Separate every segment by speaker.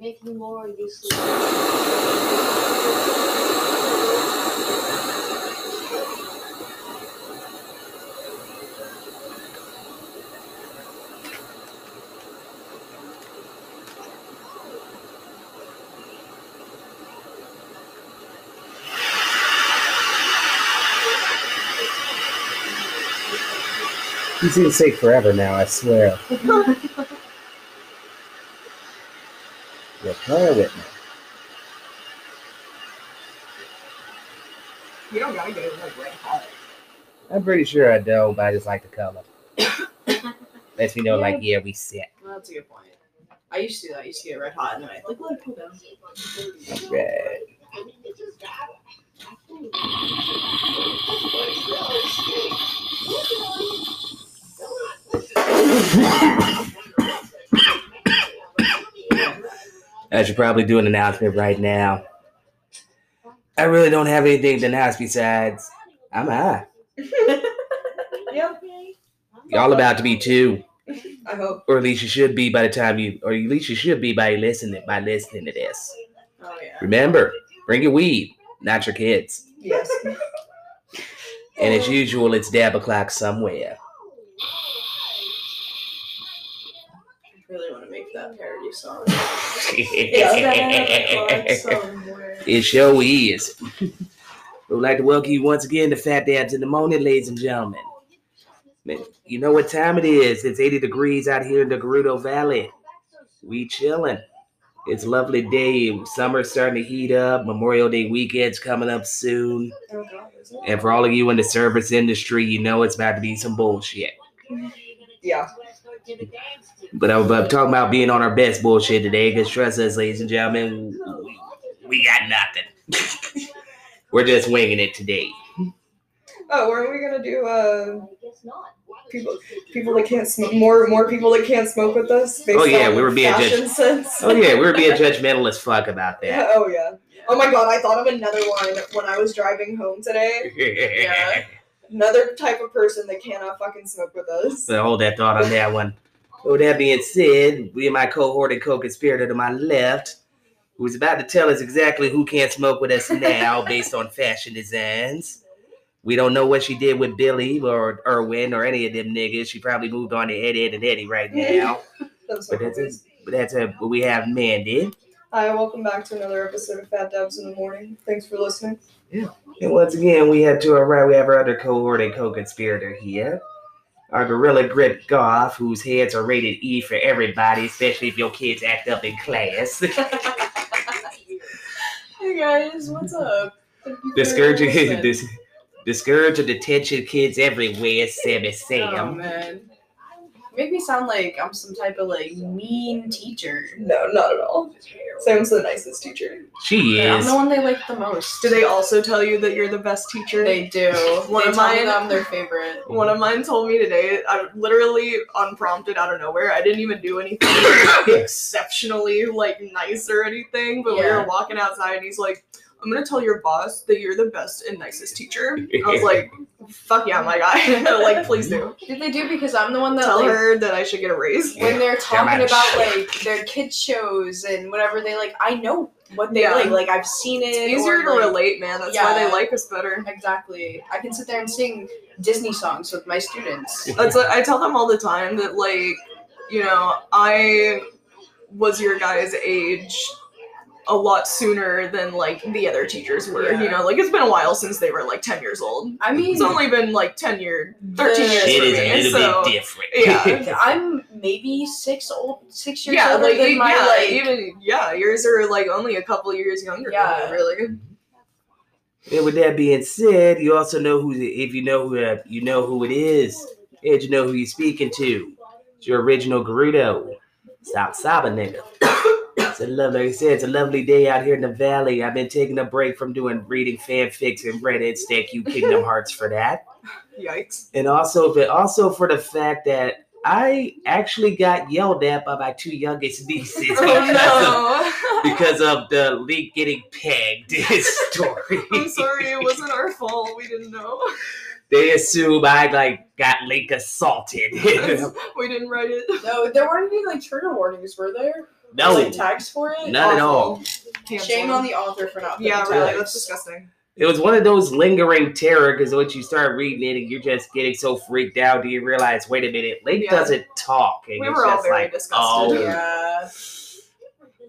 Speaker 1: making more use of
Speaker 2: He's gonna say forever now, I swear. Reply Whitman.
Speaker 3: You don't gotta get it like red hot.
Speaker 2: I'm pretty sure I don't, but I just like the color. Lets me know, like, yeah, we set.
Speaker 3: Well, that's a good point. I used to do that. I used to get red hot and then I like let it cool down.
Speaker 2: Right. I should probably do an announcement right now. I really don't have anything to announce besides I'm high.
Speaker 3: Yeah,
Speaker 2: Y'all about to be too,
Speaker 3: I hope.
Speaker 2: or at least you should be by the time you, or at least you should be by listening by listening to this.
Speaker 3: Oh yeah.
Speaker 2: Remember, bring your weed, not your kids.
Speaker 3: Yes.
Speaker 2: And as usual, it's dab o'clock somewhere.
Speaker 3: I really want to make that parody song. It's
Speaker 2: it
Speaker 3: somewhere.
Speaker 2: sure is. We would like to welcome you once again to Fat Dabs in the Morning, ladies and gentlemen. Man, You know what time it is? It's 80 degrees out here in the Gerudo Valley. We chilling. It's a lovely day. Summer's starting to heat up. Memorial Day weekend's coming up soon.
Speaker 3: Oh, God, is it?
Speaker 2: And for all of you in the service industry, you know it's about to be some bullshit.
Speaker 3: Yeah.
Speaker 2: But I'm, but I'm talking about being on our best bullshit today because trust us, ladies and gentlemen, we, we got nothing. We're just winging it today.
Speaker 3: Oh, weren't we gonna do uh people people that can't smoke more more people that can't smoke with us? based
Speaker 2: Oh, yeah,
Speaker 3: on
Speaker 2: we were being
Speaker 3: fashion sense?
Speaker 2: Oh, yeah, we were being judgmental as fuck about that.
Speaker 3: Oh yeah. Oh my god, I thought of another one when I was driving home today. Yeah. Another type of person that cannot fucking smoke with us.
Speaker 2: So hold that thought on that one. With that being said, we and my cohort and co-conspirator to my left, who's about to tell us exactly who can't smoke with us now based on fashion designs. We don't know what she did with Billy or Irwin or any of them niggas. She probably moved on to Ed, Ed, and Eddie right now.
Speaker 3: Those
Speaker 2: But that's it.
Speaker 3: fuckers.
Speaker 2: But that's it. But we have Mandy.
Speaker 3: Hi, welcome back to another episode of Fat Dabs in the Morning. Thanks for listening.
Speaker 2: And once again, we have to our right, we have our other cohort and co-conspirator here. Our Gorilla Grip Goth, whose heads are rated E for everybody, especially if your kids act up in class.
Speaker 3: Hey guys, what's up?
Speaker 2: Discouraging dis, discourage and detention kids everywhere, Sammy
Speaker 4: Oh
Speaker 2: Sam.
Speaker 4: man. Make me sound like I'm some type of like mean teacher.
Speaker 3: No, not at all. Sam's the nicest teacher.
Speaker 2: she
Speaker 4: Like, I'm
Speaker 2: is.
Speaker 4: the one they like the most.
Speaker 3: Do they also tell you that you're the best teacher?
Speaker 4: They do.
Speaker 3: One
Speaker 4: they
Speaker 3: of
Speaker 4: tell me
Speaker 3: mine-
Speaker 4: that I'm their favorite.
Speaker 3: One of mine told me today, I literally unprompted out of nowhere. I didn't even do anything exceptionally like nice or anything, but we
Speaker 4: Yeah.
Speaker 3: were walking outside and he's like, I'm gonna tell your boss that you're the best and nicest teacher. I was like, fuck yeah, my guy. like, please do.
Speaker 4: Did they do because I'm the one that
Speaker 3: Tell
Speaker 4: like
Speaker 3: her that I should get a raise.
Speaker 4: when they're
Speaker 2: out
Speaker 4: talking
Speaker 2: of
Speaker 4: about
Speaker 2: shape.
Speaker 4: like their kids shows and whatever they like, I know what they
Speaker 3: Yeah.
Speaker 4: like. Like I've seen it.
Speaker 3: It's easier
Speaker 4: or,
Speaker 3: to
Speaker 4: like-
Speaker 3: relate, man. That's why
Speaker 4: yeah.
Speaker 3: they like us better.
Speaker 4: Exactly. I can sit there and sing Disney songs with my students.
Speaker 3: That's what I tell them all the time that like, you know, I was your guys' age a lot sooner than like the other teachers were. You
Speaker 4: Yeah. Hmm.
Speaker 3: know, like it's been a while since they were like ten years old.
Speaker 4: I mean,
Speaker 3: It's only been like ten year, thirteen
Speaker 4: The-
Speaker 3: years
Speaker 2: It
Speaker 3: for
Speaker 2: is a
Speaker 3: me.
Speaker 2: little
Speaker 3: so
Speaker 2: bit different.
Speaker 3: yeah.
Speaker 4: I'm maybe six old, six years
Speaker 3: yeah,
Speaker 4: older
Speaker 3: like e
Speaker 4: than my
Speaker 3: yeah,
Speaker 4: like.
Speaker 3: even yeah, yours are like only a couple years younger.
Speaker 4: Yeah.
Speaker 3: than me, really.
Speaker 2: and with that being said, you also know who if you know who uh, you know who it is, and you know who you're speaking to. It's your original Gerudo. Stop sobbing, nigga. It's a lovely, like I said, it's a lovely day out here in the valley. I've been taking a break from doing reading fanfics and Reddit. Thank you, Kingdom Hearts, for that.
Speaker 3: Yikes!
Speaker 2: and also but also for the fact that I actually got yelled at by my two youngest nieces because,
Speaker 3: Oh
Speaker 2: of, because of the leak getting pegged story.
Speaker 3: no! I'm sorry, it wasn't our fault. We didn't know.
Speaker 2: They assume I like got leak assaulted.
Speaker 3: we didn't write it.
Speaker 4: No, there weren't any like trigger warnings, were there?
Speaker 2: No,
Speaker 4: like, tags for it.
Speaker 2: not at all.
Speaker 3: Cancel.
Speaker 4: Shame on the author for not. putting
Speaker 3: Yeah,
Speaker 4: tags.
Speaker 3: really, that's disgusting.
Speaker 2: It was one of those lingering terror because once you start reading it, and you're just getting so freaked out. Do you realize? Wait a minute, Link
Speaker 3: Yeah.
Speaker 2: doesn't talk, and
Speaker 3: We
Speaker 2: it's
Speaker 3: were all
Speaker 2: just
Speaker 3: very
Speaker 2: like,
Speaker 3: disgusted,
Speaker 2: oh.
Speaker 4: Yeah.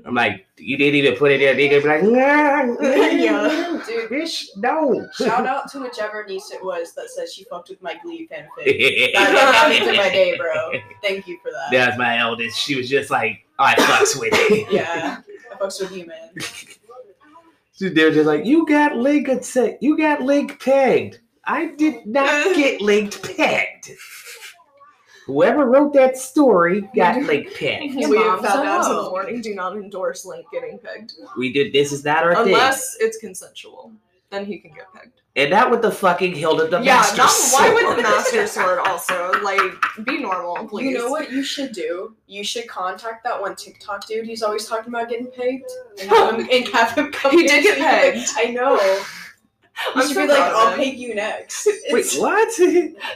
Speaker 2: I'm like, you didn't even put it there. They're gonna be like, nah, nah,
Speaker 4: Yeah. Dude,
Speaker 2: bitch, no.
Speaker 4: shout out to whichever niece it was that says she fucked with my Glee fanfic. that made my
Speaker 2: that
Speaker 4: day, bro. Thank you for that.
Speaker 2: was my eldest. She was just like, I fucks with it.
Speaker 4: Yeah. I fucks with you, man.
Speaker 2: So They're just like, you got Link upset. You got Link pegged. I did not get Link pegged. Whoever wrote that story got Link pegged.
Speaker 4: Your
Speaker 3: we
Speaker 4: mom's
Speaker 3: found out in
Speaker 4: alone.
Speaker 3: the morning. Do not endorse Link getting pegged
Speaker 2: We did. This is not our thing.
Speaker 3: unless it's consensual. Then he can get pegged.
Speaker 2: And not with the fucking Hilda the
Speaker 3: yeah,
Speaker 2: Master
Speaker 3: not, why would
Speaker 2: Sword.
Speaker 3: the master sword also like be normal, please?
Speaker 4: You know what you should do? You should contact that one TikTok dude who's always talking about getting pegged and have him, and have him come.
Speaker 3: He
Speaker 4: in
Speaker 3: did
Speaker 4: and
Speaker 3: get
Speaker 4: be like,
Speaker 3: pegged.
Speaker 4: I know. You
Speaker 3: I'm
Speaker 4: should
Speaker 3: so
Speaker 4: be like,
Speaker 3: proud of
Speaker 4: I'll
Speaker 3: him.
Speaker 4: peg you next.
Speaker 2: Wait,
Speaker 4: It's-
Speaker 2: what?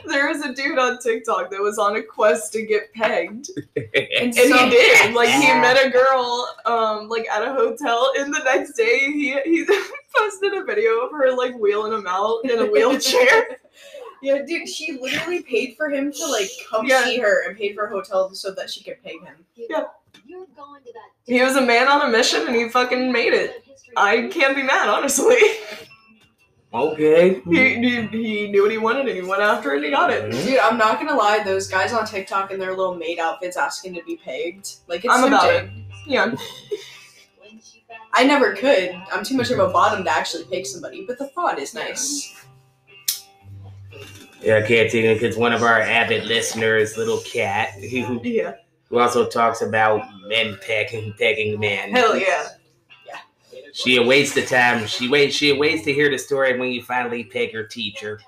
Speaker 3: There was a dude on TikTok that was on a quest to get pegged,
Speaker 4: and
Speaker 3: and
Speaker 4: so-
Speaker 3: he did. Like he met a girl, um, like at a hotel, and the next day he he posted a video of her like wheeling him out in a wheelchair.
Speaker 4: Yeah, dude, she literally paid for him to like come
Speaker 3: Yeah.
Speaker 4: see her and paid for a hotel so that she could peg him.
Speaker 3: he was a man on a mission, and he fucking made it. I can't be mad, honestly.
Speaker 2: okay.
Speaker 3: He, he, he knew what he wanted, and he went after it, and he got it.
Speaker 4: Dude, I'm not gonna lie, those guys on TikTok in their little maid outfits asking to be pegged, like it's
Speaker 3: I'm about
Speaker 4: tempting.
Speaker 3: it. Yeah,
Speaker 4: I never could. I'm too much of a bottom to actually pick somebody, but the thought is nice.
Speaker 2: Yeah, I can't take it because one of our avid listeners, little cat, who,
Speaker 3: yeah,
Speaker 2: who also talks about men pecking, pecking men.
Speaker 3: hell yeah.
Speaker 2: She awaits the time. She waits. She awaits to hear the story when you finally peg her teacher.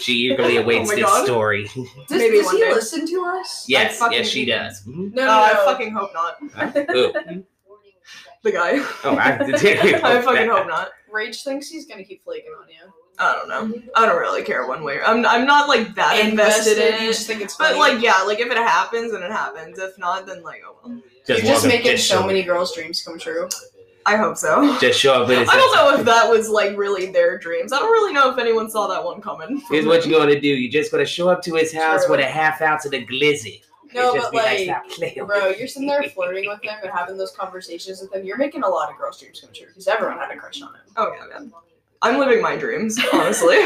Speaker 2: She eagerly
Speaker 3: Oh
Speaker 2: awaits
Speaker 3: my
Speaker 2: this
Speaker 3: God.
Speaker 2: story.
Speaker 4: Does,
Speaker 3: Maybe
Speaker 4: does
Speaker 3: one
Speaker 4: he
Speaker 3: day.
Speaker 4: listen to us?
Speaker 2: yes,
Speaker 3: fucking
Speaker 2: yes, she
Speaker 3: hate
Speaker 2: does. Mhm.
Speaker 4: No,
Speaker 3: Oh,
Speaker 4: no,
Speaker 3: I
Speaker 4: no.
Speaker 3: fucking hope not.
Speaker 2: Oh,
Speaker 3: The guy.
Speaker 2: oh, I,
Speaker 3: I fucking hope not.
Speaker 4: Rage thinks he's gonna keep flaking on you.
Speaker 3: I don't know. I don't really care one way. or- I'm I'm not like that invested, in
Speaker 4: you
Speaker 3: it.
Speaker 4: just think it's
Speaker 3: But
Speaker 4: funny.
Speaker 3: like yeah, like if it happens and it happens. If not, then like oh well.
Speaker 4: you're just
Speaker 2: walk up
Speaker 4: making
Speaker 2: this
Speaker 4: so
Speaker 2: show-
Speaker 4: many girls' dreams come true.
Speaker 3: I hope so.
Speaker 2: Just show up in
Speaker 3: I don't know if that was like really their dreams. I don't really know if anyone saw that one coming.
Speaker 2: Here's what you're gonna do. You're just gonna show up to his house
Speaker 4: True.
Speaker 2: with a half ounce of the glizzy.
Speaker 4: No,
Speaker 2: Just
Speaker 4: but
Speaker 2: be like,
Speaker 4: like,
Speaker 2: "Stop playing with
Speaker 4: bro, you're sitting there flirting with them and having those conversations with them. You're making a lot of girls' dreams come true because everyone had a crush on him.
Speaker 3: Oh yeah, man. I'm living my dreams, honestly.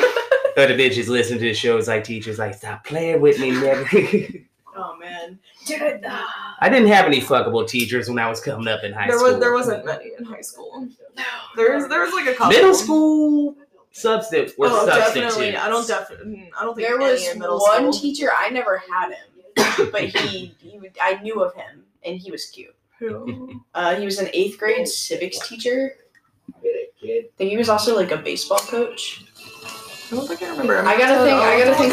Speaker 2: Other bitches listen to the shows like teachers like, stop playing with me, nigga.
Speaker 4: Oh man, dude, ah,
Speaker 2: I didn't have any fuckable teachers when I was coming up in high
Speaker 3: there
Speaker 2: school.
Speaker 3: was there wasn't many in high school.
Speaker 4: no.
Speaker 3: There's there was like a couple.
Speaker 2: middle school substance were
Speaker 3: Oh, definitely.
Speaker 2: substitutes.
Speaker 3: I don't definitely. I don't think
Speaker 4: There
Speaker 3: any
Speaker 4: was
Speaker 3: in middle school.
Speaker 4: one teacher I never had him, but he, he would- I knew of him and he was cute.
Speaker 3: Who?
Speaker 4: Uh, he was an eighth grade civics teacher. I think he was also like a baseball coach.
Speaker 3: I don't think I remember.
Speaker 4: I gotta
Speaker 2: Oh,
Speaker 4: think. I gotta think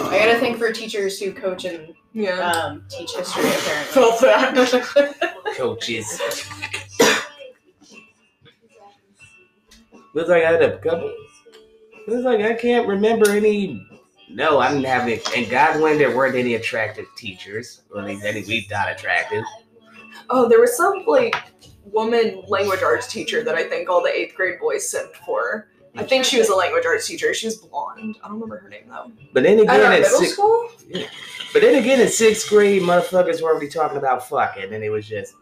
Speaker 4: for. I gotta think for teachers who coach and
Speaker 3: Yeah.
Speaker 4: um, teach history.
Speaker 3: Felt
Speaker 4: Apparently,
Speaker 3: that.
Speaker 2: Coaches. Looks like I had a couple. Looks like I can't remember any. No, I didn't have it. And God willing, there weren't any attractive teachers. Or at least any we thought attractive.
Speaker 3: Oh, there was some like woman language arts teacher that I think all the eighth grade boys sent for. I think she was a language arts teacher. She was blonde. I don't remember her name though.
Speaker 2: But then
Speaker 4: At
Speaker 2: again,
Speaker 4: our
Speaker 2: at
Speaker 4: middle
Speaker 2: six,
Speaker 4: school,
Speaker 2: but then again, in sixth grade, motherfuckers were already talking about fucking, and it was just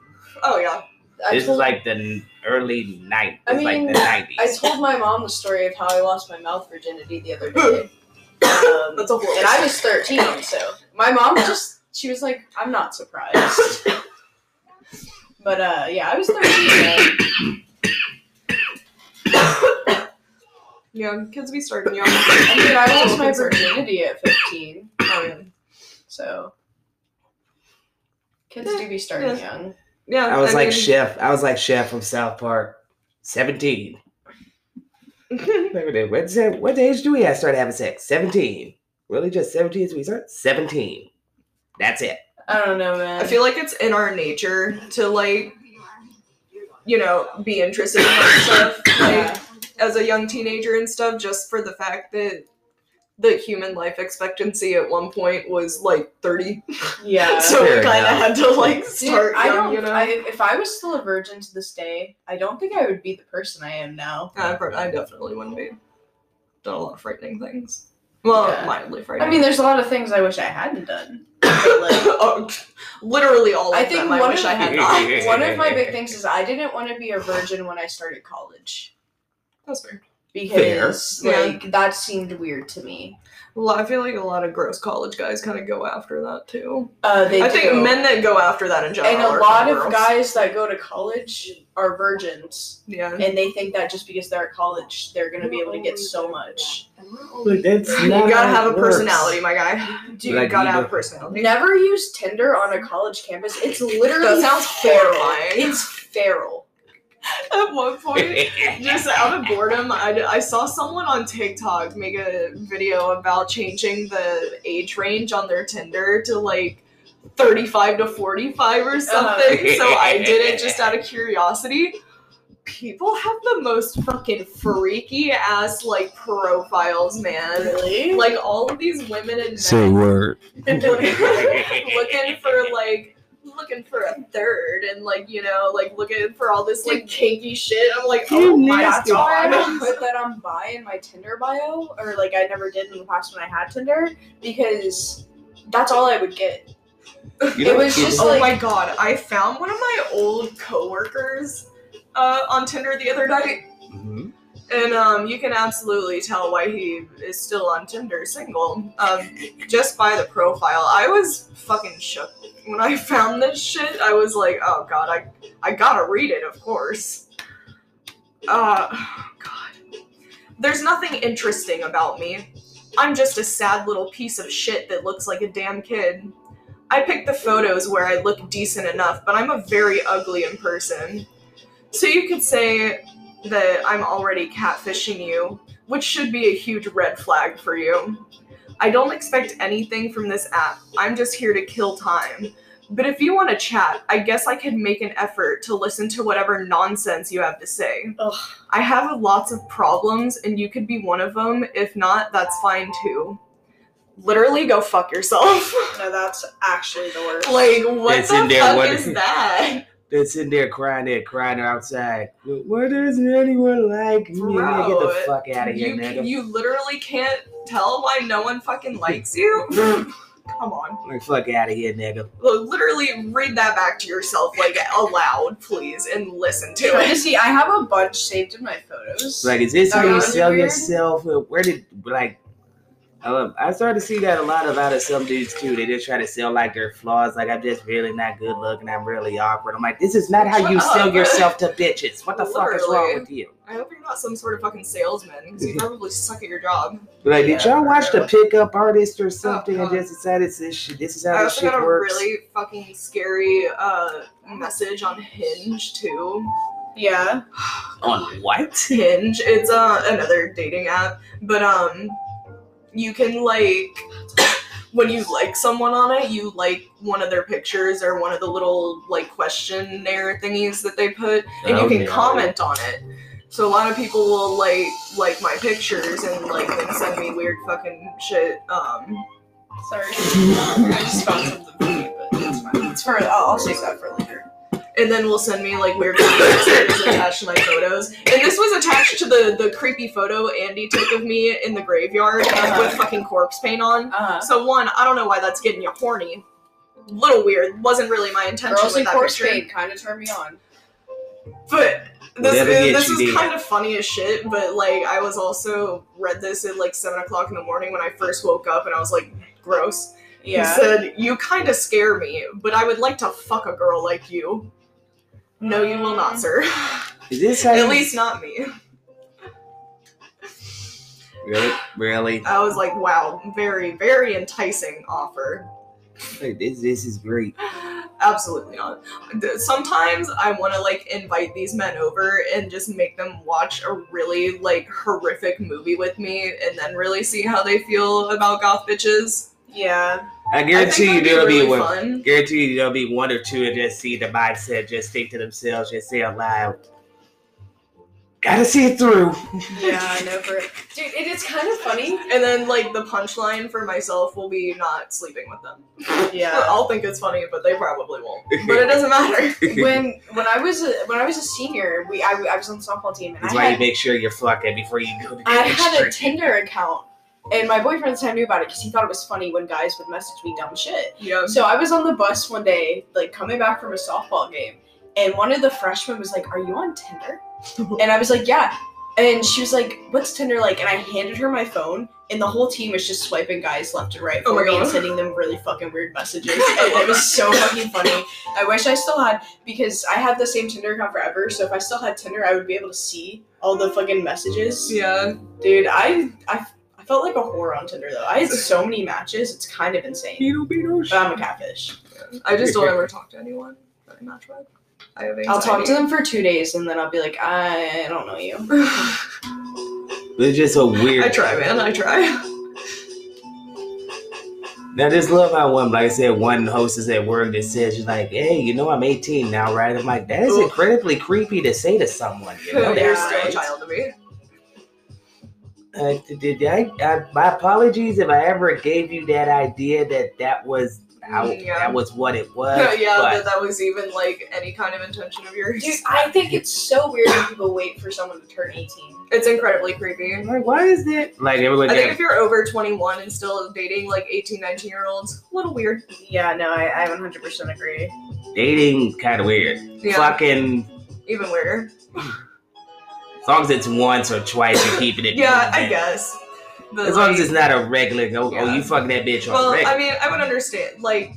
Speaker 3: Oh yeah.
Speaker 4: I
Speaker 2: this is
Speaker 4: told-
Speaker 2: like the n- early night,
Speaker 4: I
Speaker 2: like
Speaker 4: mean,
Speaker 2: the
Speaker 4: I
Speaker 2: nineties.
Speaker 4: told my mom the story of how I lost my mouth virginity the other day. Um,
Speaker 3: That's a horrible.
Speaker 4: and I was 13, so my mom just she was like, "I'm not surprised." But uh, yeah, I was 13. man.
Speaker 3: yeah, kids be starting young.
Speaker 4: I mean, I lost my
Speaker 3: Concerned.
Speaker 4: virginity at 15,
Speaker 3: Oh, yeah.
Speaker 4: so kids do be starting young.
Speaker 3: Yeah.
Speaker 2: I was like
Speaker 3: mean-
Speaker 2: Chef. I was like Chef from South Park. Seventeen. Wait a minute, What's that? What age do we have start having sex? Seventeen. Really, just seventeen is we start? Seventeen. That's it.
Speaker 4: I don't know, man.
Speaker 3: I feel like it's in our nature to like, you know, uh, be interested in that stuff. Like,
Speaker 4: yeah.
Speaker 3: as a young teenager and stuff just for the fact that the human life expectancy at one point was like 30.
Speaker 4: Yeah.
Speaker 3: so
Speaker 2: Fair
Speaker 3: we kind of
Speaker 2: enough.
Speaker 3: had to like
Speaker 4: Dude,
Speaker 3: start
Speaker 4: I
Speaker 3: young,
Speaker 4: don't.
Speaker 3: you know.
Speaker 4: I, if I was still a virgin to this day, I don't think I would be the person I am now.
Speaker 3: I, pro- I definitely wouldn't be. Done a lot of frightening things. Well,
Speaker 4: Yeah.
Speaker 3: mildly frightening.
Speaker 4: I mean, there's a lot of things I wish I hadn't done. But, like,
Speaker 3: Oh, literally all of
Speaker 4: I think
Speaker 3: them. I
Speaker 4: one
Speaker 3: wish
Speaker 4: of-
Speaker 3: I had not.
Speaker 4: one of my big things is I didn't want to be a virgin when I started college
Speaker 3: That's fair.
Speaker 4: because
Speaker 3: Fair. Yeah.
Speaker 4: like that seemed weird to me.
Speaker 3: Well, I feel like a lot of gross college guys kind of go after that too.
Speaker 4: Uh, they
Speaker 3: I think
Speaker 4: do.
Speaker 3: men that go after that in general.
Speaker 4: and a
Speaker 3: are
Speaker 4: lot
Speaker 3: girls.
Speaker 4: of guys that go to college are virgins,
Speaker 3: Yeah.
Speaker 4: and they think that just because they're at college, they're gonna be able to get so much.
Speaker 2: Look, that's
Speaker 3: You
Speaker 2: not
Speaker 3: gotta
Speaker 2: how
Speaker 3: have a
Speaker 2: it works.
Speaker 3: personality, my guy.
Speaker 4: Dude,
Speaker 2: Like-
Speaker 3: you gotta
Speaker 2: you
Speaker 3: have a
Speaker 2: go-
Speaker 3: personality.
Speaker 4: never use Tinder on a college campus. It's literally
Speaker 3: That sounds
Speaker 4: feral.
Speaker 3: horrifying.
Speaker 4: It's feral.
Speaker 3: At one point, just out of boredom, I, I saw someone on TikTok make a video about changing the age range on their Tinder to like 35 to 45 or something. So I did it just out of curiosity. People have the most fucking freaky ass like profiles, man.
Speaker 4: Really?
Speaker 3: Like all of these women and men
Speaker 2: word.
Speaker 3: looking for like looking for a third and like you know like looking for all this like kinky shit i'm like
Speaker 2: You
Speaker 3: oh my
Speaker 4: That's
Speaker 2: nasty
Speaker 4: why
Speaker 3: god
Speaker 4: I don't put that on bi in my Tinder bio, or like I never did in the past when I had Tinder, because that's all I would get.
Speaker 2: You
Speaker 4: It was
Speaker 2: you-
Speaker 4: just
Speaker 3: oh
Speaker 4: like-
Speaker 3: my god i found one of my old coworkers uh, on tinder the other night
Speaker 2: Mhm.
Speaker 3: and um, you can absolutely tell why he is still on tinder single um, just by the profile i was fucking shook when i found this shit i was like oh god i, I gotta read it of course uh, god there's nothing interesting about me i'm just a sad little piece of shit that looks like a damn kid I picked the photos where I look decent enough, but I'm a very ugly in person. So you could say that I'm already catfishing you, which should be a huge red flag for you. I don't expect anything from this app. I'm just here to kill time. But if you want to chat, I guess I could make an effort to listen to whatever nonsense you have to say.
Speaker 4: Ugh.
Speaker 3: I have lots of problems, and you could be one of them. If not, that's fine too. Literally, go fuck yourself.
Speaker 4: No, that's actually the worst.
Speaker 3: Like what
Speaker 2: It's
Speaker 3: the
Speaker 2: in there,
Speaker 3: fuck
Speaker 2: what-
Speaker 3: is that?
Speaker 2: They're sitting there crying, they're crying, they're outside. Wh- Why doesn't anyone like me?
Speaker 3: Bro,
Speaker 2: get the fuck out of here,
Speaker 3: You
Speaker 2: nigga.
Speaker 3: you literally can't tell why no one fucking likes you. Come on,
Speaker 2: like, fuck out of here, nigga.
Speaker 3: Look, literally read that back to yourself like aloud, please, and listen to
Speaker 4: Dude, I
Speaker 3: it.
Speaker 4: just see I have a bunch saved in my photos.
Speaker 2: Like, is this
Speaker 4: That
Speaker 2: how you
Speaker 4: was
Speaker 2: sell
Speaker 4: weird.
Speaker 2: yourself? Uh, Where did, like, um, I started to see that a lot of out of some dudes too. They just try to sell like their flaws. Like I'm just really not good looking. I'm really awkward. I'm like, this is not how you
Speaker 3: Shut
Speaker 2: sell
Speaker 3: up.
Speaker 2: yourself to bitches. What the fuck is wrong
Speaker 3: Literally.
Speaker 2: with you?
Speaker 3: I hope you're not some sort of fucking salesman because you probably suck at your job.
Speaker 2: Like, did
Speaker 4: Yeah,
Speaker 2: y'all watch
Speaker 4: bro.
Speaker 2: the pickup artist or something and
Speaker 3: Oh, God.
Speaker 2: just decided this shit, this is
Speaker 3: I
Speaker 2: how this
Speaker 3: also
Speaker 2: shit
Speaker 3: got a
Speaker 2: works?
Speaker 3: really fucking scary uh, message on Hinge too.
Speaker 4: yeah.
Speaker 2: On what?
Speaker 3: Hinge. It's uh, another dating app, but um, you can like when you like someone on it, you like one of their pictures or one of the little like questionnaire thingies that they put, and you
Speaker 2: Oh,
Speaker 3: can
Speaker 2: yeah.
Speaker 3: comment on it. So a lot of people will like like my pictures and like and send me weird fucking shit. Um,
Speaker 4: Sorry. I just found something funny, but it's fine. It's for I'll, I'll save that for later.
Speaker 3: and then will send me like weird pictures attached to my photos. And this was attached to the the creepy photo Andy took of me in the graveyard uh, with fucking corpse paint on.
Speaker 4: Uh-huh.
Speaker 3: So one, I don't know why that's getting you horny. Little weird. Wasn't really my intention
Speaker 4: Girls
Speaker 3: with
Speaker 4: in
Speaker 3: that
Speaker 4: course
Speaker 3: picture.
Speaker 4: paint kinda turned me on.
Speaker 3: But this
Speaker 2: Whatever
Speaker 3: is,
Speaker 2: gets
Speaker 3: this
Speaker 2: you
Speaker 3: is
Speaker 2: there.
Speaker 3: kind of funny as shit. But like, I was also read this at like seven o'clock in the morning when I first woke up, and I was like, gross. He
Speaker 4: Yeah.
Speaker 3: said, "You kind of scare me, but I would like to fuck a girl like you." No, you will not, sir.
Speaker 2: Is this how
Speaker 3: At
Speaker 2: you
Speaker 3: least not me.
Speaker 2: really? Really?
Speaker 3: I was like, wow, very, very enticing offer.
Speaker 2: Like, this this is great.
Speaker 3: Absolutely not. Th- Sometimes I want to like invite these men over and just make them watch a really like horrific movie with me and then really see how they feel about goth bitches.
Speaker 4: Yeah.
Speaker 2: I
Speaker 3: I
Speaker 2: guarantee you
Speaker 3: think that'd be
Speaker 2: there'll
Speaker 3: really
Speaker 2: be one.
Speaker 3: fun.
Speaker 2: Guarantee you there'll be one or two and just see the mindset, just think to themselves, just say out loud. Gotta see it through.
Speaker 3: Yeah, I know for it.
Speaker 4: Dude, it is kind of funny.
Speaker 3: And then like the punchline for myself will be not sleeping with them.
Speaker 4: Yeah.
Speaker 3: I'll think it's funny, but they probably won't. But it doesn't matter.
Speaker 4: when when I was a, when I was a senior, we I, I was on the softball team and
Speaker 2: That's
Speaker 4: I
Speaker 2: why
Speaker 4: had
Speaker 2: you make sure you're fucking before you go to
Speaker 4: I
Speaker 2: college.
Speaker 4: had a Tinder account, and my boyfriend at the time knew about it because he thought it was funny when guys would message me dumb shit.
Speaker 3: Yeah.
Speaker 4: So I was on the bus one day, like coming back from a softball game, and one of the freshmen was like, "Are you on Tinder?" And I was like, "Yeah." And she was like, "What's Tinder like?" And I handed her my phone, and the whole team was just swiping guys left and right
Speaker 3: Oh
Speaker 4: for
Speaker 3: my
Speaker 4: me and
Speaker 3: God.
Speaker 4: sending them really fucking weird messages. and it was so fucking funny. I wish I still had because I had the same Tinder account forever. So if I still had Tinder, I would be able to see all the fucking messages.
Speaker 3: Yeah.
Speaker 4: Dude, I, I I felt like a whore on Tinder though. I had so many matches, it's kind of insane.
Speaker 2: You don't be no
Speaker 3: Uh,
Speaker 4: But I'm a catfish.
Speaker 3: I just don't ever talk to anyone that I match with. I have anxiety.
Speaker 4: I'll talk to them for two days and then I'll be like, I don't know you.
Speaker 2: It's just a weird.
Speaker 3: I try, man. I try.
Speaker 2: Now, I just love how one, like I said, one hostess at work that says, "She's like, hey, you know, I'm 18 now, right?" I'm like, that is
Speaker 3: Ooh.
Speaker 2: incredibly creepy to say to someone. You know,
Speaker 4: Yeah.
Speaker 3: You're
Speaker 2: there's
Speaker 3: still a child to me.
Speaker 2: uh, did I, I? My apologies if I ever gave you that idea that that was how
Speaker 3: Yeah.
Speaker 2: that was what it was.
Speaker 3: yeah,
Speaker 2: but
Speaker 3: that that was even like any kind of intention of yours.
Speaker 4: Dude, I think it's so weird when people wait for someone to turn 18.
Speaker 3: It's incredibly creepy.
Speaker 2: I'm like, why is that? Like, everyone.
Speaker 3: I think if you're over 21 and still dating like 18, 19 year olds, a little weird.
Speaker 4: Yeah, no, I, I 100% agree.
Speaker 2: dating kind of weird.
Speaker 3: Yeah,
Speaker 2: Fucking,
Speaker 3: even weirder.
Speaker 2: as long as it's once or twice, you're keeping it.
Speaker 3: Yeah, I
Speaker 2: moving.
Speaker 3: guess. But,
Speaker 2: As long as
Speaker 3: like,
Speaker 2: it's not a regular. Oh, oh
Speaker 3: Yeah.
Speaker 2: you fucking that bitch on
Speaker 3: well,
Speaker 2: regular.
Speaker 3: I mean, I would understand. Like,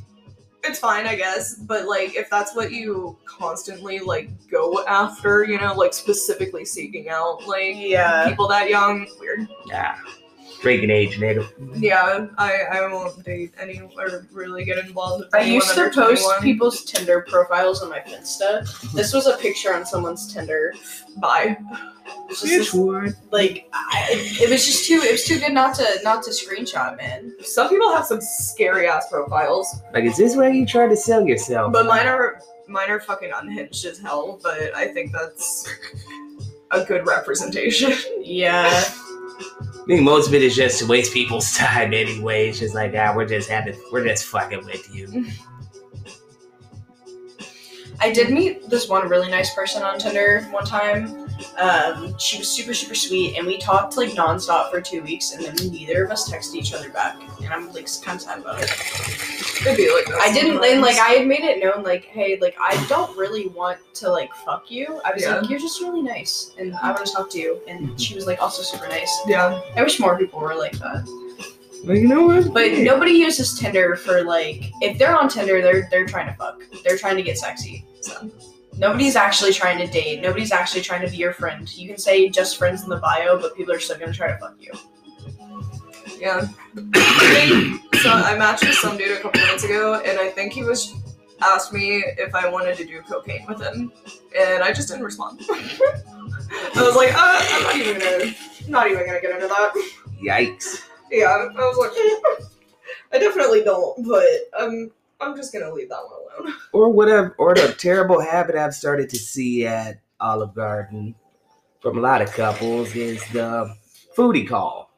Speaker 3: it's fine, I guess. But like, if that's what you constantly like go after, you know, like specifically seeking out like
Speaker 4: Yeah.
Speaker 3: people that young, weird.
Speaker 2: nah, drinking age, nigga.
Speaker 4: Mm-hmm.
Speaker 3: Yeah, I I won't date any or really get involved. With
Speaker 4: I
Speaker 3: anyone
Speaker 4: used to
Speaker 3: under
Speaker 4: post
Speaker 3: 21.
Speaker 4: people's Tinder profiles on my Finsta. This was a picture on someone's Tinder.
Speaker 3: Bye.
Speaker 4: It was just this, like I, it was just too it was too good not to not to screenshot, man.
Speaker 3: Some people have some scary ass profiles.
Speaker 2: Like, is this where you try to sell
Speaker 4: Oh,
Speaker 2: yourself?
Speaker 3: But mine are mine are fucking unhinged as hell. But I think that's a good representation.
Speaker 4: Yeah.
Speaker 2: I think most of it is just to waste people's time anyway. It's just like, ah, we're just having, we're just fucking with
Speaker 3: Mm.
Speaker 2: you.
Speaker 4: I did meet this one really nice person on Tinder one time. Um, she was super, super sweet, and we talked like nonstop for two weeks, and then neither of us texted each other back. And I'm like kind of sad about it.
Speaker 3: It'd be like that
Speaker 4: I didn't,
Speaker 3: sometimes.
Speaker 4: and like I had made it known, like, hey, like I don't really want to like fuck you. I was
Speaker 3: Yeah.
Speaker 4: like, you're just really nice, and I want to talk to you.
Speaker 2: Mm-hmm.
Speaker 4: And she was like also super nice.
Speaker 3: yeah,
Speaker 4: I wish more people were like that.
Speaker 2: Like, you know what?
Speaker 4: But nobody uses Tinder for like if they're on Tinder, they're they're trying to fuck. They're trying to get sexy.
Speaker 3: So.
Speaker 4: Nobody's actually trying to date. Nobody's actually trying to be your friend. You can say just friends in the bio, but people are still gonna try to fuck you.
Speaker 3: yeah. I think- so I matched with some dude a couple minutes ago, and I think he was asked me if I wanted to do cocaine with him, and I just didn't respond. I was like, uh, I'm not even gonna, not even gonna get into that.
Speaker 2: Yikes.
Speaker 3: Yeah, I was like, "Mm." I definitely don't, but um, I'm just gonna leave that one alone.
Speaker 2: Or whatever, or the terrible habit I've started to see at Olive Garden from a lot of couples is the foodie call.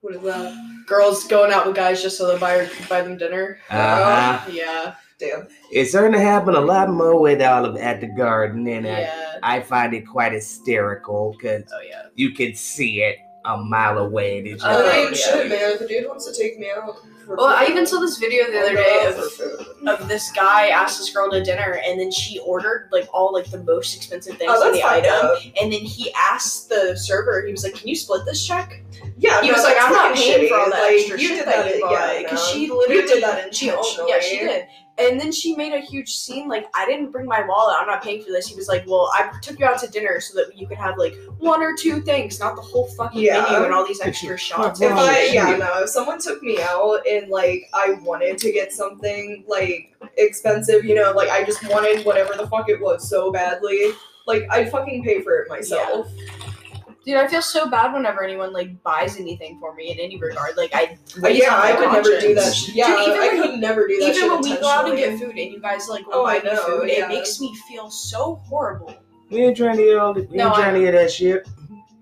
Speaker 4: What is that? Girls going out with guys just so they buy buy them dinner.
Speaker 2: Uh-huh.
Speaker 4: yeah,
Speaker 3: Damn.
Speaker 2: It's starting to happen a lot more at Olive at the Garden, and I,
Speaker 4: yeah.
Speaker 2: I find it quite hysterical because
Speaker 4: Oh yeah.
Speaker 2: you can see it a mile away. Did you?
Speaker 4: Oh,
Speaker 3: I
Speaker 4: yeah.
Speaker 3: ain't Um, shit, man. The dude wants to take me out. For
Speaker 4: Well, I
Speaker 3: food.
Speaker 4: even saw this video the other day
Speaker 3: Oh,
Speaker 4: of
Speaker 3: for food.
Speaker 4: of this guy asked this girl to dinner and then she ordered like all like the most expensive things
Speaker 3: Oh,
Speaker 4: on
Speaker 3: that's
Speaker 4: the
Speaker 3: fucked
Speaker 4: item
Speaker 3: up.
Speaker 4: and then he asked the server he was like can you split this check
Speaker 3: Yeah,
Speaker 4: he
Speaker 3: no,
Speaker 4: was like
Speaker 3: that's
Speaker 4: i'm not
Speaker 3: fucking
Speaker 4: paying for all
Speaker 3: shitty.
Speaker 4: that
Speaker 3: Like,
Speaker 4: extra
Speaker 3: you
Speaker 4: shit
Speaker 3: did
Speaker 4: that,
Speaker 3: that,
Speaker 4: you bought
Speaker 3: yeah,
Speaker 4: because
Speaker 3: no.
Speaker 4: she literally
Speaker 3: did that
Speaker 4: she owned- yeah she
Speaker 3: intentionally.
Speaker 4: did and then she made a huge scene like i didn't bring my wallet i'm not paying for this he was like well i took you out to dinner so that you could have like one or two things not the whole fucking
Speaker 3: Yeah.
Speaker 4: menu and all these extra shots
Speaker 3: If
Speaker 2: Well,
Speaker 3: I,
Speaker 2: shit.
Speaker 3: yeah, no, if someone took me out and like I wanted to get something like expensive, you know, like I just wanted whatever the fuck it was so badly, like I'd fucking pay for it myself.
Speaker 4: dude i feel so bad whenever anyone like buys anything for me in any regard like i
Speaker 3: But
Speaker 4: waste
Speaker 3: Uh, yeah,
Speaker 4: my
Speaker 3: I could never do that.
Speaker 4: conscience.
Speaker 3: Shit. Yeah,
Speaker 4: even
Speaker 3: I
Speaker 4: when
Speaker 3: could never do that.
Speaker 4: even
Speaker 3: shit
Speaker 4: when we go out and
Speaker 3: intentionally.
Speaker 4: get food and you guys like
Speaker 3: Oh,
Speaker 4: buy
Speaker 3: I
Speaker 4: me
Speaker 3: know,
Speaker 4: food,
Speaker 3: yeah.
Speaker 4: it makes me feel so horrible.
Speaker 2: We ain't trying to hear all the, we
Speaker 4: No,
Speaker 2: ain't
Speaker 4: I
Speaker 2: trying to hear that shit.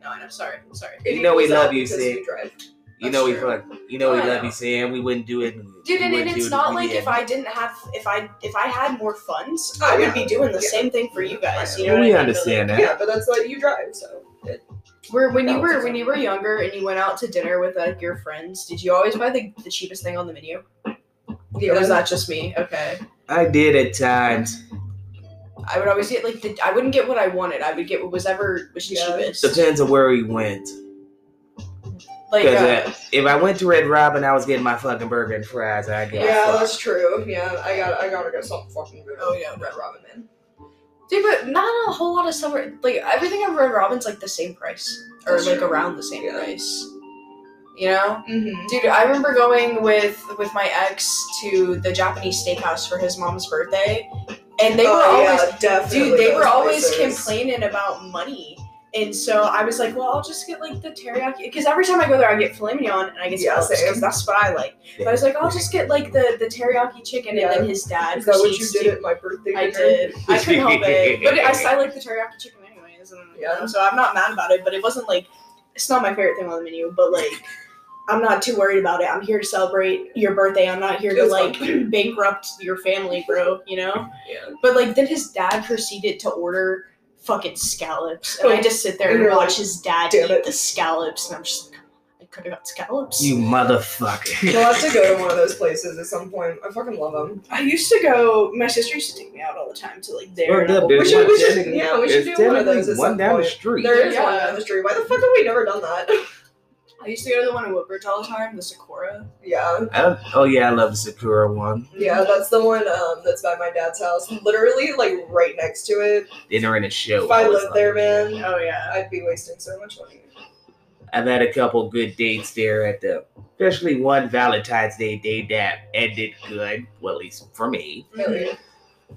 Speaker 4: No, I'm sorry. I'm sorry.
Speaker 2: You know we
Speaker 3: It was
Speaker 2: love
Speaker 3: up
Speaker 2: you,
Speaker 3: because
Speaker 2: Sid.
Speaker 3: you drive.
Speaker 2: You
Speaker 4: That's
Speaker 2: know we
Speaker 4: true.
Speaker 2: fun. You know we
Speaker 4: Oh, I
Speaker 2: love
Speaker 4: know.
Speaker 2: you, Sam. We wouldn't do it. and-
Speaker 4: Dude,
Speaker 2: we
Speaker 4: and, and
Speaker 2: wouldn't do
Speaker 4: it's
Speaker 2: it
Speaker 4: not
Speaker 2: we
Speaker 4: like if
Speaker 2: didn't.
Speaker 4: I didn't have if I if I had more funds,
Speaker 3: Oh,
Speaker 4: I
Speaker 3: yeah.
Speaker 4: would be doing the
Speaker 3: Yeah.
Speaker 4: same thing for you guys. You know
Speaker 2: Well,
Speaker 4: what I
Speaker 2: we
Speaker 4: mean?
Speaker 2: understand
Speaker 4: But,
Speaker 2: that.
Speaker 4: like,
Speaker 3: Yeah, but that's why you drive, so.
Speaker 4: Where when you
Speaker 3: That was
Speaker 4: were
Speaker 3: a-
Speaker 4: when you were younger and you went out to dinner with like your friends, did you always buy the, the cheapest thing on the menu? Or was that just me? Okay.
Speaker 2: I did at times.
Speaker 4: I would always get like the I wouldn't get what I wanted. I would get what was ever was
Speaker 3: Yeah.
Speaker 4: cheapest.
Speaker 2: Depends on where we went.
Speaker 4: like
Speaker 2: 'cause,
Speaker 4: uh,
Speaker 2: If I went to Red Robin, I was getting my fucking burger and fries. I
Speaker 3: Yeah,
Speaker 2: get fucked.
Speaker 3: that's true. Yeah, I gotta, I gotta go something fucking good.
Speaker 4: Oh, yeah.
Speaker 3: Red Robin, man.
Speaker 4: dude, but not a whole lot of stuff. are- Like everything at Red Robin's like the same price or
Speaker 3: That's
Speaker 4: like
Speaker 3: true.
Speaker 4: around the same
Speaker 3: Yeah.
Speaker 4: price. You know.
Speaker 3: Mm-hmm.
Speaker 4: Dude, I remember going with with my ex to the Japanese steakhouse for his mom's birthday, and they were always
Speaker 3: Oh, yeah, definitely.
Speaker 4: dude, they
Speaker 3: those
Speaker 4: were always
Speaker 3: places.
Speaker 4: complaining about money. And so I was like, well, I'll just get like the teriyaki because every time I go there, I get filet mignon and I get
Speaker 3: Yeah,
Speaker 4: scallops because
Speaker 3: same.
Speaker 4: that's what I like. But I was like, I'll just get like the the teriyaki chicken
Speaker 3: Yeah.
Speaker 4: and then his dad.
Speaker 3: Is that what you
Speaker 4: proceeds
Speaker 3: did
Speaker 4: to-
Speaker 3: at my birthday dinner?
Speaker 4: I did. I couldn't help it, but I, I like the teriyaki chicken anyways, and
Speaker 3: Yeah.
Speaker 4: so I'm not mad about it. But it wasn't like it's not my favorite thing on the menu, but like I'm not too worried about it. I'm here to celebrate your birthday. I'm not here
Speaker 3: It
Speaker 4: to
Speaker 3: was
Speaker 4: like bankrupt your family, bro. You know.
Speaker 3: Yeah.
Speaker 4: But like then his dad proceeded to order fucking scallops, and I just sit there
Speaker 3: And
Speaker 4: and
Speaker 3: you're
Speaker 4: watch
Speaker 3: like,
Speaker 4: his dad
Speaker 3: "Damn
Speaker 4: eat
Speaker 3: it."
Speaker 4: the scallops, and I'm just like, "Oh, I could have got scallops.
Speaker 2: You motherfucker.
Speaker 3: We'll have to go to one of those places at some point. I fucking love them.
Speaker 4: I used to go. My sister used to take me out all the time to like there.
Speaker 2: Fucked
Speaker 4: and
Speaker 2: up,
Speaker 4: Apple
Speaker 2: dude.
Speaker 3: We should- we should-
Speaker 2: Technically-
Speaker 3: yeah, we should
Speaker 2: it's
Speaker 3: do one of
Speaker 2: technically
Speaker 3: those at
Speaker 2: One
Speaker 3: some
Speaker 2: down the
Speaker 3: point.
Speaker 2: street.
Speaker 3: There is one
Speaker 4: Yeah.
Speaker 3: down the street. Why the fuck have we never done that?
Speaker 4: I used to go to the one in Woodbridge all the time, the Sakura.
Speaker 3: yeah.
Speaker 2: I don't, oh yeah, I love the Sakura one.
Speaker 3: Yeah, that's the one um, that's by my dad's house. Literally, like, right next to it.
Speaker 2: Dinner and a show.
Speaker 3: If I
Speaker 2: was
Speaker 3: lived there,
Speaker 2: like-
Speaker 3: man,
Speaker 4: Oh yeah.
Speaker 3: I'd be wasting so much money.
Speaker 2: I've had a couple good dates there at the, especially one Valentine's Day date that ended good. Well, at least for me.
Speaker 3: Really.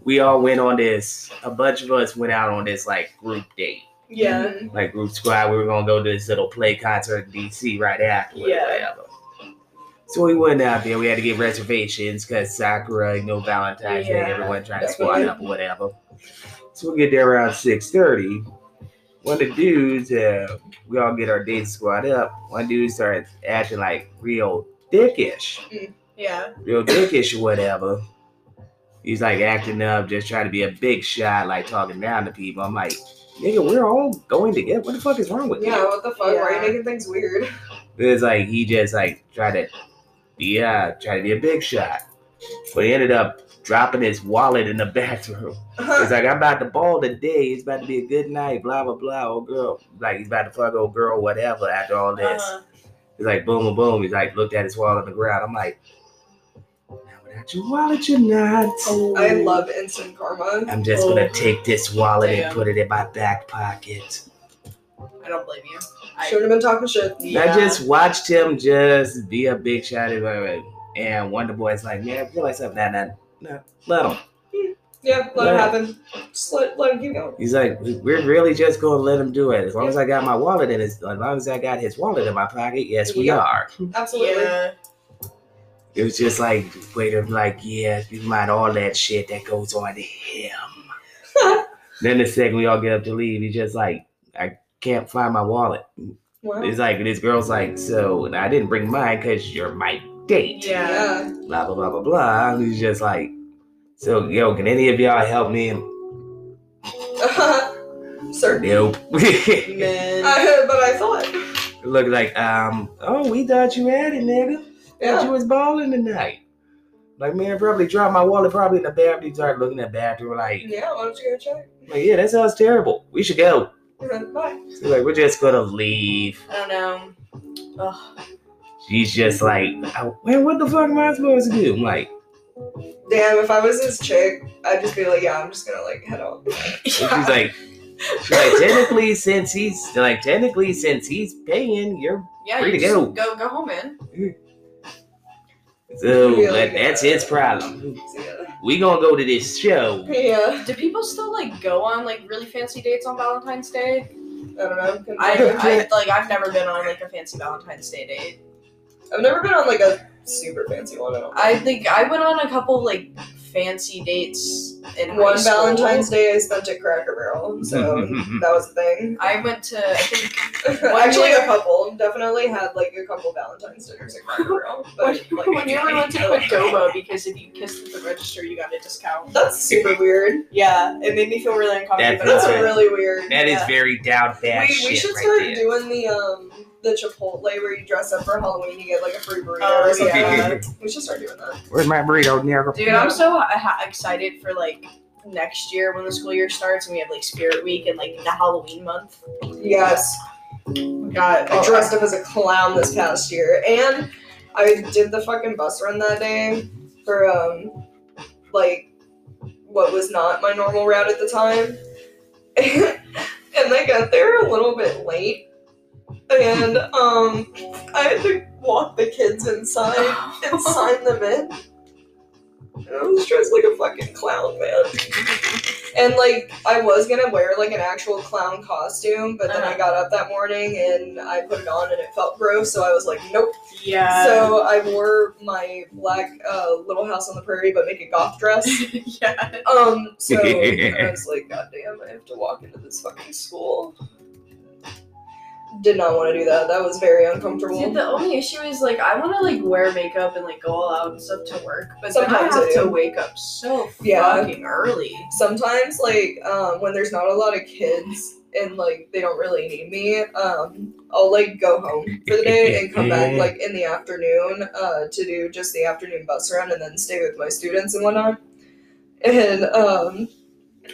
Speaker 2: We all went on this. A bunch of us went out on this like group date,
Speaker 4: Yeah.
Speaker 2: like group squad. We were gonna go to this little play concert in DC right after.
Speaker 4: Yeah.
Speaker 2: Whatever. So we went out there. We had to get reservations because Sakura, you know, Valentine's
Speaker 4: Yeah.
Speaker 2: Day, everyone trying to
Speaker 3: That's
Speaker 2: squad
Speaker 3: right.
Speaker 2: up or whatever. So we get there around six thirty. One of the dudes, uh, we all get our date squad up. One dude starts acting like real dickish,
Speaker 4: Yeah.
Speaker 2: real dickish or whatever. He's like acting up, just trying to be a big shot, like talking down to people. I'm like, nigga, we're all going together. What the fuck is wrong with you?
Speaker 3: Yeah, what the fuck? Why are you
Speaker 4: Yeah.
Speaker 3: making things weird?
Speaker 2: It's like he just like tried to be uh try to be a big shot. But he ended up dropping his wallet in the bathroom. He's like, I'm about to ball today. It's about to be a good night, blah blah blah, old girl. Like he's about to fuck old girl, whatever, after all this.
Speaker 4: Uh-huh.
Speaker 2: He's like boom boom boom. He's like looked at his wallet on the ground. I'm like, now without your wallet, you're not.
Speaker 3: I love Oh. instant karma.
Speaker 2: I'm just gonna take this wallet
Speaker 4: Damn.
Speaker 2: and put it in my back pocket.
Speaker 4: I don't blame you. I-
Speaker 3: Shouldn't have been talking shit.
Speaker 2: I just watched him just be a big shot at it. And Wonder Boy's like, man, I feel like something. Nah, nah, nah, let him.
Speaker 3: Yeah, let it
Speaker 2: Yeah.
Speaker 3: happen. Just let, let him keep going.
Speaker 2: He's like, we're really just going to let him do it. As long as I got my wallet in his, as long as I got his wallet in my pocket, yes, we
Speaker 3: Yeah.
Speaker 2: are.
Speaker 3: Absolutely.
Speaker 4: Yeah.
Speaker 2: It was just like, wait, I'm like, yeah, you mind all that shit that goes on to him. then the second we all get up to leave, he's just like, I can't find my wallet.
Speaker 3: Wow.
Speaker 2: It's like, this girl's like, so, and I didn't bring mine because you're my date.
Speaker 4: Yeah.
Speaker 3: Yeah.
Speaker 2: blah blah blah blah blah. And he's just like, so yo, can any of y'all help me?
Speaker 3: Sir.
Speaker 2: Nope.
Speaker 4: Man.
Speaker 3: I, but I thought.
Speaker 2: Look like, um, oh, we thought you had it, nigga. Thought
Speaker 3: Yeah.
Speaker 2: you was balling tonight. Like, man, I probably dropped my wallet probably in the bathroom. Started looking at the bathroom like,
Speaker 3: Yeah, why don't you go check?
Speaker 2: like, yeah, that sounds terrible. We should go.
Speaker 3: Yeah, Bye.
Speaker 2: So, like, we're just gonna leave.
Speaker 4: I don't know. Ugh.
Speaker 2: She's just like, I- man, what the fuck am I supposed to do? I'm like,
Speaker 3: Damn, if I was this chick, I'd just be like, yeah, I'm just gonna like head off.
Speaker 2: And she's like, she's like, technically, since he's like, technically, since he's paying, you're
Speaker 4: yeah.
Speaker 2: free to
Speaker 4: you just
Speaker 2: go.
Speaker 4: Go go home, man.
Speaker 2: So
Speaker 3: Really
Speaker 2: that,
Speaker 3: good.
Speaker 2: that's his problem.
Speaker 3: See ya.
Speaker 2: We gonna go to this show.
Speaker 3: Yeah.
Speaker 4: Do people still like go on like really fancy dates on Valentine's Day?
Speaker 3: I don't know.
Speaker 4: I,
Speaker 3: I,
Speaker 4: I like I've never been on like a fancy Valentine's Day date.
Speaker 3: have never been on like a super fancy one. I don't.
Speaker 4: I think I went on a couple like fancy dates in high
Speaker 3: One
Speaker 4: school.
Speaker 3: Valentine's Day I spent at Cracker Barrel, so that was a thing.
Speaker 4: I went to I think
Speaker 3: Actually,
Speaker 4: year-
Speaker 3: a couple. Definitely had like a couple Valentine's dinners at Cracker Barrel. But, like,
Speaker 4: when you ever went to Pagoda because if you kissed at the register you got a discount.
Speaker 3: That's super weird.
Speaker 4: Yeah, it made me feel really uncomfortable.
Speaker 2: That
Speaker 4: but
Speaker 2: feels
Speaker 3: That's
Speaker 4: I was
Speaker 2: right.
Speaker 3: really weird.
Speaker 2: That is
Speaker 3: yeah.
Speaker 2: very down bad
Speaker 3: we,
Speaker 2: shit
Speaker 3: we should
Speaker 2: right
Speaker 3: start
Speaker 2: there.
Speaker 3: doing the um the Chipotle where you dress up for Halloween, you get like a free burrito
Speaker 4: Oh,
Speaker 3: or something.
Speaker 2: yeah.
Speaker 3: like that. We should start doing that.
Speaker 2: Where's my burrito, nigga?
Speaker 4: Dude, I'm so ha- ha- excited for like next year when the school year starts and we have like Spirit Week and like the Halloween month.
Speaker 3: Yes,
Speaker 4: God,
Speaker 3: I dressed up as a clown this past year, and I did the fucking bus run that day for um like what was not my normal route at the time, and I got there a little bit late, and um I had to walk the kids inside. and sign them in. And I was dressed like a fucking clown, man. And like I was gonna wear like an actual clown costume, but then I got up that morning and I put it on and it felt gross, so I was like, nope.
Speaker 4: yeah.
Speaker 3: so I wore my black uh, Little House on the Prairie but make it goth dress.
Speaker 4: yeah.
Speaker 3: Um, so I was like, God damn, I have to walk into this fucking school. Did not want to do that. That was very uncomfortable.
Speaker 4: Dude, the only issue is like I want to like wear makeup and like go all out and stuff to work, but
Speaker 3: Sometimes
Speaker 4: then I
Speaker 3: I
Speaker 4: have to
Speaker 3: do.
Speaker 4: wake up so
Speaker 3: Yeah.
Speaker 4: fucking early.
Speaker 3: sometimes like um, when there's not a lot of kids and like they don't really need me um, i'll like go home for the day and come back like in the afternoon uh, to do just the afternoon bus run and then stay with my students and whatnot and um,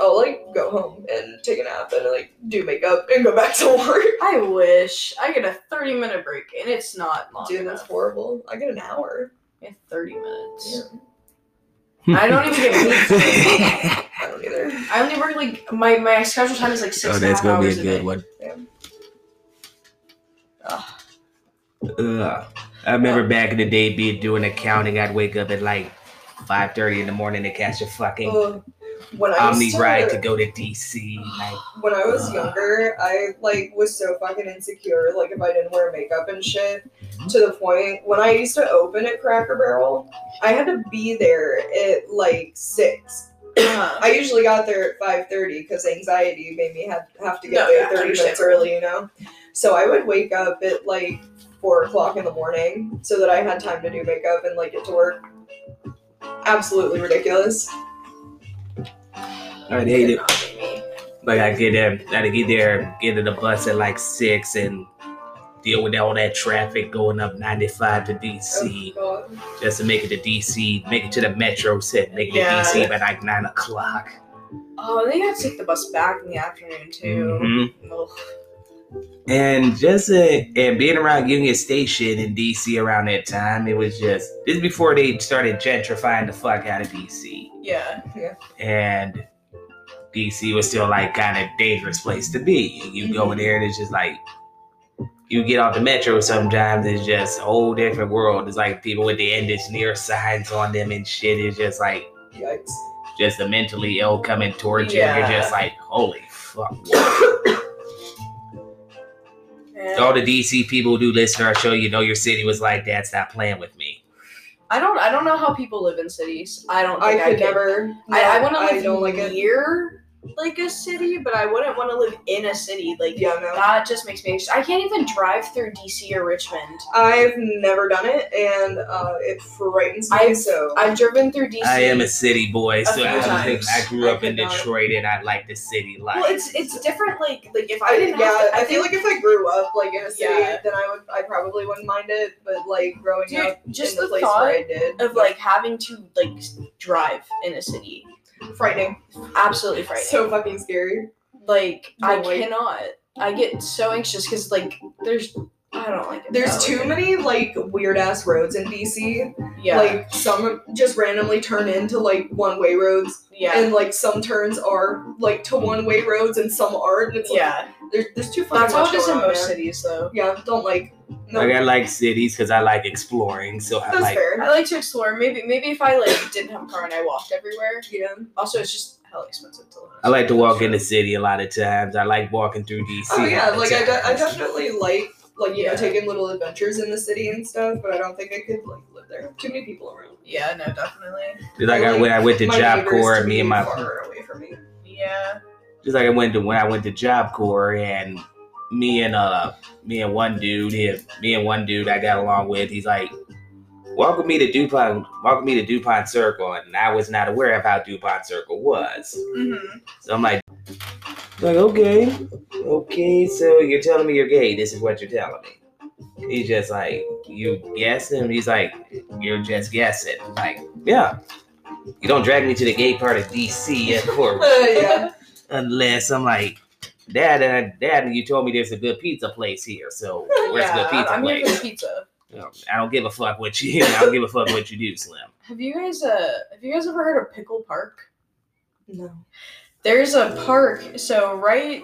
Speaker 3: i'll like go home and take a nap and like do makeup and go back to work
Speaker 4: I wish I get a thirty minute break and it's not long
Speaker 3: dude that's
Speaker 4: enough.
Speaker 3: horrible i get an hour
Speaker 4: I have thirty minutes.
Speaker 3: Yeah.
Speaker 4: I don't even get paid. for it.
Speaker 2: Oh,
Speaker 3: i don't either
Speaker 4: I only work like my my schedule time is like six
Speaker 2: oh,
Speaker 4: and a
Speaker 2: that's
Speaker 4: half
Speaker 2: gonna be
Speaker 4: hours
Speaker 2: a good one. Ugh. I remember back in the day, being doing accounting. I'd wake up at like five thirty in the morning to catch a fucking
Speaker 3: Ugh. when Oh, i used
Speaker 2: omni
Speaker 3: to
Speaker 2: ride to go to DC. Like,
Speaker 3: when I was younger, I like was so fucking insecure, like if I didn't wear makeup and shit, to the point when I used to open at Cracker Barrel, I had to be there at like six.
Speaker 4: Uh,
Speaker 3: I usually got there at five thirty because anxiety made me have have to get
Speaker 4: No,
Speaker 3: there
Speaker 4: yeah,
Speaker 3: thirty minutes
Speaker 4: understandable.
Speaker 3: early, you know. So I would wake up at like four o'clock in the morning so that I had time to do makeup and like get to work. Absolutely ridiculous.
Speaker 2: I hate it. Like I get there, I had to get there, get in the bus at like six, and deal with all that traffic going up ninety five to DC.
Speaker 3: Oh, God.
Speaker 2: just to make it to DC, make it to the metro set, make it
Speaker 4: Yeah.
Speaker 2: to DC by like nine o'clock.
Speaker 4: oh, they gotta take the bus back in the afternoon too.
Speaker 2: Mhm.
Speaker 4: Ugh.
Speaker 2: And just uh, and being around Union Station in DC around that time, it was just this is before they started gentrifying the fuck out of DC,
Speaker 4: Yeah.
Speaker 2: and DC was still like kind of dangerous place to be. You go there and it's just like. You get off the metro sometimes, it's just a whole different world. It's like people with the engineer signs on them and shit. It's just like,
Speaker 3: Yikes.
Speaker 2: just the mentally ill coming towards you. and You're just like, holy fuck.
Speaker 4: And
Speaker 2: All the DC people who do listen to our show, you know your city was like that. Stop playing with me.
Speaker 4: I don't I don't know how people live in cities. I don't
Speaker 3: I
Speaker 4: think I,
Speaker 3: could never.
Speaker 4: I, I want
Speaker 3: no,
Speaker 4: to live
Speaker 3: don't like it.
Speaker 4: near like a city, but I wouldn't want to live in a city. Like
Speaker 3: Yeah, no.
Speaker 4: that just makes me. I can't even drive through DC or Richmond.
Speaker 3: I've never done it, and uh, it frightens me.
Speaker 4: I've-
Speaker 3: so
Speaker 4: I've driven through DC.
Speaker 2: I am a city boy, so
Speaker 4: few
Speaker 2: I,
Speaker 4: times.
Speaker 2: I grew
Speaker 3: I
Speaker 2: up in
Speaker 3: could not.
Speaker 2: Detroit and I like the city life.
Speaker 4: Well, it's it's different. Like like if I
Speaker 3: I
Speaker 4: didn't.
Speaker 3: yeah,
Speaker 4: have to-
Speaker 3: I feel like if I grew up like in a city,
Speaker 4: Yeah.
Speaker 3: then I would, I probably wouldn't mind it. But like growing
Speaker 4: dude,
Speaker 3: up in
Speaker 4: just
Speaker 3: the,
Speaker 4: the,
Speaker 3: place where
Speaker 4: thought
Speaker 3: I did,
Speaker 4: of like having to like s- drive in a city,
Speaker 3: frightening,
Speaker 4: absolutely frightening.
Speaker 3: so fucking scary.
Speaker 4: like
Speaker 3: No
Speaker 4: I
Speaker 3: way.
Speaker 4: cannot. I get so anxious because like there's I don't like it.
Speaker 3: There's
Speaker 4: that way.
Speaker 3: too many like weird ass roads in DC.
Speaker 4: Yeah.
Speaker 3: Like some just randomly turn into like one way roads,
Speaker 4: yeah.
Speaker 3: and like some turns are like to one way roads and some aren't. It's like,
Speaker 4: Yeah.
Speaker 3: there's there's too fucking
Speaker 4: That's how
Speaker 3: much
Speaker 4: it is in
Speaker 3: going on,
Speaker 4: most
Speaker 3: man.
Speaker 4: cities though.
Speaker 3: Yeah, don't like. No,
Speaker 2: like I like cities because I like exploring. So I
Speaker 3: that's
Speaker 2: like
Speaker 3: fair.
Speaker 4: I like to explore. Maybe maybe if I like didn't have a car and I walked everywhere.
Speaker 3: Yeah.
Speaker 4: Also, it's just hell expensive to live.
Speaker 2: I like to walk in the city a lot of times. I like walking through DC.
Speaker 3: Oh
Speaker 2: a
Speaker 3: yeah,
Speaker 2: lot of
Speaker 3: like I, de- I
Speaker 2: times.
Speaker 3: definitely like like you
Speaker 4: Yeah.
Speaker 3: know taking little adventures in the city and stuff. But I don't think I could like live there. Too many people around.
Speaker 4: Yeah, no, definitely.
Speaker 2: Just like I, when I went to
Speaker 3: My
Speaker 2: Job
Speaker 3: neighbors
Speaker 2: Corps,
Speaker 3: too
Speaker 2: me and my
Speaker 3: far away from me.
Speaker 4: Yeah.
Speaker 2: just like I went to when I went to Job Corps and me and uh me and one dude here me and one dude I got along with he's like welcome me to Dupont welcome me to Dupont Circle and I was not aware of how Dupont Circle was
Speaker 4: Mm-hmm.
Speaker 2: so I'm like like okay okay so you're telling me you're gay this is what you're telling me he's just like you guessing he's like you're just guessing like yeah you don't drag me to the gay part of DC or
Speaker 3: Uh, yeah.
Speaker 2: unless I'm like, Dad, uh, Dad, you told me there's a good pizza place here, so where's the
Speaker 4: yeah,
Speaker 2: good pizza
Speaker 4: I'm here
Speaker 2: place?
Speaker 4: for the pizza.
Speaker 2: Um, I don't give a fuck what you. I don't give a fuck what you do, Slim.
Speaker 4: Have you guys uh have you guys ever heard of Pickle Park?
Speaker 3: No.
Speaker 4: There's a park, so right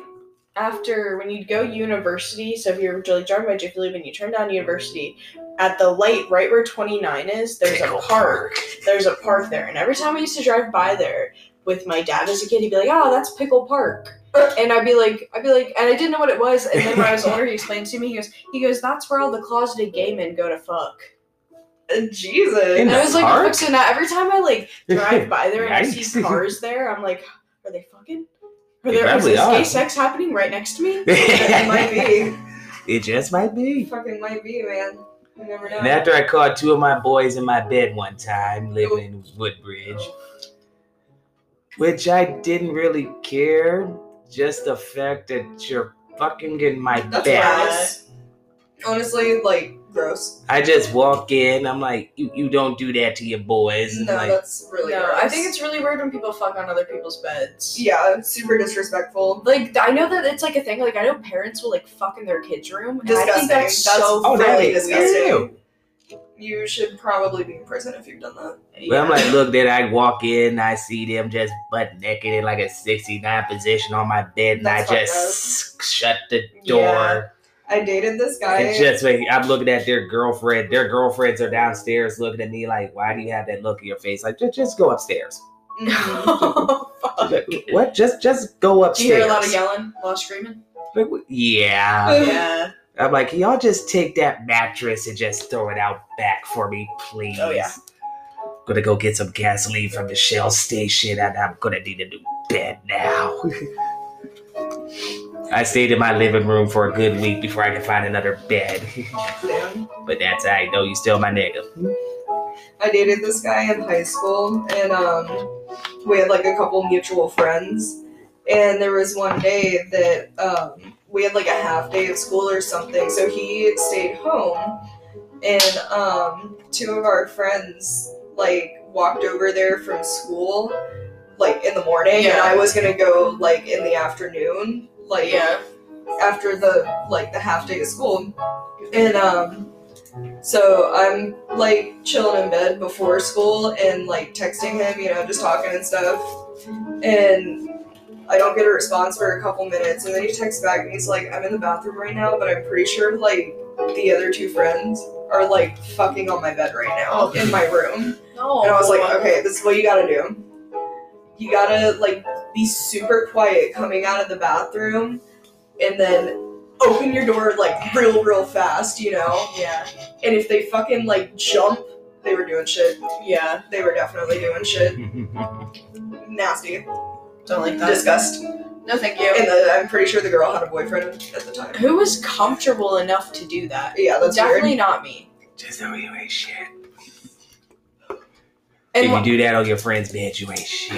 Speaker 4: after when you go university, so if you're like driving by Jiffy Lube and you turn down university, at the light right where 29 is, there's
Speaker 2: Pickle
Speaker 4: a park. There's a park there, and every time I used to drive by there with my dad as a kid, he'd be like, "Oh, that's Pickle Park," and I'd be like, "I'd be like," and I didn't know what it was. And then when I was older, he explained to me. He goes, "He goes, that's where all the closeted gay men go to fuck."
Speaker 3: Uh, Jesus.
Speaker 2: In
Speaker 4: And
Speaker 2: the
Speaker 4: I was like,
Speaker 2: park?
Speaker 4: "Fuck," so now every time I like drive by there and I see
Speaker 2: Yikes.
Speaker 4: cars there, I'm like, are they fucking? Are
Speaker 2: They
Speaker 4: there is
Speaker 2: probably
Speaker 4: this
Speaker 2: are.
Speaker 4: gay sex happening right next to me?
Speaker 3: it might be.
Speaker 2: It just might
Speaker 3: It
Speaker 2: be.
Speaker 3: fucking might be, man. You never know.
Speaker 2: And after I caught two of my boys in my bed one time, living in Woodbridge, which I didn't really care, just the fact that you're fucking in my
Speaker 3: That's
Speaker 2: bed.
Speaker 3: gross. Honestly, like gross.
Speaker 2: I just walk in. I'm like, you, you don't do that to your boys. And
Speaker 3: No,
Speaker 2: like,
Speaker 3: that's really.
Speaker 4: no,
Speaker 3: gross.
Speaker 4: I think it's really weird when people fuck on other people's beds.
Speaker 3: yeah, it's super disrespectful.
Speaker 4: Like I know that it's like a thing. Like I know parents will like fuck in their kids' room. and I
Speaker 3: Disgusting.
Speaker 4: think that's, so
Speaker 2: Oh, that
Speaker 4: really
Speaker 2: is
Speaker 4: weird.
Speaker 2: Ew.
Speaker 3: disgusting. You should probably be in prison if you've done that.
Speaker 2: Well, I'm like, look, then I walk in, I see them just butt naked in like a 69 position on my bed, and
Speaker 3: That's
Speaker 2: I
Speaker 3: fucked
Speaker 2: just shut the door.
Speaker 3: I dated this guy.
Speaker 2: And just like, I'm looking at their girlfriend. Their girlfriends are downstairs looking at me like, why do you have that look in your face? Like, just, just go upstairs.
Speaker 3: Mhm.
Speaker 2: I'm like, what? Just just go
Speaker 4: Do
Speaker 2: upstairs.
Speaker 4: you hear a lot of yelling, a lot of screaming?
Speaker 2: Like, what- yeah.
Speaker 4: yeah.
Speaker 2: I'm like, can y'all just take that mattress and just throw it out back for me, please?
Speaker 4: Oh, yeah.
Speaker 2: Gonna go get some gasoline from the Shell station and I'm gonna need a new bed now. I stayed in my living room for a good week before I could find another bed.
Speaker 3: Damn.
Speaker 2: but that's how I know you still my nigga.
Speaker 3: I dated this guy in high school, and um, we had like a couple mutual friends. And there was one day that um, we had like a half day of school or something, so he stayed home, and um, two of our friends like walked over there from school, like in the morning, and
Speaker 4: Yeah.
Speaker 3: I was gonna go like in the afternoon, like
Speaker 4: Yeah.
Speaker 3: after the like the half day of school and um so i'm like chilling in bed before school and like texting him you know just talking and stuff and i don't get a response for a couple minutes and then he texts back and he's like i'm in the bathroom right now but i'm pretty sure like the other two friends are like fucking on my bed right now
Speaker 4: Oh.
Speaker 3: in my room
Speaker 4: No.
Speaker 3: and I was like, okay, this is what you gotta do. You gotta like be super quiet coming out of the bathroom and then open your door like real real fast, you know?
Speaker 4: Yeah.
Speaker 3: And if they fucking like jump, they were doing shit.
Speaker 4: Yeah.
Speaker 3: They were definitely doing shit. Nasty.
Speaker 4: Don't like that.
Speaker 3: Disgust.
Speaker 4: No, thank
Speaker 3: And
Speaker 4: you.
Speaker 3: the, I'm pretty sure the girl had a boyfriend at the time.
Speaker 4: Who was comfortable enough to do that?
Speaker 3: Yeah, that's
Speaker 4: Definitely
Speaker 3: weird.
Speaker 4: not me.
Speaker 2: just know you ain't shit.
Speaker 4: And
Speaker 2: if you do that on your friend's bed, you ain't shit.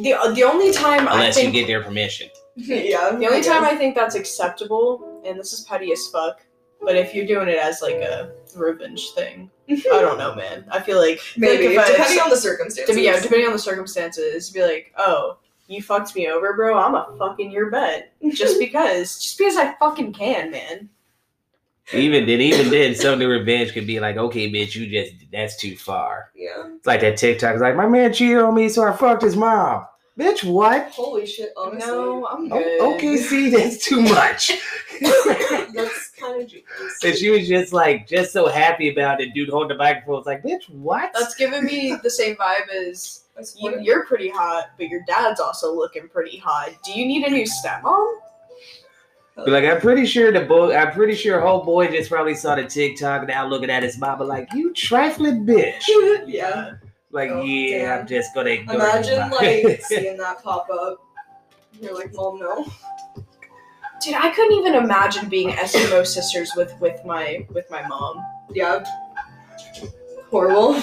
Speaker 4: The the only time
Speaker 2: Unless
Speaker 4: I
Speaker 2: you
Speaker 4: think
Speaker 2: get their permission.
Speaker 3: yeah.
Speaker 4: the only time I think that's acceptable, and this is petty as fuck, but if you're doing it as like a revenge thing, I don't know, man. I feel like
Speaker 3: maybe
Speaker 4: like, if I-
Speaker 3: depending on the circumstances.
Speaker 4: to be yeah, depending on the circumstances, be like, oh, you fucked me over, bro. I'm a fucking your butt just because, just because I fucking can, man.
Speaker 2: Even then, even then, some of the revenge could be like, okay, bitch, you just that's too far.
Speaker 3: yeah.
Speaker 2: It's like that TikTok is like, my man cheated on me, so I fucked his mom. Bitch, what?
Speaker 3: Holy shit, honestly.
Speaker 4: No, I'm
Speaker 2: O-
Speaker 4: good.
Speaker 2: Oh, okay, see, that's too much.
Speaker 3: That's kind of genius.
Speaker 2: and she was just like, just so happy about it. Dude, holding the microphone was like, bitch, what?
Speaker 4: That's giving me the same vibe as
Speaker 3: That's
Speaker 4: you,
Speaker 3: funny.
Speaker 4: you're pretty hot, but your dad's also looking pretty hot. Do you need a new stepmom?
Speaker 2: Be like, I'm pretty sure the boy, I'm pretty sure whole boy just probably saw the TikTok now looking at his mama like, you trifling bitch.
Speaker 3: yeah.
Speaker 2: Like,
Speaker 3: Oh,
Speaker 2: yeah,
Speaker 3: damn.
Speaker 2: I'm just gonna ignore you,
Speaker 3: Imagine
Speaker 2: Ma."
Speaker 3: like seeing that pop up. You're like, mom, no.
Speaker 4: Dude, I couldn't even imagine being Eskimo sisters with with my with my mom.
Speaker 3: Yeah. Horrible.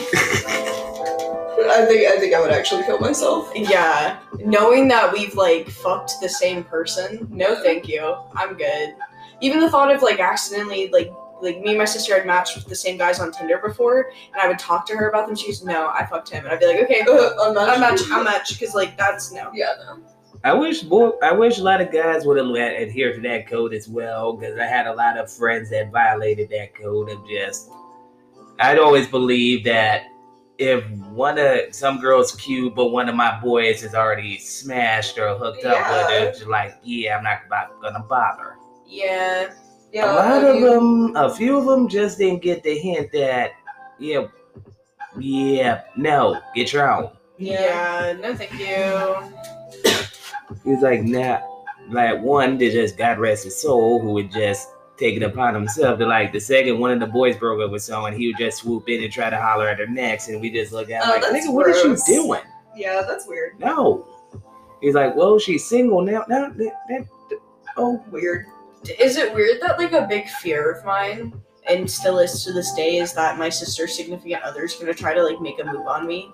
Speaker 3: I think I think I would actually kill myself.
Speaker 4: Yeah, knowing that we've like fucked the same person. No, thank you. I'm good. Even the thought of like accidentally like like me and my sister had matched with the same guys on Tinder before, and I would talk to her about them. She's no, I fucked him, and I'd be like, okay,
Speaker 3: Uh, I'm not.
Speaker 4: I'm match, I'm match, because like that's no.
Speaker 3: Yeah, no.
Speaker 2: I wish more, I wish a lot of guys would have adhered to that code as well, because I had a lot of friends that violated that code of just. I'd always believe that if one of some girl's cute, but one of my boys is already smashed or hooked up with
Speaker 3: Yeah.
Speaker 2: her, it's like, yeah, I'm not bo- gonna bother.
Speaker 4: Yeah,
Speaker 3: Yeah,
Speaker 2: a lot
Speaker 3: I
Speaker 2: of uh,
Speaker 3: mean,
Speaker 2: them, a few of them just didn't get the hint that, yeah, yeah, no, get your own.
Speaker 4: yeah, no, thank you.
Speaker 2: He's like, nah, like one that just God rest his soul, who would just take it upon himself to like the second one of the boys broke up with someone, he would just swoop in and try to holler at her necks, and we just look at him
Speaker 3: Oh,
Speaker 2: like,
Speaker 3: that's
Speaker 2: nigga, what are you
Speaker 3: gross.
Speaker 2: doing?
Speaker 3: Yeah, that's weird.
Speaker 2: No. He's like, well, she's single now. No, that, that, oh,
Speaker 3: Weird.
Speaker 4: Is it weird that like a big fear of mine and still is to this day is that my sister's significant other's gonna try to like make a move on me?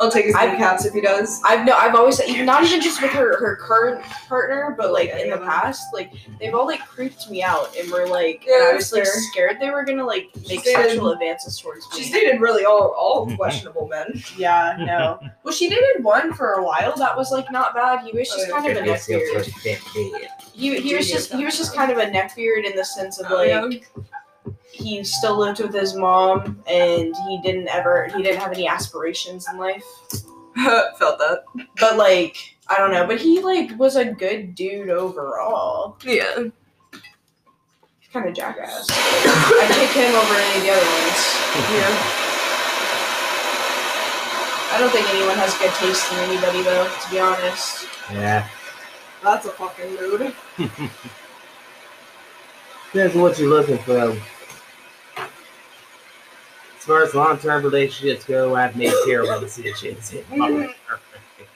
Speaker 3: I'll take his
Speaker 4: I-
Speaker 3: kneecaps if he does.
Speaker 4: I've no, I've always e, not even just with her her current partner, but like in the
Speaker 3: Yeah.
Speaker 4: past, like they've all like creeped me out and were like,
Speaker 3: Yeah,
Speaker 4: and I was like
Speaker 3: fair.
Speaker 4: scared they were gonna like make
Speaker 3: dated-
Speaker 4: sexual advances towards me.
Speaker 3: She's dated really all
Speaker 2: Mm-hmm.
Speaker 3: all questionable men.
Speaker 4: yeah, no. well, she dated one for a while. That was like not bad. He was just
Speaker 3: Okay.
Speaker 4: kind of a
Speaker 2: that's your
Speaker 4: neckbeard.
Speaker 2: first bed, bed.
Speaker 4: He he was just he was just kind of a neckbeard in the sense of
Speaker 3: Oh, yeah.
Speaker 4: like he still lived with his mom and he didn't ever he didn't have any aspirations in life.
Speaker 3: Felt that.
Speaker 4: But like I don't know. But he like was a good dude overall.
Speaker 3: Yeah.
Speaker 4: kind of jackass. I pick him over any of the other ones.
Speaker 3: Yeah.
Speaker 4: I don't think anyone has good taste in anybody though, to be honest.
Speaker 2: Yeah.
Speaker 3: That's a fucking mood.
Speaker 2: That's what you're looking for. As far as long term relationships go, I've made terrible decisions. in my life.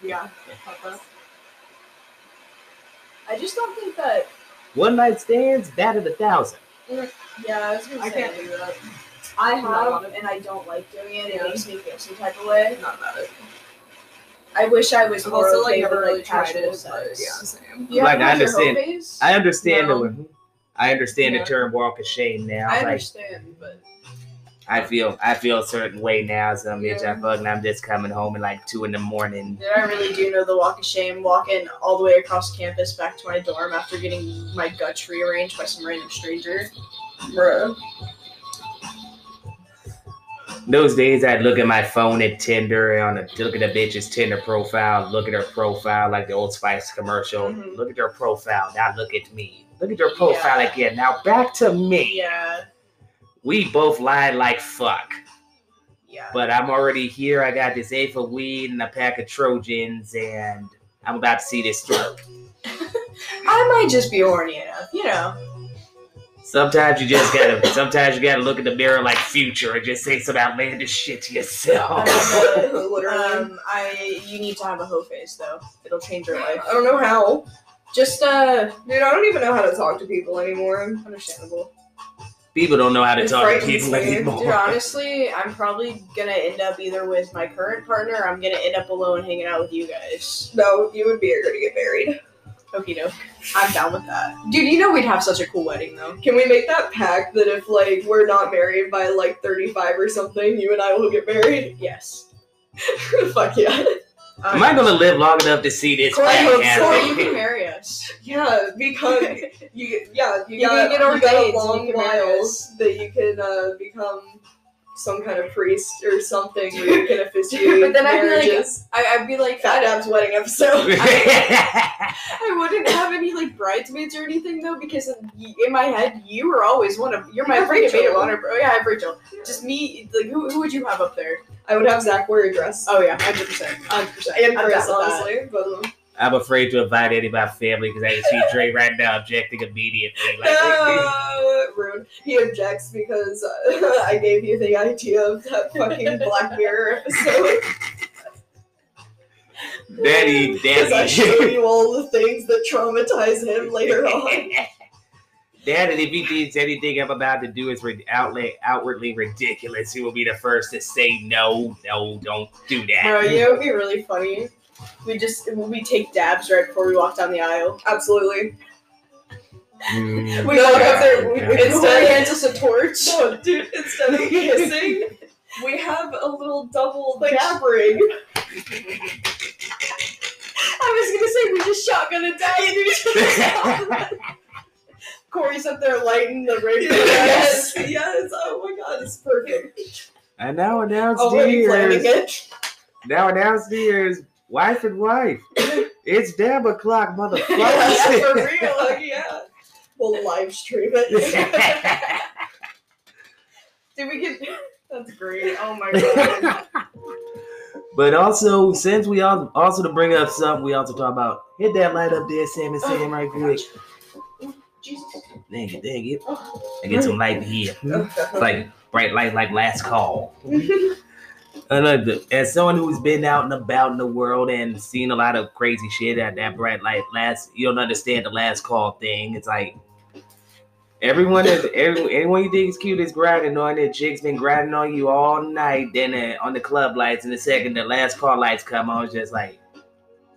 Speaker 3: Yeah. Felt that.
Speaker 4: I just don't think that.
Speaker 2: One night stands, batted a thousand.
Speaker 4: Yeah, I was gonna
Speaker 3: I
Speaker 4: say.
Speaker 3: can't do that.
Speaker 4: I
Speaker 3: No.
Speaker 4: have, and I don't like doing it. It
Speaker 3: Yeah.
Speaker 4: makes me feel some type of way.
Speaker 3: Not about it.
Speaker 4: I wish I was
Speaker 3: I've
Speaker 4: more
Speaker 3: also like
Speaker 4: okay
Speaker 3: never
Speaker 4: with, like,
Speaker 3: really tried
Speaker 4: casual
Speaker 3: it. But yeah,
Speaker 4: sex.
Speaker 3: same.
Speaker 4: You
Speaker 2: Like,
Speaker 4: have,
Speaker 2: I
Speaker 4: your hoe
Speaker 2: understand-
Speaker 4: phase?
Speaker 2: I understand
Speaker 4: No.
Speaker 2: the I understand
Speaker 3: Yeah.
Speaker 2: the term walk of shame now.
Speaker 4: I
Speaker 2: like
Speaker 4: understand, but
Speaker 2: I feel I feel a certain way now, so I'm bitch
Speaker 3: Yeah.
Speaker 2: I fuck and I'm just coming home at like two in the morning.
Speaker 4: Dude, I really do know the walk of shame, walking all the way across campus back to my dorm after getting my guts rearranged by some random stranger.
Speaker 3: Bro.
Speaker 2: Those days I'd look at my phone at Tinder on a look at a bitch's Tinder profile, look at her profile like the Old Spice commercial.
Speaker 4: Mhm.
Speaker 2: Look at her profile, now look at me. Look at your profile
Speaker 4: Yeah.
Speaker 2: again. Now back to me.
Speaker 4: Yeah,
Speaker 2: We both lied like fuck.
Speaker 4: yeah.
Speaker 2: But I'm already here. I got this eighth of weed and a pack of Trojans and I'm about to see this through.
Speaker 4: I might just be horny enough, you know.
Speaker 2: Sometimes you just gotta sometimes you gotta look in the mirror like future and just say some outlandish shit to yourself.
Speaker 3: Literally.
Speaker 4: Um, I you need to have a hoe face though. It'll change your life.
Speaker 3: I don't know how.
Speaker 4: Just uh,
Speaker 3: Dude, I don't even know how to talk to people anymore.
Speaker 4: understandable.
Speaker 2: people don't know how to
Speaker 3: It
Speaker 2: talk to
Speaker 3: frightens
Speaker 2: people
Speaker 3: me.
Speaker 2: anymore.
Speaker 4: Dude, honestly, I'm probably gonna end up either with my current partner. Or I'm gonna end up alone hanging out with you guys.
Speaker 3: No, you would be eager to get married.
Speaker 4: Okie doke. I'm down with that. Dude, you know we'd have such a cool wedding though.
Speaker 3: Can we make that pact that if like we're not married by like 35 or something, you and I will get married?
Speaker 4: Yes. Um,
Speaker 3: Fuck yeah.
Speaker 2: Am I gonna live long enough to see this?
Speaker 4: Corey,
Speaker 2: thing
Speaker 3: hope
Speaker 4: Corey,
Speaker 3: Yeah.
Speaker 2: happen?
Speaker 4: you can marry us.
Speaker 3: Yeah, because you yeah, you,
Speaker 4: You
Speaker 3: got,
Speaker 4: can get
Speaker 3: you got
Speaker 4: ordained,
Speaker 3: a long
Speaker 4: you can marry
Speaker 3: while
Speaker 4: us.
Speaker 3: that you can uh, become some kind of priest or something where you can officiate
Speaker 4: But then I'd be like-
Speaker 3: marriages.
Speaker 4: I, I'd be like,
Speaker 3: Fat Ab's wedding episode.
Speaker 4: I wouldn't have any like bridesmaids or anything though, because in, in my head you were always one of you're my
Speaker 3: Yeah,
Speaker 4: freaking maid of
Speaker 3: Rachel.
Speaker 4: honor. bro. yeah, I have Rachel. Just me, like who, who would you have up there?
Speaker 3: I would have Zach wear a dress.
Speaker 4: Oh yeah, hundred percent, hundred percent.
Speaker 3: and
Speaker 4: I'm
Speaker 3: Chris,
Speaker 4: down with that.
Speaker 3: honestly. But, um,
Speaker 2: I'm afraid to invite any of my family because I can see Dre right now objecting immediately. Like,
Speaker 3: No, rude. He objects because uh, I gave you the idea of that fucking Black Mirror episode.
Speaker 2: Daddy,
Speaker 3: Because I show
Speaker 2: Daddy,
Speaker 3: you all the things that traumatize him later on.
Speaker 2: Daddy, if he thinks anything I'm about to do is rid- outlet, outwardly ridiculous, he will be the first to say, No, no, don't do that.
Speaker 4: Bro, you know would be really funny. We just we take dabs right before we walk down the aisle.
Speaker 3: Absolutely.
Speaker 2: Mm.
Speaker 4: We walk up there. We,
Speaker 2: Yeah.
Speaker 4: we,
Speaker 3: Instead-
Speaker 4: instead, hands us a torch.
Speaker 3: No, dude, instead of kissing, we have a little double like, dab ring.
Speaker 4: I was gonna say we just shotgun a dab. And we just Corey's up there lighting the ring.
Speaker 3: Yes, yes. Oh my god, it's perfect.
Speaker 2: And now
Speaker 4: Oh, are you planning
Speaker 2: downstairs,
Speaker 4: it?
Speaker 2: now downstairs, wife and wife. It's damn o'clock,
Speaker 4: Yeah,
Speaker 2: motherfucker.
Speaker 4: for
Speaker 3: Fuck
Speaker 4: real.
Speaker 3: yeah. We'll live stream it.
Speaker 4: Did we get? That's great. Oh my god.
Speaker 2: but also, since we all also to bring up something, we also talk about hit that light up there, Sam and Sam, right quick.
Speaker 4: Jesus.
Speaker 2: Dang it, dang it. And get some light in here.
Speaker 3: Oh.
Speaker 2: It's
Speaker 3: Okay.
Speaker 2: like bright light, like last call. And, uh, the- As someone who's been out and about in the world and seen a lot of crazy shit at that bright light last, you don't understand the last call thing. It's like everyone is every, anyone you think is cute is grinding on it. Jig's been grinding on you all night. Then uh, on the club lights, and the second the last call lights come on, it's just like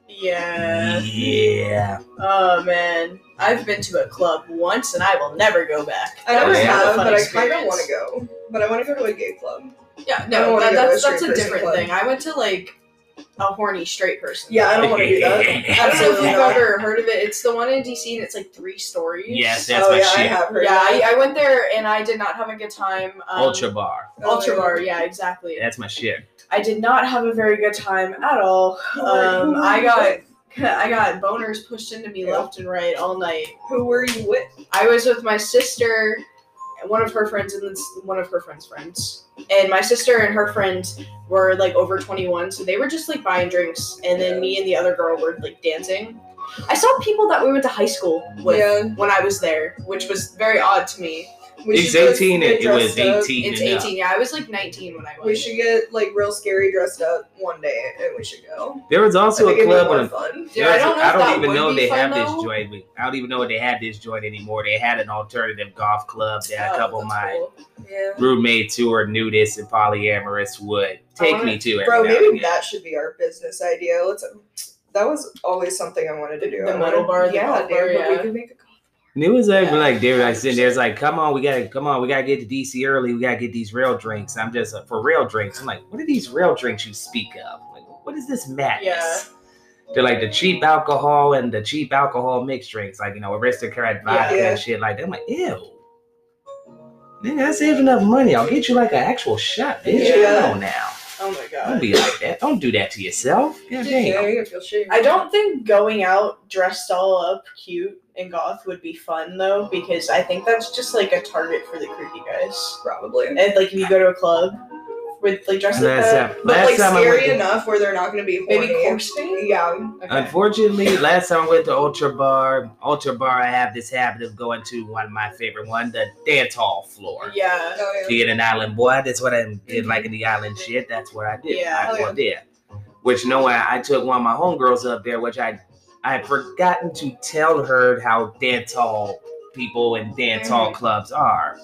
Speaker 4: Yeah.
Speaker 2: yeah.
Speaker 4: Oh man, I've been to a club once and I will never go back.
Speaker 3: I
Speaker 4: That
Speaker 3: never
Speaker 4: was not a
Speaker 3: have,
Speaker 4: fun
Speaker 3: but I kind of
Speaker 4: experience.
Speaker 3: want to go. But I want to go to a gay club.
Speaker 4: Yeah,
Speaker 3: I don't
Speaker 4: no,
Speaker 3: wanna
Speaker 4: that,
Speaker 3: go to a
Speaker 4: that's
Speaker 3: straight
Speaker 4: that's a
Speaker 3: person
Speaker 4: different
Speaker 3: club.
Speaker 4: thing. I went to like a horny straight person.
Speaker 3: Yeah, I don't want to do that.
Speaker 4: I don't know if
Speaker 3: Absolutely
Speaker 4: you've
Speaker 3: not.
Speaker 4: ever heard of it. It's the one in DC and it's like three stories.
Speaker 2: Yes, that's
Speaker 3: oh
Speaker 2: my
Speaker 3: yeah, I
Speaker 2: shit.
Speaker 3: have heard.
Speaker 4: Yeah,
Speaker 3: that.
Speaker 4: I, I went there and I did not have a good time. Um,
Speaker 2: Ultra bar.
Speaker 3: Oh,
Speaker 4: Ultra
Speaker 3: yeah.
Speaker 4: Bar, yeah, exactly.
Speaker 2: That's my shit.
Speaker 4: I did not have a very good time at all. Um, I got I got boners pushed into me
Speaker 3: Yeah.
Speaker 4: left and right all night.
Speaker 3: Who were you with?
Speaker 4: I was with my sister, one of her friends, and then s- one of her friend's friends. And my sister and her friends were like over 21, so they were just like buying drinks. And then me and the other girl were like dancing. I saw people that we went to high school with
Speaker 3: Yeah,
Speaker 4: when I was there, which was very odd to me.
Speaker 3: we
Speaker 2: It's
Speaker 3: should just
Speaker 2: 18
Speaker 3: get
Speaker 2: and it was
Speaker 3: dressed up.
Speaker 2: 18
Speaker 4: It's
Speaker 2: and up.
Speaker 4: 18, yeah. I was like 19 when I went.
Speaker 3: We should get like real scary dressed up one day, and we should go.
Speaker 2: There was
Speaker 3: I
Speaker 2: also
Speaker 3: think
Speaker 2: a
Speaker 3: it'd be
Speaker 2: club
Speaker 3: more
Speaker 2: on a
Speaker 3: fun.
Speaker 4: Dude, I
Speaker 2: There's-
Speaker 4: don't know. if that
Speaker 2: even
Speaker 4: would
Speaker 2: know
Speaker 4: be
Speaker 2: they
Speaker 4: fun,
Speaker 2: have
Speaker 4: though.
Speaker 2: this joint. with- I don't even know if they have this joint anymore. They had an alternative golf club that a
Speaker 4: Oh,
Speaker 2: couple of
Speaker 4: that's
Speaker 2: my
Speaker 4: cool.
Speaker 3: Yeah,
Speaker 2: roommates who are nudists and polyamorous would take me to. every
Speaker 3: bro,
Speaker 2: now and
Speaker 3: maybe
Speaker 2: again.
Speaker 3: that should be our business idea. Let's. That was always something I wanted to do.
Speaker 4: The
Speaker 3: I
Speaker 4: metal
Speaker 3: wanted-
Speaker 4: bar, the
Speaker 3: yeah,
Speaker 4: golf
Speaker 3: dude,
Speaker 4: bar,
Speaker 3: but we
Speaker 4: yeah.
Speaker 3: can make a golf
Speaker 2: And it was like,
Speaker 4: Yeah.
Speaker 2: like they were like sitting there. It's like, come on, we gotta, come on, we gotta get to DC early. We gotta get these rail drinks. I'm just uh, for rail drinks. I'm like, what are these rail drinks you speak of? I'm like, what is this madness? They're like the cheap alcohol and the cheap alcohol mixed drinks, like you know, aristocrat vodka
Speaker 3: Yeah.
Speaker 2: and shit. Like that. I'm like, ew. Nigga, I saved enough money. I'll get you like an actual shot, bitch.
Speaker 3: Yeah.
Speaker 2: Come on now.
Speaker 4: Oh my god.
Speaker 2: Don't be like that. Don't do that to yourself. God damn.
Speaker 3: Okay, I feel shame.
Speaker 4: I don't think going out dressed all up cute and goth would be fun
Speaker 3: Oh.
Speaker 4: though, because I think that's just like a target for the creepy guys.
Speaker 3: probably.
Speaker 4: And like if you go to a club with like dressed like
Speaker 2: Last
Speaker 4: that,
Speaker 2: time,
Speaker 3: But
Speaker 2: last
Speaker 3: like
Speaker 2: time I went
Speaker 3: scary
Speaker 2: to-
Speaker 3: enough where they're not going to be horny.
Speaker 4: maybe coursing.
Speaker 3: Yeah,
Speaker 4: Okay.
Speaker 2: Unfortunately, last time I went to Ultra Bar, Ultra Bar, I have this habit of going to one of my favorite one, the dance hall floor.
Speaker 4: Yeah.
Speaker 3: oh, yeah.
Speaker 2: Being an island boy, that's what I did, like in the island shit. That's what I did.
Speaker 4: Yeah.
Speaker 2: I
Speaker 3: Oh, yeah.
Speaker 2: went there. Which no, I, I took one of my homegirls up there, which I I had forgotten to tell her how dance hall people and dance hall clubs are.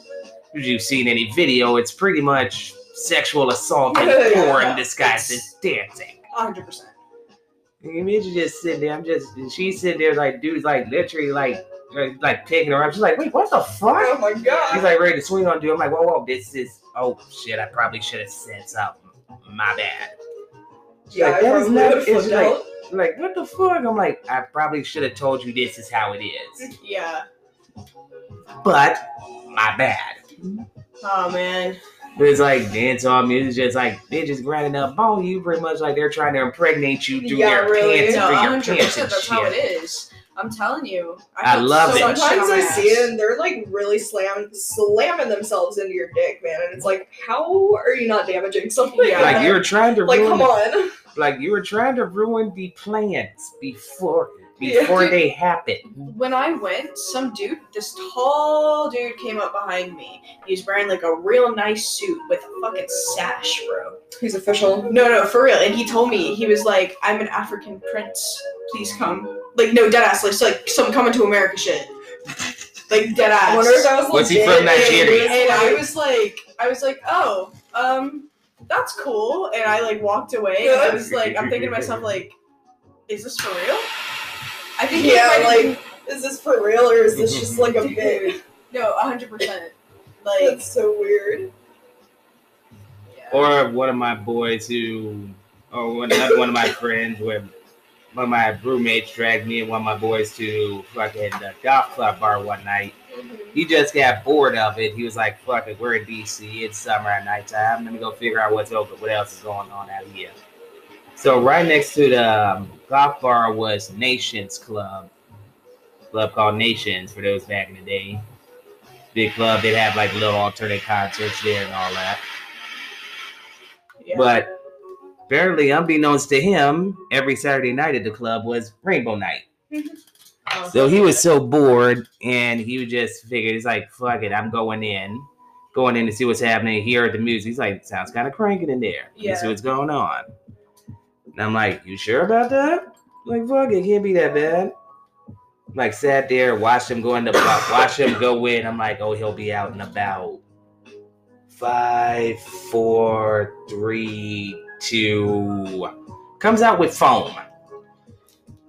Speaker 2: If you've seen any video, it's pretty much sexual assault and
Speaker 3: Yeah, yeah,
Speaker 2: porn
Speaker 4: yeah.
Speaker 2: disguised as dancing.
Speaker 4: 100%.
Speaker 2: And me just just sitting there. I'm just and she's sitting there like dude's like literally like like- like picking her up. She's like, wait, what the
Speaker 3: Oh
Speaker 2: fuck?
Speaker 3: my god.
Speaker 2: He's like ready to swing on dude. I'm like, whoa, whoa, this is oh shit, I probably should have said something. My bad.
Speaker 3: yeah,
Speaker 2: like,
Speaker 3: I
Speaker 2: that is
Speaker 3: probably
Speaker 2: not-
Speaker 3: would've
Speaker 2: it's
Speaker 3: flipped
Speaker 2: like-
Speaker 3: out.
Speaker 2: I'm like, what the fuck? I'm like, I probably should have told you this is how it is.
Speaker 4: Yeah.
Speaker 2: But my bad.
Speaker 4: Oh man.
Speaker 2: But it's like dance all music, just like they're just grinding up on you pretty much like they're trying to impregnate you through
Speaker 3: Yeah,
Speaker 2: their
Speaker 3: really.
Speaker 2: pants
Speaker 3: It's
Speaker 4: no,
Speaker 2: and through your pants
Speaker 4: 100%
Speaker 2: and
Speaker 4: that's how it
Speaker 2: shit.
Speaker 4: is. I'm telling you.
Speaker 2: I
Speaker 4: got
Speaker 2: love
Speaker 4: so
Speaker 2: it.
Speaker 4: much shit
Speaker 3: Sometimes
Speaker 4: on my
Speaker 3: I see
Speaker 4: ass.
Speaker 3: it and they're like really slam slamming themselves into your dick, man. And it's like, how are you not damaging something?
Speaker 4: Yeah.
Speaker 2: Like you're trying to
Speaker 3: Like,
Speaker 2: ruin
Speaker 3: come on.
Speaker 2: Like you were trying to ruin the plans before
Speaker 3: Yeah.
Speaker 2: before they happen.
Speaker 4: when I went, some dude, this tall dude, came up behind me. He was wearing like a real nice suit with a fucking sash, bro.
Speaker 3: He's official.
Speaker 4: No, no, for real. And he told me he was like, "I'm an African prince, please come." Like, no, dead ass, like, so, like some coming to America shit. Like dead ass.
Speaker 3: I wonder if that was
Speaker 2: Was he
Speaker 3: legit.
Speaker 2: from Nigeria?
Speaker 4: And I was like, I was like, oh, um, that's cool. And I like walked away. And I was like, I'm thinking to myself, like, is this for real? I think he might
Speaker 3: Yeah,
Speaker 4: have
Speaker 3: like, is this for real or is this just like a bit?
Speaker 4: No, hundred percent. Like,
Speaker 3: That's so weird.
Speaker 2: Or one of my boys who, or one, another one of my friends, where one of my roommates dragged me and one of my boys to fucking the golf club bar one night. He just got bored of it. He was like, "Fuck it, we're in DC. It's summer at nighttime. Let me go figure out what's open. What else is going on out here?" So right next to the um, golf bar was Nations Club, club called Nations for those back in the day. Big club. They'd have like little alternate concerts there and all that.
Speaker 4: yeah.
Speaker 2: But apparently, unbeknownst to him, every Saturday night at the club was Rainbow Night.
Speaker 4: Oh.
Speaker 2: So he was so bored, and he would just figured, he's like, "Fuck it, I'm going in, going in to see what's happening." He heard the music. He's like, "Sounds kind of cranking in there. Let me
Speaker 4: Yeah.
Speaker 2: see what's going on." And I'm like, "You sure about that? Like, fuck it, can't be that bad." Like, sat there, watched him go in the block, watched him go in. I'm like, "Oh, he'll be out in about five, four, three, two. Comes out with foam.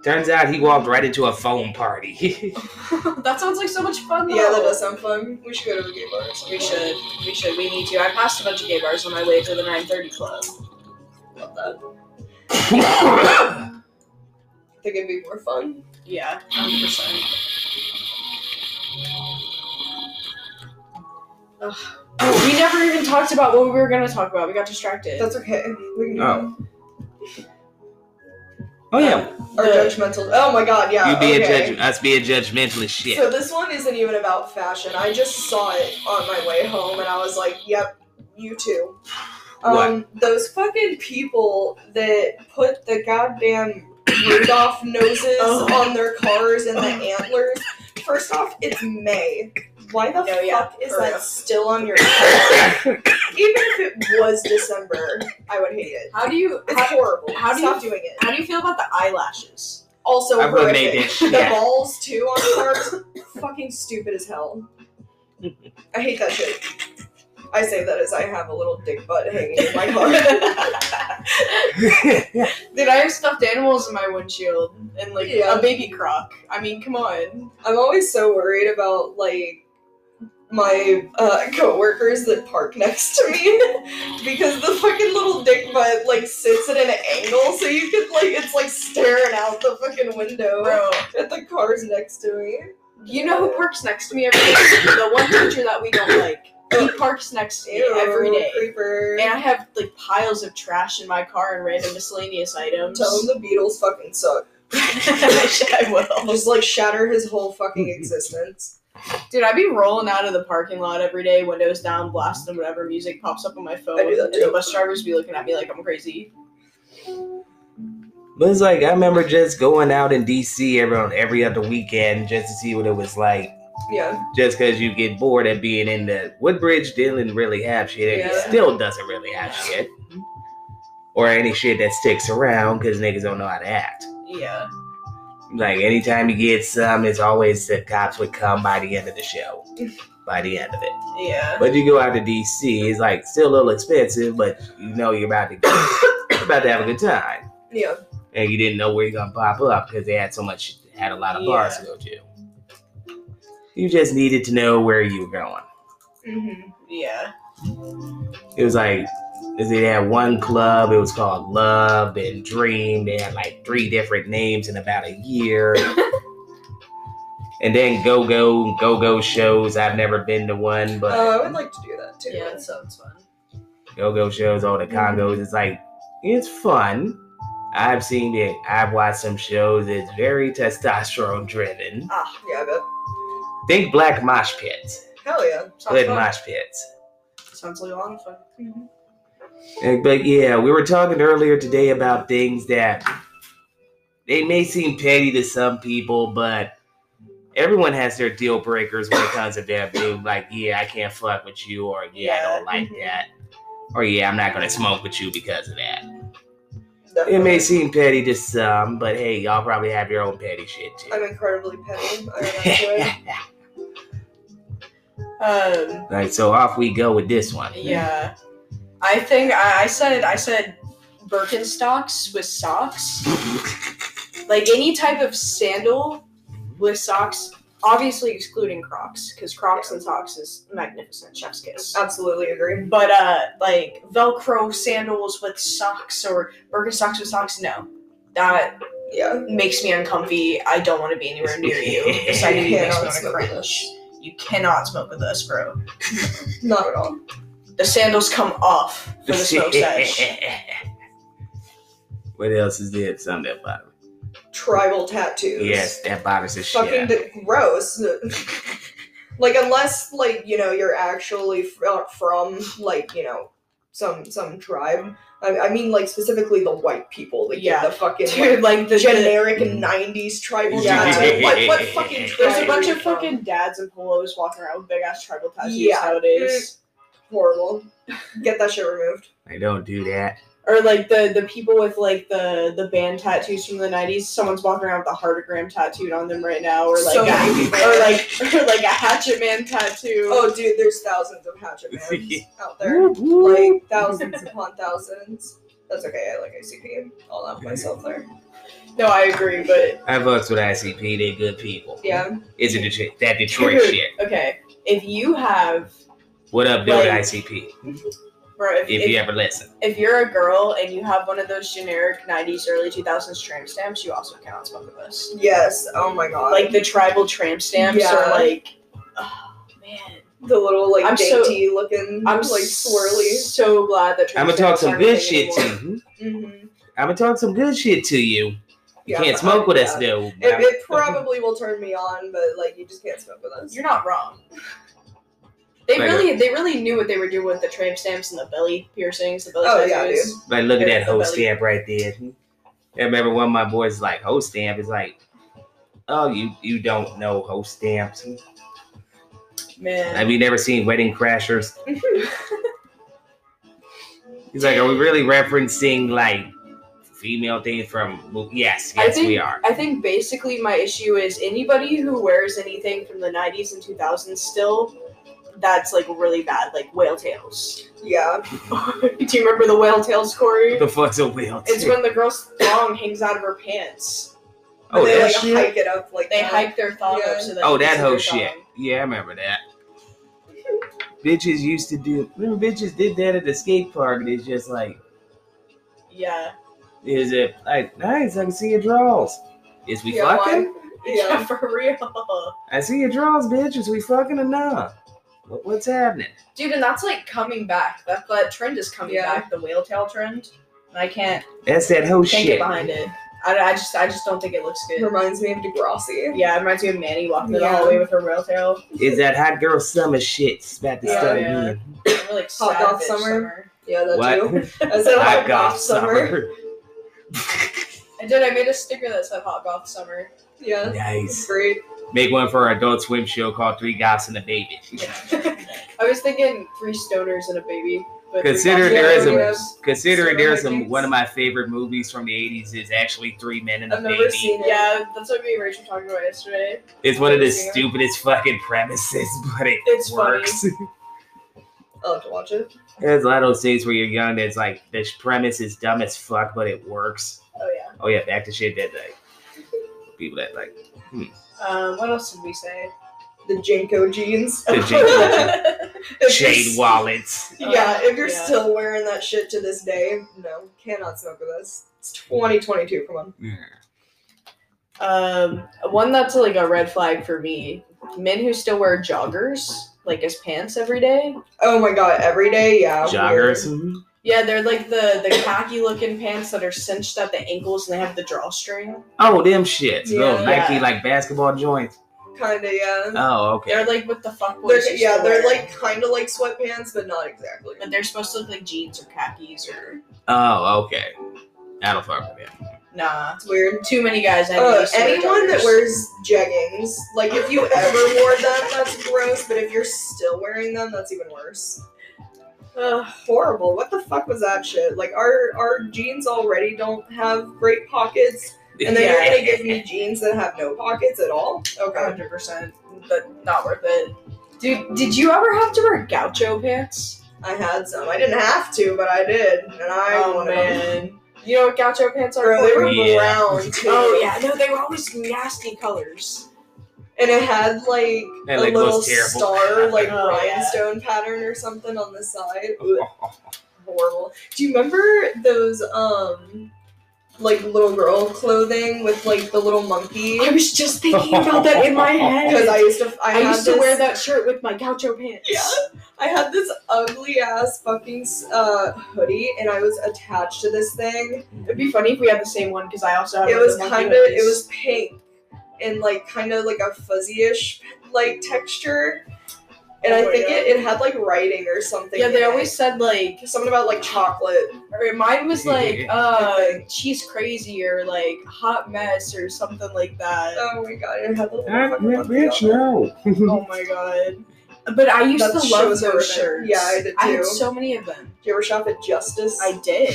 Speaker 2: Turns out he walked right into a foam party.
Speaker 4: that sounds like so much fun. Though.
Speaker 3: Yeah, that does sound fun. We should go to a gay bar. or
Speaker 4: We
Speaker 3: something.
Speaker 4: should. We should. We need to. I passed a bunch of gay bars on my way to the 9:30 club.
Speaker 3: Love that.
Speaker 2: I
Speaker 3: I think it'd be more fun.
Speaker 4: Yeah, hundred percent. We never even talked about what we were gonna talk about. We got distracted.
Speaker 3: That's okay. We can
Speaker 2: Oh. Oh yeah,
Speaker 3: Our
Speaker 4: The-
Speaker 3: judgmental. Oh my god, yeah.
Speaker 2: you being
Speaker 3: okay.
Speaker 2: judge, us being judgmental as shit.
Speaker 3: So this one isn't even about fashion. I just saw it on my way home, and I was like, "Yep, you too." Um, those fucking people that put the goddamn Rudolph noses
Speaker 4: Oh.
Speaker 3: on their cars and the antlers. First off, it's May. Why the
Speaker 4: Oh, yeah,
Speaker 3: fuck is
Speaker 4: for
Speaker 3: that
Speaker 4: real.
Speaker 3: still on your calendar? Even if it was December, I would hate it.
Speaker 4: How do you?
Speaker 3: It's
Speaker 4: How,
Speaker 3: horrible.
Speaker 4: how do you-
Speaker 3: Stop doing it.
Speaker 4: how do you feel about the eyelashes?
Speaker 3: Also,
Speaker 2: I would make
Speaker 3: horrific.
Speaker 2: that
Speaker 3: the
Speaker 2: shit.
Speaker 3: balls too on cars. fucking stupid as hell. I hate that shit. I say that as I have a little dick butt hanging in my car.
Speaker 4: Did I have stuffed animals in my windshield and like
Speaker 3: Yeah.
Speaker 4: a baby croc? I mean, come on.
Speaker 3: I'm always so worried about like my uh, coworkers that park next to me because the fucking little dick butt like sits at an angle, so you could like it's like staring out the fucking window
Speaker 4: Bro,
Speaker 3: at the cars next to me.
Speaker 4: You know who parks next to me every day? the one teacher that we don't like. He parks next to me
Speaker 3: Ew,
Speaker 4: every day.
Speaker 3: creeper.
Speaker 4: And I have like piles of trash in my car and random miscellaneous items.
Speaker 3: Tell him the Beatles fucking suck.
Speaker 4: I will.
Speaker 3: just like shatter his whole fucking existence.
Speaker 4: Dude, I'd be rolling out of the parking lot every day, windows down, blasting whatever music pops up on my phone.
Speaker 3: I do that
Speaker 4: And the
Speaker 3: too.
Speaker 4: bus drivers be looking at me like I'm crazy.
Speaker 2: But it's like I remember just going out in DC every on every other weekend just to see what it was like.
Speaker 3: Yeah,
Speaker 2: Just because you get bored at being in the Woodbridge, didn't really have shit, and it
Speaker 3: Yeah.
Speaker 2: still doesn't really have shit, or any shit that sticks around because niggas don't know how to act.
Speaker 4: Yeah.
Speaker 2: Like anytime you get some, it's always the cops would come by the end of the show. By the end of it.
Speaker 4: Yeah.
Speaker 2: But you go out to DC, it's like still a little expensive, but you know you're about to you're about to have a good time.
Speaker 3: yeah.
Speaker 2: And you didn't know where you're gonna pop up because they had so much had a lot of bars to go to. You just needed to know where you were going.
Speaker 3: Mm-hmm.
Speaker 4: Yeah.
Speaker 2: It was like 'cause they had one club, it was called Love and Dream. They had like three different names in about a year. and then Go Go, Go Go shows. I've never been to one, but
Speaker 3: Uh, I would like to do that too.
Speaker 4: Yeah, that sounds fun.
Speaker 2: Go Go shows, all the Congos. It's like, it's fun. I've seen it, I've watched some shows. It's very testosterone driven.
Speaker 4: Ah,
Speaker 3: Yeah, I bet.
Speaker 2: Think Black Mosh Pits,
Speaker 3: Hell yeah.
Speaker 4: sounds
Speaker 2: Hood
Speaker 4: fun.
Speaker 2: Mosh Pits.
Speaker 4: Sounds like a lot of fun.
Speaker 2: And- But yeah, we were talking earlier today about things that they may seem petty to some people, but everyone has their deal breakers when it comes to that being like, yeah, I can't fuck with you, or yeah, I don't
Speaker 4: Yeah,
Speaker 2: like
Speaker 4: mhm.
Speaker 2: that, or yeah, I'm not gonna smoke with you because of that.
Speaker 3: Definitely.
Speaker 2: It may seem petty to some, but hey, y'all probably have your own petty shit
Speaker 3: I'm
Speaker 2: too.
Speaker 3: incredibly petty. I am actually.
Speaker 4: Um,
Speaker 2: Like so, off we go with this one.
Speaker 4: yeah. I think I, I said I said Birkenstocks with socks. like any type of sandal with socks, obviously excluding Crocs, because Crocs and socks is magnificent. Chef's kiss.
Speaker 3: Absolutely agree.
Speaker 4: But uh, like Velcro sandals with socks or Birkenstocks with socks, no, that
Speaker 3: Yeah.
Speaker 4: makes me uncomfy. I don't want to be anywhere near you. It's like you
Speaker 3: You
Speaker 4: makes
Speaker 3: cannot
Speaker 4: me
Speaker 3: smoke
Speaker 4: want
Speaker 3: with
Speaker 4: to cringe.
Speaker 3: us.
Speaker 4: You cannot smoke with us, bro.
Speaker 3: Not at all.
Speaker 4: The sandals come off for the smoke sesh.
Speaker 2: what else is there? Something that bothers.
Speaker 3: Tribal tattoos.
Speaker 2: Yes, that bothers the shit.
Speaker 3: Fucking
Speaker 2: out of me.
Speaker 3: d- gross. like unless like you know you're actually fr- uh, from like you know some some tribe. I, I mean like specifically the white people. Like yeah.
Speaker 4: Yeah.
Speaker 3: The fucking
Speaker 4: Dude, like the,
Speaker 3: like,
Speaker 4: the
Speaker 3: generic
Speaker 2: Mm.
Speaker 3: '90s tribal
Speaker 4: Yeah.
Speaker 3: tattoo. What what fucking?
Speaker 2: There's
Speaker 4: there's
Speaker 3: tribe
Speaker 4: a bunch
Speaker 3: are
Speaker 4: of
Speaker 3: you from?
Speaker 4: fucking dads and polos walking around with big ass tribal tattoos
Speaker 3: Yeah.
Speaker 4: nowadays.
Speaker 3: horrible. Get that shit removed.
Speaker 2: I don't do that.
Speaker 4: Or like the the people with like the the band tattoos from the '90s. Someone's walking around with a heartogram tattooed on them right now, or like
Speaker 3: so
Speaker 4: a-
Speaker 3: many people.
Speaker 4: or like or like a hatchet man tattoo.
Speaker 3: oh dude, there's thousands of hatchet
Speaker 2: Yeah.
Speaker 3: men out there. Like thousands upon thousands. That's okay. I like ICP. I'll out myself there.
Speaker 4: No, I agree, but
Speaker 2: I votes with ICP. They're good people.
Speaker 3: Yeah.
Speaker 2: Is it Detroit, that Detroit
Speaker 4: Dude,
Speaker 2: shit?
Speaker 4: Okay, if you have,
Speaker 2: What up, though, with
Speaker 4: like-
Speaker 2: ICP?
Speaker 4: or if,
Speaker 2: If
Speaker 4: if,
Speaker 2: you ever listen,
Speaker 4: if you're a girl and you have one of those generic '90s, early 2000s tramp stamps, you also cannot smoke with us.
Speaker 3: Yes. Oh my god.
Speaker 4: Like the tribal tramp stamps
Speaker 3: Yeah.
Speaker 4: are like, oh man,
Speaker 3: the little like
Speaker 4: I'm so-
Speaker 3: dainty looking
Speaker 4: I'm
Speaker 3: like swirly.
Speaker 4: So glad that
Speaker 2: I'm
Speaker 4: tramp
Speaker 2: gonna talk
Speaker 4: stamps
Speaker 2: some
Speaker 4: aren't a
Speaker 2: good
Speaker 4: thing
Speaker 2: shit to
Speaker 4: anymore.
Speaker 2: you.
Speaker 3: Mm-hmm.
Speaker 2: I'm gonna talk some good shit to you. You
Speaker 3: Yeah,
Speaker 2: can't
Speaker 3: but
Speaker 2: smoke
Speaker 3: I-
Speaker 2: with us
Speaker 3: yeah.
Speaker 2: though.
Speaker 3: It, it probably will turn me on, but like you just can't smoke with us.
Speaker 4: You're not wrong. They
Speaker 2: Like uh, a-
Speaker 4: really, they really knew what they were doing with the tramp stamps and the belly piercings, the belly
Speaker 3: Oh, yeah,
Speaker 4: tattoos.
Speaker 3: dude.
Speaker 2: Like, look at that
Speaker 4: There's the
Speaker 2: whole
Speaker 4: belly.
Speaker 2: stamp right there. I remember one of my boys like host stamp is like, oh, you you don't know host stamps.
Speaker 4: Man,
Speaker 2: Have you never seen Wedding Crashers? He's like, are we really referencing like female things from? mo- Yes,
Speaker 4: I
Speaker 2: yes,
Speaker 4: think-
Speaker 2: we are.
Speaker 4: I think basically my issue is anybody who wears anything from the 90s and 2000s still, that's like really bad, like whale tails.
Speaker 3: Yeah.
Speaker 4: Do you remember the whale tails, Corey?
Speaker 2: What the fuck's a whale?
Speaker 4: It's
Speaker 2: tail?
Speaker 4: when the girl's thong hangs out of her pants.
Speaker 2: oh,
Speaker 3: they
Speaker 2: that
Speaker 3: like
Speaker 2: shit.
Speaker 3: hike it up like
Speaker 4: They
Speaker 3: that.
Speaker 4: hike their thong
Speaker 3: Yeah.
Speaker 4: up so that
Speaker 2: oh,
Speaker 4: you can
Speaker 2: that
Speaker 4: see
Speaker 2: whole
Speaker 4: their
Speaker 2: shit.
Speaker 4: thong.
Speaker 2: Yeah, I remember that. bitches used to do. Remember, bitches did that at the skate park, and it's just like,
Speaker 4: Yeah.
Speaker 2: is it like nice? I can see your draws. Is we
Speaker 3: Yeah,
Speaker 2: fucking?
Speaker 3: why- Yeah.
Speaker 4: for real.
Speaker 2: I see your draws, bitch. Is we fucking or not? What, what's happening?
Speaker 4: Dude, and that's like coming back. That, that trend is coming
Speaker 3: Yeah.
Speaker 4: back, the whale tail trend. And I can't,
Speaker 2: That's that whole
Speaker 4: can't
Speaker 2: Oh, shit.
Speaker 4: get behind it. I, I just I just don't think it looks
Speaker 3: It
Speaker 4: good.
Speaker 3: reminds me of Degrassi.
Speaker 4: Yeah, it reminds me of Manny walking down
Speaker 3: Yeah.
Speaker 4: the hallway with her whale tail.
Speaker 2: is that hot girl summer shit It's about to
Speaker 4: Yeah,
Speaker 2: start
Speaker 4: yeah.
Speaker 2: again.
Speaker 4: I'm really
Speaker 3: Hot dog
Speaker 4: savage
Speaker 3: summer. Yeah, that too. I said
Speaker 2: Hot
Speaker 3: hot
Speaker 2: goth
Speaker 3: goth summer.
Speaker 4: I did. I made a sticker that said "Hot Golf Summer."
Speaker 3: Yeah.
Speaker 2: Nice.
Speaker 3: Great.
Speaker 2: Make one for our adult swim show called Three Goths and a Baby.
Speaker 4: I was thinking three stoners and a baby. But three
Speaker 2: Consider
Speaker 4: Golf
Speaker 2: there is
Speaker 4: Summers.
Speaker 3: a-
Speaker 2: Considering
Speaker 3: Summer
Speaker 2: there's some
Speaker 3: Olympics.
Speaker 2: one of my favorite movies from the 80s is actually Three Men and a
Speaker 3: I've
Speaker 2: Baby.
Speaker 3: never seen it.
Speaker 4: Yeah, that's what me and Rachel talked about yesterday.
Speaker 2: it's one of the
Speaker 4: I've seen it.
Speaker 2: stupidest fucking premises, but it
Speaker 4: It's funny.
Speaker 2: works.
Speaker 3: I'll have to watch it.
Speaker 2: There's a lot of those things where you're young that's like this premise is dumb as fuck, but it works.
Speaker 4: Oh yeah.
Speaker 2: Oh yeah, back to shit that like people that like
Speaker 4: Um, what else did we say?
Speaker 3: The Jinko jeans.
Speaker 2: The Jinko
Speaker 3: If you're
Speaker 2: shade
Speaker 3: s-
Speaker 2: wallets.
Speaker 3: Yeah, if you're
Speaker 4: Yeah.
Speaker 3: still wearing that shit to this day, no, cannot smoke with us. It's 2022. Come on.
Speaker 4: um, one that's like a red flag for me: men who still wear joggers like as pants every day.
Speaker 3: Oh my god, every day, yeah.
Speaker 2: Joggers.
Speaker 3: weird.
Speaker 4: Yeah, they're like the the khaki looking pants that are cinched at the ankles and they have the drawstring.
Speaker 2: Oh, them shits.
Speaker 3: Yeah.
Speaker 2: Little Nike
Speaker 4: Yeah.
Speaker 2: like basketball joints.
Speaker 3: Kinda, yeah.
Speaker 2: Oh, okay.
Speaker 4: They're like what the fuck boys
Speaker 3: They're,
Speaker 4: used
Speaker 3: yeah,
Speaker 4: to
Speaker 3: they're
Speaker 4: wear.
Speaker 3: like kinda like sweatpants, but not exactly.
Speaker 4: but they're supposed to look like jeans or khakis or
Speaker 2: Oh, okay. That'll fuck with me.
Speaker 4: nah.
Speaker 3: It's weird.
Speaker 4: Too many guys I know
Speaker 3: Uh,
Speaker 4: used to wear
Speaker 3: anyone that
Speaker 4: joggers.
Speaker 3: wears jeggings, like if you ever wore them, that's gross. But if you're still wearing them, that's even worse. Ugh, horrible. What the fuck was that shit? Like our our jeans already don't have great pockets, and then
Speaker 4: Yeah.
Speaker 3: you're gonna give me jeans that have no pockets at all? Okay.
Speaker 4: hundred percent, but not worth it. Dude, did you ever have to wear gaucho pants?
Speaker 3: I had some. I didn't have to, but I did, and I
Speaker 4: oh
Speaker 3: wanted them.
Speaker 4: man, you know what gaucho pants are?
Speaker 3: Bro, they were
Speaker 2: Yeah.
Speaker 3: brown too.
Speaker 4: Oh yeah, no, they were always nasty colors.
Speaker 3: and it had like
Speaker 2: That,
Speaker 3: a
Speaker 2: like,
Speaker 3: little
Speaker 2: looks terrible.
Speaker 3: star, like
Speaker 4: Oh, yeah.
Speaker 3: rhinestone pattern or something on the side. Ugh, horrible. Do you remember those um, like little girl clothing with like the little monkey?
Speaker 4: I was just thinking about that in my head.
Speaker 3: Because I used to, I,
Speaker 4: I
Speaker 3: had
Speaker 4: used to
Speaker 3: this-
Speaker 4: wear that shirt with my gaucho pants.
Speaker 3: Yeah. I had this ugly ass fucking uh, hoodie, and I was attached to this thing,
Speaker 4: It'd be funny if we had the same one because I also had.
Speaker 3: it
Speaker 4: one of
Speaker 3: was
Speaker 4: the monkey
Speaker 3: kind of it
Speaker 4: hoodies.
Speaker 3: was pink and like kind of like a fuzzy-ish like texture and
Speaker 4: Oh
Speaker 3: i
Speaker 4: my
Speaker 3: think
Speaker 4: God.
Speaker 3: it, it had like writing or something
Speaker 4: Yeah,
Speaker 3: in
Speaker 4: they
Speaker 3: it.
Speaker 4: always said like,
Speaker 3: something about like chocolate
Speaker 4: or mine was like, uh, she's crazy or like hot mess or something like that.
Speaker 3: oh my god it had the little fucking monkey on
Speaker 2: Bitch,
Speaker 3: it.
Speaker 2: no.
Speaker 4: oh my god. But I used
Speaker 3: That
Speaker 4: to
Speaker 3: shit
Speaker 4: love
Speaker 3: was
Speaker 4: those
Speaker 3: horrific.
Speaker 4: shirts.
Speaker 3: Yeah, I did
Speaker 4: I had
Speaker 3: too.
Speaker 4: so many of them.
Speaker 3: Did you ever shop at justice
Speaker 4: I did.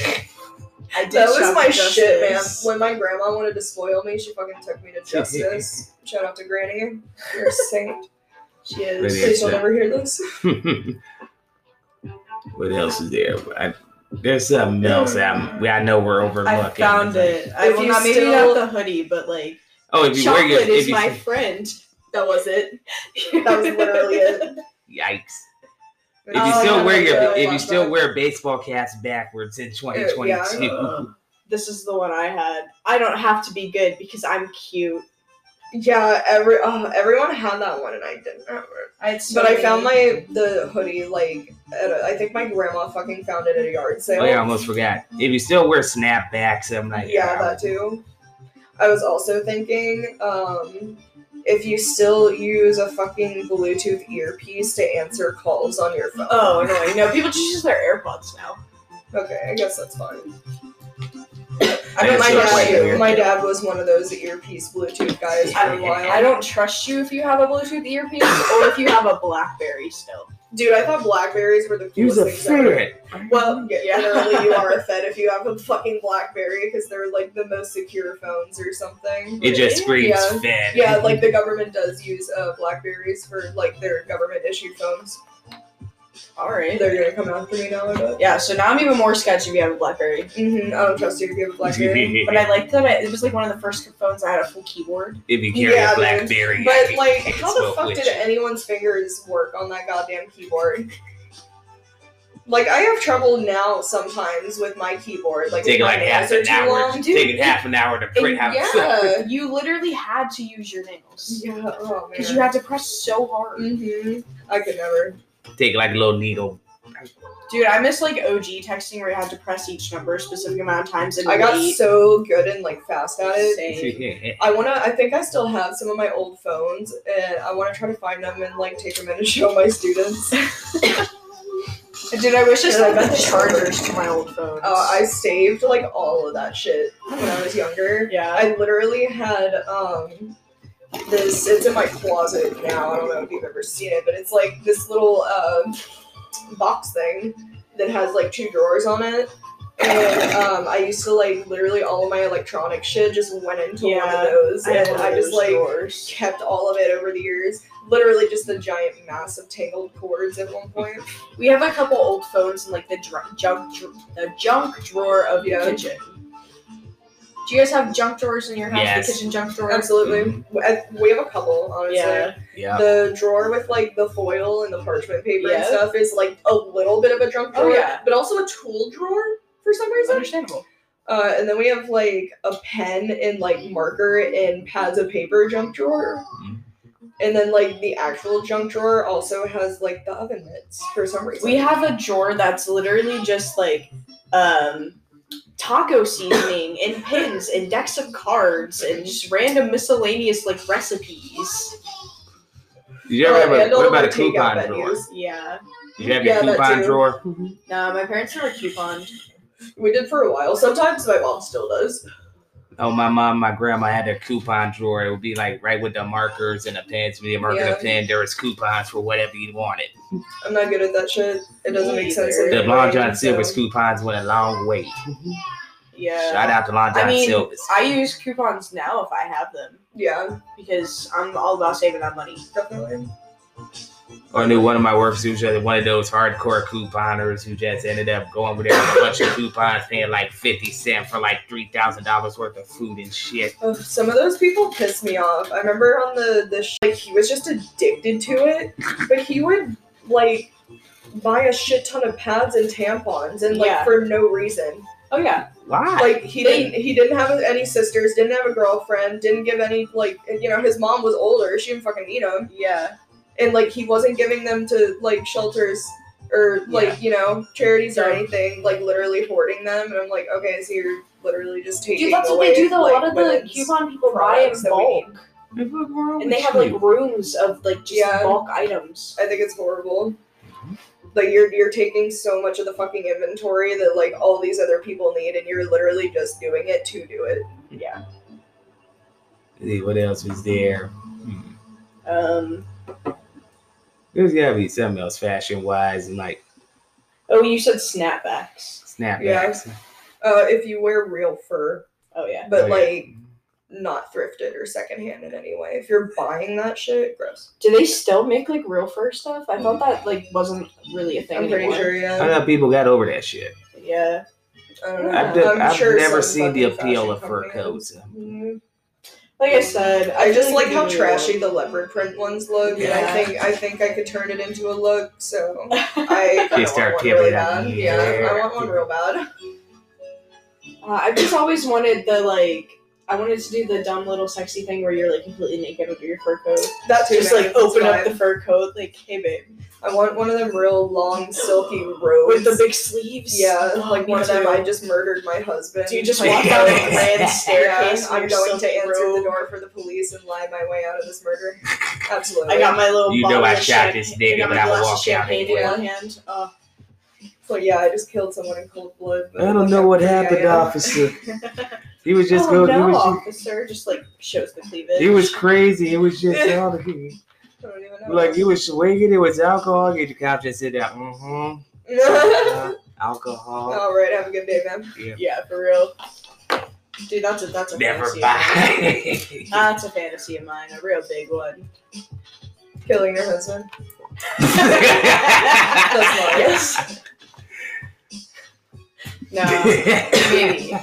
Speaker 4: I did.
Speaker 3: that was
Speaker 4: shop
Speaker 3: my
Speaker 4: at
Speaker 3: shit man
Speaker 4: Justice.
Speaker 3: when my grandma wanted to spoil me she fucking took me to justice shout out to granny you're a saint
Speaker 4: She is.
Speaker 2: Really?
Speaker 3: please don't
Speaker 2: Yeah.
Speaker 3: ever hear this
Speaker 2: what else is there? I, there's something else that I'm, I know we're overlooking.
Speaker 4: I found it. I
Speaker 3: If
Speaker 4: well,
Speaker 3: you
Speaker 4: not, maybe
Speaker 3: still-
Speaker 4: not the hoodie, but like
Speaker 2: Oh, if you wear
Speaker 4: chocolate
Speaker 2: your,
Speaker 4: is
Speaker 2: if you,
Speaker 4: my friend.
Speaker 3: that was it that was literally it
Speaker 2: yikes. If you
Speaker 3: Oh,
Speaker 2: still
Speaker 3: yeah,
Speaker 2: wear your,
Speaker 3: like a
Speaker 2: if you still
Speaker 3: flashback.
Speaker 2: wear baseball caps backwards in Oh, 2022,
Speaker 4: this is the one I had. I don't have to be good because I'm cute.
Speaker 3: Yeah, every oh, everyone had that one, and I didn't have it.
Speaker 4: I had so
Speaker 3: But I
Speaker 4: many.
Speaker 3: found my the hoodie like at a, I think my grandma fucking found it at a yard sale.
Speaker 2: oh, yeah, I almost forgot. If you still wear snapbacks, I'm like,
Speaker 3: Yeah, that too. I was also thinking, um, if you still use a fucking Bluetooth earpiece to answer calls on your phone.
Speaker 4: Oh annoying! No, people just use their AirPods now.
Speaker 3: Okay, I guess that's fine.
Speaker 4: I
Speaker 2: Yeah,
Speaker 4: don't
Speaker 3: But my
Speaker 2: so it's
Speaker 4: trust
Speaker 2: like
Speaker 3: dad,
Speaker 4: you.
Speaker 2: weird.
Speaker 3: my dad was one of those earpiece Bluetooth guys for a while.
Speaker 4: I don't trust you if you have a Bluetooth earpiece or if you have a BlackBerry still.
Speaker 3: dude. I thought Blackberries were the
Speaker 2: Use
Speaker 3: coolest
Speaker 2: a
Speaker 3: things ever.
Speaker 2: ferret.
Speaker 3: Well, yeah,
Speaker 4: Yeah.
Speaker 3: literally, you are a fed if you have a fucking BlackBerry because they're like the most secure phones or something.
Speaker 2: It just screams
Speaker 3: Yeah.
Speaker 2: fed.
Speaker 3: Yeah, like the government does use uh, Blackberries for like their government issued phones.
Speaker 4: All right.
Speaker 3: They're gonna come after me now, but
Speaker 4: Yeah, so now I'm even more sketchy if you have a BlackBerry.
Speaker 3: hmm I don't trust you if you have a BlackBerry.
Speaker 4: But I liked that I, it was like one of the first phones that had a full keyboard.
Speaker 2: if you carry
Speaker 3: Yeah,
Speaker 2: a
Speaker 3: dude.
Speaker 2: blackberry, I
Speaker 3: But
Speaker 2: can-
Speaker 3: like,
Speaker 2: I can
Speaker 3: how the
Speaker 2: smoke
Speaker 3: fuck
Speaker 2: with
Speaker 3: did
Speaker 2: you.
Speaker 3: anyone's fingers work on that goddamn keyboard? Like, I have trouble now sometimes with my keyboard. Like,
Speaker 2: Taking
Speaker 3: my
Speaker 2: like half
Speaker 3: nails are
Speaker 2: an
Speaker 3: too
Speaker 2: hour,
Speaker 3: long.
Speaker 4: dude.
Speaker 2: taking half an hour to print
Speaker 4: And
Speaker 2: out.
Speaker 3: Yeah,
Speaker 4: You literally had to use your nails
Speaker 3: yeah. Oh man.
Speaker 4: because you had to press so hard.
Speaker 3: hmm I could never.
Speaker 2: Take like a little needle.
Speaker 4: Dude, I miss like OG texting where you had to press each number a specific amount of times and
Speaker 3: I got
Speaker 4: wait.
Speaker 3: so good and like fast at it.
Speaker 4: Same.
Speaker 3: I wanna. I think I still have some of my old phones, and I wanna try to find them and like take them in and show my students. Uh,
Speaker 4: Dude, I wish I still got the chargers to my old phones.
Speaker 3: Uh, I saved like all of that shit when I was younger.
Speaker 4: yeah.
Speaker 3: I literally had um this. It's in my closet now. I don't know if you've ever seen it, but it's like this little uh, box thing that has like two drawers on it. And um, I used to like literally all of my electronic shit just went into one
Speaker 4: Yeah,
Speaker 3: of those,
Speaker 4: I had
Speaker 3: and
Speaker 4: one of
Speaker 3: I just
Speaker 4: those
Speaker 3: like
Speaker 4: drawers.
Speaker 3: kept all of it over the years. Literally just the giant mass of tangled cords at one point.
Speaker 4: We have a couple old phones in like the dr- junk dr- the junk drawer of the
Speaker 3: Yeah.
Speaker 4: kitchen. Do you guys have junk drawers in your house?
Speaker 2: Yes.
Speaker 4: The kitchen junk drawers.
Speaker 3: Absolutely. I- We have a couple, honestly.
Speaker 4: Yeah.
Speaker 2: Yeah.
Speaker 3: The drawer with like the foil and the parchment paper and
Speaker 4: Yeah.
Speaker 3: stuff is like a little bit of a junk
Speaker 4: Oh,
Speaker 3: drawer,
Speaker 4: yeah.
Speaker 3: but also a tool drawer for some reason.
Speaker 4: Understandable.
Speaker 3: Uh, and then we have like a pen and like marker and pads of paper junk drawer.
Speaker 2: Mm.
Speaker 3: And then like the actual junk drawer also has like the oven mitts for some reason.
Speaker 4: We have a drawer that's literally just like um taco seasoning and pins and decks of cards and just random miscellaneous like recipes.
Speaker 2: Did you ever
Speaker 4: Or,
Speaker 2: have
Speaker 4: like,
Speaker 2: a,
Speaker 4: handle
Speaker 2: what about a
Speaker 4: or take out
Speaker 2: coupon drawer?
Speaker 4: menus. Yeah.
Speaker 2: Did you have
Speaker 4: Yeah,
Speaker 2: your
Speaker 4: that
Speaker 2: coupon
Speaker 4: too.
Speaker 2: drawer?
Speaker 4: No, my parents never couponed.
Speaker 3: We did for a while. Sometimes my mom still does.
Speaker 2: Oh, my mom, my grandma had a coupon drawer. It would be like right with the markers and the pens. With the marker and the pen, there was coupons for whatever you wanted.
Speaker 3: I'm not good at that shit. It doesn't
Speaker 4: Me
Speaker 3: make sense.
Speaker 4: either.
Speaker 2: The
Speaker 3: anymore,
Speaker 2: Long John
Speaker 3: so-
Speaker 2: Silver's coupons went a long way.
Speaker 4: Yeah.
Speaker 2: Shout out to Long
Speaker 4: I
Speaker 2: John
Speaker 4: mean,
Speaker 2: Silver's.
Speaker 4: I use coupons now if I have them
Speaker 3: Yeah,
Speaker 4: because I'm all about saving that money.
Speaker 3: definitely.
Speaker 2: I knew one of my workers who was just one of those hardcore couponers who just ended up going with there with a bunch of coupons, paying like fifty cent for like three thousand dollars worth of food and shit.
Speaker 3: Ugh, some of those people piss me off. I remember on the the sh- like he was just addicted to it, but he would like buy a shit ton of pads and tampons and like
Speaker 4: Yeah.
Speaker 3: for no reason.
Speaker 4: Oh yeah.
Speaker 2: Why?
Speaker 3: Like he didn't he didn't have any sisters, didn't have a girlfriend, didn't give any like you know his mom was older. She didn't fucking need him,
Speaker 4: Yeah.
Speaker 3: and like he wasn't giving them to like shelters or like
Speaker 4: Yeah.
Speaker 3: you know charities or
Speaker 4: Yeah.
Speaker 3: anything. Like literally hoarding them, and I'm like, okay, so you're literally just taking.
Speaker 4: Dude, that's what
Speaker 3: away,
Speaker 4: they do though. a lot
Speaker 3: like,
Speaker 4: of the
Speaker 3: women's-
Speaker 4: coupon people buy in
Speaker 3: products that we
Speaker 4: bulk, and they have like rooms of like just
Speaker 3: Yeah.
Speaker 4: bulk items.
Speaker 3: I think it's horrible. Like you're you're taking so much of the fucking inventory that like all these other people need, and you're literally just doing it to do it.
Speaker 4: Yeah.
Speaker 2: See, what else was there? Hmm.
Speaker 4: Um.
Speaker 2: There's gotta be something else fashion wise and like
Speaker 4: Oh, you said snapbacks.
Speaker 2: snapbacks.
Speaker 3: Uh, if you wear real fur,
Speaker 4: Oh yeah.
Speaker 3: but
Speaker 2: Oh, yeah.
Speaker 3: like not thrifted or secondhand in any way. If you're buying that shit, gross.
Speaker 4: Do they still make like real fur stuff? I thought that like wasn't really a thing
Speaker 3: I'm pretty
Speaker 4: anymore.
Speaker 3: sure.
Speaker 2: I
Speaker 3: Yeah,
Speaker 2: know people got over that shit.
Speaker 4: Yeah.
Speaker 3: I don't know.
Speaker 2: I've,
Speaker 4: Yeah,
Speaker 2: de-
Speaker 3: Uh, I'm
Speaker 2: I've
Speaker 3: sure
Speaker 2: never
Speaker 3: some
Speaker 2: seen the
Speaker 3: fucking
Speaker 2: appeal of
Speaker 3: fashion
Speaker 2: fur
Speaker 3: company-
Speaker 2: coats.
Speaker 3: Mm,
Speaker 4: Mm-hmm. Like I said,
Speaker 3: I just
Speaker 4: think
Speaker 3: like
Speaker 4: we
Speaker 3: how
Speaker 4: need-
Speaker 3: trashy the leopard print ones look, and
Speaker 4: Yeah.
Speaker 3: I think I think I could turn it into a look. So I kinda
Speaker 2: start
Speaker 3: want one
Speaker 2: giving
Speaker 3: really
Speaker 2: it up.
Speaker 3: bad. Yeah, I
Speaker 2: Yeah.
Speaker 3: want one real bad.
Speaker 4: Uh, I've just always wanted the like. I wanted to do the dumb little sexy thing where you're like completely naked under your fur coat.
Speaker 3: That too.
Speaker 4: Just like
Speaker 3: man, that's
Speaker 4: open up
Speaker 3: fine.
Speaker 4: the fur coat, like hey babe,
Speaker 3: I want one of them real long silky robes.
Speaker 4: with the big sleeves.
Speaker 3: yeah,
Speaker 4: Oh,
Speaker 3: like
Speaker 4: me
Speaker 3: one of them.
Speaker 4: too.
Speaker 3: I just murdered my husband.
Speaker 4: Do you just walk down the grand
Speaker 3: Yeah,
Speaker 4: staircase? in
Speaker 3: I'm
Speaker 4: your
Speaker 3: going
Speaker 4: silky
Speaker 3: to answer the
Speaker 4: robe?
Speaker 3: door for the police and lie my way out of this murder. Absolutely.
Speaker 4: I got my little.
Speaker 2: You know
Speaker 4: bottle
Speaker 2: I
Speaker 4: of
Speaker 2: shot this
Speaker 4: champagne- I
Speaker 2: nigga,
Speaker 4: got
Speaker 2: but
Speaker 4: my
Speaker 2: I would
Speaker 4: glass of
Speaker 2: walk down
Speaker 4: champagne
Speaker 3: anyway.
Speaker 4: in one hand. Oh.
Speaker 3: so yeah, I just killed someone in cold blood. but
Speaker 2: I
Speaker 3: look
Speaker 2: don't know
Speaker 3: how
Speaker 2: what
Speaker 3: pretty I
Speaker 2: happened,
Speaker 3: am.
Speaker 2: officer. He was just
Speaker 4: oh,
Speaker 2: going.
Speaker 4: No,
Speaker 2: He was just,
Speaker 4: officer just like shows the cleavage.
Speaker 2: It was crazy. It was just all the
Speaker 3: I don't even know.
Speaker 2: like you was swinging. It was alcohol. And the cop just said that. Mm-hmm. alcohol.
Speaker 3: All right, have a good day, man.
Speaker 4: Yeah, for real. Dude, that's a that's a
Speaker 2: Never
Speaker 4: fantasy. Of mine.
Speaker 2: mind.
Speaker 4: That's a fantasy of mine, a real big one.
Speaker 3: Killing your husband.
Speaker 4: yes. No, maybe,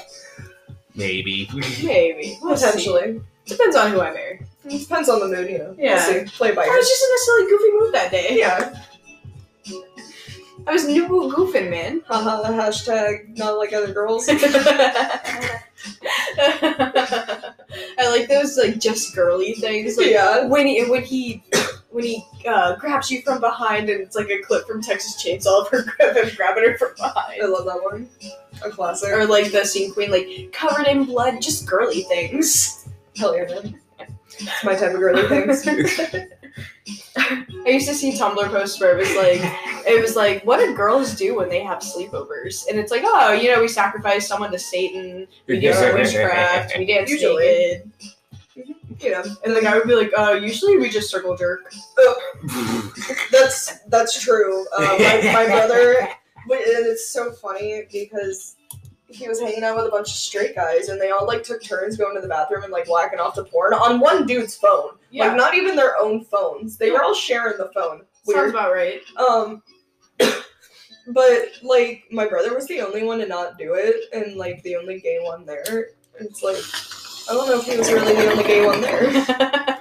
Speaker 2: Maybe.
Speaker 4: maybe We'll see.
Speaker 3: Potentially.
Speaker 4: depends on who I marry.
Speaker 3: It depends on the mood, you know.
Speaker 4: Yeah.
Speaker 3: We'll see. Play by
Speaker 4: I
Speaker 3: ear.
Speaker 4: was just in a silly goofy mood that day.
Speaker 3: Yeah.
Speaker 4: I was new goofing, man.
Speaker 3: Haha, hashtag not like other girls.
Speaker 4: I like those like just girly things. Like,
Speaker 3: yeah.
Speaker 4: when he when he when he uh, grabs you from behind and it's like a clip from Texas Chainsaw of her grab him grabbing her from
Speaker 3: I
Speaker 4: behind,
Speaker 3: love that one. A classic.
Speaker 4: or like the scene queen like covered in blood, just girly things.
Speaker 3: Hell yeah, man. It's my type of girly things.
Speaker 4: I used to see Tumblr posts where it was like it was like what do girls do when they have sleepovers? And it's like oh you know we sacrifice someone to Satan, we do some witchcraft, we dance
Speaker 3: Usually.
Speaker 4: naked,
Speaker 3: You know,
Speaker 4: and the guy would be like uh usually we just circle jerk.
Speaker 3: that's that's true. Uh, my, my brother, but and it's so funny because he was hanging out with a bunch of straight guys, and they all like took turns going to the bathroom and like whacking off to porn on one dude's phone.
Speaker 4: Yeah,
Speaker 3: Like not even their own phones. They were all sharing the phone.
Speaker 4: sounds
Speaker 3: Weird.
Speaker 4: about right.
Speaker 3: Um, but like my brother was the only one to not do it, and like the only gay one there. It's like I don't know if he was really the only gay one there.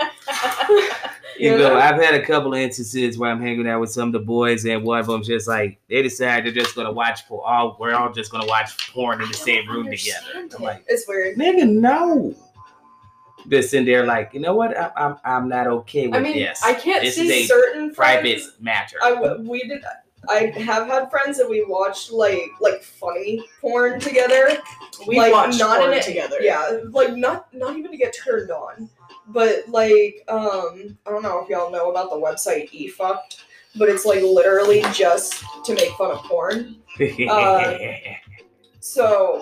Speaker 2: You know, I've had a couple of instances where I'm hanging out with some of the boys, and one of them's just like they decide they're just gonna watch porn. All we're all just gonna watch porn in the same room together. I'm like,
Speaker 3: It's weird.
Speaker 2: nigga, no. Just in there, like you know what? I'm I'm, I'm not okay with
Speaker 4: I mean,
Speaker 2: this.
Speaker 4: I can't
Speaker 2: This
Speaker 4: see
Speaker 2: is a
Speaker 3: Certain
Speaker 2: Private
Speaker 3: friends,
Speaker 2: matter.
Speaker 3: I w- we did. I have had friends that we watched like like funny porn together.
Speaker 4: We
Speaker 3: like,
Speaker 4: watched
Speaker 3: not
Speaker 4: porn
Speaker 3: in it-
Speaker 4: together.
Speaker 3: Yeah, like not not even to get turned on, But like, um, I don't know if y'all know about the website eFucked, but it's like literally just to make fun of porn.
Speaker 4: uh,
Speaker 3: So,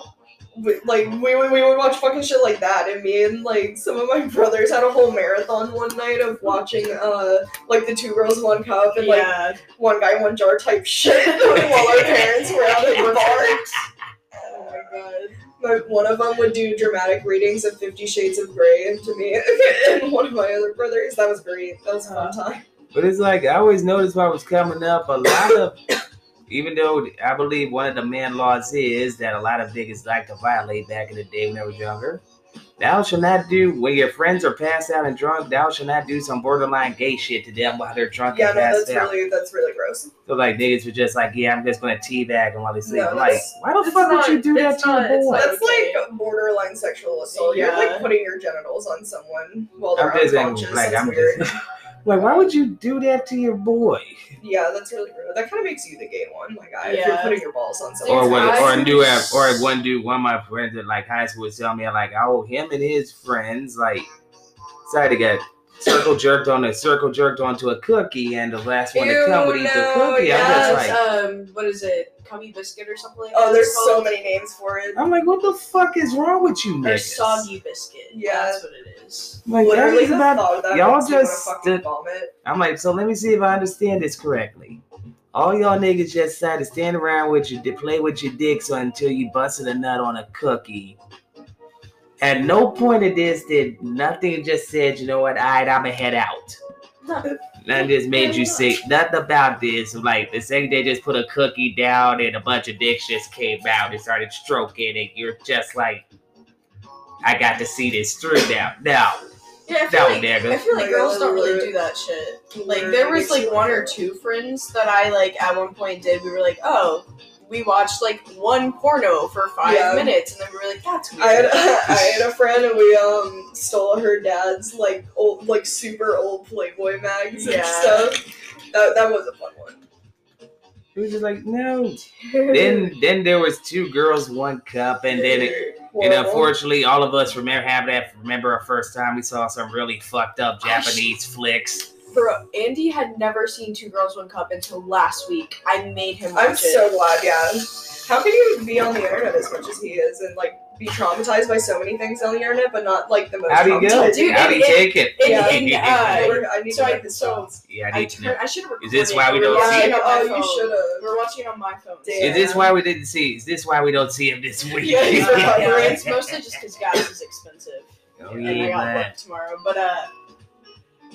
Speaker 3: we, like, we would we would watch fucking shit like that, and me and like some of my brothers had a whole marathon one night of watching uh like the two girls one cup and like
Speaker 4: yeah.
Speaker 3: one guy one jar type shit while our parents were out at the bar.
Speaker 4: Oh my god.
Speaker 3: But one of them would do dramatic readings of Fifty Shades of Grey to me and one of my other brothers. That was great. That was a fun
Speaker 2: Uh-huh.
Speaker 3: time.
Speaker 2: But it's like I always noticed when I was coming up, a lot of even though I believe one of the man laws is that a lot of niggas like to violate back in the day when I was younger. Thou shall not do when your friends are passed out and drunk, thou shall not do some borderline gay shit to them while they're drunk
Speaker 3: Yeah,
Speaker 2: and
Speaker 3: no,
Speaker 2: passed
Speaker 3: that's
Speaker 2: out.
Speaker 3: really that's really gross.
Speaker 2: so like niggas were just like, Yeah, I'm just gonna teabag them while they sleep.
Speaker 3: No,
Speaker 2: I'm like,
Speaker 3: that's-
Speaker 2: why the
Speaker 5: it's
Speaker 2: fuck
Speaker 5: not-
Speaker 2: would you do that
Speaker 5: it's
Speaker 2: to
Speaker 5: not-
Speaker 2: your
Speaker 5: it's
Speaker 2: boy?
Speaker 5: not-
Speaker 3: That's like borderline sexual assault. You're
Speaker 4: Yeah.
Speaker 3: like putting your genitals on someone while they're
Speaker 2: I'm just saying,
Speaker 3: unconscious.
Speaker 2: like
Speaker 3: that's
Speaker 2: I'm
Speaker 3: weird.
Speaker 2: just like, why would you do that to your boy?
Speaker 3: Yeah, that's really rude. That kind of makes you the gay one, my guy. If you're
Speaker 4: Yeah.
Speaker 3: putting your balls on
Speaker 5: Dude,
Speaker 2: or
Speaker 3: someone.
Speaker 5: it's
Speaker 2: what?
Speaker 5: I-
Speaker 2: Or a new app? Or one dude, one of my friends at like high school was telling me like, oh, him and his friends like decided to get circle jerked on a circle jerked onto a cookie, and the last one to come would eat the
Speaker 3: Ew,
Speaker 2: cookie. I'm just
Speaker 4: Yes,
Speaker 2: like,
Speaker 4: um, what is it? Cummy biscuit or something? like
Speaker 3: Oh,
Speaker 4: that
Speaker 3: there's
Speaker 4: it's
Speaker 3: so
Speaker 4: called?
Speaker 3: many names for it.
Speaker 2: I'm like, what the fuck is wrong with you,
Speaker 4: Or
Speaker 2: niggas?
Speaker 4: soggy biscuit.
Speaker 3: Yeah.
Speaker 4: That's what it is.
Speaker 2: I'm like, that
Speaker 3: Literally,
Speaker 2: is
Speaker 3: the
Speaker 2: about.
Speaker 3: thought of that
Speaker 2: y'all
Speaker 3: makes me wanna
Speaker 2: just
Speaker 3: fucking
Speaker 2: did-
Speaker 3: vomit.
Speaker 2: I'm like, so let me see if I understand this correctly. All y'all niggas just decided to stand around with your, di- play with your dicks until you busted a nut on a cookie. At no point of this did nothing just said, you know what, all right, I'ma head out. Nothing just made you say nothing about this. Like the second they just put a cookie down and a bunch of dicks just came out and started stroking it. You're just like, I got to see this through now. Now,
Speaker 4: Yeah, I feel
Speaker 2: now,
Speaker 4: like, I
Speaker 2: nigga.
Speaker 4: feel like
Speaker 3: Like,
Speaker 4: girls
Speaker 3: I
Speaker 4: don't really
Speaker 3: literally-
Speaker 4: do that shit. Like
Speaker 3: literally
Speaker 4: there was
Speaker 3: makes
Speaker 4: like
Speaker 3: me
Speaker 4: one
Speaker 3: wanna-
Speaker 4: or two friends that I like at one point did. We were like, oh, we watched like one porno for five
Speaker 3: Yeah.
Speaker 4: minutes, and then we were like, that's weird.
Speaker 3: I had, I had a friend and we um stole her dad's like old like super old Playboy mags and
Speaker 4: Yeah.
Speaker 3: stuff. That that was a fun one.
Speaker 2: It was just like, no, then then there was two girls, one cup, and then it, and
Speaker 3: Horrible.
Speaker 2: unfortunately, all of us remember have that remember our first time we saw some really fucked up
Speaker 4: I Oh, sh-
Speaker 2: Japanese flicks.
Speaker 4: Bro, Andy had never seen Two Girls One Cup until last week. I made him watch
Speaker 3: I'm
Speaker 4: it.
Speaker 3: so glad, yeah. How can you be on the internet as much as he is and like be traumatized by so many things on the internet but not like the most
Speaker 2: How do you go?
Speaker 3: traumatized-
Speaker 4: Dude,
Speaker 2: How do you
Speaker 4: it-
Speaker 2: take it?
Speaker 4: it-
Speaker 3: Yeah.
Speaker 4: it- uh,
Speaker 3: Lord, I need
Speaker 4: So
Speaker 3: to
Speaker 4: I-
Speaker 3: write this
Speaker 4: so-
Speaker 3: down.
Speaker 2: yeah, I
Speaker 4: I
Speaker 2: need to know.
Speaker 4: turned, I should have
Speaker 2: Is this why we
Speaker 3: Yeah,
Speaker 2: don't see
Speaker 3: I
Speaker 2: it?
Speaker 3: know,
Speaker 4: on my
Speaker 3: oh, you
Speaker 4: phone.
Speaker 3: should have.
Speaker 4: We're watching it on my phone.
Speaker 3: Damn.
Speaker 2: Is this why we didn't see? Is this why we don't see him this week?
Speaker 3: Yeah, he's
Speaker 4: Yeah, yeah,
Speaker 3: recovering.
Speaker 4: it's mostly just because gas is expensive.
Speaker 2: Oh,
Speaker 4: and I
Speaker 2: yeah,
Speaker 4: got
Speaker 2: man.
Speaker 4: work tomorrow. But uh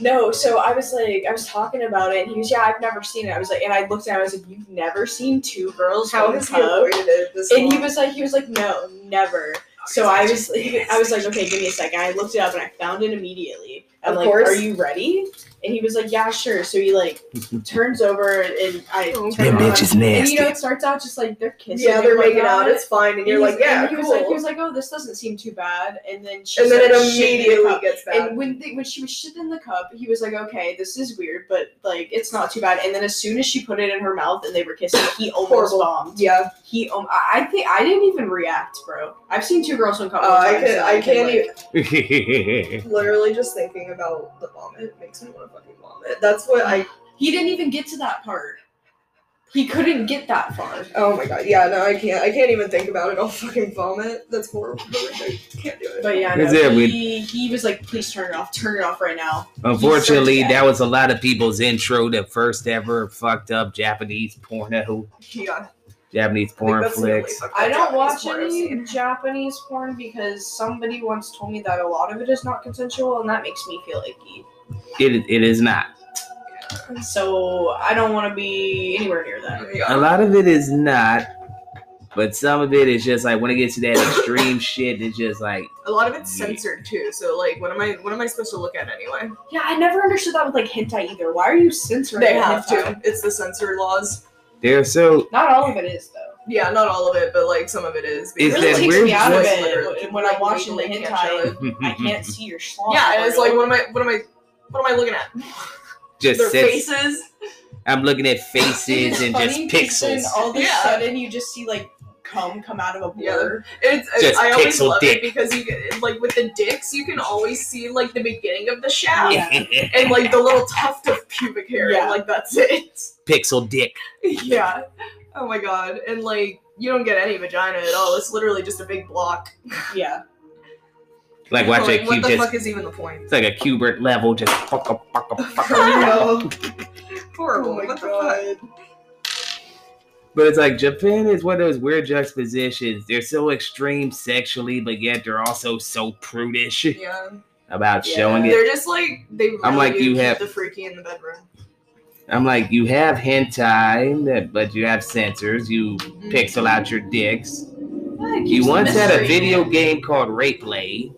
Speaker 4: no, so I was like, I was talking about it, and he was, yeah, I've never seen it. I was like, and I looked at him, I was like, you've never seen two girls
Speaker 3: How
Speaker 4: One
Speaker 3: has he
Speaker 4: Cup?
Speaker 3: avoided it this
Speaker 4: And he
Speaker 3: long?
Speaker 4: was like, he was like, no, never. So I was, he- I was like, okay, give me a second. I looked it up and I found it immediately. I'm
Speaker 3: Of
Speaker 4: like,
Speaker 3: course.
Speaker 4: are you ready? And he was like, yeah, sure. So he like turns over and I
Speaker 3: Oh,
Speaker 4: turn
Speaker 2: That
Speaker 4: it on.
Speaker 2: bitch is
Speaker 4: And
Speaker 2: nasty.
Speaker 4: you know, it starts out just like they're kissing.
Speaker 3: yeah, they're
Speaker 4: and
Speaker 3: making
Speaker 4: whatnot.
Speaker 3: out. It's fine, and
Speaker 4: And
Speaker 3: you're
Speaker 4: he's-
Speaker 3: like, yeah,
Speaker 4: and he
Speaker 3: cool.
Speaker 4: was like, he was like, oh, this doesn't seem too bad, and then she
Speaker 3: and then it
Speaker 4: started shitting in the
Speaker 3: immediately
Speaker 4: cup.
Speaker 3: gets bad.
Speaker 4: And when they, when she was shitting in the cup, he was like, okay, this is weird, but like it's not too bad. And then as soon as she put it in her mouth and they were kissing, he almost
Speaker 3: Horrible.
Speaker 4: bombed.
Speaker 3: yeah,
Speaker 4: He, um, I I think I didn't even react, bro. I've seen two girls one cup.
Speaker 3: uh, I
Speaker 4: times,
Speaker 3: can,
Speaker 4: and
Speaker 3: I
Speaker 4: can,
Speaker 3: can't
Speaker 4: like-
Speaker 3: even. Literally, just thinking about the vomit makes me want to fucking vomit. That's what I.
Speaker 4: He didn't even get to that part. He couldn't get that far.
Speaker 3: Oh my god, yeah, no, I can't. I can't even think about it. I'll fucking vomit. That's horrible. I can't do it.
Speaker 4: But yeah,
Speaker 2: Is
Speaker 4: no,
Speaker 2: it- we-
Speaker 4: he, he was like, please turn it off, turn it off right now.
Speaker 2: Unfortunately,
Speaker 4: He's so
Speaker 2: that was a lot of people's intro to first ever fucked up Japanese porno,
Speaker 3: yeah,
Speaker 2: Japanese
Speaker 3: I think
Speaker 2: porn
Speaker 3: that's the only
Speaker 2: flicks.
Speaker 3: fucked up
Speaker 4: I don't
Speaker 3: Japanese
Speaker 4: watch
Speaker 3: porn I've seen.
Speaker 4: any Japanese porn because somebody once told me that a lot of it is not consensual, and that makes me feel icky.
Speaker 2: It it is not.
Speaker 4: So I don't want to be anywhere near that.
Speaker 2: A
Speaker 3: Yeah.
Speaker 2: lot of it is not, but some of it is just like when it gets to that extreme shit, it's just like
Speaker 3: A lot of it's censored too. So like, what am I? What am I supposed to look at anyway?
Speaker 4: Yeah, I never understood that with like hentai either. Why are you censoring?
Speaker 3: They
Speaker 4: the
Speaker 3: have
Speaker 4: hentai?
Speaker 3: to. It's the censor laws.
Speaker 2: they're so.
Speaker 4: Not all of it is though.
Speaker 3: Yeah, not all of it, but like some of it is.
Speaker 2: It's
Speaker 4: it really
Speaker 2: that
Speaker 4: takes
Speaker 2: weird
Speaker 4: me out of
Speaker 2: just-
Speaker 4: it when- when I'm watching the
Speaker 3: Legally can't show
Speaker 4: hentai.
Speaker 3: it.
Speaker 4: I
Speaker 2: Mm-hmm.
Speaker 4: can't see your schlong.
Speaker 3: Yeah, and it's like, what
Speaker 4: bro.
Speaker 3: am I? What am I? What am I looking at?
Speaker 2: just
Speaker 3: Their
Speaker 2: says-
Speaker 3: faces.
Speaker 2: I'm looking at
Speaker 4: Dude,
Speaker 2: faces
Speaker 4: it's
Speaker 2: and just
Speaker 4: funny 'cause then
Speaker 2: pixels.
Speaker 4: All of a
Speaker 3: Yeah.
Speaker 4: sudden, you just see like cum come out of a
Speaker 3: Yeah.
Speaker 4: blur.
Speaker 3: It's,
Speaker 2: Just
Speaker 3: I always
Speaker 2: pixel
Speaker 3: love
Speaker 2: dick.
Speaker 3: it because you get, like with the dicks you can always see like the beginning of the shaft
Speaker 4: Yeah.
Speaker 3: and like the little tuft of pubic hair
Speaker 4: Yeah.
Speaker 3: and like that's it.
Speaker 2: Pixel dick.
Speaker 3: yeah. Oh my god. And like you don't get any vagina at all. It's literally just a big block.
Speaker 4: Yeah.
Speaker 2: Like watch a
Speaker 3: Like, what
Speaker 2: cube
Speaker 3: the
Speaker 2: just.
Speaker 3: fuck is even the point?
Speaker 2: It's like a Cubert level, just fucka fucka
Speaker 3: For
Speaker 2: fucka.
Speaker 3: real. Horrible.
Speaker 4: Oh my
Speaker 3: what the fuck?
Speaker 4: god.
Speaker 2: But it's like Japan is one of those weird juxtapositions. They're so extreme sexually, but yet they're also so prudish
Speaker 3: Yeah.
Speaker 2: about
Speaker 4: Yeah.
Speaker 2: showing it.
Speaker 3: They're just like they. Really
Speaker 2: I'm like,
Speaker 3: do
Speaker 2: you
Speaker 3: keep
Speaker 2: have-
Speaker 3: the freaky in the bedroom.
Speaker 2: I'm like, you have hentai, that- but you have sensors. You pixel out your dicks. You once had a video game called Rape Lay.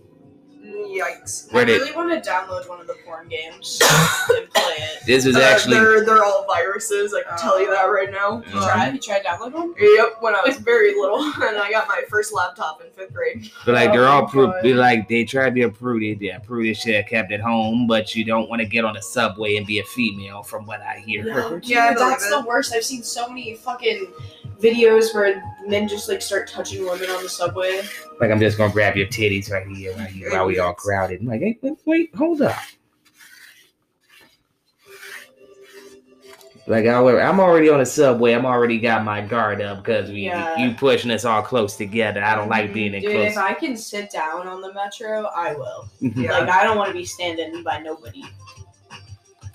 Speaker 3: Mm, Yikes.
Speaker 4: I
Speaker 2: Where did-
Speaker 4: really want to download one of the porn games and play it.
Speaker 2: This was
Speaker 3: Uh,
Speaker 2: actually
Speaker 3: they're they're all viruses. I can tell you that right now.
Speaker 4: You
Speaker 2: Mhm.
Speaker 4: try? You try to download one?
Speaker 3: Yep, when I was very little, and I got my first laptop in fifth grade.
Speaker 2: But like they're
Speaker 4: Oh
Speaker 2: all
Speaker 4: my
Speaker 2: pru-
Speaker 4: God.
Speaker 2: be like they try to be a prudy, they're prudish, they're kept at home, but you don't want to get on the subway and be a female, from what I hear.
Speaker 3: Yeah, I
Speaker 4: that's
Speaker 3: believe
Speaker 4: the worst. I've seen so many fucking videos where men just like start touching women on the subway.
Speaker 2: Like I'm just gonna grab your titties right here, right here, while we all crowded. I'm like, hey, wait, wait, hold up. Like I, wa- I'm already on the subway. I'm already got my guard up because we
Speaker 4: Yeah. Mm-hmm.
Speaker 2: you pushing us all close together. I don't like being in
Speaker 4: Dude,
Speaker 2: close.
Speaker 4: if I can sit down on the metro, I will.
Speaker 3: Yeah.
Speaker 4: Like I don't want to be standing by nobody.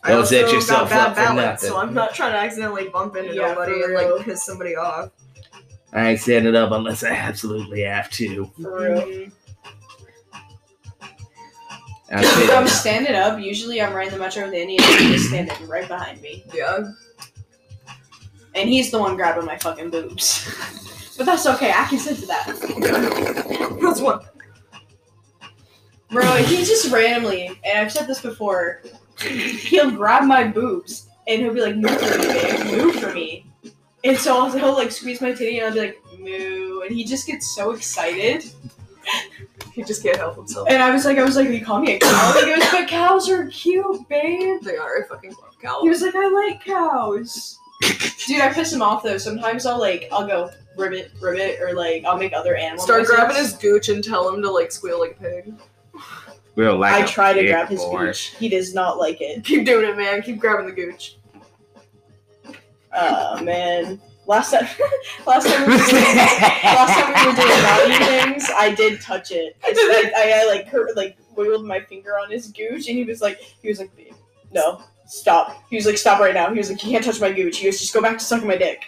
Speaker 3: I
Speaker 2: Don't
Speaker 3: also
Speaker 2: set yourself
Speaker 3: got bad
Speaker 2: up for
Speaker 3: balance,
Speaker 2: nothing.
Speaker 3: so I'm not trying to accidentally bump into
Speaker 4: Yeah,
Speaker 3: nobody
Speaker 4: for
Speaker 3: and like
Speaker 4: real.
Speaker 3: piss somebody off.
Speaker 2: I ain't setting it up unless I absolutely have to.
Speaker 4: For real.
Speaker 2: I'm
Speaker 4: If I'm
Speaker 2: sitting-
Speaker 4: standing up, usually I'm riding the metro with Andy and he's just standing right behind me.
Speaker 3: Yeah.
Speaker 4: And he's the one grabbing my fucking boobs. but that's okay, I can sit to that.
Speaker 3: That's one.
Speaker 4: Bro, he just randomly, and I've said this before, he'll grab my boobs and he'll be like, move for me, babe, move for me. And so I'll, he'll like squeeze my titty and I'll be like, moo. And he just gets so excited.
Speaker 3: He just can't help himself.
Speaker 4: And I was like, I was like, you call me a cow? He goes, but cows are cute, babe.
Speaker 3: They are a fucking love cow.
Speaker 4: He was like, I like cows. Dude, I piss him off though. Sometimes I'll like, I'll go ribbit, ribbit, or like, I'll make other animals.
Speaker 3: Start grabbing his gooch and tell him to like squeal like a pig.
Speaker 2: real life.
Speaker 4: I try to grab his
Speaker 2: boy.
Speaker 4: gooch. He does not like it.
Speaker 3: Keep doing it, man. Keep grabbing the gooch.
Speaker 4: Oh man. Last time, last time, we were doing, last time we were doing value things, I did touch it. I, just- I, I, I, like hurt, like wiggled my finger on his gooch, and he was like, he was like, "Babe, no, stop. He was like, stop right now. He was like, you can't touch my gooch. He goes, just go back to sucking my dick.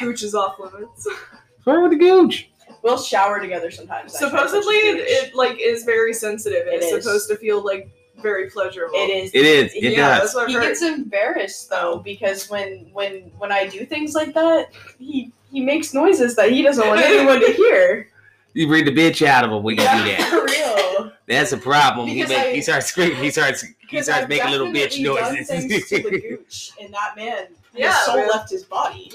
Speaker 3: Gooch is off limits.
Speaker 2: Where with the gooch?
Speaker 4: We'll shower together sometimes. I try to touch his
Speaker 3: Supposedly, it,
Speaker 4: gooch.
Speaker 3: it like is very sensitive and
Speaker 4: It
Speaker 3: it's
Speaker 4: is.
Speaker 3: supposed to feel like very pleasurable.
Speaker 4: it is.
Speaker 2: It is. It does.
Speaker 3: yeah, that's what I've
Speaker 4: He
Speaker 3: heard.
Speaker 4: gets embarrassed though because when when when I do things like that, he he makes noises that he doesn't want anyone to hear.
Speaker 2: You bring the bitch out of him when you do that.
Speaker 4: for real.
Speaker 2: That's a problem. He,
Speaker 4: Because
Speaker 2: make,
Speaker 4: I-
Speaker 2: he starts screaming. He starts. He
Speaker 4: Because
Speaker 2: starts
Speaker 4: I've
Speaker 2: making little bitch
Speaker 4: definitely done
Speaker 2: noises.
Speaker 4: things to the gooch, and that man,
Speaker 3: Yeah,
Speaker 4: his soul
Speaker 3: man.
Speaker 4: left his body.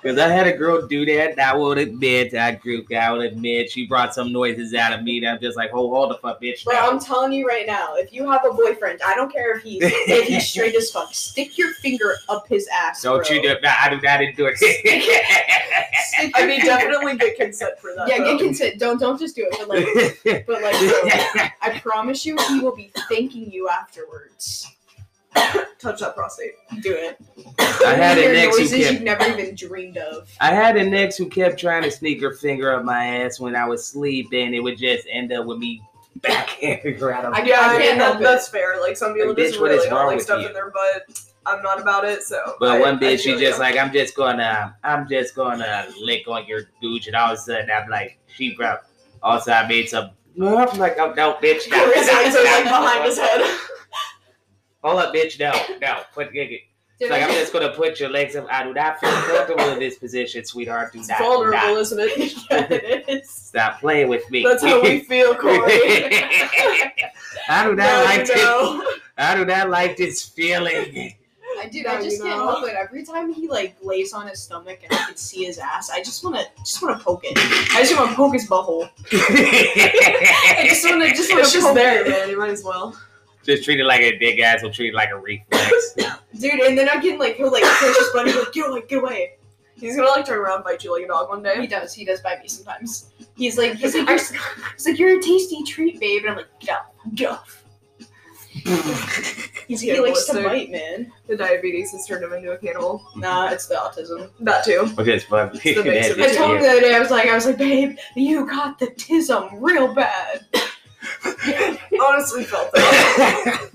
Speaker 2: Because I had a girl do that. and I will admit. I grew. I will admit. She brought some noises out of me. That I'm just like, oh, hold the fuck, bitch.
Speaker 4: Bro,
Speaker 2: now.
Speaker 4: I'm telling you right now, if you have a boyfriend, I don't care if he's if he's straight as fuck, stick your finger up his ass.
Speaker 2: Don't
Speaker 4: bro.
Speaker 2: you do? Nah, I do not endorse. it.
Speaker 4: Stick
Speaker 3: I
Speaker 4: your
Speaker 3: mean,
Speaker 4: finger-
Speaker 3: definitely get consent for that.
Speaker 4: Yeah,
Speaker 3: though.
Speaker 4: get consent. Don't don't just do it. But like, but like, bro, I promise you, he will be thanking you afterwards.
Speaker 3: touch that prostate.
Speaker 4: Do it.
Speaker 2: I had
Speaker 4: You'll
Speaker 2: an
Speaker 4: hear
Speaker 2: ex who
Speaker 4: noises
Speaker 2: kept.
Speaker 4: you've never even dreamed of.
Speaker 2: I had an ex who kept trying to sneak her finger up my ass when I was asleep, and it would just end up with me backhanding her out of
Speaker 4: I- can't
Speaker 3: mean,
Speaker 4: help
Speaker 3: that-
Speaker 4: it.
Speaker 3: that's fair. Like some people
Speaker 2: Like,
Speaker 3: just
Speaker 2: bitch, what is
Speaker 3: really don't
Speaker 2: wrong
Speaker 3: like
Speaker 2: with
Speaker 3: stuff
Speaker 2: you?
Speaker 3: in their butt. I'm not about it, so.
Speaker 2: But
Speaker 3: I-
Speaker 2: one
Speaker 3: I
Speaker 2: bitch, she
Speaker 3: feel
Speaker 2: just
Speaker 3: you.
Speaker 2: like, I'm just gonna, I'm just gonna lick on your gooch, and all of a sudden, I'm like, she bro. Also, I made some. No, I'm like, oh, no, bitch, no.
Speaker 3: his eyes are like behind his head.
Speaker 2: Hold up, bitch, no, no. Put, get, get. It's
Speaker 4: Dude,
Speaker 2: like, I'm just gonna put your legs up. I do not feel comfortable in this position, sweetheart. Do
Speaker 3: It's
Speaker 2: not, do
Speaker 3: vulnerable,
Speaker 2: not.
Speaker 3: isn't it?
Speaker 4: yeah, it is.
Speaker 2: stop playing with me.
Speaker 3: That's how we feel, Corey.
Speaker 2: I do not
Speaker 3: No,
Speaker 2: like
Speaker 3: you
Speaker 2: this.
Speaker 3: know.
Speaker 2: I do not like this feeling.
Speaker 4: I dude,
Speaker 3: Now
Speaker 4: I
Speaker 3: you
Speaker 4: just can't
Speaker 3: know.
Speaker 4: help it. Every time he like lays on his stomach and I can see his ass, I just wanna just wanna poke it. I just wanna poke his butthole. I just wanna just wanna
Speaker 3: It's just
Speaker 4: poke
Speaker 3: there,
Speaker 4: it.
Speaker 3: man. You might as well.
Speaker 2: Just treat it like a big ass will treat it like a reflex.
Speaker 4: Dude, and then I can like he'll like push his button and go, get away, get away.
Speaker 3: He's gonna like turn around and bite you like a dog one
Speaker 4: He
Speaker 3: day.
Speaker 4: does. He does bite me sometimes. He's like, he's like, you're, he's like, you're a tasty treat, babe. And I'm like, get up, get up. He's, he
Speaker 3: Yeah,
Speaker 4: likes to
Speaker 3: ballistic.
Speaker 4: bite, man.
Speaker 3: The diabetes has turned him into a cannibal.
Speaker 4: Nah, it's the autism.
Speaker 3: That too.
Speaker 2: Okay, it's fun.
Speaker 3: the mix of
Speaker 4: I told him
Speaker 2: Yeah.
Speaker 4: the other day, I was like, I was like, babe, you got the tism real bad.
Speaker 3: Honestly, felt that.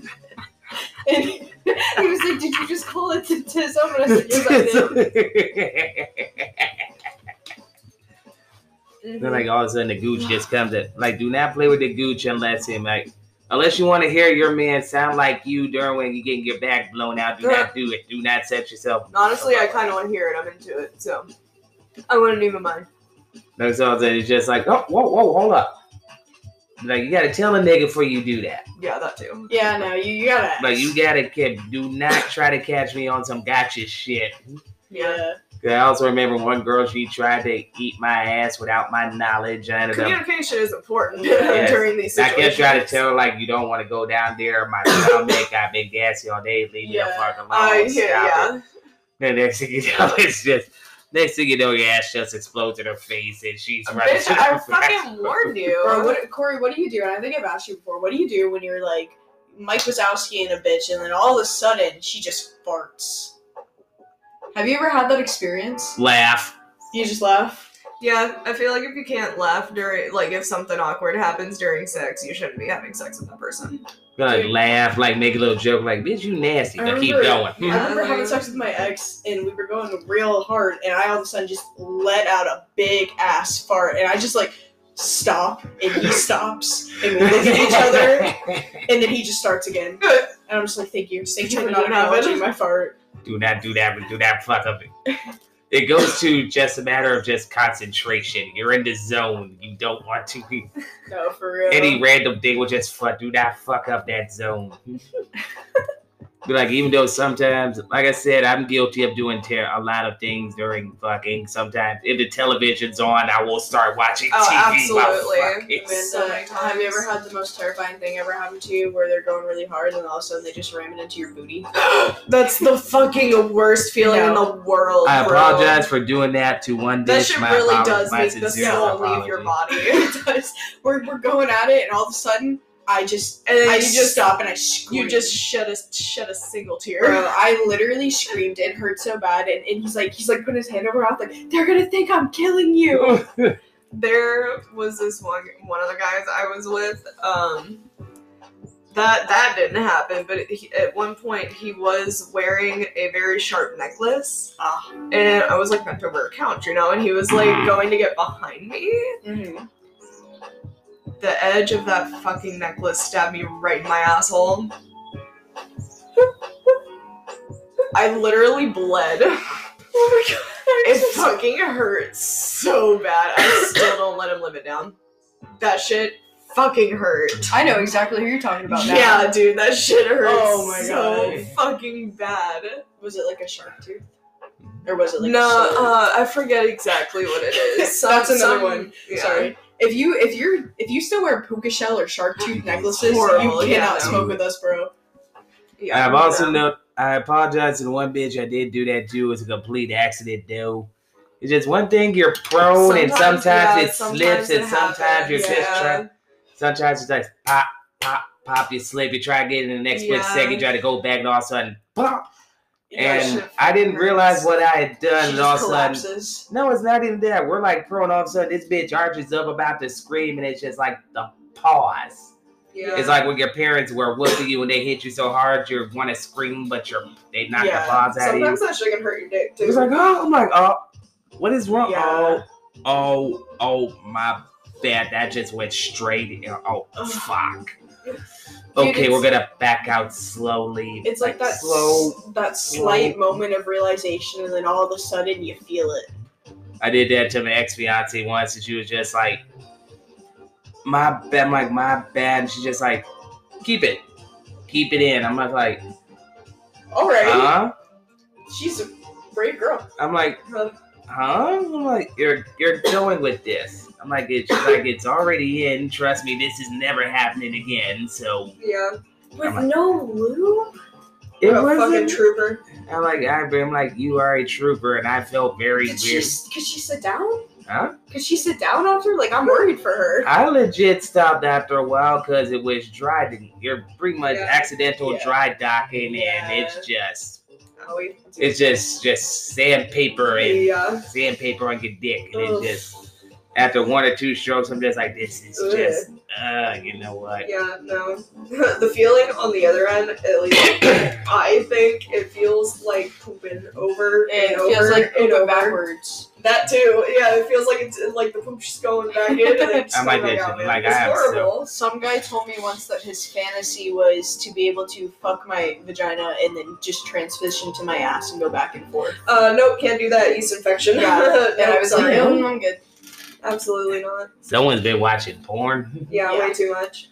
Speaker 4: And he, he was like, did you just call it the tism? And I said, yes, I did.
Speaker 2: Then
Speaker 3: Mm-hmm.
Speaker 2: like all of a sudden the gooch just comes up. Like, do not play with the gooch unless him like unless you want to hear your man sound like you during when you getting your back blown out. Do not do it. Do not set yourself.
Speaker 3: Honestly, I kind of want to hear it. I'm into it, so I wouldn't even mind.
Speaker 2: That's all that it's just like, oh, whoa, whoa, hold up. Like you gotta tell a nigga before you do that.
Speaker 3: Yeah, that too.
Speaker 4: Yeah, no, you, you gotta.
Speaker 2: Like you gotta ca- do not try to catch me on some gotcha shit.
Speaker 4: Yeah.
Speaker 2: 'Cause I also remember one girl she tried to eat my ass without my knowledge. I ended up
Speaker 3: Communication is important
Speaker 4: Yes.
Speaker 3: during these
Speaker 2: I kept
Speaker 3: situations.
Speaker 2: trying to tell her, like you don't want to go down there. My stomach, I've been gassy all day. Leave me
Speaker 4: Yeah.
Speaker 2: the fuck alone.
Speaker 3: I hear
Speaker 2: Stop it."
Speaker 3: yeah.
Speaker 2: And next thing you know, it's just next thing you know, your ass just explodes in her face, and she's running.
Speaker 3: Bitch, I fucking warned you.
Speaker 4: Bro, what, Corey, what do you do? And I think I've asked you before. What do you do when you're like Mike Wazowski and a bitch, and then all of a sudden she just farts? Have you ever had that experience?
Speaker 2: laugh.
Speaker 4: You just laugh.
Speaker 3: Yeah, I feel like if you can't laugh during, like, if something awkward happens during sex, you shouldn't be having sex with that person.
Speaker 2: Gonna
Speaker 4: Dude. Uh-huh.
Speaker 2: laugh, like make a little joke, like bitch, you nasty,
Speaker 4: I
Speaker 2: but keep
Speaker 4: remember-
Speaker 2: going.
Speaker 4: I
Speaker 2: Hmm.
Speaker 4: remember having sex with my ex, and we were going real hard, and I all of a sudden just let out a big ass fart, and I just like stop, and he stops, and we look at each other, and then he just starts again. And I'm just like, thank you, thank you for not acknowledging my fart.
Speaker 2: do not do that, but do that fuck up. It goes to just a matter of just concentration. You're in the zone. You don't want to be
Speaker 4: No, for real.
Speaker 2: any random thing will just fuck. Do not fuck up that zone. but like, even though sometimes, like I said, I'm guilty of doing ter- a lot of things during fucking. Sometimes, if the television's on, I will start watching
Speaker 3: Oh,
Speaker 2: TV while
Speaker 3: absolutely.
Speaker 2: fucking.
Speaker 4: Amanda,
Speaker 3: So many
Speaker 4: uh, have you ever
Speaker 3: times.
Speaker 4: had the most terrifying thing ever happen to you where they're going really hard and all of a sudden they just ram it into your booty?
Speaker 3: That's the fucking worst feeling in
Speaker 4: No.
Speaker 3: the world.
Speaker 2: I
Speaker 3: bro.
Speaker 2: apologize for doing that to one
Speaker 3: That
Speaker 2: dish.
Speaker 3: shit
Speaker 2: My
Speaker 3: really
Speaker 2: apolo-
Speaker 3: does
Speaker 2: my
Speaker 3: make the
Speaker 2: sincere
Speaker 3: soul leave your
Speaker 2: apology.
Speaker 3: body.
Speaker 4: it does. We're, we're going at it and all of a sudden I just
Speaker 3: And then
Speaker 4: I
Speaker 3: you just
Speaker 4: stop and I scream.
Speaker 3: You just shed a shed a single tear.
Speaker 4: Bro, I literally screamed. It hurt so bad, and, and he's like, he's like putting his hand over my mouth, like they're gonna think I'm killing you.
Speaker 3: there was this one one of the guys I was with. Um, that that didn't happen, but he, at one point he was wearing a very sharp necklace,
Speaker 4: Ah.
Speaker 3: and I was like bent over a couch, you know, and he was like going to get behind me.
Speaker 4: Mhm.
Speaker 3: The edge of that fucking necklace stabbed me right in my asshole. I literally bled.
Speaker 4: Oh my god, I'm
Speaker 3: It
Speaker 4: so sorry.
Speaker 3: fucking hurts so bad. I still don't let him live it down. That shit fucking hurt.
Speaker 4: I know exactly who you're talking about. Now.
Speaker 3: Yeah, dude, that shit hurts.
Speaker 4: Oh my
Speaker 3: so
Speaker 2: God.
Speaker 3: fucking bad.
Speaker 4: was it like a shark tooth,
Speaker 2: Mm-hmm.
Speaker 4: or was it like
Speaker 3: no,
Speaker 4: A sword?
Speaker 3: uh, I forget exactly what it is. Some-
Speaker 4: That's another
Speaker 3: some-
Speaker 4: one.
Speaker 3: yeah.
Speaker 4: Sorry. If you if you're if you still wear puka shell or shark tooth necklaces,
Speaker 3: horrible,
Speaker 4: you
Speaker 3: yeah.
Speaker 4: cannot smoke with us, bro.
Speaker 3: Yeah,
Speaker 2: I've also
Speaker 3: no.
Speaker 2: know I apologize to the one bitch I did do that to. It was a complete accident though. It's just one thing you're prone and sometimes
Speaker 3: yeah,
Speaker 2: it
Speaker 3: sometimes
Speaker 2: slips and
Speaker 3: it
Speaker 2: sometimes you're
Speaker 3: happens,
Speaker 2: just trying sometimes it's like pop, pop, pop, you slip, you try to get it in the next split
Speaker 3: Yeah.
Speaker 2: second, you try to go back and all of a sudden pop.
Speaker 3: Yeah,
Speaker 2: and
Speaker 3: shit
Speaker 2: I didn't
Speaker 3: hurts.
Speaker 2: realize what I had done
Speaker 4: She
Speaker 2: and all of
Speaker 4: just
Speaker 2: a sudden
Speaker 4: collapses.
Speaker 2: no, it's not even that. We're like prone. All of a sudden, this bitch arches up about to scream, and it's just like the pause.
Speaker 3: Yeah.
Speaker 2: It's like when your parents were whooping you and they hit you so hard you want to scream, but you're they knock
Speaker 4: Yeah,
Speaker 2: the paws out of you.
Speaker 3: sometimes that shit can hurt your dick
Speaker 2: It was
Speaker 3: too.
Speaker 2: like, oh, I'm like, oh, what is wrong?
Speaker 4: Yeah.
Speaker 2: Oh, oh, oh, my bad. That just went straight. in. Oh,
Speaker 4: Ugh.
Speaker 2: fuck.
Speaker 4: Dude,
Speaker 2: Okay,
Speaker 4: it's-
Speaker 2: we're gonna back out slowly.
Speaker 4: It's like that
Speaker 2: slow.
Speaker 4: s- that slight moment of realization, and then all of a sudden you feel it.
Speaker 2: I did that to my ex fiance once, and she was just like, "My bad," I'm like, "My bad," and she just like, "Keep it, keep it in." I'm like,
Speaker 4: All right,
Speaker 2: "Huh?"
Speaker 4: she's a brave girl.
Speaker 2: I'm like, "Huh?" I'm like, "You're you're going with this." I'm like, "It's she's like it's already in. Trust me, this is never happening again." So
Speaker 3: Yeah.
Speaker 2: With
Speaker 4: no lube.
Speaker 2: It
Speaker 4: a fucking
Speaker 2: wasn't.
Speaker 4: trooper.
Speaker 2: I'm like, I, I'm like, you are a trooper, and I felt very
Speaker 4: Could she,
Speaker 2: weird.
Speaker 4: could she sit down?
Speaker 2: Huh?
Speaker 4: Could she sit down after? Like, I'm worried for her.
Speaker 2: I legit stopped after a while because it was dry. to- You're pretty much
Speaker 3: Yeah.
Speaker 2: accidental
Speaker 4: Yeah.
Speaker 2: dry docking,
Speaker 4: Yeah.
Speaker 2: and it's just,
Speaker 3: Oh, we-
Speaker 2: it's just, just sandpaper and
Speaker 4: Yeah.
Speaker 2: sandpaper on your dick, and
Speaker 4: Ugh.
Speaker 2: it just after one or two strokes, I'm just like, this is just, uh, you know what?
Speaker 3: Yeah, no. the feeling on the other end, at least I think it feels like pooping over and,
Speaker 4: It
Speaker 3: over
Speaker 4: feels like
Speaker 3: and
Speaker 4: over
Speaker 3: over.
Speaker 4: backwards.
Speaker 3: That too. Yeah, it feels like it's like the poop's going back in. And it's
Speaker 2: I'm like
Speaker 3: coming
Speaker 2: this,
Speaker 3: out, man.
Speaker 2: like, I
Speaker 3: it's
Speaker 2: have so-
Speaker 3: horrible.
Speaker 4: Some guy told me once that his fantasy was to be able to fuck my vagina and then just transition to my ass and go back and forth.
Speaker 3: Uh, nope, can't do that. Yeast infection.
Speaker 4: Yeah. And I was like,
Speaker 3: sorry.
Speaker 4: "Mm, I'm good.
Speaker 3: absolutely not.
Speaker 2: Someone's been watching porn.
Speaker 3: Yeah,
Speaker 4: Yeah.
Speaker 3: way too much.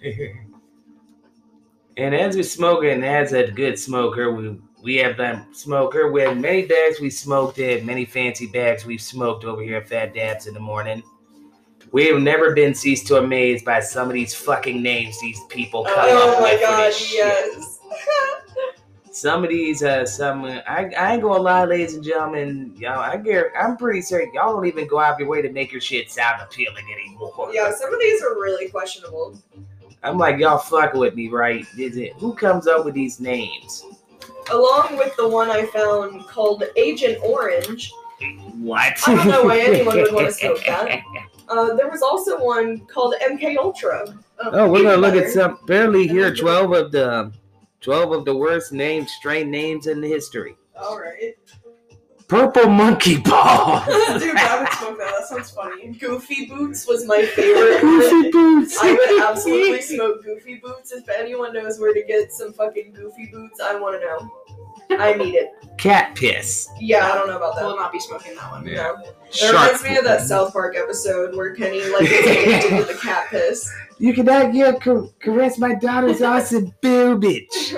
Speaker 2: and as we smoke, and as a good smoker, we we have done smoker with many bags we smoked in, many fancy bags we've smoked over here at Fat Dabs in the morning. We have never been ceased to amazed by some of these fucking names these people come
Speaker 3: Oh
Speaker 2: up
Speaker 3: my
Speaker 2: with. for
Speaker 3: god,
Speaker 2: this shit.
Speaker 3: yes.
Speaker 2: some of these uh some I, I ain't gonna lie ladies and gentlemen y'all i guarantee i'm pretty certain y'all don't even go out of your way to make your shit sound appealing anymore
Speaker 3: Yeah, some of these are really questionable.
Speaker 2: i'm like y'all fucking with me right is it who comes up with these names
Speaker 3: Along with the one I found called Agent Orange,
Speaker 2: what
Speaker 3: I don't know why anyone would wanna smoke that. Uh, there was also one called MK Ultra.
Speaker 2: oh we're gonna look
Speaker 3: Butter.
Speaker 2: at some barely here 12 of the 12 of the worst names strain names in history
Speaker 3: All right,
Speaker 2: purple monkey ball
Speaker 3: dude, I would smoke that. That sounds funny. Goofy Boots was my favorite.
Speaker 2: Goofy boots.
Speaker 3: I would absolutely smoke Goofy Boots if anyone knows where to get some fucking Goofy Boots. I want to know. I need it.
Speaker 2: cat piss
Speaker 3: Yeah, I don't know about that.
Speaker 4: Will not be smoking that one.
Speaker 2: Yeah.
Speaker 3: No. It
Speaker 2: shark
Speaker 3: reminds me of that South Park episode where Kenny like gets addicted to the cat piss.
Speaker 2: You cannot yet ca- caress my daughter's awesome boobage.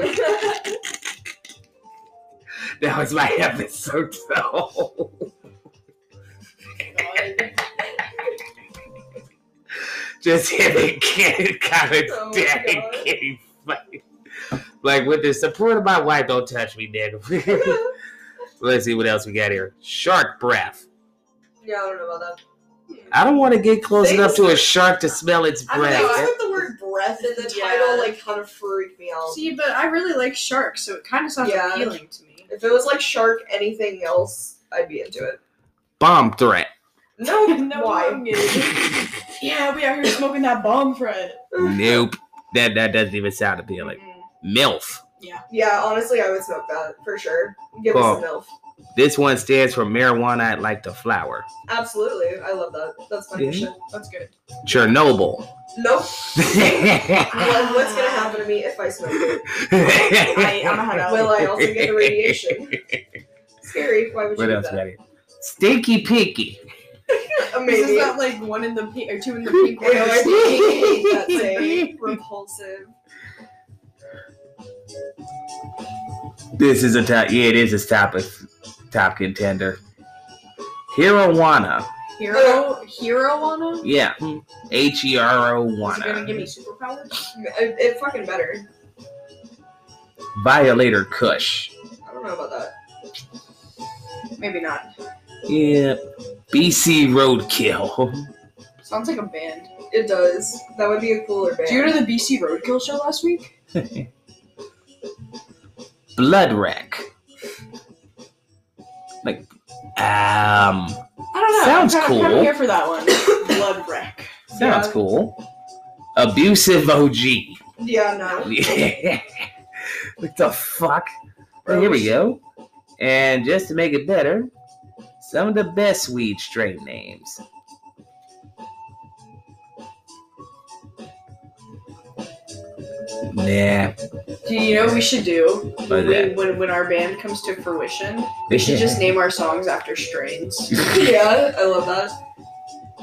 Speaker 2: That was my episode, though. Just him and Ken kind of
Speaker 3: Oh my God.
Speaker 2: getting fight. Like, with the support of my wife, don't touch me, nigga. Let's see what else we got here. Shark breath.
Speaker 3: yeah, I don't know about that.
Speaker 2: I don't want to get close
Speaker 3: They-
Speaker 2: enough to a shark to smell its
Speaker 3: I don't know. I
Speaker 2: breath.
Speaker 3: put the word breath in the
Speaker 4: Yeah.
Speaker 3: title like kind of freaked me out.
Speaker 4: See, but I really like sharks, so it kind of sounds
Speaker 3: Yeah.
Speaker 4: appealing to me.
Speaker 3: If it was like shark anything else, I'd be into it.
Speaker 2: Bomb threat.
Speaker 3: No, why?
Speaker 4: yeah, we out here smoking that bomb threat.
Speaker 2: nope. That, that doesn't even sound appealing. MILF.
Speaker 3: Yeah, honestly, I would smoke that for sure. Give us some milk.
Speaker 2: This one stands for marijuana like the flower.
Speaker 3: Absolutely, I love that. That's funny as
Speaker 2: Yeah.
Speaker 3: shit. That's good.
Speaker 2: Chernobyl.
Speaker 3: Nope. What- what's gonna happen to me if I smoke it?
Speaker 4: I, I'm a head out.
Speaker 3: Will I also get the radiation? Scary. Why would you
Speaker 2: what
Speaker 3: do
Speaker 2: else
Speaker 3: that?
Speaker 2: got it? Stinky Pinky.
Speaker 4: This is
Speaker 3: Amazing.
Speaker 4: that like one in the pink or two in the pink?
Speaker 3: I know, I
Speaker 4: ones?
Speaker 3: hate that saying. Repulsive.
Speaker 2: This is a top. Yeah, it is a top of top contender. Hirowana.
Speaker 4: Hero, hero wanna?
Speaker 2: Yeah. H E R O
Speaker 4: Is it gonna give me
Speaker 2: Wana.
Speaker 4: superpowers?
Speaker 3: It, it fucking better.
Speaker 2: Violator Kush.
Speaker 3: I don't know about that.
Speaker 4: Maybe not.
Speaker 2: Yeah. BC Roadkill.
Speaker 4: Sounds like a band.
Speaker 3: It does. That would be a cooler band.
Speaker 4: Did you go to the BC Roadkill show last week?
Speaker 2: Blood Wreck. Like, um,
Speaker 4: I don't know.
Speaker 2: Sounds
Speaker 4: I'm kinda,
Speaker 2: cool.
Speaker 4: Kinda here for that one. Blood wreck.
Speaker 2: sounds
Speaker 3: Yeah.
Speaker 2: cool. Abusive OG.
Speaker 3: yeah, no.
Speaker 2: Yeah. what the fuck? Well, here we go. And just to make it better, some of the best weed strain names. Nah.
Speaker 4: Do you know what we should do
Speaker 2: What's
Speaker 4: when, we,
Speaker 2: that?
Speaker 4: when when our band comes to fruition? We should just name our songs after strains.
Speaker 3: yeah, I love that.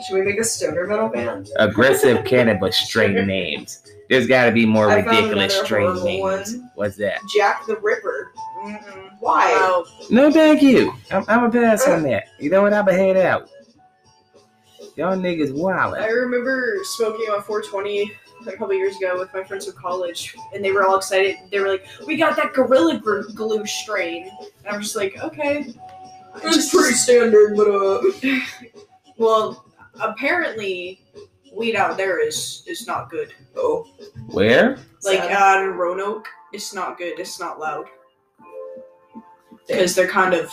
Speaker 3: Should we make a stoner metal band?
Speaker 2: Aggressive cannabis strain names. There's got to be more
Speaker 3: I found
Speaker 2: ridiculous
Speaker 3: another
Speaker 2: strain
Speaker 3: horrible
Speaker 2: names.
Speaker 3: one.
Speaker 2: What's that?
Speaker 3: Jack the Ripper.
Speaker 4: Mm-mm.
Speaker 3: Why?
Speaker 4: Wow.
Speaker 2: No, thank you. I'm, I'm a pass on that. You know what? I'm a head out. Y'all niggas wild.
Speaker 4: I remember smoking on 420 a couple years ago with my friends from college, and they were all excited. They were like, "We got that gorilla Gr- glue strain," and I'm just like, "Okay." I just-
Speaker 3: standard, but uh.
Speaker 4: well, apparently, weed out there is is not good.
Speaker 3: Oh.
Speaker 2: Where?
Speaker 4: Like
Speaker 3: Sad.
Speaker 4: out in Roanoke, it's not good. It's not loud because they're kind of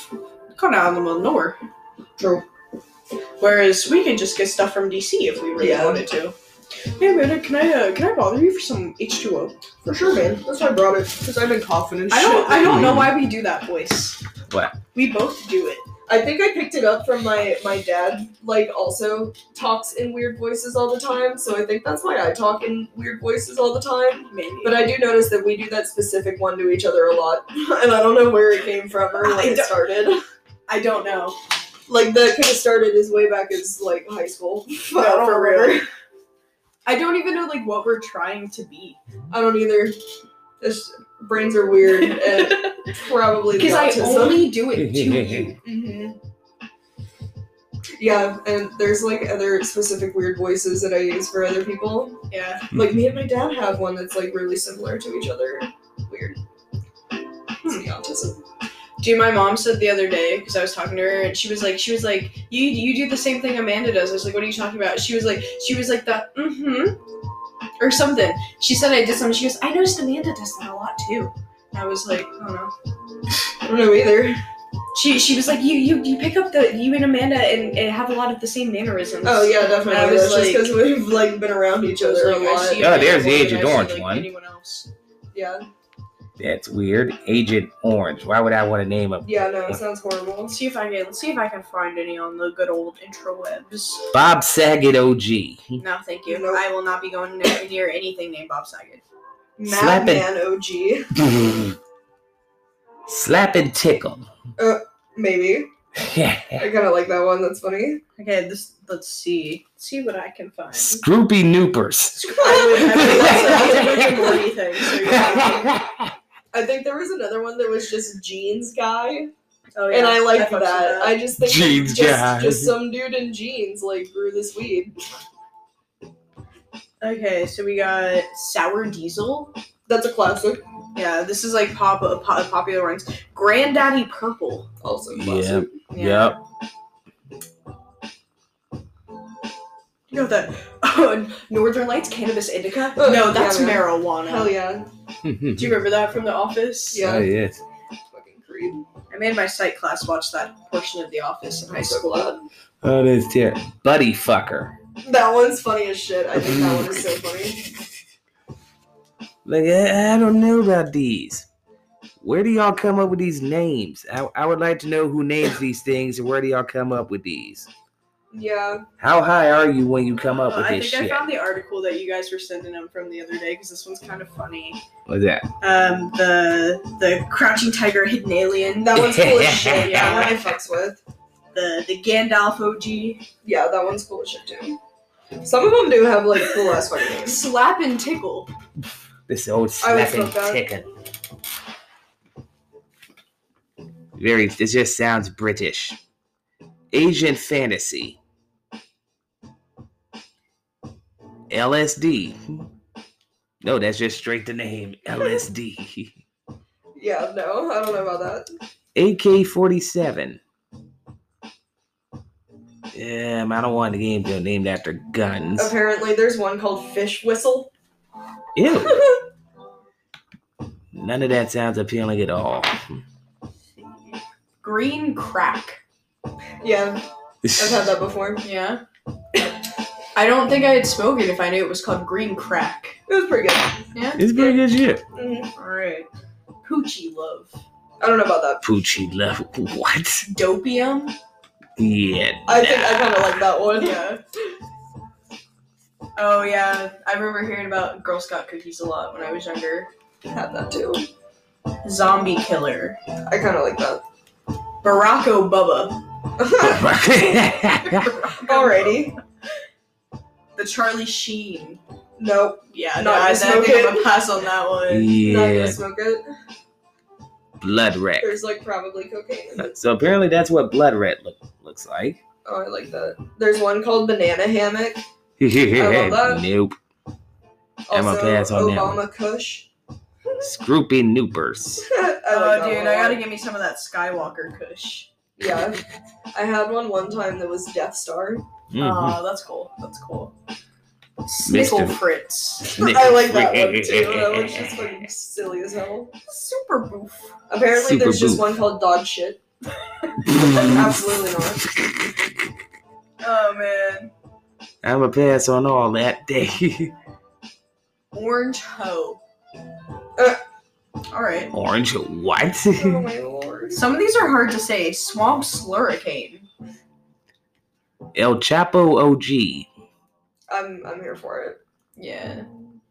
Speaker 4: kind of out in the middle of nowhere.
Speaker 3: True.
Speaker 4: Whereas we can just get stuff from DC if we really
Speaker 3: Yeah.
Speaker 4: wanted to. Hey, man, can I uh, can I bother you for some H two O?
Speaker 3: For sure, man. That's why I brought it. Because I've been coughing and
Speaker 4: I
Speaker 3: shit.
Speaker 4: don't I don't know why we do that voice.
Speaker 2: What?
Speaker 4: We both do it.
Speaker 3: I think I picked it up from my my dad. Like also talks in weird voices all the time, so I think that's why I talk in weird voices all the time.
Speaker 4: Maybe.
Speaker 3: But I do notice that we do that specific one to each other a lot, and I don't know where it came from or
Speaker 4: I
Speaker 3: when it
Speaker 4: don't-
Speaker 3: started.
Speaker 4: I don't know.
Speaker 3: Like that could have started as way back as like high school. I
Speaker 4: No,
Speaker 3: don't
Speaker 4: for real.
Speaker 3: remember.
Speaker 4: I don't even know like what we're trying to be.
Speaker 3: I don't either. It's, brains are weird and probably the
Speaker 4: Because I
Speaker 3: autism.
Speaker 4: only do it to you. Mm-hmm.
Speaker 3: hmm Yeah, and there's like other specific weird voices that I use for other people.
Speaker 4: Yeah.
Speaker 2: Hmm.
Speaker 3: Like me and my dad have one that's like really similar to each other. Weird. It's the autism.
Speaker 4: Dude, my mom said the other day because I was talking to her, and she was like, she was like, you you do the same thing Amanda does. I was like, what are you talking about? She was like, she was like the mm-hmm or something. She said I did something. She goes, I noticed Amanda does that a lot too. And I was like, I don't know.
Speaker 3: I don't know either.
Speaker 4: She she was like, you you you pick up the you and Amanda and, and have a lot of the same mannerisms.
Speaker 3: Oh yeah, definitely.
Speaker 4: I was
Speaker 3: That's just
Speaker 4: like-
Speaker 3: because we've like been around each
Speaker 4: I was
Speaker 3: other a
Speaker 4: like, I
Speaker 3: lot.
Speaker 4: see
Speaker 2: Oh,
Speaker 4: Amanda
Speaker 2: there's the
Speaker 4: more
Speaker 2: Agent
Speaker 4: than I see,
Speaker 2: Orange
Speaker 4: like,
Speaker 2: one.
Speaker 4: Anyone else?
Speaker 3: Yeah.
Speaker 2: That's weird. Agent Orange. Why would I want to name a
Speaker 3: Yeah. No, it sounds horrible.
Speaker 4: Let's see if I can let's see if I can find any on the good old intrawebs.
Speaker 2: Bob Saget OG?
Speaker 4: No, thank you.
Speaker 3: Nope.
Speaker 4: I will not be going near, near anything named Bob Saget.
Speaker 2: Slap it.
Speaker 3: Madman OG.
Speaker 2: Slap and tickle.
Speaker 3: Maybe. I kind of like that one. That's funny.
Speaker 4: Okay, this let's see. Let's see what I can find.
Speaker 2: Stroopy noopers.
Speaker 4: I would- I would also do Rick and Morty thing, so yeah.
Speaker 3: I think there was another one that was just jeans guy.
Speaker 4: Oh,
Speaker 3: and
Speaker 4: yeah,
Speaker 3: I like
Speaker 4: fucks
Speaker 3: that.
Speaker 4: with
Speaker 3: I just think
Speaker 2: Jeans
Speaker 3: just,
Speaker 2: guy.
Speaker 3: just some dude in jeans like grew this weed.
Speaker 4: okay, so we got Sour Diesel.
Speaker 3: That's a classic.
Speaker 4: Yeah, this is like pop, pop popular ones. Granddaddy Purple.
Speaker 3: Also
Speaker 2: yeah.
Speaker 3: classic.
Speaker 2: Yep.
Speaker 4: You know that oh, Northern Lights Cannabis Indica?
Speaker 3: Oh,
Speaker 4: no, that's
Speaker 3: yeah, man.
Speaker 4: marijuana.
Speaker 3: Hell yeah.
Speaker 4: Do you remember that from The Office?
Speaker 3: Yeah.
Speaker 2: Oh, yes.
Speaker 3: Fucking creep.
Speaker 4: I made my psych class watch that portion of The Office in high
Speaker 3: I'm so
Speaker 4: school.
Speaker 3: glad.
Speaker 2: Oh, that's terrible. Buddy fucker.
Speaker 3: That one's funny as shit. I think that one is so funny.
Speaker 2: Like, I, I don't know about these. Where do y'all come up with these names? I, I would like to know who names these things and where do y'all come up with these?
Speaker 3: Yeah.
Speaker 2: How high are you when you come up
Speaker 4: Uh,
Speaker 2: with
Speaker 4: I
Speaker 2: this
Speaker 4: think I
Speaker 2: shit?
Speaker 4: found the article that you guys were sending them from the other day because this one's kind of funny.
Speaker 2: What's that?
Speaker 4: Um, the the crouching tiger, hidden alien. That
Speaker 3: That
Speaker 4: was
Speaker 3: one's cool as shit. Yeah, that one I fucks with.
Speaker 4: the the Gandalf OG.
Speaker 3: Yeah, that one's cool as shit too. Some of them do have like cool ass fucking names.
Speaker 4: Slap and tickle.
Speaker 2: This old
Speaker 3: I would
Speaker 2: slapping
Speaker 3: fuck that.
Speaker 2: ticket. Very, it just sounds British. Asian fantasy. LSD. No, that's just straight the name. LSD.
Speaker 3: Yeah, no, I don't know about that.
Speaker 2: AK 47. Um, I don't want the game to named after guns.
Speaker 3: Apparently, there's one called Fish Whistle.
Speaker 2: Ew. None of that sounds appealing at all.
Speaker 4: Green crack.
Speaker 3: yeah, I've had that before.
Speaker 4: Yeah. I don't think I'd smoke it if I knew it was called green crack.
Speaker 3: It was pretty good.
Speaker 4: Yeah.
Speaker 2: It's pretty good shit.
Speaker 3: Mhm.
Speaker 4: All right. Poochie love.
Speaker 3: I don't know about that.
Speaker 2: Poochie love. What?
Speaker 4: Dopium.
Speaker 2: Yeah.
Speaker 3: I think I kind of like that one.
Speaker 4: Yeah. Oh yeah, I remember hearing about Girl Scout cookies a lot when I was younger.
Speaker 3: Had that too.
Speaker 4: Zombie killer.
Speaker 3: I kind of like that.
Speaker 4: Barack Obama.
Speaker 2: nah.
Speaker 3: Alrighty.
Speaker 4: The Charlie Sheen.
Speaker 3: Nope.
Speaker 4: Yeah,
Speaker 3: no,
Speaker 4: no, I,
Speaker 3: I
Speaker 4: I
Speaker 3: smoke
Speaker 4: think I'm
Speaker 3: it.
Speaker 4: gonna pass on that
Speaker 2: Mm.
Speaker 4: one.
Speaker 3: Not gonna
Speaker 2: yeah.
Speaker 3: smoke it.
Speaker 2: Blood red.
Speaker 3: There's like probably cocaine in it.
Speaker 2: So apparently that's what blood red look, looks like.
Speaker 3: Oh, I like that. There's one called Banana Hammock. love that.
Speaker 2: nope. Emma
Speaker 3: Also,
Speaker 2: Pass on that
Speaker 3: Obama Kush.
Speaker 2: Scroopy Noopers.
Speaker 3: I like
Speaker 4: Oh,
Speaker 3: that
Speaker 4: dude,
Speaker 3: one
Speaker 4: I
Speaker 3: a lot.
Speaker 4: gotta give me some of that Skywalker Kush.
Speaker 3: Yeah, I had one one time that was Death Star.
Speaker 2: Mhm.
Speaker 4: Oh, that's cool. That's cool.
Speaker 2: Mister-
Speaker 4: Snickle Fritz.
Speaker 2: Mm-hmm.
Speaker 3: I like that one too. That one's just fucking silly as hell.
Speaker 4: Super boof.
Speaker 3: Apparently,
Speaker 2: Super
Speaker 3: there's just
Speaker 2: boof.
Speaker 3: one called Dog Shit. Absolutely not.
Speaker 4: Oh man.
Speaker 2: I'm a pass on all that day.
Speaker 4: Orange hoe.
Speaker 3: Uh.
Speaker 4: Alright.
Speaker 2: Orange what?
Speaker 3: Oh my lord.
Speaker 4: Some of these are hard to say. Swamp slurricane.
Speaker 2: El Chapo OG.
Speaker 3: I'm I'm here for it.
Speaker 4: Yeah.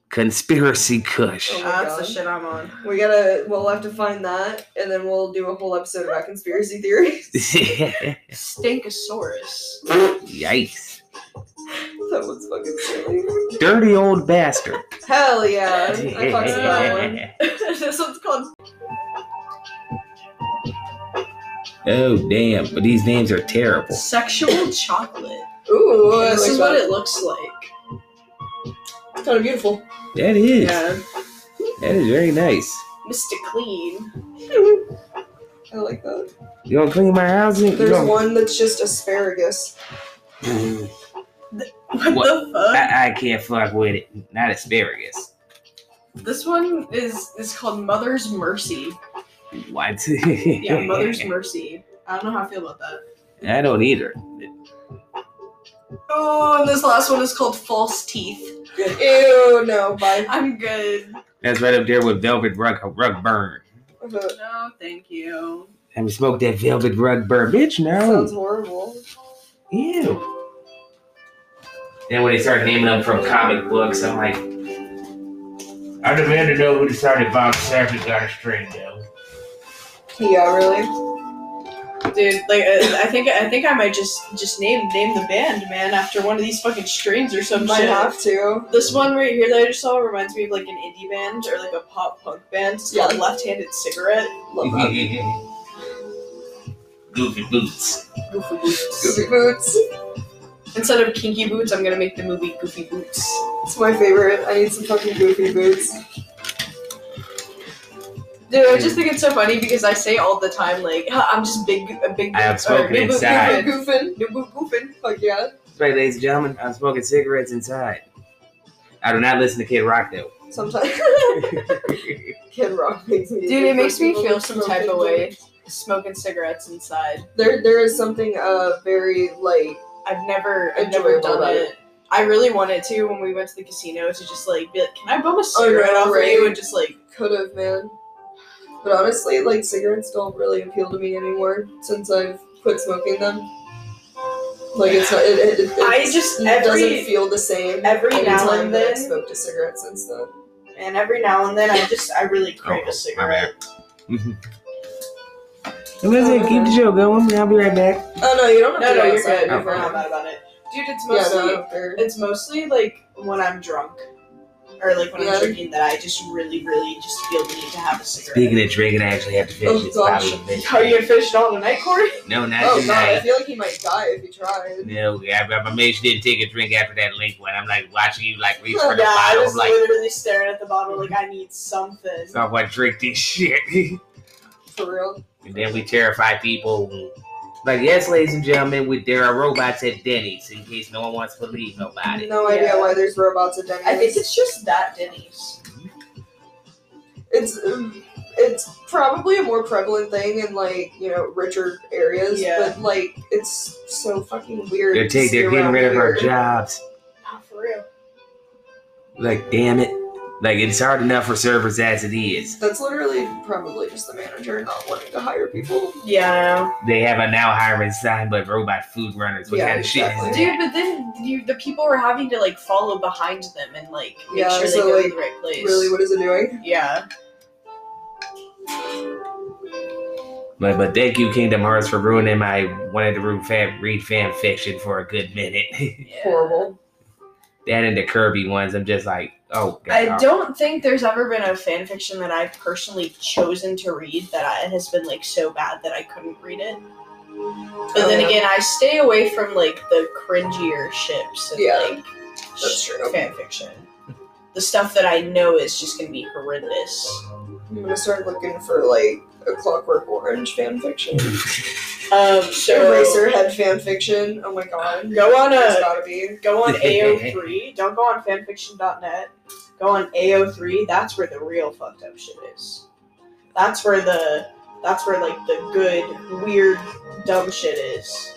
Speaker 2: Conspiracy Kush.
Speaker 3: Oh my
Speaker 4: that's the
Speaker 3: God.
Speaker 4: shit I'm on.
Speaker 3: We gotta. We'll have to find that, and then we'll do a whole episode about conspiracy theories.
Speaker 4: Stinkosaurus.
Speaker 2: Yikes.
Speaker 3: that was fucking silly.
Speaker 2: Dirty old bastard.
Speaker 3: Hell yeah! I fucks with that one.
Speaker 4: this one's called
Speaker 2: oh, damn. But these names are terrible.
Speaker 4: sexual chocolate.
Speaker 3: Ooh, I
Speaker 4: this
Speaker 3: like
Speaker 4: is
Speaker 3: that.
Speaker 4: what it looks like.
Speaker 3: It's kind of beautiful.
Speaker 2: That is.
Speaker 4: Yeah.
Speaker 2: That is very nice.
Speaker 4: Mr. Clean.
Speaker 3: I like that.
Speaker 2: You gonna clean my house? You
Speaker 3: There's
Speaker 2: gonna-
Speaker 3: one that's just asparagus.
Speaker 4: What,
Speaker 2: What?
Speaker 4: the fuck?
Speaker 2: I, I can't fuck with it. Not asparagus.
Speaker 4: This one is is called Mother's Mercy.
Speaker 2: What?
Speaker 4: Yeah, Mother's Mercy. I don't know how I feel about that.
Speaker 2: I don't either.
Speaker 4: Oh, and this last one is called False Teeth.
Speaker 3: Ew, no, bye.
Speaker 4: I'm good.
Speaker 2: That's right up there with velvet rug rug burn.
Speaker 3: Uh,
Speaker 4: No, thank you.
Speaker 2: Have you smoked that velvet rug burn, bitch?
Speaker 3: Sounds
Speaker 2: No.
Speaker 3: horrible.
Speaker 2: Ew. Then when they start naming them from comic books, I'm like,
Speaker 5: I demand to know who decided Bob Saget got a string, though.
Speaker 3: Yeah, really.
Speaker 4: Dude, like uh, I think I think I might just just name name the band, man, after one of these fucking strings or some
Speaker 3: Might
Speaker 4: shit.
Speaker 3: have to.
Speaker 4: This one right here that I just saw reminds me of like an indie band or like a pop punk band. It's called
Speaker 3: Yeah.
Speaker 4: Left Handed Cigarette.
Speaker 3: Love that.
Speaker 2: Mm-hmm. goofy boots.
Speaker 4: Goofy Boots.
Speaker 3: Goofy boots.
Speaker 4: Instead of Kinky Boots, I'm gonna make the movie Goofy Boots.
Speaker 3: It's my favorite. I need some fucking goofy boots.
Speaker 4: Dude, I just think it's so funny because I say all the time, like, "Huh, I'm just big, a big.
Speaker 2: I have
Speaker 4: or
Speaker 2: spoken
Speaker 4: big- big-
Speaker 2: inside.
Speaker 4: big-
Speaker 3: Goofin, goofin, goofin, goofin. Fuck yeah.
Speaker 2: Right, ladies and gentlemen, I'm smoking cigarettes inside. I do not listen to Kid Rock though.
Speaker 3: Sometimes Kid Rock makes me.
Speaker 4: Dude, it makes me
Speaker 3: People
Speaker 4: feel
Speaker 3: who
Speaker 4: some
Speaker 3: smoke
Speaker 4: type of
Speaker 3: goofy
Speaker 4: way.
Speaker 3: boots.
Speaker 4: Smoking cigarettes inside.
Speaker 3: There, there is something uh very like
Speaker 4: I've never, I've never
Speaker 3: Enjoyable
Speaker 4: done
Speaker 3: about
Speaker 4: it. I really wanted to when we went to the casino to just like be like, can I bum a cigarette
Speaker 3: no,
Speaker 4: off of
Speaker 3: right.
Speaker 4: you and just like,
Speaker 3: could have man, but honestly, like cigarettes don't really appeal to me anymore since I've quit smoking them. Like it's not. It, it, it,
Speaker 4: I
Speaker 3: it's-
Speaker 4: just-
Speaker 3: it
Speaker 4: every-
Speaker 3: doesn't feel the same
Speaker 4: every now
Speaker 3: anytime
Speaker 4: and
Speaker 3: that
Speaker 4: then-
Speaker 3: I've smoked a cigarette since then.
Speaker 4: and every now and then I just, I really crave
Speaker 2: Oh,
Speaker 4: a cigarette.
Speaker 2: Mhm. Listen, keep the show going. I'll be right back.
Speaker 3: Oh no, you don't have
Speaker 4: No,
Speaker 3: to
Speaker 4: no,
Speaker 3: go
Speaker 4: you're
Speaker 3: outside.
Speaker 4: good.
Speaker 2: Oh,
Speaker 4: You're
Speaker 2: okay.
Speaker 4: not mad about it, dude. It's
Speaker 2: Oh,
Speaker 3: Yeah,
Speaker 4: mostly,
Speaker 3: no, I don't care.
Speaker 4: it's mostly like when I'm drunk. Or like when
Speaker 3: Yeah.
Speaker 4: I'm drinking, that I just really, really just feel the need to have a cigarette.
Speaker 2: Speaking of drinking, I actually have to finish
Speaker 3: Oh,
Speaker 2: this
Speaker 3: gosh.
Speaker 2: bottle of fish.
Speaker 4: Are you finished all tonight, Corey?
Speaker 2: No, not
Speaker 3: Oh god, I
Speaker 2: tonight.
Speaker 3: feel like he might die if he tried.
Speaker 2: No, I, I I made sure didn't take a drink after that link one. I'm like watching you like reach
Speaker 3: Oh,
Speaker 2: for the
Speaker 4: yeah, I
Speaker 2: bottle.
Speaker 4: was
Speaker 2: I'm like,
Speaker 4: literally staring at the bottle like I need something.
Speaker 2: someone drink this shit.
Speaker 3: For real.
Speaker 2: and then we terrify people. Like, yes, ladies and gentlemen, we, there are robots at Denny's in case no one wants to believe nobody.
Speaker 3: No idea
Speaker 4: Yeah.
Speaker 3: why there's robots at Denny's.
Speaker 4: I think it's just that Denny's.
Speaker 3: it's um, it's probably a more prevalent thing in like you know richer areas,
Speaker 4: Yeah.
Speaker 3: but like it's so fucking weird.
Speaker 2: They're,
Speaker 3: to
Speaker 2: take,
Speaker 3: see
Speaker 2: they're getting
Speaker 3: around
Speaker 2: rid of our
Speaker 3: here.
Speaker 2: jobs.
Speaker 4: Not for real.
Speaker 2: Like, damn it. Like, it's hard enough for servers as it is.
Speaker 3: That's literally probably just the manager not wanting to hire people.
Speaker 4: Yeah.
Speaker 2: They have a now hiring sign, but robot food runners. What
Speaker 3: Yeah,
Speaker 2: kind of shit
Speaker 3: exactly.
Speaker 2: is that?
Speaker 4: Dude, but then you the people were having to like follow behind them and like make
Speaker 3: Yeah,
Speaker 4: sure
Speaker 3: so,
Speaker 4: they go
Speaker 3: like,
Speaker 4: to the right place.
Speaker 3: Really, what is it doing?
Speaker 4: Yeah.
Speaker 2: But, but thank you, Kingdom Hearts, for ruining my wanted to read fan, read fan fiction for a good minute.
Speaker 4: yeah.
Speaker 3: Horrible.
Speaker 2: that and the Kirby ones, I'm just like, oh god.
Speaker 4: I don't think there's ever been a fan fiction that I've personally chosen to read that I, has been like so bad that I couldn't read it. But
Speaker 3: Oh,
Speaker 4: then
Speaker 3: yeah.
Speaker 4: again, I stay away from like the cringier ships and
Speaker 3: Yeah,
Speaker 4: like
Speaker 3: That's true.
Speaker 4: fan fiction. the stuff that I know is just gonna be horrendous.
Speaker 3: I'm gonna start looking for like a Clockwork Orange fan fiction,
Speaker 4: Um, so
Speaker 3: Eraserhead fan fiction. Oh my god,
Speaker 4: go on
Speaker 3: there's
Speaker 4: a
Speaker 3: gotta be.
Speaker 4: go on AO3. Don't go on fanfiction.net. Go on AO3. That's where the real fucked up shit is. That's where the that's where like the good weird dumb shit is.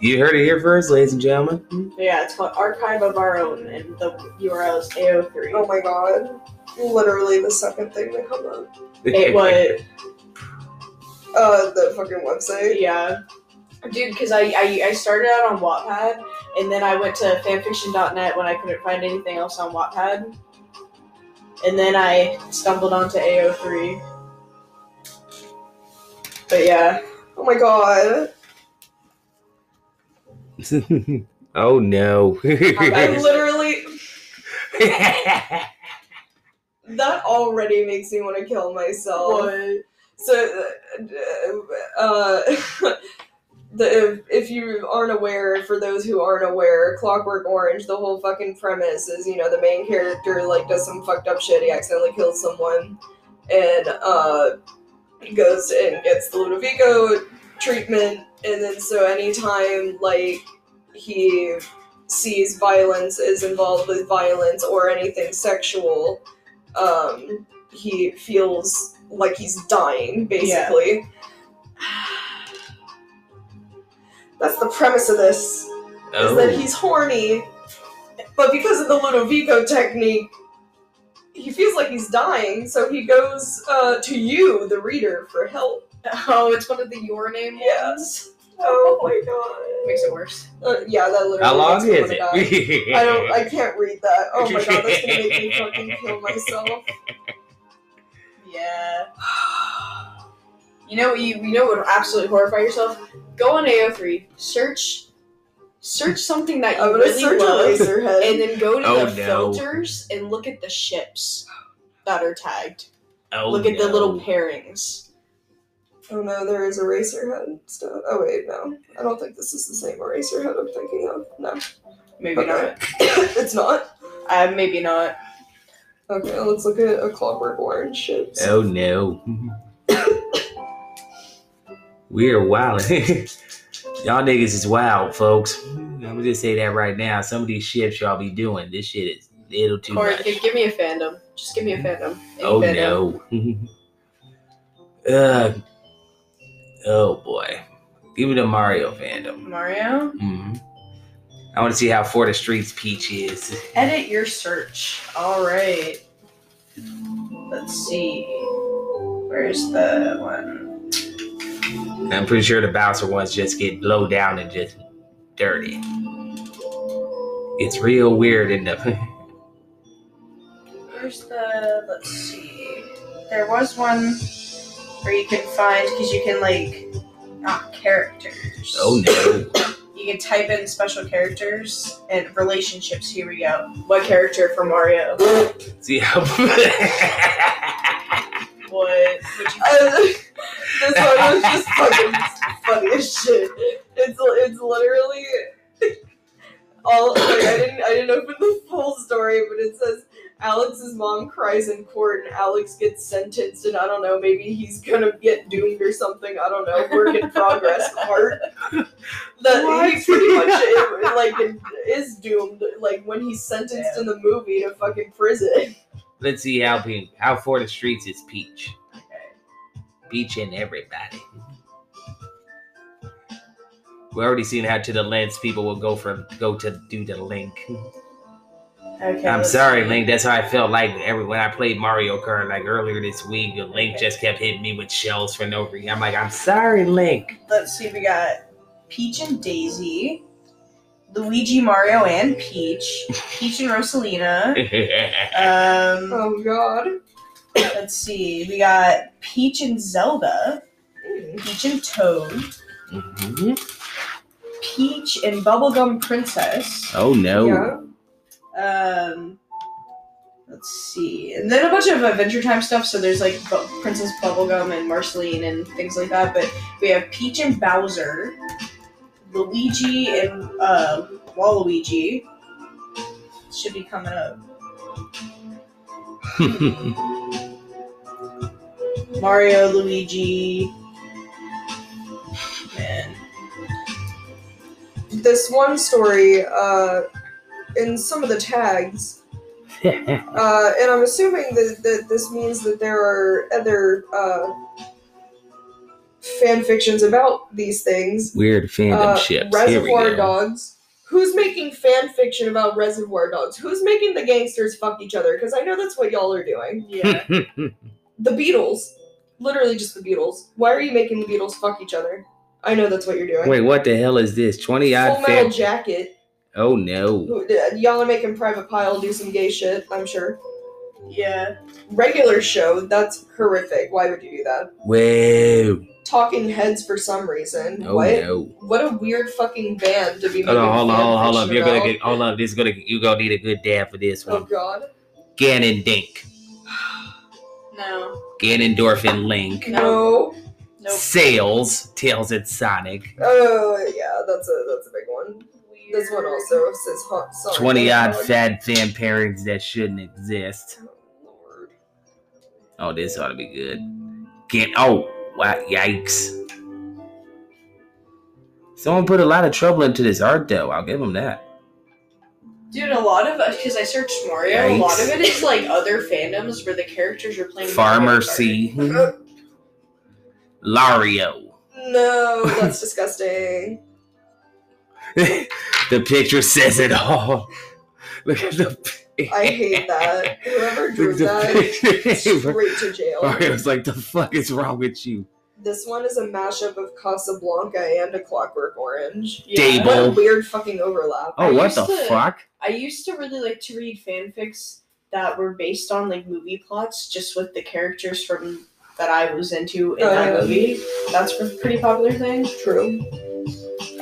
Speaker 2: You heard it here first, ladies and gentlemen.
Speaker 4: Yeah, it's called Archive of Our Own, and the URL is AO3.
Speaker 3: Oh my god, literally the second thing to come up.
Speaker 4: It was
Speaker 3: Uh, the fucking website.
Speaker 4: yeah, dude. Because I, I I started out on Wattpad, and then I went to fanfiction.net when I couldn't find anything else on Wattpad, and then I stumbled onto AO3. But yeah,
Speaker 3: Oh my god,
Speaker 2: oh no.
Speaker 3: I literally that already makes me want to kill myself. So, uh, uh, the, if, if you aren't aware, for those who aren't aware, Clockwork Orange, the whole fucking premise is, you know, the main character, like, does some fucked up shit, he accidentally kills someone, and, uh, he goes and gets the Ludovico treatment, and then so anytime, like, he sees violence, is involved with violence, or anything sexual, um, he feels like he's dying, basically. That's the premise of this, is that
Speaker 2: oh.
Speaker 3: he's horny, but because of the Ludovico technique, he feels like he's dying, so he goes uh, to you, the reader, for help.
Speaker 4: oh, it's one of the your name
Speaker 3: Yes. Oh my
Speaker 4: Makes it worse.
Speaker 3: god. Uh, yeah, that literally.
Speaker 2: How long
Speaker 3: makes me
Speaker 2: is
Speaker 3: wanna
Speaker 2: it?
Speaker 3: die. I don't. I can't read that. Oh my god, that's gonna make me fucking kill myself.
Speaker 4: Yeah. You know what you, you know what would absolutely horrify yourself? Go on AO3, search search something that you
Speaker 3: I'm gonna
Speaker 4: really
Speaker 3: search
Speaker 4: love,
Speaker 3: a laserhead.
Speaker 4: and then go to
Speaker 2: Oh,
Speaker 4: the
Speaker 2: no.
Speaker 4: filters and look at the ships that are tagged.
Speaker 2: Oh,
Speaker 4: look at the
Speaker 2: no.
Speaker 4: little pairings.
Speaker 3: Oh no, there is Eraserhead stuff. Oh wait, no. I don't think this is the same Eraserhead I'm thinking of. No.
Speaker 4: Maybe
Speaker 3: Okay. it's not.
Speaker 4: not. Uh, maybe not.
Speaker 3: Okay, let's look at a Clockwork Orange ship.
Speaker 2: Oh no. we are wild. y'all niggas is wild, folks. I'm gonna just say that right now. Some of these ships y'all be doing, this shit is a little too
Speaker 4: Corey,
Speaker 2: much.
Speaker 4: give, give me a fandom. Just give me a fandom. Any
Speaker 2: Oh
Speaker 4: fandom.
Speaker 2: no. uh, oh boy. Give me the Mario fandom.
Speaker 4: Mario,
Speaker 2: hmm I want to see how For the Streets Peach is.
Speaker 4: edit your search. All right. Let's see. Where's the one?
Speaker 2: I'm pretty sure the bouncer ones just get blowed down and just dirty. It's real weird in the.
Speaker 4: Where's the? Let's see. There was one where you can find because you can like not characters.
Speaker 2: Oh no.
Speaker 4: You can type in special characters and relationships. Here we go. What character for Mario?
Speaker 2: See how.
Speaker 4: What? Would you?
Speaker 3: Uh, this one was just fucking funny as shit. It's it's literally all like, I didn't I didn't open the full story, but it says Alex's mom cries in court and Alex gets sentenced and I don't know, maybe he's gonna get doomed or something. I don't know. Work in progress part. That he
Speaker 2: What?
Speaker 3: pretty much it, like is doomed like when he's sentenced in the movie to fucking prison.
Speaker 2: Let's see how pe- how For the Streets is Peach.
Speaker 4: Okay.
Speaker 2: Peach and everybody. We already seen how to the lens people will go from go to do the link.
Speaker 4: okay
Speaker 2: I'm
Speaker 4: let's
Speaker 2: sorry,
Speaker 4: see.
Speaker 2: Link. That's how I felt like every when I played Mario Kart like earlier this week. Link just kept hitting me with shells for no reason. I'm like, I'm sorry, Link.
Speaker 4: Let's see. We got Peach and Daisy, Luigi, Mario, and Peach, Peach and Rosalina.
Speaker 2: Mm-hmm.
Speaker 4: Um.
Speaker 3: Oh god.
Speaker 4: Let's see. We got Peach and Zelda, Peach and Toad,
Speaker 2: Mhm.
Speaker 4: Peach and Bubblegum Princess.
Speaker 2: Oh no.
Speaker 3: Yeah.
Speaker 4: Um, let's see. And then a bunch of Adventure Time stuff. So there's like Bu- Princess Bubblegum and Marceline and things like that. But we have Peach and Bowser, Luigi and uh, Waluigi. Should be coming up. Mario, Luigi. Man.
Speaker 3: This one story, uh, in some of the tags, Uh, and I'm assuming that, that this means that there are other uh, fan fictions about these things.
Speaker 2: Weird fandom
Speaker 3: Uh,
Speaker 2: ships. Here we
Speaker 3: Reservoir
Speaker 2: go.
Speaker 3: Dogs. Who's making fan fiction about Reservoir Dogs? Who's making the gangsters fuck each other? Because I know that's what y'all are doing.
Speaker 4: Yeah.
Speaker 3: The Beatles. Literally just the Beatles. Why are you making the Beatles fuck each other? I know that's what you're doing.
Speaker 2: Wait, what the hell is this? 20
Speaker 3: Full
Speaker 2: odd
Speaker 3: Metal
Speaker 2: fan.
Speaker 3: Jacket.
Speaker 2: Oh no.
Speaker 3: Who- Y'all are making Private Pile do some gay shit, I'm sure.
Speaker 4: yeah.
Speaker 3: Regular show, that's horrific. Why would you do that?
Speaker 2: Whoa.
Speaker 3: Talking Heads for some reason.
Speaker 2: Oh
Speaker 3: what?
Speaker 2: no.
Speaker 3: What a weird fucking band to be.
Speaker 2: Hold on,
Speaker 3: making
Speaker 2: hold on, hold on, hold on.
Speaker 3: fanfiction
Speaker 2: You're gonna
Speaker 3: about.
Speaker 2: get hold on, this is gonna you're gonna need a good dab for this
Speaker 3: Oh
Speaker 2: one.
Speaker 3: god.
Speaker 2: Gannon Dink.
Speaker 4: No.
Speaker 2: Ganondorfin Link.
Speaker 3: No.
Speaker 4: Nope.
Speaker 2: Sales. Tails and Sonic.
Speaker 3: Oh yeah, that's a that's a big one.
Speaker 4: Weird.
Speaker 3: This one also says hot song.
Speaker 2: 20 odd fad fan pairings that shouldn't exist. Oh, this ought to be good. Get oh wow, yikes. Someone put a lot of trouble into this art though. I'll give them that.
Speaker 4: Dude, a lot of because I searched Mario, a lot
Speaker 2: Yikes.
Speaker 4: of it is like other fandoms where the characters you're playing.
Speaker 2: Farmer C. Lario.
Speaker 3: No, that's disgusting.
Speaker 2: the picture says it all. Look at the.
Speaker 3: I hate that. Whoever drew
Speaker 2: Look at
Speaker 3: that
Speaker 2: the
Speaker 3: straight to jail.
Speaker 2: Mario's like, the fuck is wrong with you?
Speaker 3: This one is a mashup of Casablanca and A Clockwork Orange.
Speaker 4: Yeah.
Speaker 2: Dable.
Speaker 3: What a weird fucking overlap.
Speaker 2: Oh,
Speaker 4: I
Speaker 2: what
Speaker 4: used
Speaker 2: the
Speaker 4: to-
Speaker 2: fuck?
Speaker 4: I used to really like to read fanfics that were based on like movie plots, just with the characters from that I was into in
Speaker 3: Oh,
Speaker 4: that
Speaker 3: yeah.
Speaker 4: movie. That's a pretty popular thing.
Speaker 3: True.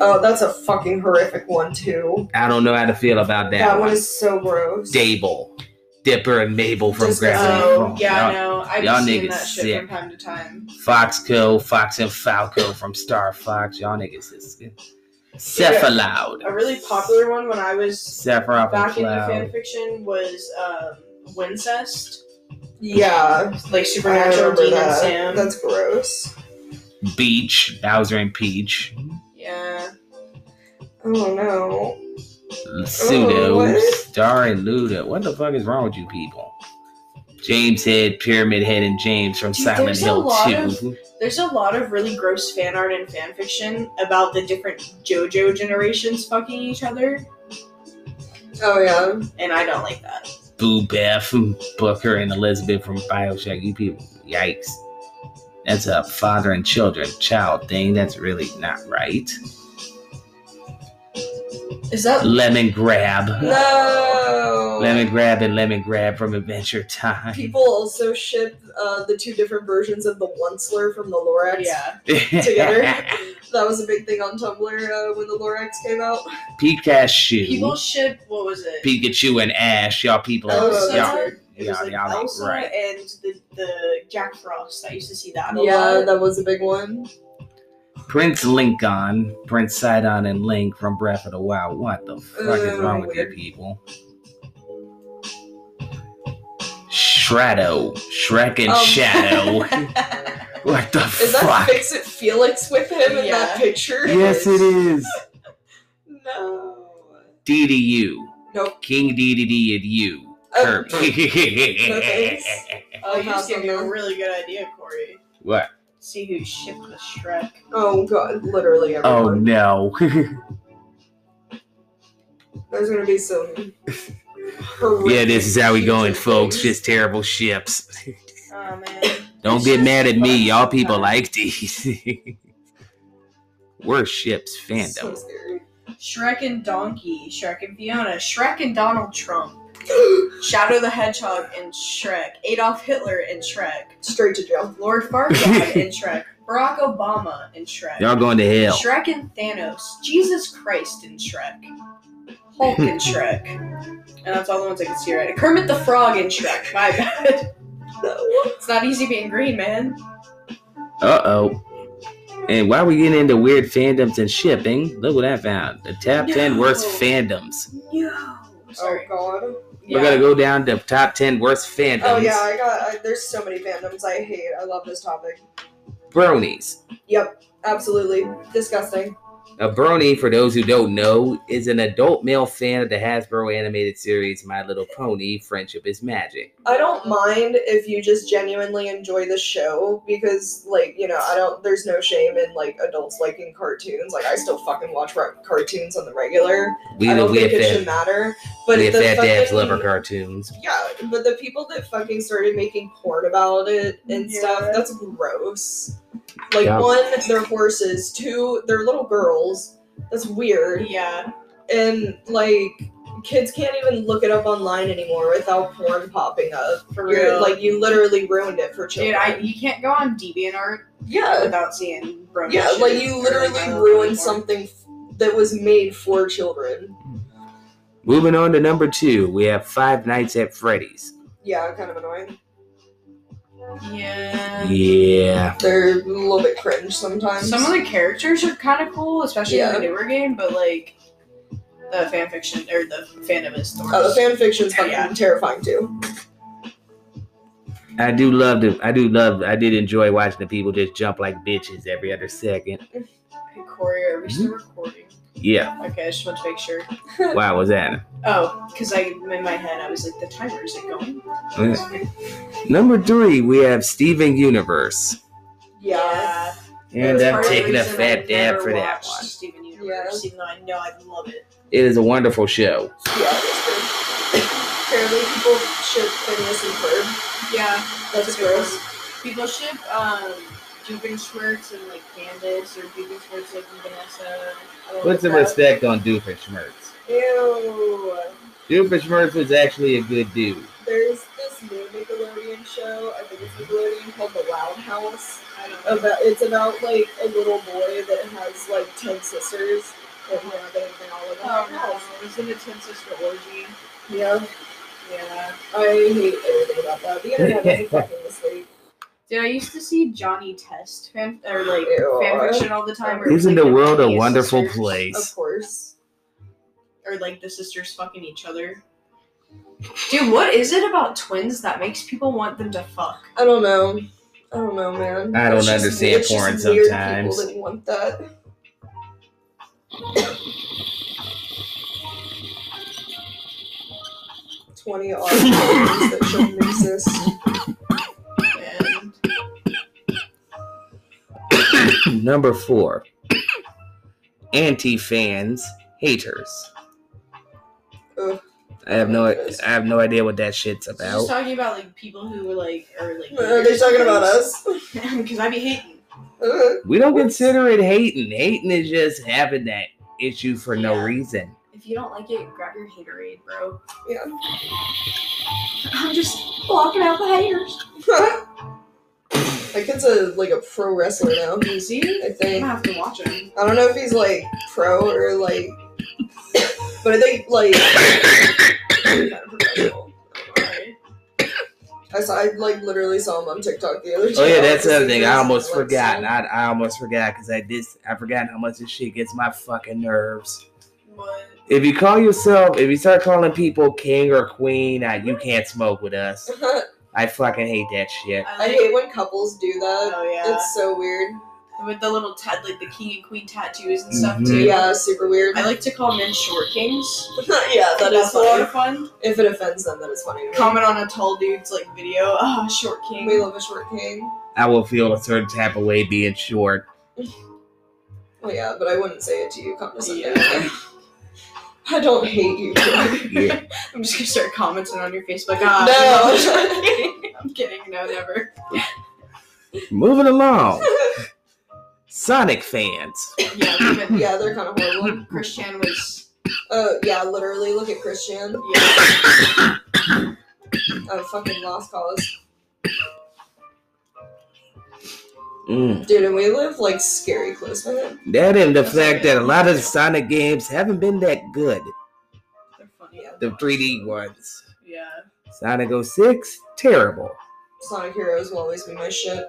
Speaker 3: Oh, that's a fucking horrific one too.
Speaker 2: I don't know how to feel about that,
Speaker 3: That
Speaker 2: one.
Speaker 3: one is so gross.
Speaker 2: Dable. Dipper and Mabel from
Speaker 3: Just-
Speaker 2: Gravity
Speaker 4: Oh,
Speaker 2: Falls.
Speaker 4: yeah,
Speaker 2: Y'all-
Speaker 4: I know. I've
Speaker 2: y'all
Speaker 4: seen
Speaker 2: niggas
Speaker 4: that shit
Speaker 2: sick.
Speaker 4: from time to time.
Speaker 2: Foxco, Fox and Falco from Star Fox. Y'all niggas is good. Cephaloud.
Speaker 4: A really popular one when I was
Speaker 2: Sephiroth and
Speaker 4: back into
Speaker 2: Cloud.
Speaker 4: fanfiction was um, Wincest,
Speaker 3: Yeah, I
Speaker 4: like Supernatural,
Speaker 3: remember
Speaker 4: Dean and
Speaker 3: that.
Speaker 4: Sam.
Speaker 3: That's gross.
Speaker 2: Beach, Bowser and Peach.
Speaker 4: yeah,
Speaker 3: Oh no.
Speaker 2: Pseudo,
Speaker 4: Oh,
Speaker 3: what?
Speaker 2: Star and Luda. What the fuck is wrong with you people? James Head, Pyramid Head, and James from
Speaker 4: Dude,
Speaker 2: Silent
Speaker 4: there's a
Speaker 2: Hill
Speaker 4: lot
Speaker 2: 2.
Speaker 4: of- there's a lot of really gross fan art and fanfiction about the different JoJo generations fucking each other,
Speaker 3: Oh yeah.
Speaker 4: and I don't like that.
Speaker 2: Boo Beth, Booker, and Elizabeth from Bioshock. You people, yikes. That's a father and children, child thing. That's really not right.
Speaker 4: Is that
Speaker 2: Lemon Grab.
Speaker 3: No.
Speaker 2: Lemon Grab and Lemon Grab from Adventure Time.
Speaker 3: People also ship uh, the two different versions of the Onceler from the Lorax.
Speaker 4: yeah?
Speaker 3: Together. That was a big thing on Tumblr uh, when the Lorax came out.
Speaker 2: Pikachu.
Speaker 4: People ship. What was it?
Speaker 2: Pikachu and Ash. Y'all people.
Speaker 3: Oh,
Speaker 4: Elsa.
Speaker 3: that's
Speaker 2: y'all,
Speaker 3: weird.
Speaker 4: It was
Speaker 2: y'all,
Speaker 4: like
Speaker 2: y'all ain't
Speaker 4: Elsa
Speaker 2: right.
Speaker 4: and the, the Jack Frost. I used to see that. A
Speaker 3: Yeah,
Speaker 4: lot.
Speaker 3: that was a big one.
Speaker 2: Prince Lincoln, Prince Sidon, and Link from Breath of the Wild. What the fuck is
Speaker 3: Ugh,
Speaker 2: wrong with you
Speaker 3: weird.
Speaker 2: people? Shreddo, Shrek and
Speaker 3: Um,
Speaker 2: Shadow. what the
Speaker 3: Is that
Speaker 2: fuck?
Speaker 3: Fix It Felix with him in
Speaker 4: Yeah.
Speaker 3: that picture?
Speaker 2: Yes, it is.
Speaker 3: No.
Speaker 2: DDU.
Speaker 3: Nope.
Speaker 2: King DDD and you.
Speaker 3: Oh.
Speaker 2: Kirby.
Speaker 3: No thanks.
Speaker 4: oh, you just gave me a
Speaker 3: Awesome.
Speaker 4: really good idea, Corey.
Speaker 2: what?
Speaker 4: See who shipped the Shrek.
Speaker 3: Oh god, literally
Speaker 2: Oh
Speaker 3: everyone.
Speaker 2: no.
Speaker 3: There's gonna be some. horrific
Speaker 2: yeah, this is how we going,
Speaker 3: future
Speaker 2: folks.
Speaker 3: things.
Speaker 2: Just terrible ships.
Speaker 4: Oh man.
Speaker 2: Don't
Speaker 4: It's
Speaker 2: get
Speaker 4: just
Speaker 2: mad at me.
Speaker 4: fun.
Speaker 2: Y'all people
Speaker 4: Fun.
Speaker 2: like these. We're ships
Speaker 3: So
Speaker 2: fandom.
Speaker 3: scary.
Speaker 4: Shrek and Donkey, Shrek and Fiona, Shrek and Donald Trump, Shadow the Hedgehog and Shrek, Adolf Hitler and Shrek,
Speaker 3: Straight to jail.
Speaker 4: Lord Farquaad and Shrek, Barack Obama and Shrek,
Speaker 2: Y'all going to hell.
Speaker 4: Shrek and Thanos, Jesus Christ and Shrek, Hulk and Shrek. And that's all the ones I can see right now. Kermit the Frog and Shrek. My bad. It's not easy being green, man.
Speaker 2: Uh oh. And while we getting into weird fandoms and shipping, look what I found. The top 10 worst
Speaker 4: No.
Speaker 2: fandoms.
Speaker 4: No. Sorry.
Speaker 3: Oh god.
Speaker 2: We're gonna go down to top ten worst fandoms.
Speaker 3: Oh yeah, I got. I, there's so many fandoms I hate. I love this topic.
Speaker 2: Bronies.
Speaker 3: Yep, absolutely disgusting.
Speaker 2: A brony, for those who don't know, is an adult male fan of the Hasbro animated series My Little Pony: Friendship is Magic.
Speaker 3: I don't mind if you just genuinely enjoy the show because, like, you know, I don't. There's no shame in like adults liking cartoons. Like, I still fucking watch re- cartoons on the regular.
Speaker 2: We
Speaker 3: I
Speaker 2: live
Speaker 3: don't
Speaker 2: with
Speaker 3: think it should
Speaker 2: that.
Speaker 3: matter. But
Speaker 2: We have
Speaker 3: the
Speaker 2: fat dabs
Speaker 3: fucking-
Speaker 2: love our cartoons.
Speaker 3: Yeah, but the people that fucking started making porn about it and stuff,
Speaker 4: Yeah.
Speaker 3: that's gross. Like,
Speaker 2: Yeah.
Speaker 3: one, they're horses. Two, they're little girls. That's weird.
Speaker 4: Yeah.
Speaker 3: And, like, kids can't even look it up online anymore without porn popping up.
Speaker 4: For
Speaker 3: You're-
Speaker 4: real.
Speaker 3: Like, you literally ruined it for children.
Speaker 4: Dude, I, you can't go on DeviantArt
Speaker 3: yeah.
Speaker 4: without seeing bro.
Speaker 3: Yeah,
Speaker 4: shit
Speaker 3: like, you
Speaker 4: or,
Speaker 3: literally
Speaker 4: like, I don't know,
Speaker 3: ruined
Speaker 4: porn.
Speaker 3: something f- that was made for children.
Speaker 2: Moving on to number two, we have Five Nights at Freddy's.
Speaker 3: Yeah, kind of annoying.
Speaker 4: Yeah.
Speaker 2: Yeah,
Speaker 3: They're a little bit cringe sometimes.
Speaker 4: Some of the characters are kind of cool, especially
Speaker 3: Yeah.
Speaker 4: in the newer game, but like the fan fiction or the fandom is the worst.
Speaker 3: Oh, the fan fiction's fucking
Speaker 4: Yeah.
Speaker 3: terrifying too.
Speaker 2: I do love to. I do love. I did enjoy watching the people just jump like bitches every other second.
Speaker 4: Hey, Corey, are
Speaker 2: Mm-hmm.
Speaker 4: we still recording?
Speaker 2: Yeah.
Speaker 4: Okay, I just want to make sure.
Speaker 2: Wow, was that?
Speaker 4: Oh, because I in my head I was like, the timer is it going?
Speaker 2: Number three, we have Steven Universe.
Speaker 3: Yeah.
Speaker 2: And
Speaker 4: That's
Speaker 2: I'm
Speaker 4: part of the
Speaker 2: taking a
Speaker 4: reason
Speaker 2: fat
Speaker 4: I've
Speaker 2: dab
Speaker 4: never
Speaker 2: for that
Speaker 4: watched
Speaker 2: one.
Speaker 4: Steven Universe, even though I know I love it.
Speaker 2: It is a wonderful show.
Speaker 3: Yeah, that's true. Apparently people ship Phineas and Ferb.
Speaker 4: Yeah,
Speaker 3: That's gross.
Speaker 4: People ship um, Dugan Schwartz and like Candace or Dugan Schwartz and Vanessa.
Speaker 2: Put some respect on Doofenshmirtz.
Speaker 3: Ew.
Speaker 2: Doofenshmirtz was actually a good dude.
Speaker 3: There's this new Nickelodeon show, I think it's Nickelodeon, called The Loud House.
Speaker 4: I don't know.
Speaker 3: About, it's about like a little boy that has like ten sisters that live in and all live in one house.
Speaker 4: Oh, no. Is it a Ten Sister Orgy?
Speaker 3: Yeah.
Speaker 4: Yeah.
Speaker 3: I hate everything about that. The internet is a fucking mistake.
Speaker 4: Dude, I used to see Johnny Test fan or like
Speaker 3: Ew.
Speaker 4: fan fiction all the time. where it was,
Speaker 2: Isn't
Speaker 4: like,
Speaker 2: the world a
Speaker 4: Phineas
Speaker 2: wonderful
Speaker 4: sisters,
Speaker 3: Of
Speaker 2: place?
Speaker 3: course.
Speaker 4: Or like the sisters fucking each other. Dude, what is it about twins that makes people want them to fuck?
Speaker 3: I don't know. I don't know, man.
Speaker 2: I don't
Speaker 3: It's just-
Speaker 2: understand
Speaker 3: it's just
Speaker 2: porn
Speaker 3: weird
Speaker 2: sometimes.
Speaker 3: People that want that. Twenty odd things that shouldn't exist.
Speaker 4: And
Speaker 2: Number four, anti fans, haters.
Speaker 3: Ugh.
Speaker 2: I have no, I have no idea what that shit's
Speaker 4: so just
Speaker 2: about.
Speaker 4: talking about like people who like are like.
Speaker 3: Are they talking about us?
Speaker 4: Because I be hating.
Speaker 3: Uh,
Speaker 2: We don't consider it hating. Hating is just having that issue for no
Speaker 4: Yeah.
Speaker 2: reason.
Speaker 4: If you don't like it, grab your haterade, bro.
Speaker 3: Yeah.
Speaker 4: I'm just blocking out the haters.
Speaker 3: My kid's a like a pro wrestler now.
Speaker 4: Is he?
Speaker 3: I
Speaker 4: I'm
Speaker 3: think.
Speaker 4: gonna have to watch him.
Speaker 3: I don't know if he's like pro or like, but I think like. kind of professional.
Speaker 4: Alright.
Speaker 3: I saw, I like literally saw him on TikTok the other day.
Speaker 2: Oh yeah, that's the other thing. I
Speaker 3: He's,
Speaker 2: almost
Speaker 3: like,
Speaker 2: forgot.
Speaker 3: so-
Speaker 2: I, I almost forgot because I did. I forgot how much this shit gets my fucking nerves.
Speaker 4: What?
Speaker 2: If you call yourself, if you start calling people king or queen, I, you can't smoke with us. I fucking hate that shit.
Speaker 4: I,
Speaker 3: I
Speaker 4: like,
Speaker 3: hate when couples do that.
Speaker 4: Oh yeah.
Speaker 3: It's so weird.
Speaker 4: with the little tat like the king and queen tattoos and stuff
Speaker 3: Mm-hmm.
Speaker 2: Mhm.
Speaker 4: too.
Speaker 3: Yeah, super weird.
Speaker 4: I like to call men short kings.
Speaker 3: yeah, that is
Speaker 4: That's a lot
Speaker 3: funny.
Speaker 4: of fun.
Speaker 3: If it offends them, that is funny. to me.
Speaker 4: Comment on a tall dude's like video. Ah, short king.
Speaker 3: We love a short king.
Speaker 2: I will feel a certain type of way being short.
Speaker 3: Well, yeah, but I wouldn't say it to you condescendingly.
Speaker 4: Yeah.
Speaker 3: I don't hate you. Troy.
Speaker 2: Yeah.
Speaker 4: I'm just gonna start commenting on your Facebook. Ah,
Speaker 3: No.
Speaker 4: short king. I'm kidding. No, never.
Speaker 2: Moving along. Sonic fans.
Speaker 4: Yeah, but
Speaker 3: yeah, they're kind of horrible.
Speaker 4: Christian was.
Speaker 3: Uh, yeah, literally, look at Christian.
Speaker 4: Yeah.
Speaker 3: Oh, fucking lost cause.
Speaker 2: Mm.
Speaker 3: Dude, and we live like scary close by him.
Speaker 2: That and the fact that a lot of the Sonic games haven't been that good.
Speaker 4: They're funny.
Speaker 2: The 3D ones.
Speaker 4: Yeah.
Speaker 2: Sonic 06, terrible.
Speaker 3: Sonic Heroes will always be my shit.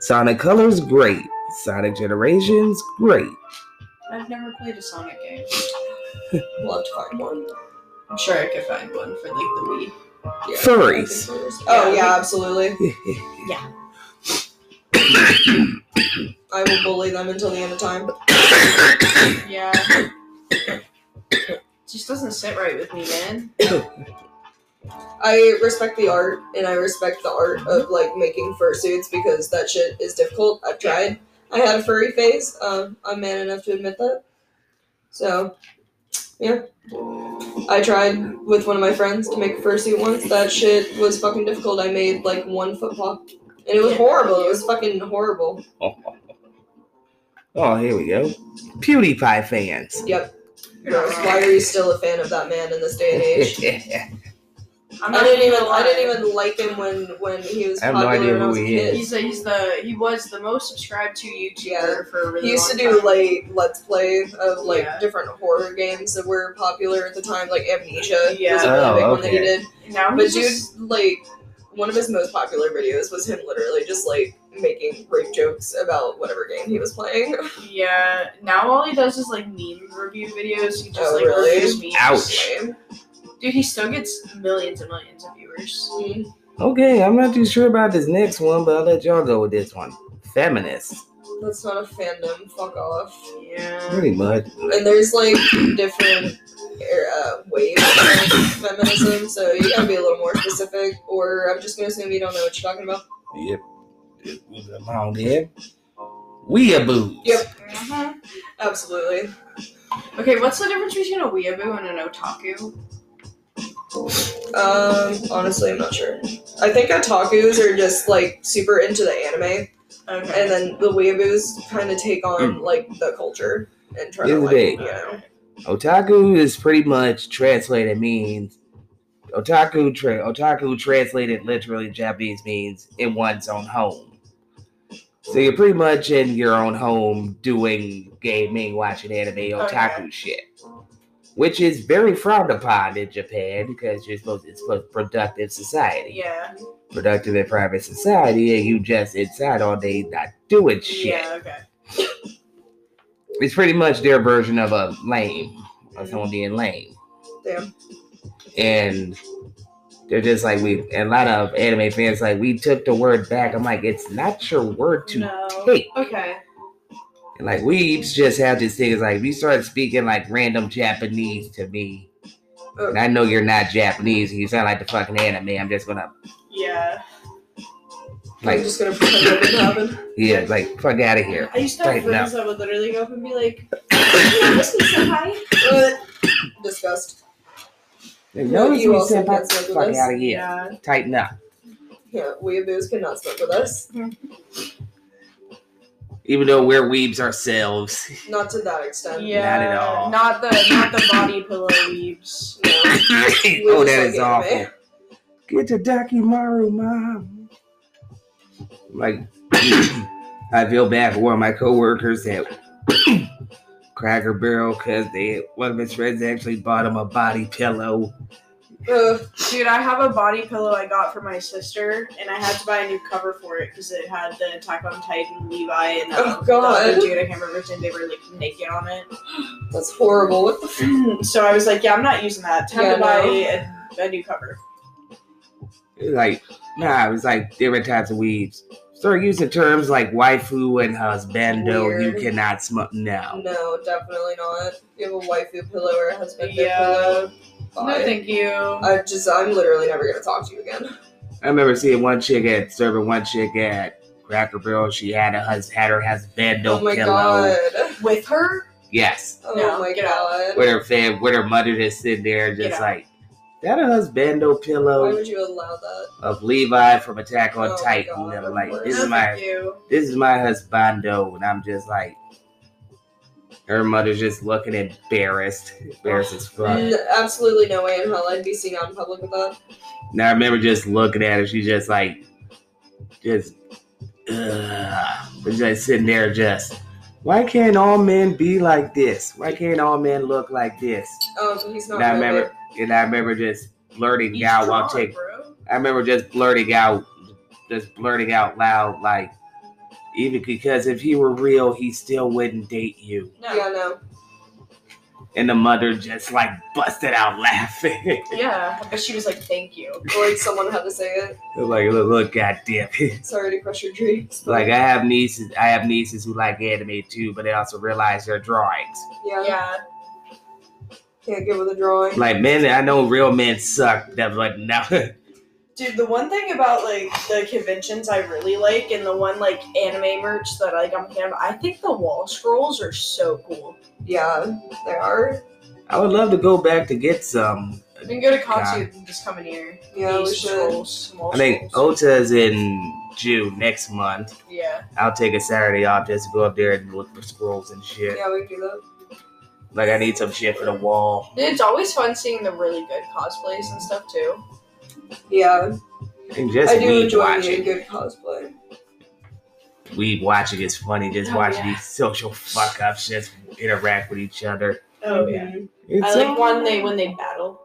Speaker 2: Sonic Colors, great. Sonic Generations, great.
Speaker 4: I've never played a Sonic game.
Speaker 3: Love to find one.
Speaker 4: I'm sure I could find one for like the weed.
Speaker 2: Furries.
Speaker 3: Oh yeah, absolutely.
Speaker 4: Yeah.
Speaker 3: I will bully them until the end of time.
Speaker 4: Yeah. Just doesn't sit right with me, man.
Speaker 3: I respect the art, and I respect the art
Speaker 2: Mm-hmm.
Speaker 3: of like making fursuits because that shit is difficult. I've tried. I had a furry phase. Um, I'm man enough to admit that. So, yeah, I tried with one of my friends to make a fursuit once. That shit was fucking difficult. I made like one foot pop, and it was horrible. It was fucking horrible.
Speaker 2: Oh, here we go. PewDiePie fans.
Speaker 3: Yep. Gross. Why are you still a fan of that man in this day and age?
Speaker 4: I'm
Speaker 3: I
Speaker 4: not
Speaker 3: didn't even
Speaker 4: gonna
Speaker 3: I didn't
Speaker 4: lie.
Speaker 3: even like him when when he was
Speaker 2: I have no
Speaker 3: popular
Speaker 2: idea
Speaker 3: when I
Speaker 2: who
Speaker 3: was a
Speaker 2: he
Speaker 3: kid.
Speaker 4: He's, he's the he was the most subscribed to YouTuber
Speaker 3: Yeah.
Speaker 4: for a really
Speaker 3: He used to
Speaker 4: long
Speaker 3: do
Speaker 4: time.
Speaker 3: like let's play of like
Speaker 4: Yeah.
Speaker 3: different horror games that were popular at the time, like Amnesia was a really
Speaker 4: Yeah.
Speaker 3: big
Speaker 2: Oh,
Speaker 3: one that he
Speaker 2: okay.
Speaker 3: did.
Speaker 4: now
Speaker 3: But
Speaker 4: he's
Speaker 3: dude,
Speaker 4: just,
Speaker 3: like one of his most popular videos was him literally just like making rape jokes about whatever game he was playing.
Speaker 4: yeah. Now all he does is like meme review videos. He just
Speaker 3: Oh,
Speaker 4: like
Speaker 3: really?
Speaker 4: reviews memes.
Speaker 2: Ouch.
Speaker 4: Dude, he still gets millions and millions of viewers.
Speaker 3: Mm.
Speaker 2: Okay, I'm not too sure about this next one, but I'll let y'all go with this one. Feminists.
Speaker 3: That's not a fandom. Fuck off.
Speaker 4: Yeah.
Speaker 2: Pretty much.
Speaker 3: And there's like different uh, waves of feminism, so you gotta be a little more specific, or I'm just gonna assume you don't know what you're talking about.
Speaker 2: Yep. Come on, then. Weeaboos.
Speaker 3: Yep.
Speaker 4: hmm
Speaker 3: Absolutely.
Speaker 4: Okay, what's the difference between a weeaboo and an otaku?
Speaker 3: Um, honestly, I'm not sure. I think otakus are just like super into the anime,
Speaker 4: Okay.
Speaker 3: and then the weeaboos kind of take on like the culture and try to
Speaker 2: Either
Speaker 3: like,
Speaker 2: way.
Speaker 3: you know.
Speaker 2: Otaku is pretty much translated means otaku tra- otaku translated literally in Japanese means in one's own home. So you're pretty much in your own home doing gaming, watching anime, otaku shit. Which is very frowned upon in Japan because you're supposed it's supposed to be productive society.
Speaker 4: yeah.
Speaker 2: Productive and private society and you just inside all day not doing shit.
Speaker 4: Yeah. Okay.
Speaker 2: It's pretty much their version of a lame. Of someone being lame.
Speaker 3: Damn.
Speaker 2: and they're just like we and a lot of anime fans like we took the word back i'm like it's not your word to
Speaker 4: No.
Speaker 2: take
Speaker 4: Okay.
Speaker 2: and like we just have this thing it's like we started speaking like random japanese to me
Speaker 3: Oh.
Speaker 2: and i know you're not japanese and you sound like the fucking anime i'm just gonna
Speaker 4: Yeah.
Speaker 2: like
Speaker 3: I'm just gonna pretend that didn't happen.
Speaker 2: yeah like fuck out of here
Speaker 4: I used to have
Speaker 2: Right,
Speaker 4: friends that would literally go up and be like, "Yeah, this is so high."
Speaker 3: But, disgust.
Speaker 2: Like,
Speaker 3: No,
Speaker 2: no,
Speaker 3: you
Speaker 2: you
Speaker 3: also
Speaker 2: said
Speaker 3: can't
Speaker 2: fuck
Speaker 3: smoke with us.
Speaker 2: out of here tighten up
Speaker 3: Yeah, weeaboos cannot smoke with us.
Speaker 2: even though we're weebs ourselves
Speaker 3: Not to that extent.
Speaker 4: Yeah.
Speaker 2: Not at all.
Speaker 4: Not the not the body pillow weebs.
Speaker 3: No.
Speaker 2: oh that
Speaker 3: just
Speaker 2: is
Speaker 3: like
Speaker 2: awful
Speaker 3: anime.
Speaker 2: get to Dakimaru, mom. Like, I feel bad for one of my coworkers at Cracker Barrel because they one of his friends actually bought him a body pillow.
Speaker 3: Uh,
Speaker 4: Dude, I have a body pillow I got for my sister, and I had to buy a new cover for it because it had the Attack on Titan Levi and
Speaker 3: Oh,
Speaker 4: uh,
Speaker 3: God.
Speaker 4: the other dude I can't remember his name. They were like naked on
Speaker 3: that's horrible. What the f-
Speaker 4: it, so I was like, "Yeah, I'm not using that. Time
Speaker 3: Yeah,
Speaker 4: to buy
Speaker 3: no.
Speaker 4: a, a new cover."
Speaker 2: Like, nah, it was like different types of weaves. Start using terms like waifu and husbando.
Speaker 3: Weird.
Speaker 2: You cannot smoke. No.
Speaker 3: No, definitely not. You have a waifu pillow or a husband
Speaker 4: Yeah.
Speaker 3: pillow. Bye.
Speaker 4: No, thank you.
Speaker 3: I just, I'm literally never gonna talk to you again.
Speaker 2: I remember seeing one chick at serving one chick at Cracker Barrel. She had a hus- had her husbando
Speaker 3: oh my
Speaker 2: pillow.
Speaker 3: god.
Speaker 4: With her,
Speaker 2: Yes.
Speaker 3: Oh
Speaker 4: No,
Speaker 3: my
Speaker 4: get out.
Speaker 3: god.
Speaker 2: with her fam, with her mother just sitting there, just
Speaker 4: Yeah.
Speaker 2: like that a husbando
Speaker 3: Why
Speaker 2: pillow
Speaker 3: would you allow that?
Speaker 2: of Levi from Attack on
Speaker 3: Oh my
Speaker 2: Titan.
Speaker 3: God,
Speaker 2: and
Speaker 3: of
Speaker 2: I'm like,
Speaker 3: course.
Speaker 2: this
Speaker 4: no,
Speaker 2: is my
Speaker 4: thank you.
Speaker 2: this is my husbando, and I'm just like, her mother's just looking embarrassed, embarrassed as fuck.
Speaker 3: N- absolutely no way in hell I'd be seen out in public with that.
Speaker 2: Now I remember just looking at her, she just like, just, ugh, but just sitting there, just. Why can't all men be like this? Why can't all men look like this?
Speaker 3: Um, he's not.
Speaker 2: And I
Speaker 3: really.
Speaker 2: remember, and I remember just blurting
Speaker 4: He's
Speaker 2: out while
Speaker 4: drunk,
Speaker 2: taking.
Speaker 4: bro.
Speaker 2: I remember just blurting out, just blurting out loud, like, even because if he were real, he still wouldn't date you.
Speaker 4: No.
Speaker 3: Yeah, no.
Speaker 2: and the mother just like busted out laughing.
Speaker 3: Yeah.
Speaker 4: But she was like, thank you.
Speaker 3: Like someone had to say it.
Speaker 2: like, look, look, goddamn it.
Speaker 3: Sorry to crush your dreams. but-
Speaker 2: Like I have nieces, I have nieces who like anime too, but they also realize their drawings.
Speaker 3: yeah,
Speaker 4: Yeah.
Speaker 3: Can't get with a drawing.
Speaker 2: Like men, I know real men suck. That but now
Speaker 4: Dude, the one thing about like the conventions I really like and the one like anime merch that like I'm a fan of, I think the wall scrolls are so cool.
Speaker 3: yeah, they are.
Speaker 2: I would love to go back to get some.
Speaker 4: We can go to Katsu and just come in here.
Speaker 3: Yeah, we
Speaker 4: These
Speaker 3: should.
Speaker 4: scrolls, wall
Speaker 2: I oh. think
Speaker 4: scrolls.
Speaker 2: Ota's in June next month.
Speaker 4: Yeah.
Speaker 2: I'll take a Saturday off just to go up there and look for scrolls and shit.
Speaker 3: Yeah, we can do that.
Speaker 2: Like I need some shit for the wall.
Speaker 4: Dude, it's always fun seeing the really good cosplays and stuff too.
Speaker 3: Yeah,
Speaker 2: And just
Speaker 3: I do
Speaker 2: weed
Speaker 3: enjoy being
Speaker 2: watching.
Speaker 3: good cosplay.
Speaker 2: Weed watching is funny. Just
Speaker 4: Oh,
Speaker 2: watching
Speaker 4: yeah.
Speaker 2: these social fuck ups just interact with each other.
Speaker 4: Oh
Speaker 3: Mhm.
Speaker 2: It's
Speaker 4: I like one they when they battle.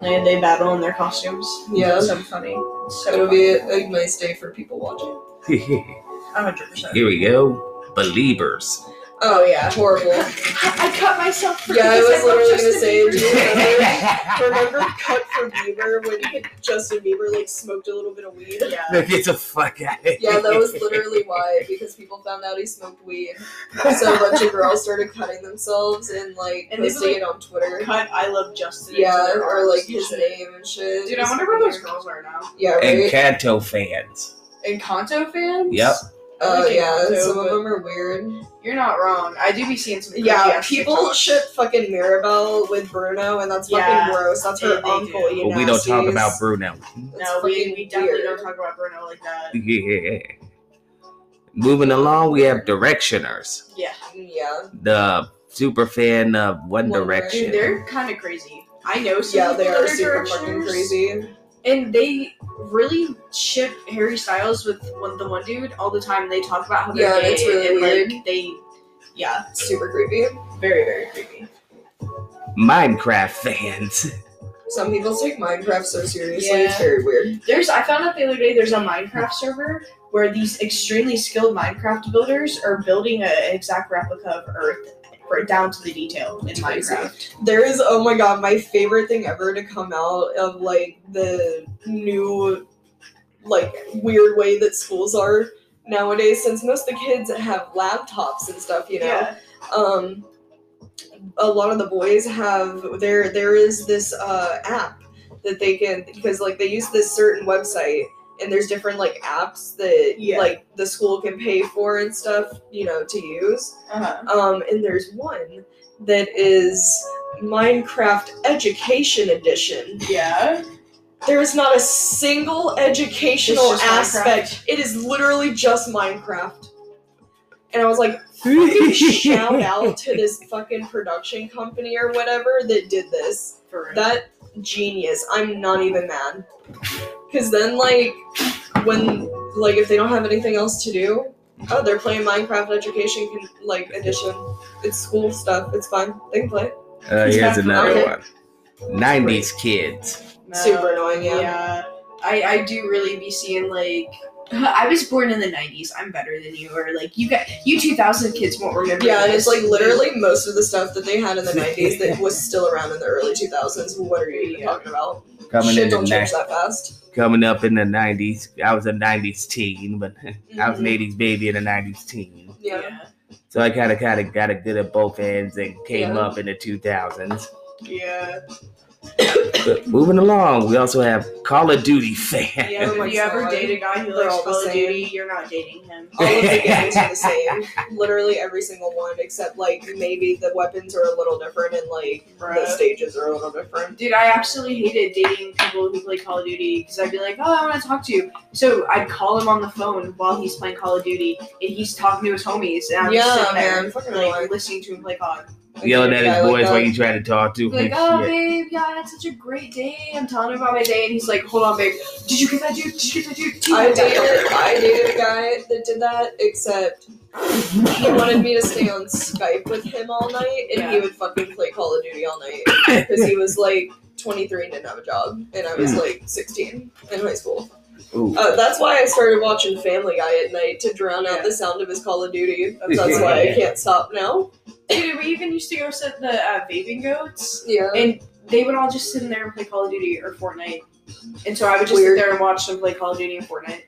Speaker 4: They, they battle in their costumes.
Speaker 3: Yeah.
Speaker 4: so funny. So
Speaker 3: It'll
Speaker 4: It'll
Speaker 3: be a, a nice day for people watching.
Speaker 2: here
Speaker 4: hundred percent.
Speaker 2: we go. Believers.
Speaker 4: Oh yeah.
Speaker 3: Horrible.
Speaker 4: I cut myself. For
Speaker 3: Yeah, I
Speaker 4: because
Speaker 3: was
Speaker 4: love
Speaker 3: literally
Speaker 4: Justin
Speaker 3: gonna say,
Speaker 4: Bieber.
Speaker 3: do you
Speaker 2: Look,
Speaker 3: remember-
Speaker 4: Remember cut for Bieber when he- Justin Bieber like smoked a little bit of weed. Yeah.
Speaker 2: get the fuck out of here.
Speaker 3: Yeah, that was literally why, because people found out he smoked weed. So a bunch of girls started cutting themselves and like
Speaker 4: And they
Speaker 3: posting
Speaker 4: would,
Speaker 3: it on Twitter.
Speaker 4: Cut. I love Justin.
Speaker 3: Yeah,
Speaker 4: into their
Speaker 3: or like
Speaker 4: arms and
Speaker 3: his
Speaker 4: shit.
Speaker 3: name and shit.
Speaker 4: Dude, I wonder where those girls are now.
Speaker 3: Yeah,
Speaker 2: and
Speaker 3: right.
Speaker 2: Kanto fans.
Speaker 4: And Kanto fans.
Speaker 2: Yep.
Speaker 3: Oh
Speaker 4: I like
Speaker 3: yeah,
Speaker 4: Encanto,
Speaker 3: some of
Speaker 4: but-
Speaker 3: them are weird.
Speaker 4: You're not wrong. I do be seeing some.
Speaker 3: Yeah,
Speaker 4: creepy-ass
Speaker 3: people
Speaker 4: TikToks.
Speaker 3: shit fucking Mirabelle with Bruno, and that's fucking
Speaker 4: Yeah.
Speaker 3: gross. That's
Speaker 4: They-
Speaker 3: her
Speaker 4: they
Speaker 3: uncle.
Speaker 4: do.
Speaker 3: You
Speaker 2: But we don't talk
Speaker 3: nasties.
Speaker 2: about Bruno.
Speaker 3: That's
Speaker 4: No, we,
Speaker 3: fucking
Speaker 4: we definitely
Speaker 3: weird.
Speaker 4: don't talk about Bruno like that.
Speaker 2: Yeah. Moving along, we have Directioners,
Speaker 4: Yeah.
Speaker 3: Yeah,
Speaker 2: the super fan of One,
Speaker 3: One
Speaker 2: Direction.
Speaker 3: Direction.
Speaker 4: Dude, they're kind of crazy. I know Oh, some
Speaker 3: yeah,
Speaker 4: people
Speaker 3: they
Speaker 4: that
Speaker 3: are super fucking
Speaker 4: directioners,
Speaker 3: crazy.
Speaker 4: And they really ship Harry Styles with one, the one dude all the time. They talk about how they're
Speaker 3: Yeah,
Speaker 4: gay
Speaker 3: that's really
Speaker 4: and
Speaker 3: weird.
Speaker 4: like they, yeah,
Speaker 3: Super creepy.
Speaker 4: very very creepy.
Speaker 2: Minecraft fans.
Speaker 3: Some people take Minecraft so seriously.
Speaker 4: Yeah.
Speaker 3: It's very weird.
Speaker 4: There's I found out the other day there's a Minecraft server where these extremely skilled Minecraft builders are building a- an exact replica of Earth. right Down to the detail in
Speaker 3: crazy.
Speaker 4: Minecraft.
Speaker 3: There is, oh my god, my favorite thing ever to come out of like the new, like weird way that schools are nowadays. Since most of the kids have laptops and stuff, you know. um a lot of the boys have there there is this uh app that they can because like they use this certain website and there's different like apps that
Speaker 4: Yeah.
Speaker 3: like the school can pay for and stuff you know to use
Speaker 4: Uh-huh.
Speaker 3: um and there's one that is minecraft education edition
Speaker 4: Yeah.
Speaker 3: there is not a single educational
Speaker 4: It's just
Speaker 3: aspect it is literally just minecraft and i was like fucking shout out to this fucking production company or whatever that did this.
Speaker 4: For real.
Speaker 3: That genius. I'm not even mad. Cause then like when like if they don't have anything else to do, oh they're playing Minecraft Education can, like edition. It's school stuff. It's fun. They can play. it.
Speaker 2: Uh, here's another
Speaker 3: Okay.
Speaker 2: one. 90s kids.
Speaker 4: No.
Speaker 3: Super annoying. Yeah.
Speaker 4: I, I do really be seeing like I was born in the '90s. I'm better than you, or like you got you 2000 kids won't remember.
Speaker 3: Yeah, and
Speaker 4: this.
Speaker 3: it's like literally most of the stuff that they had in the 90s that was still around in the early 2000s. What are you even
Speaker 4: Yeah.
Speaker 3: talking about?
Speaker 2: Coming
Speaker 3: Shit
Speaker 2: in the
Speaker 3: don't change
Speaker 2: ni-
Speaker 3: that fast.
Speaker 2: coming up in the 90s. I was a 90s teen, but I was an
Speaker 3: Mhm.
Speaker 2: 80s baby and a 90s teen.
Speaker 3: Yeah.
Speaker 2: So I kind of kind of got a good at both ends and came
Speaker 3: Yeah.
Speaker 2: up in the 2000s.
Speaker 4: yeah.
Speaker 2: But moving along, we also have Call of Duty fans.
Speaker 4: yeah.
Speaker 3: Oh my
Speaker 4: If you ever
Speaker 3: God.
Speaker 4: date a guy who
Speaker 3: They're
Speaker 4: likes
Speaker 3: all the
Speaker 4: Call of
Speaker 3: same.
Speaker 4: Duty, you're not dating him.
Speaker 3: All of the games are the same. Literally every single one, except like maybe the weapons are a little different and like the stages are a little different.
Speaker 4: Dude, I absolutely hated dating people who play Call of Duty because I'd be like, oh, I want to talk to you. So I'd call him on the phone while he's playing Call of Duty, and he's talking to his homies, and I'm just
Speaker 3: Yeah,
Speaker 4: sitting there,
Speaker 3: man, fucking
Speaker 4: like,
Speaker 3: annoying.
Speaker 4: listening to him play COD.
Speaker 2: Yelling at
Speaker 3: Yeah,
Speaker 2: his
Speaker 3: like
Speaker 2: boys
Speaker 3: that.
Speaker 2: while you trying to talk to
Speaker 4: Be like,
Speaker 2: him.
Speaker 4: oh,
Speaker 2: Shit.
Speaker 4: babe, yeah, I had such a great day. I'm telling him about my day, and he's like, hold on, babe. Did you get that dude? Did you get that dude? Did you
Speaker 3: I
Speaker 4: get that
Speaker 3: dated
Speaker 4: dude?"
Speaker 3: I dated a guy that did that, except he wanted me to stay on Skype with him all night and he
Speaker 4: Yeah.
Speaker 3: would fucking play Call of Duty all night. Because he was like twenty three and didn't have a job and I was like sixteen in high school.
Speaker 2: Hmm. Ooh.
Speaker 3: Uh, that's why I started watching Family Guy at night to drown out the sound of his Call of Duty. That's why I can't stop now.
Speaker 4: Dude, we even used to go sit in the uh, vaping goats,
Speaker 3: Yeah.
Speaker 4: and they would all just sit in there and play Call of Duty or Fortnite. And so I would just
Speaker 3: Weird.
Speaker 4: sit there and watch them play Call of Duty and Fortnite.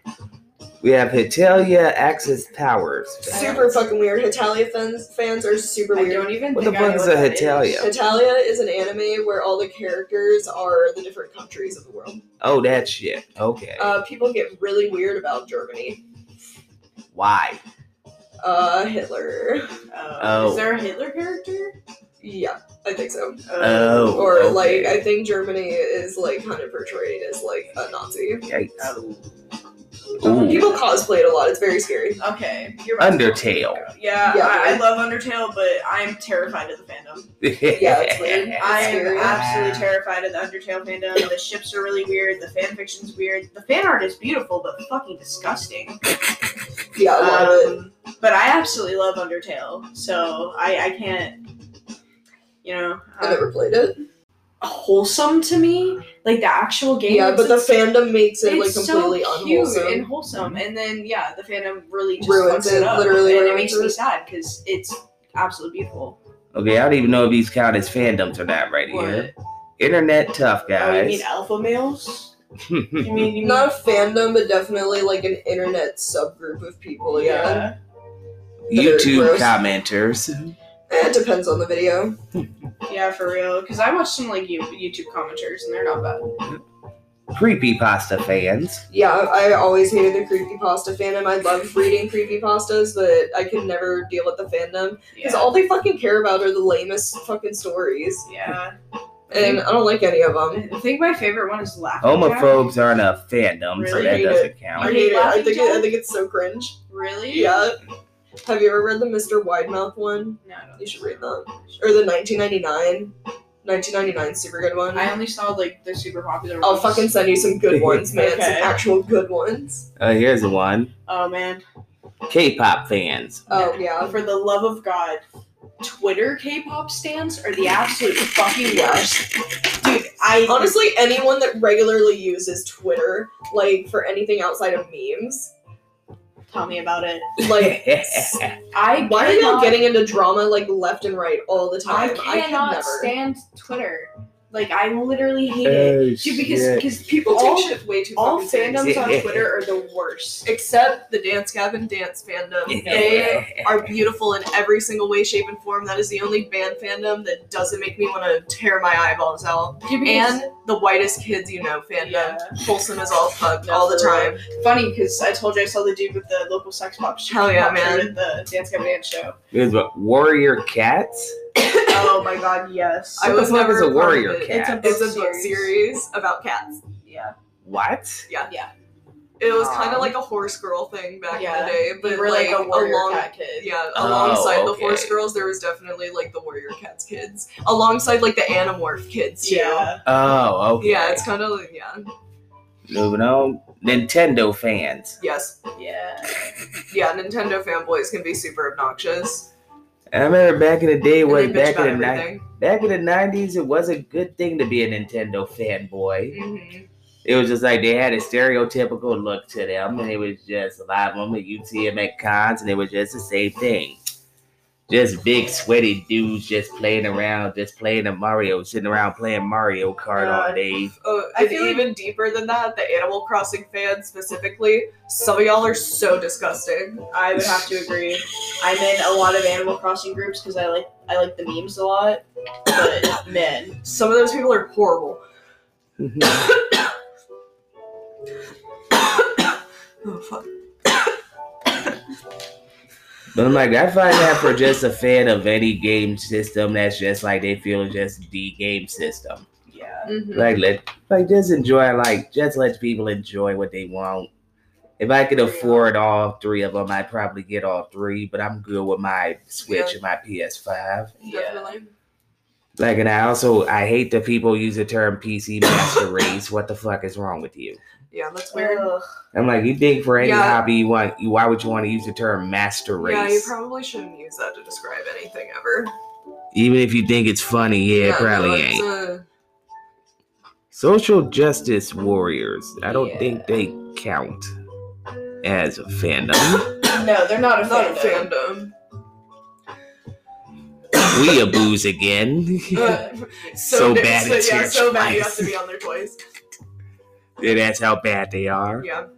Speaker 2: We have Hitalia Access Powers.
Speaker 3: Super fucking weird. Hitalia fans fans are super
Speaker 4: I
Speaker 3: weird.
Speaker 4: don't even
Speaker 2: What the
Speaker 4: think I
Speaker 2: fuck
Speaker 4: know
Speaker 2: is
Speaker 4: what
Speaker 2: a
Speaker 4: that
Speaker 2: Hitalia?
Speaker 3: Hitalia is an anime where all the characters are the different countries of the world.
Speaker 2: Oh, that shit. Okay.
Speaker 3: Uh, people get really weird about Germany.
Speaker 2: Why?
Speaker 3: Uh, Hitler.
Speaker 4: Uh,
Speaker 2: Oh.
Speaker 4: Is there a Hitler character?
Speaker 3: Yeah, I think so.
Speaker 4: Uh,
Speaker 2: Oh.
Speaker 3: Or
Speaker 2: okay.
Speaker 3: like, I think Germany is like kind of portrayed as like a Nazi.
Speaker 2: Yikes.
Speaker 4: oh.
Speaker 2: Ooh.
Speaker 3: People cosplay it a lot. It's very scary.
Speaker 4: Okay. You're right.
Speaker 2: Undertale.
Speaker 4: Yeah,
Speaker 3: Yeah.
Speaker 4: I, I love Undertale, but I'm terrified of the fandom.
Speaker 3: Yeah, it's weird.
Speaker 4: I am
Speaker 3: scary.
Speaker 4: absolutely terrified of the Undertale fandom. The ships are really weird. The fan fiction's weird. The fan art is beautiful, but fucking disgusting.
Speaker 3: Yeah, a lot of it.
Speaker 4: Um, but I absolutely love Undertale, so I, I can't, you know,
Speaker 3: I
Speaker 4: uh,
Speaker 3: never played it.
Speaker 4: wholesome to me. Like the actual game.
Speaker 3: Yeah, but the
Speaker 4: it's-
Speaker 3: fandom makes it like
Speaker 4: it's
Speaker 3: completely
Speaker 4: so cute
Speaker 3: unwholesome. Mm-hmm.
Speaker 4: and wholesome. And then yeah, the fandom really just
Speaker 3: Ruins
Speaker 4: fucks
Speaker 3: it,
Speaker 4: up.
Speaker 3: literally
Speaker 4: and it
Speaker 3: ruins
Speaker 4: makes
Speaker 3: it.
Speaker 4: me sad because it's absolutely beautiful.
Speaker 2: Okay, I don't even know if these count as fandoms or not right here. Internet tough
Speaker 4: Oh, you
Speaker 2: guys.
Speaker 4: mean alpha males?
Speaker 3: uh,
Speaker 4: You mean you
Speaker 3: Not a fandom, but definitely like an internet subgroup of people.
Speaker 4: mean,
Speaker 3: Yeah,
Speaker 4: yeah.
Speaker 2: YouTube
Speaker 3: Gross.
Speaker 2: commenters.
Speaker 3: Eh, it depends on the video.
Speaker 4: yeah, for real. Because I watched some like you- YouTube commenters and they're not bad.
Speaker 2: Creepy pasta fans.
Speaker 3: Yeah, I always hated the creepypasta fandom. I love reading creepypastas, but I can never deal with the fandom because
Speaker 4: Yeah.
Speaker 3: all they fucking care about are the lamest fucking stories,
Speaker 4: yeah.
Speaker 3: and I don't like any of them.
Speaker 4: I think my favorite one is laughing.
Speaker 2: Homophobes aren't a fandom, so
Speaker 4: Really
Speaker 2: that
Speaker 3: hate
Speaker 2: doesn't
Speaker 3: I
Speaker 4: Are
Speaker 2: count.
Speaker 4: you
Speaker 3: hate it. I
Speaker 4: laughing,
Speaker 3: think it, I
Speaker 4: John?
Speaker 3: think it's so cringe.
Speaker 4: Really?
Speaker 3: Yeah. Have you ever read the Mr. Widemouth one?
Speaker 4: No, I don't
Speaker 3: You should read
Speaker 4: think
Speaker 3: that.
Speaker 4: so.
Speaker 3: Or the 1999? 1999 's super good one.
Speaker 4: I only saw like the super popular.
Speaker 3: I'll
Speaker 4: ones.
Speaker 3: fucking send you some good ones, man. Some
Speaker 4: Okay.
Speaker 3: actual good ones.
Speaker 2: Uh, here's the one.
Speaker 4: Oh man.
Speaker 2: K-pop fans.
Speaker 3: Oh yeah.
Speaker 4: Uh, For the love of God, Twitter K-pop stands are the absolute fucking
Speaker 3: Yeah.
Speaker 4: worst. Dude, I
Speaker 3: Honestly, anyone that regularly uses Twitter, like for anything outside of memes,
Speaker 4: tell me about it.
Speaker 3: like
Speaker 4: I
Speaker 3: why are y'all
Speaker 4: cannot-
Speaker 3: getting into drama like left and right all the
Speaker 4: I
Speaker 3: time? I can
Speaker 4: cannot
Speaker 3: never.
Speaker 4: stand Twitter. Like I literally hate it. Dude, because because people
Speaker 3: People take
Speaker 4: all,
Speaker 3: shit way too
Speaker 4: all
Speaker 3: fucking serious.
Speaker 4: fandoms on
Speaker 2: Yeah.
Speaker 4: Twitter are the worst.
Speaker 3: Except the Dance Gavin Dance fandom. They are beautiful in every single way, shape, and form. That is the only band fandom that doesn't make me want to tear my eyeballs out.
Speaker 4: Dude, because-
Speaker 3: And the whitest kids you know fandom.
Speaker 4: Yeah.
Speaker 3: Wholesome as all fuck all the time.
Speaker 4: funny because I told you I saw the dude with the local sex pop sh-
Speaker 3: Hell yeah,
Speaker 4: pop shirt
Speaker 3: man.
Speaker 4: at the Dance Gavin Dance show.
Speaker 2: Here's what Warrior Cats.
Speaker 4: oh my god, yes.
Speaker 3: I
Speaker 2: What the
Speaker 3: was
Speaker 2: fuck
Speaker 3: never
Speaker 2: is a
Speaker 3: part of
Speaker 2: warrior
Speaker 3: it.
Speaker 2: cat?
Speaker 3: It's a book series about cats.
Speaker 4: Yeah.
Speaker 2: What?
Speaker 3: It was
Speaker 4: Aw.
Speaker 3: kind of like a horse girl thing back in
Speaker 4: Yeah.
Speaker 3: the day, but
Speaker 4: But we're like, a warrior
Speaker 3: along
Speaker 4: cat kid.
Speaker 3: yeah,
Speaker 2: Oh,
Speaker 3: alongside the
Speaker 2: okay.
Speaker 3: horse girls, there was definitely like the warrior cats kids, alongside like the animorph kids too.
Speaker 4: Yeah.
Speaker 2: Oh, okay.
Speaker 3: Yeah, it's kind of like, yeah.
Speaker 2: Moving on. Nintendo fans.
Speaker 3: Yes.
Speaker 4: Yeah.
Speaker 3: Yeah, Nintendo fanboys can be super obnoxious.
Speaker 2: I remember back in the day
Speaker 3: And they
Speaker 2: when
Speaker 3: bitch
Speaker 2: back
Speaker 3: about
Speaker 2: in the ni-
Speaker 3: everything.
Speaker 2: back in the nineties, it was a good thing to be a Nintendo fanboy.
Speaker 4: Mm-hmm.
Speaker 3: Mhm.
Speaker 2: It was just like they had a stereotypical look to them, and it was just a lot of them at UTM at cons, and it was just the same thing. Just big sweaty dudes just playing around, just playing a Mario, sitting around playing Mario Kart all
Speaker 4: God.
Speaker 2: day.
Speaker 3: Oh,
Speaker 4: I
Speaker 3: and
Speaker 4: feel like-
Speaker 3: even deeper than that, the Animal Crossing fans specifically, some of y'all are so disgusting.
Speaker 4: I would have to agree. I'm in a lot of Animal Crossing groups because I like I like the memes a lot. But man,
Speaker 3: Some of those people are horrible. Oh, fuck.
Speaker 2: But I'm like, I find that for just a fan of any game system, that's just like they feel just the game system.
Speaker 4: yeah.
Speaker 3: Mhm.
Speaker 2: Like let, like just enjoy, like just let people enjoy what they want. If I could afford all three of them, I'd probably get all three. But I'm good with my Switch and my PS5.
Speaker 3: Definitely.
Speaker 2: Like, and I also I hate that people use the term PC master race. What the fuck is wrong with you?
Speaker 3: Yeah, that's weird.
Speaker 4: Ugh.
Speaker 2: I'm like, you think for any
Speaker 3: Yeah.
Speaker 2: hobby you want, you, why would you want to use the term master race?
Speaker 3: Yeah, you probably shouldn't use that to describe anything ever.
Speaker 2: Even if you think it's funny, yeah, it
Speaker 3: Yeah,
Speaker 2: probably
Speaker 3: no, it's,
Speaker 2: ain't.
Speaker 3: uh,
Speaker 2: Social justice warriors. I don't think they count as a fandom.
Speaker 4: No, they're not a
Speaker 3: I'm not a
Speaker 4: fan.
Speaker 3: fandom.
Speaker 2: we a booze again. So
Speaker 3: di-
Speaker 2: bad it's
Speaker 3: yeah,
Speaker 2: here
Speaker 3: so bad you have
Speaker 2: twice.
Speaker 3: to be on there twice.
Speaker 2: Yeah, that's how bad they are.
Speaker 3: Yeah,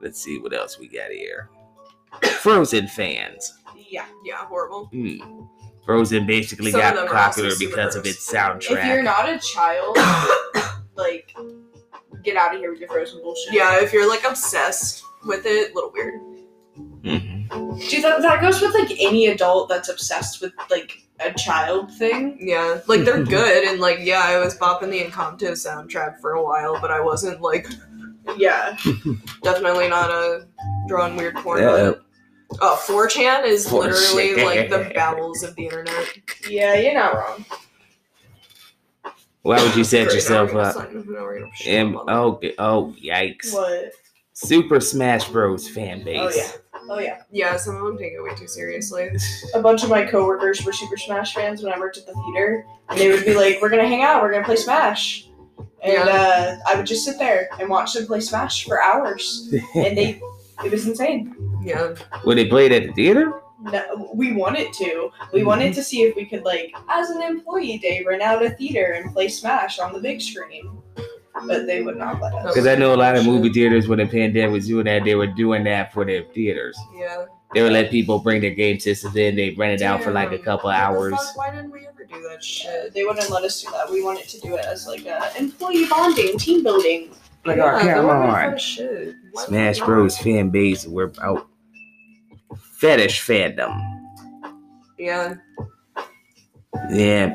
Speaker 2: Let's see what else we got here. Frozen fans.
Speaker 4: Yeah.
Speaker 3: yeah, horrible.
Speaker 2: Hmm. Frozen basically
Speaker 3: Some of them
Speaker 2: got
Speaker 3: are
Speaker 2: popular
Speaker 3: also super
Speaker 2: because of
Speaker 3: gross.
Speaker 2: its soundtrack.
Speaker 4: If you're not a child, like, get out of here with your frozen bullshit.
Speaker 3: Yeah, if you're like obsessed with it, a little weird.
Speaker 2: Mhm.
Speaker 4: Dude, that, that goes with like any adult that's obsessed with like a child thing.
Speaker 3: Yeah, like they're good and like yeah, I was bopping the Encanto soundtrack for a while, but I wasn't like
Speaker 4: Yeah.
Speaker 3: definitely not a drawing weird porn.
Speaker 2: Uh-oh.
Speaker 3: Uh, 4chan is
Speaker 2: 4chan.
Speaker 3: literally like the bowels of the internet.
Speaker 4: Yeah, you're not wrong.
Speaker 2: Why would you set
Speaker 3: Great,
Speaker 2: yourself
Speaker 3: now we're gonna
Speaker 2: up?
Speaker 3: sign- now we're gonna- shit,
Speaker 2: Em-
Speaker 3: mother-
Speaker 2: oh, g- oh, yikes.
Speaker 4: What?
Speaker 2: Super Smash Bros. fan base.
Speaker 4: Oh yeah.
Speaker 3: Yeah, some of them take it way too seriously.
Speaker 4: A bunch of my coworkers were Super Smash fans when I worked at the theater, and they would be like, "We're gonna hang out. We're gonna play Smash." And uh, I would just sit there and watch them play Smash for hours, and they, it was insane.
Speaker 3: Yeah,
Speaker 2: Were they played at the theater?
Speaker 4: No, we wanted to. We wanted to see if we could, like, as an employee day, rent out a theater and play Smash on the big screen, but they would not let
Speaker 3: Oh,
Speaker 4: us.
Speaker 2: Because I know a lot of movie theaters when the pandemic was doing that, they were doing that for their theaters.
Speaker 3: yeah.
Speaker 2: They would let people bring their game systems in, they rent it out for like a
Speaker 3: Damn.
Speaker 2: couple
Speaker 3: What the
Speaker 2: hours.
Speaker 3: fuck? Why didn't we ever do that shit?
Speaker 4: They wouldn't let us do that. We wanted to do it as like a employee bonding, team building.
Speaker 2: Like,
Speaker 3: Yeah,
Speaker 2: oh,
Speaker 3: that
Speaker 2: come
Speaker 3: would've been
Speaker 2: on.
Speaker 3: fun as shit. Why
Speaker 2: Smash
Speaker 3: not?
Speaker 2: Bros. fan base, we're out. Fetish fandom.
Speaker 3: Yeah.
Speaker 2: Yeah.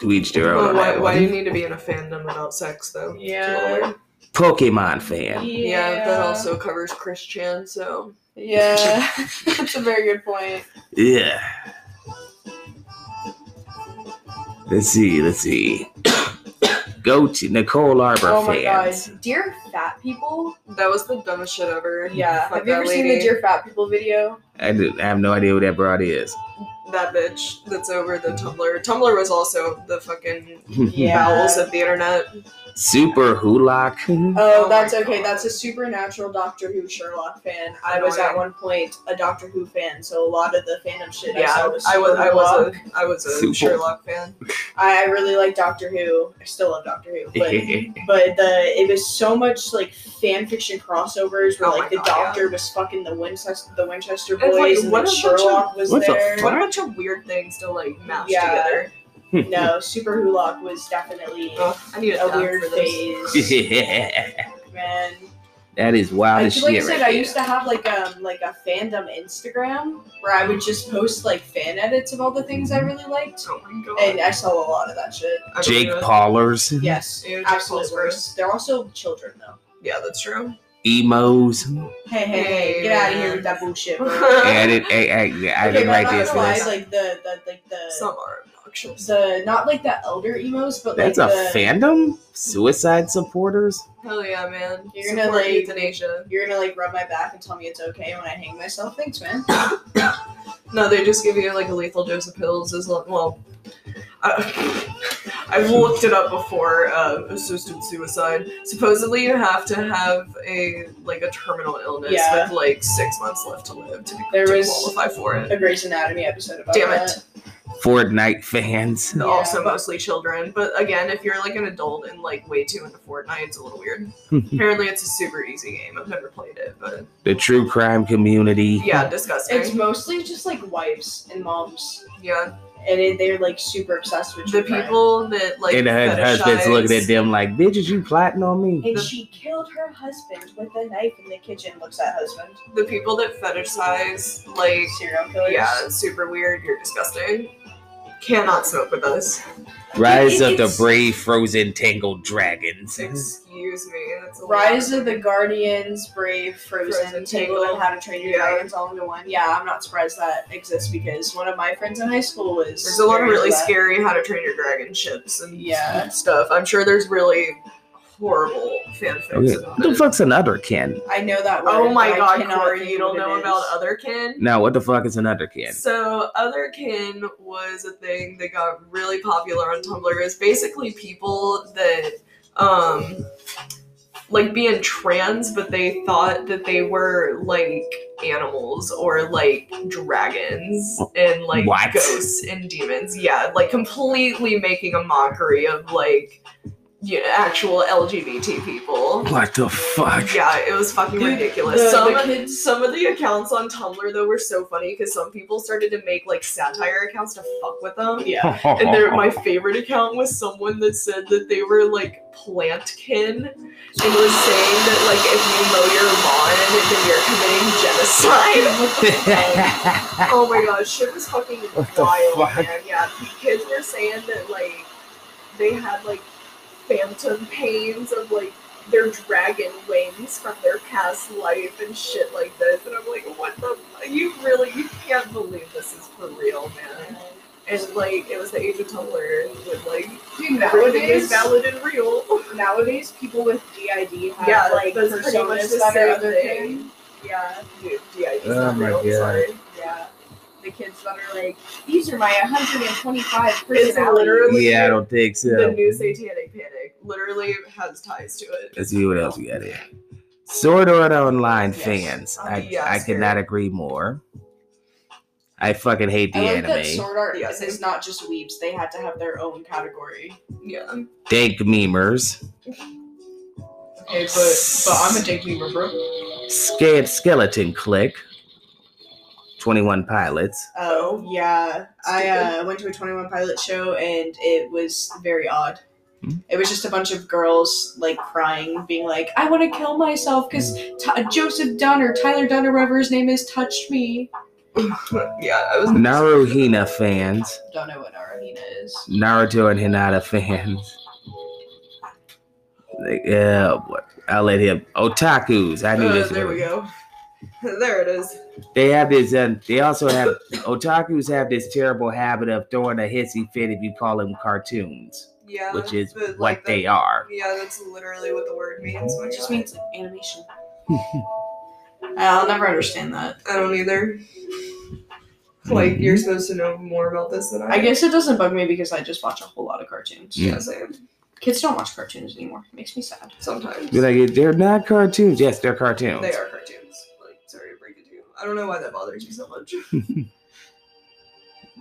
Speaker 2: To each their own.
Speaker 3: Well,
Speaker 2: on
Speaker 3: why,
Speaker 2: that
Speaker 3: why do
Speaker 2: one.
Speaker 3: you need to be in a fandom about sex, though? It's a little
Speaker 4: Yeah.
Speaker 3: weird.
Speaker 2: Pokemon fan.
Speaker 3: Yeah, that also covers Chris Chan, so.
Speaker 4: Yeah, that's a very good point.
Speaker 2: Yeah. Let's see, let's see. Go to Nicole Arbor
Speaker 4: oh my
Speaker 2: fans.
Speaker 4: god, dear fat people.
Speaker 3: That was the dumbest shit ever.
Speaker 4: Yeah,
Speaker 3: Fuck
Speaker 4: have you
Speaker 3: that
Speaker 4: ever seen the
Speaker 3: lady.
Speaker 4: dear fat people video?
Speaker 2: I, do, I have no idea what that broad is.
Speaker 3: That bitch that's over the
Speaker 2: Mm-hmm.
Speaker 3: Tumblr. Tumblr was also the fucking bowels
Speaker 4: Yeah.
Speaker 3: of the internet.
Speaker 2: Super Hulock.
Speaker 4: Oh,
Speaker 3: Oh
Speaker 4: that's
Speaker 3: my
Speaker 4: okay.
Speaker 3: God.
Speaker 4: That's a supernatural Doctor Who Sherlock fan. I
Speaker 3: Oh,
Speaker 4: was at
Speaker 3: yeah.
Speaker 4: one point a Doctor Who fan, so a lot of the fandom shit I
Speaker 3: Yeah,
Speaker 4: saw was
Speaker 3: I was, I
Speaker 4: Sherlock.
Speaker 3: was a, I was a
Speaker 2: Super.
Speaker 3: Sherlock fan.
Speaker 4: I I really like Doctor Who. I still love Doctor Who, but but the it was so much like fan fiction crossovers where
Speaker 3: Oh
Speaker 4: like
Speaker 3: my
Speaker 4: the
Speaker 3: God,
Speaker 4: Doctor was fucking the Winchester the Winchester
Speaker 3: It's like,
Speaker 4: boys and
Speaker 3: what a bunch
Speaker 4: then
Speaker 3: of-
Speaker 4: Sherlock was
Speaker 2: what the
Speaker 4: there.
Speaker 2: fuck?
Speaker 3: What a bunch of weird things to like mash
Speaker 4: Yeah.
Speaker 3: together.
Speaker 4: no, Super Hulock was definitely
Speaker 3: Ugh, I need a,
Speaker 4: a
Speaker 3: dab
Speaker 4: weird
Speaker 3: for this.
Speaker 4: phase,
Speaker 2: that
Speaker 4: man.
Speaker 2: is wild
Speaker 4: I,
Speaker 2: as
Speaker 4: like
Speaker 2: shit.
Speaker 4: I said,
Speaker 2: right
Speaker 4: I
Speaker 2: there.
Speaker 4: used to have like um like a fandom Instagram where I would just post like fan edits of all the things I really liked,
Speaker 3: Oh my god.
Speaker 4: and I saw a lot of that shit.
Speaker 3: I
Speaker 2: Jake
Speaker 3: believe it.
Speaker 2: Paulers,
Speaker 4: Yes,
Speaker 3: Ew, Jack
Speaker 4: absolutely
Speaker 3: Paul's
Speaker 4: worst. They're also children though.
Speaker 3: Yeah, that's true.
Speaker 2: emos.
Speaker 4: Hey, hey, hey,
Speaker 3: Hey,
Speaker 4: get out of here
Speaker 3: man.
Speaker 4: with that bullshit. Bro.
Speaker 2: Yeah, I didn't, I, I, yeah, I
Speaker 4: Okay,
Speaker 2: didn't
Speaker 4: but
Speaker 2: like
Speaker 4: not
Speaker 2: this
Speaker 4: gonna lie,
Speaker 2: list.
Speaker 4: Like the, the like the
Speaker 3: Some are obnoxious.
Speaker 4: the not like the elder emos, but
Speaker 2: That's a
Speaker 4: like the
Speaker 2: fandom? Suicide supporters?
Speaker 3: Hell yeah, man.
Speaker 4: You're gonna,
Speaker 3: Support
Speaker 4: like-
Speaker 3: euthanasia.
Speaker 4: you're gonna like rub my back and tell me it's okay when I hang myself. Thanks, man.
Speaker 3: No, they just give you like a lethal dose of pills. As long, well, I, I've looked it up before. Uh, assisted suicide. Supposedly, you have to have a like a terminal illness
Speaker 4: Yeah.
Speaker 3: with like six months left to live to, be,
Speaker 4: There
Speaker 3: to
Speaker 4: was-
Speaker 3: qualify for it.
Speaker 4: A Grey's Anatomy episode about
Speaker 3: Damn it.
Speaker 4: that.
Speaker 2: Fortnite fans?
Speaker 4: Yeah,
Speaker 3: also,
Speaker 4: but-
Speaker 3: mostly children. But again, if you're like an adult and like way too into Fortnite, it's a little weird. Apparently, it's a super easy game. I've never played it, but
Speaker 2: The true crime community?
Speaker 3: yeah, disgusting.
Speaker 4: It's mostly just like wives and moms,
Speaker 3: yeah,
Speaker 4: and it, they're like super obsessed with
Speaker 3: the
Speaker 4: true crime.
Speaker 3: people that like
Speaker 2: and her husband's
Speaker 3: fetishize-
Speaker 2: looking at them like, bitches, you plotting on me?
Speaker 4: And
Speaker 3: the-
Speaker 4: she killed her husband with a knife in the kitchen. Looks at husband,
Speaker 3: the people that fetishize like
Speaker 4: serial killers.
Speaker 3: yeah it's super weird you're disgusting cannot smoke with us
Speaker 2: Rise of the
Speaker 4: It's-
Speaker 2: brave frozen tangled dragons.
Speaker 3: excuse me that's a
Speaker 4: Rise
Speaker 3: lot.
Speaker 4: of the Guardians, Brave, Frozen,
Speaker 3: Frozen,
Speaker 4: Tangled, and
Speaker 3: Tangled.
Speaker 4: How to Train Your
Speaker 3: Yeah.
Speaker 4: Dragons all into one. Yeah, I'm not surprised that exists because one of my friends in high school was.
Speaker 3: there's a lot of
Speaker 4: very
Speaker 3: really
Speaker 4: into that.
Speaker 3: scary how to train your dragon ships and
Speaker 4: Yeah.
Speaker 3: stuff i'm sure there's really horrible fanfics
Speaker 2: Okay.
Speaker 3: about
Speaker 2: What the
Speaker 3: it.
Speaker 2: fuck's an underkin?
Speaker 4: I know that word.
Speaker 3: oh my
Speaker 4: but I
Speaker 3: god
Speaker 4: cannot
Speaker 3: Corey,
Speaker 4: think
Speaker 3: you don't
Speaker 4: what it
Speaker 3: know
Speaker 4: is.
Speaker 3: about otherkin
Speaker 2: Now, what the fuck is an underkin?
Speaker 3: So, Otherkin was a thing that got really popular on Tumblr. It's basically people that um, like being trans, but they thought that they were like animals or like dragons and like
Speaker 2: What?
Speaker 3: ghosts and demons. Yeah, like completely making a mockery of like you know, actual LGBT people.
Speaker 2: What the fuck?
Speaker 3: Yeah, it was fucking
Speaker 4: Dude,
Speaker 3: ridiculous.
Speaker 4: the-
Speaker 3: some
Speaker 4: the
Speaker 3: of the, some of the accounts on Tumblr though were so funny because some people started to make like satire accounts to fuck with them.
Speaker 4: Yeah.
Speaker 3: And there, my favorite account was someone that said that they were like plant kin and was saying that like if you mow your lawn, then you're committing genocide. oh my god, shit was fucking
Speaker 2: What the
Speaker 3: wild,
Speaker 2: fuck?
Speaker 3: man. Yeah, the kids were saying that like they had like phantom pains of like their dragon wings from their past life and shit like this. And I'm like, what the? You really you can't believe this is for real, man. And like, it was the age of Tumblr with like
Speaker 4: Dude,
Speaker 3: everything is
Speaker 4: nowadays,
Speaker 3: valid and real.
Speaker 4: nowadays people with DID have
Speaker 3: Yeah,
Speaker 4: like
Speaker 3: that's pretty much
Speaker 4: personas
Speaker 3: the
Speaker 4: that are
Speaker 3: same
Speaker 4: other
Speaker 3: thing.
Speaker 4: thing.
Speaker 3: Yeah, dude, DID's
Speaker 2: Oh
Speaker 3: not
Speaker 2: my
Speaker 3: real.
Speaker 2: God.
Speaker 3: Sorry.
Speaker 4: Yeah. The kids that are like, these are my 125
Speaker 3: It's
Speaker 4: personalities.
Speaker 3: literally
Speaker 2: yeah, I don't think
Speaker 3: the
Speaker 2: so.
Speaker 3: new Satanic Panic. Literally has ties to it.
Speaker 2: Let's see what else we got here. Sword Art Online
Speaker 4: Yes.
Speaker 2: fans,
Speaker 3: Oh,
Speaker 2: I,
Speaker 3: yes,
Speaker 2: I could
Speaker 3: girl.
Speaker 2: not agree more. I fucking hate the
Speaker 4: I like that
Speaker 2: anime.
Speaker 4: sword art
Speaker 3: Yeah,
Speaker 4: is not just weebs. They had to have their own category.
Speaker 3: Yeah.
Speaker 2: Dank memers,
Speaker 4: Okay,
Speaker 2: but- but I'm a
Speaker 4: dick humor, bro.
Speaker 2: Scared Skeleton Click, Twenty One Pilots.
Speaker 4: Oh yeah, I uh, went to a Twenty One Pilot show and it was very odd.
Speaker 2: Hmm.
Speaker 4: It was just a bunch of girls like crying, being like, "I want to kill myself because Joseph Dunn or Tyler Dunn or whatever his name is touched me."
Speaker 3: Yeah, I was.
Speaker 2: Naruhina fans,
Speaker 4: Don't know what Naruhina is.
Speaker 2: Naruto and Hinata fans. Like, yeah, what? I'll let him. Otakus. I knew
Speaker 3: Uh,
Speaker 2: this.
Speaker 3: there
Speaker 2: one.
Speaker 3: we go. there it is.
Speaker 2: They have this. Um, they also have otakus have this terrible habit of throwing a hissy fit if you call them cartoons,
Speaker 3: Yeah.
Speaker 2: which is
Speaker 3: the- like
Speaker 2: what
Speaker 3: the-
Speaker 2: they are.
Speaker 3: Yeah, that's literally what the word means. my
Speaker 4: It just
Speaker 3: God.
Speaker 4: means like animation. I'll never understand that.
Speaker 3: I don't either. Like you're supposed to know more about this than I.
Speaker 4: I guess it doesn't bug me because I just watch a whole lot of cartoons.
Speaker 2: Yeah.
Speaker 3: Yeah, same.
Speaker 4: Kids don't watch cartoons anymore. It makes me sad.
Speaker 3: Sometimes.
Speaker 2: Be like they're not cartoons. Yes, they're cartoons.
Speaker 3: They are cartoons. Like, sorry to break it to you. I don't know why that bothers you so much.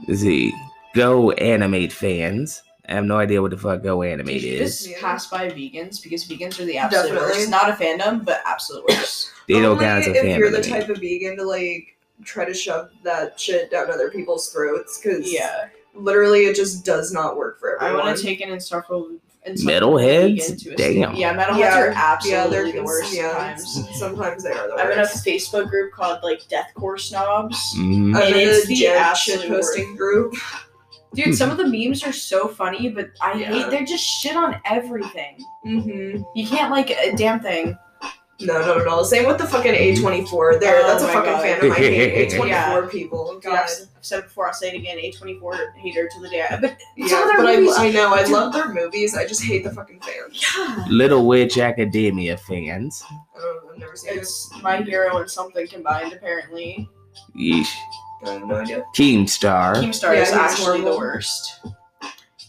Speaker 2: Let's see, Go Animate fans. I have no idea what the fuck Go Animate
Speaker 4: Did you
Speaker 2: is.
Speaker 4: just
Speaker 3: Yeah.
Speaker 4: pass by vegans because vegans are the absolute
Speaker 3: Definitely.
Speaker 4: worst. Not a fandom, but absolute worst.
Speaker 2: They don't
Speaker 3: Only
Speaker 2: count as a
Speaker 3: if you're the
Speaker 2: fan.
Speaker 3: type of vegan to like try to shove that shit down other people's throats, because
Speaker 4: yeah,
Speaker 3: literally it just does not work for
Speaker 4: I
Speaker 3: everyone.
Speaker 4: want to take an insufferable.
Speaker 2: Metalheads? Damn.
Speaker 4: Yeah, metalheads
Speaker 3: Yeah.
Speaker 4: are
Speaker 3: yeah,
Speaker 4: absolutely
Speaker 3: they're
Speaker 4: the worst
Speaker 3: yeah,
Speaker 4: sometimes.
Speaker 3: Sometimes they are the
Speaker 4: I'm in a
Speaker 3: worst.
Speaker 4: Facebook group called like Deathcore Snobs.
Speaker 2: Mhm.
Speaker 3: I'm
Speaker 4: and
Speaker 3: in
Speaker 4: it's
Speaker 3: a
Speaker 4: the
Speaker 3: Jen
Speaker 4: absolute
Speaker 3: shit posting group.
Speaker 4: Dude, some of the memes are so funny, but I
Speaker 3: Yeah.
Speaker 4: hate they're just shit on everything.
Speaker 3: Mm-hmm.
Speaker 4: You can't like a damn thing.
Speaker 3: No, not at all. Same with the fucking A24. There,
Speaker 4: Oh
Speaker 3: that's a
Speaker 4: my
Speaker 3: fucking
Speaker 4: God.
Speaker 3: fandom. I hate A24
Speaker 4: Yeah.
Speaker 3: people.
Speaker 4: God, I've
Speaker 3: God.
Speaker 4: I've said it before, I'll say it again. A24 hater to the day. I, but some
Speaker 3: Yeah, but
Speaker 4: of their movies.
Speaker 3: I, I know I love their movies. I just hate the fucking fans.
Speaker 4: yeah.
Speaker 2: Little Witch Academia fans.
Speaker 3: I don't, I've never seen it.
Speaker 4: It's my hero and something combined, apparently.
Speaker 2: Yeesh.
Speaker 3: I have no idea.
Speaker 2: Keemstar.
Speaker 4: Keemstar
Speaker 3: Yeah,
Speaker 4: is
Speaker 3: he's
Speaker 4: actually
Speaker 3: horrible.
Speaker 4: the worst.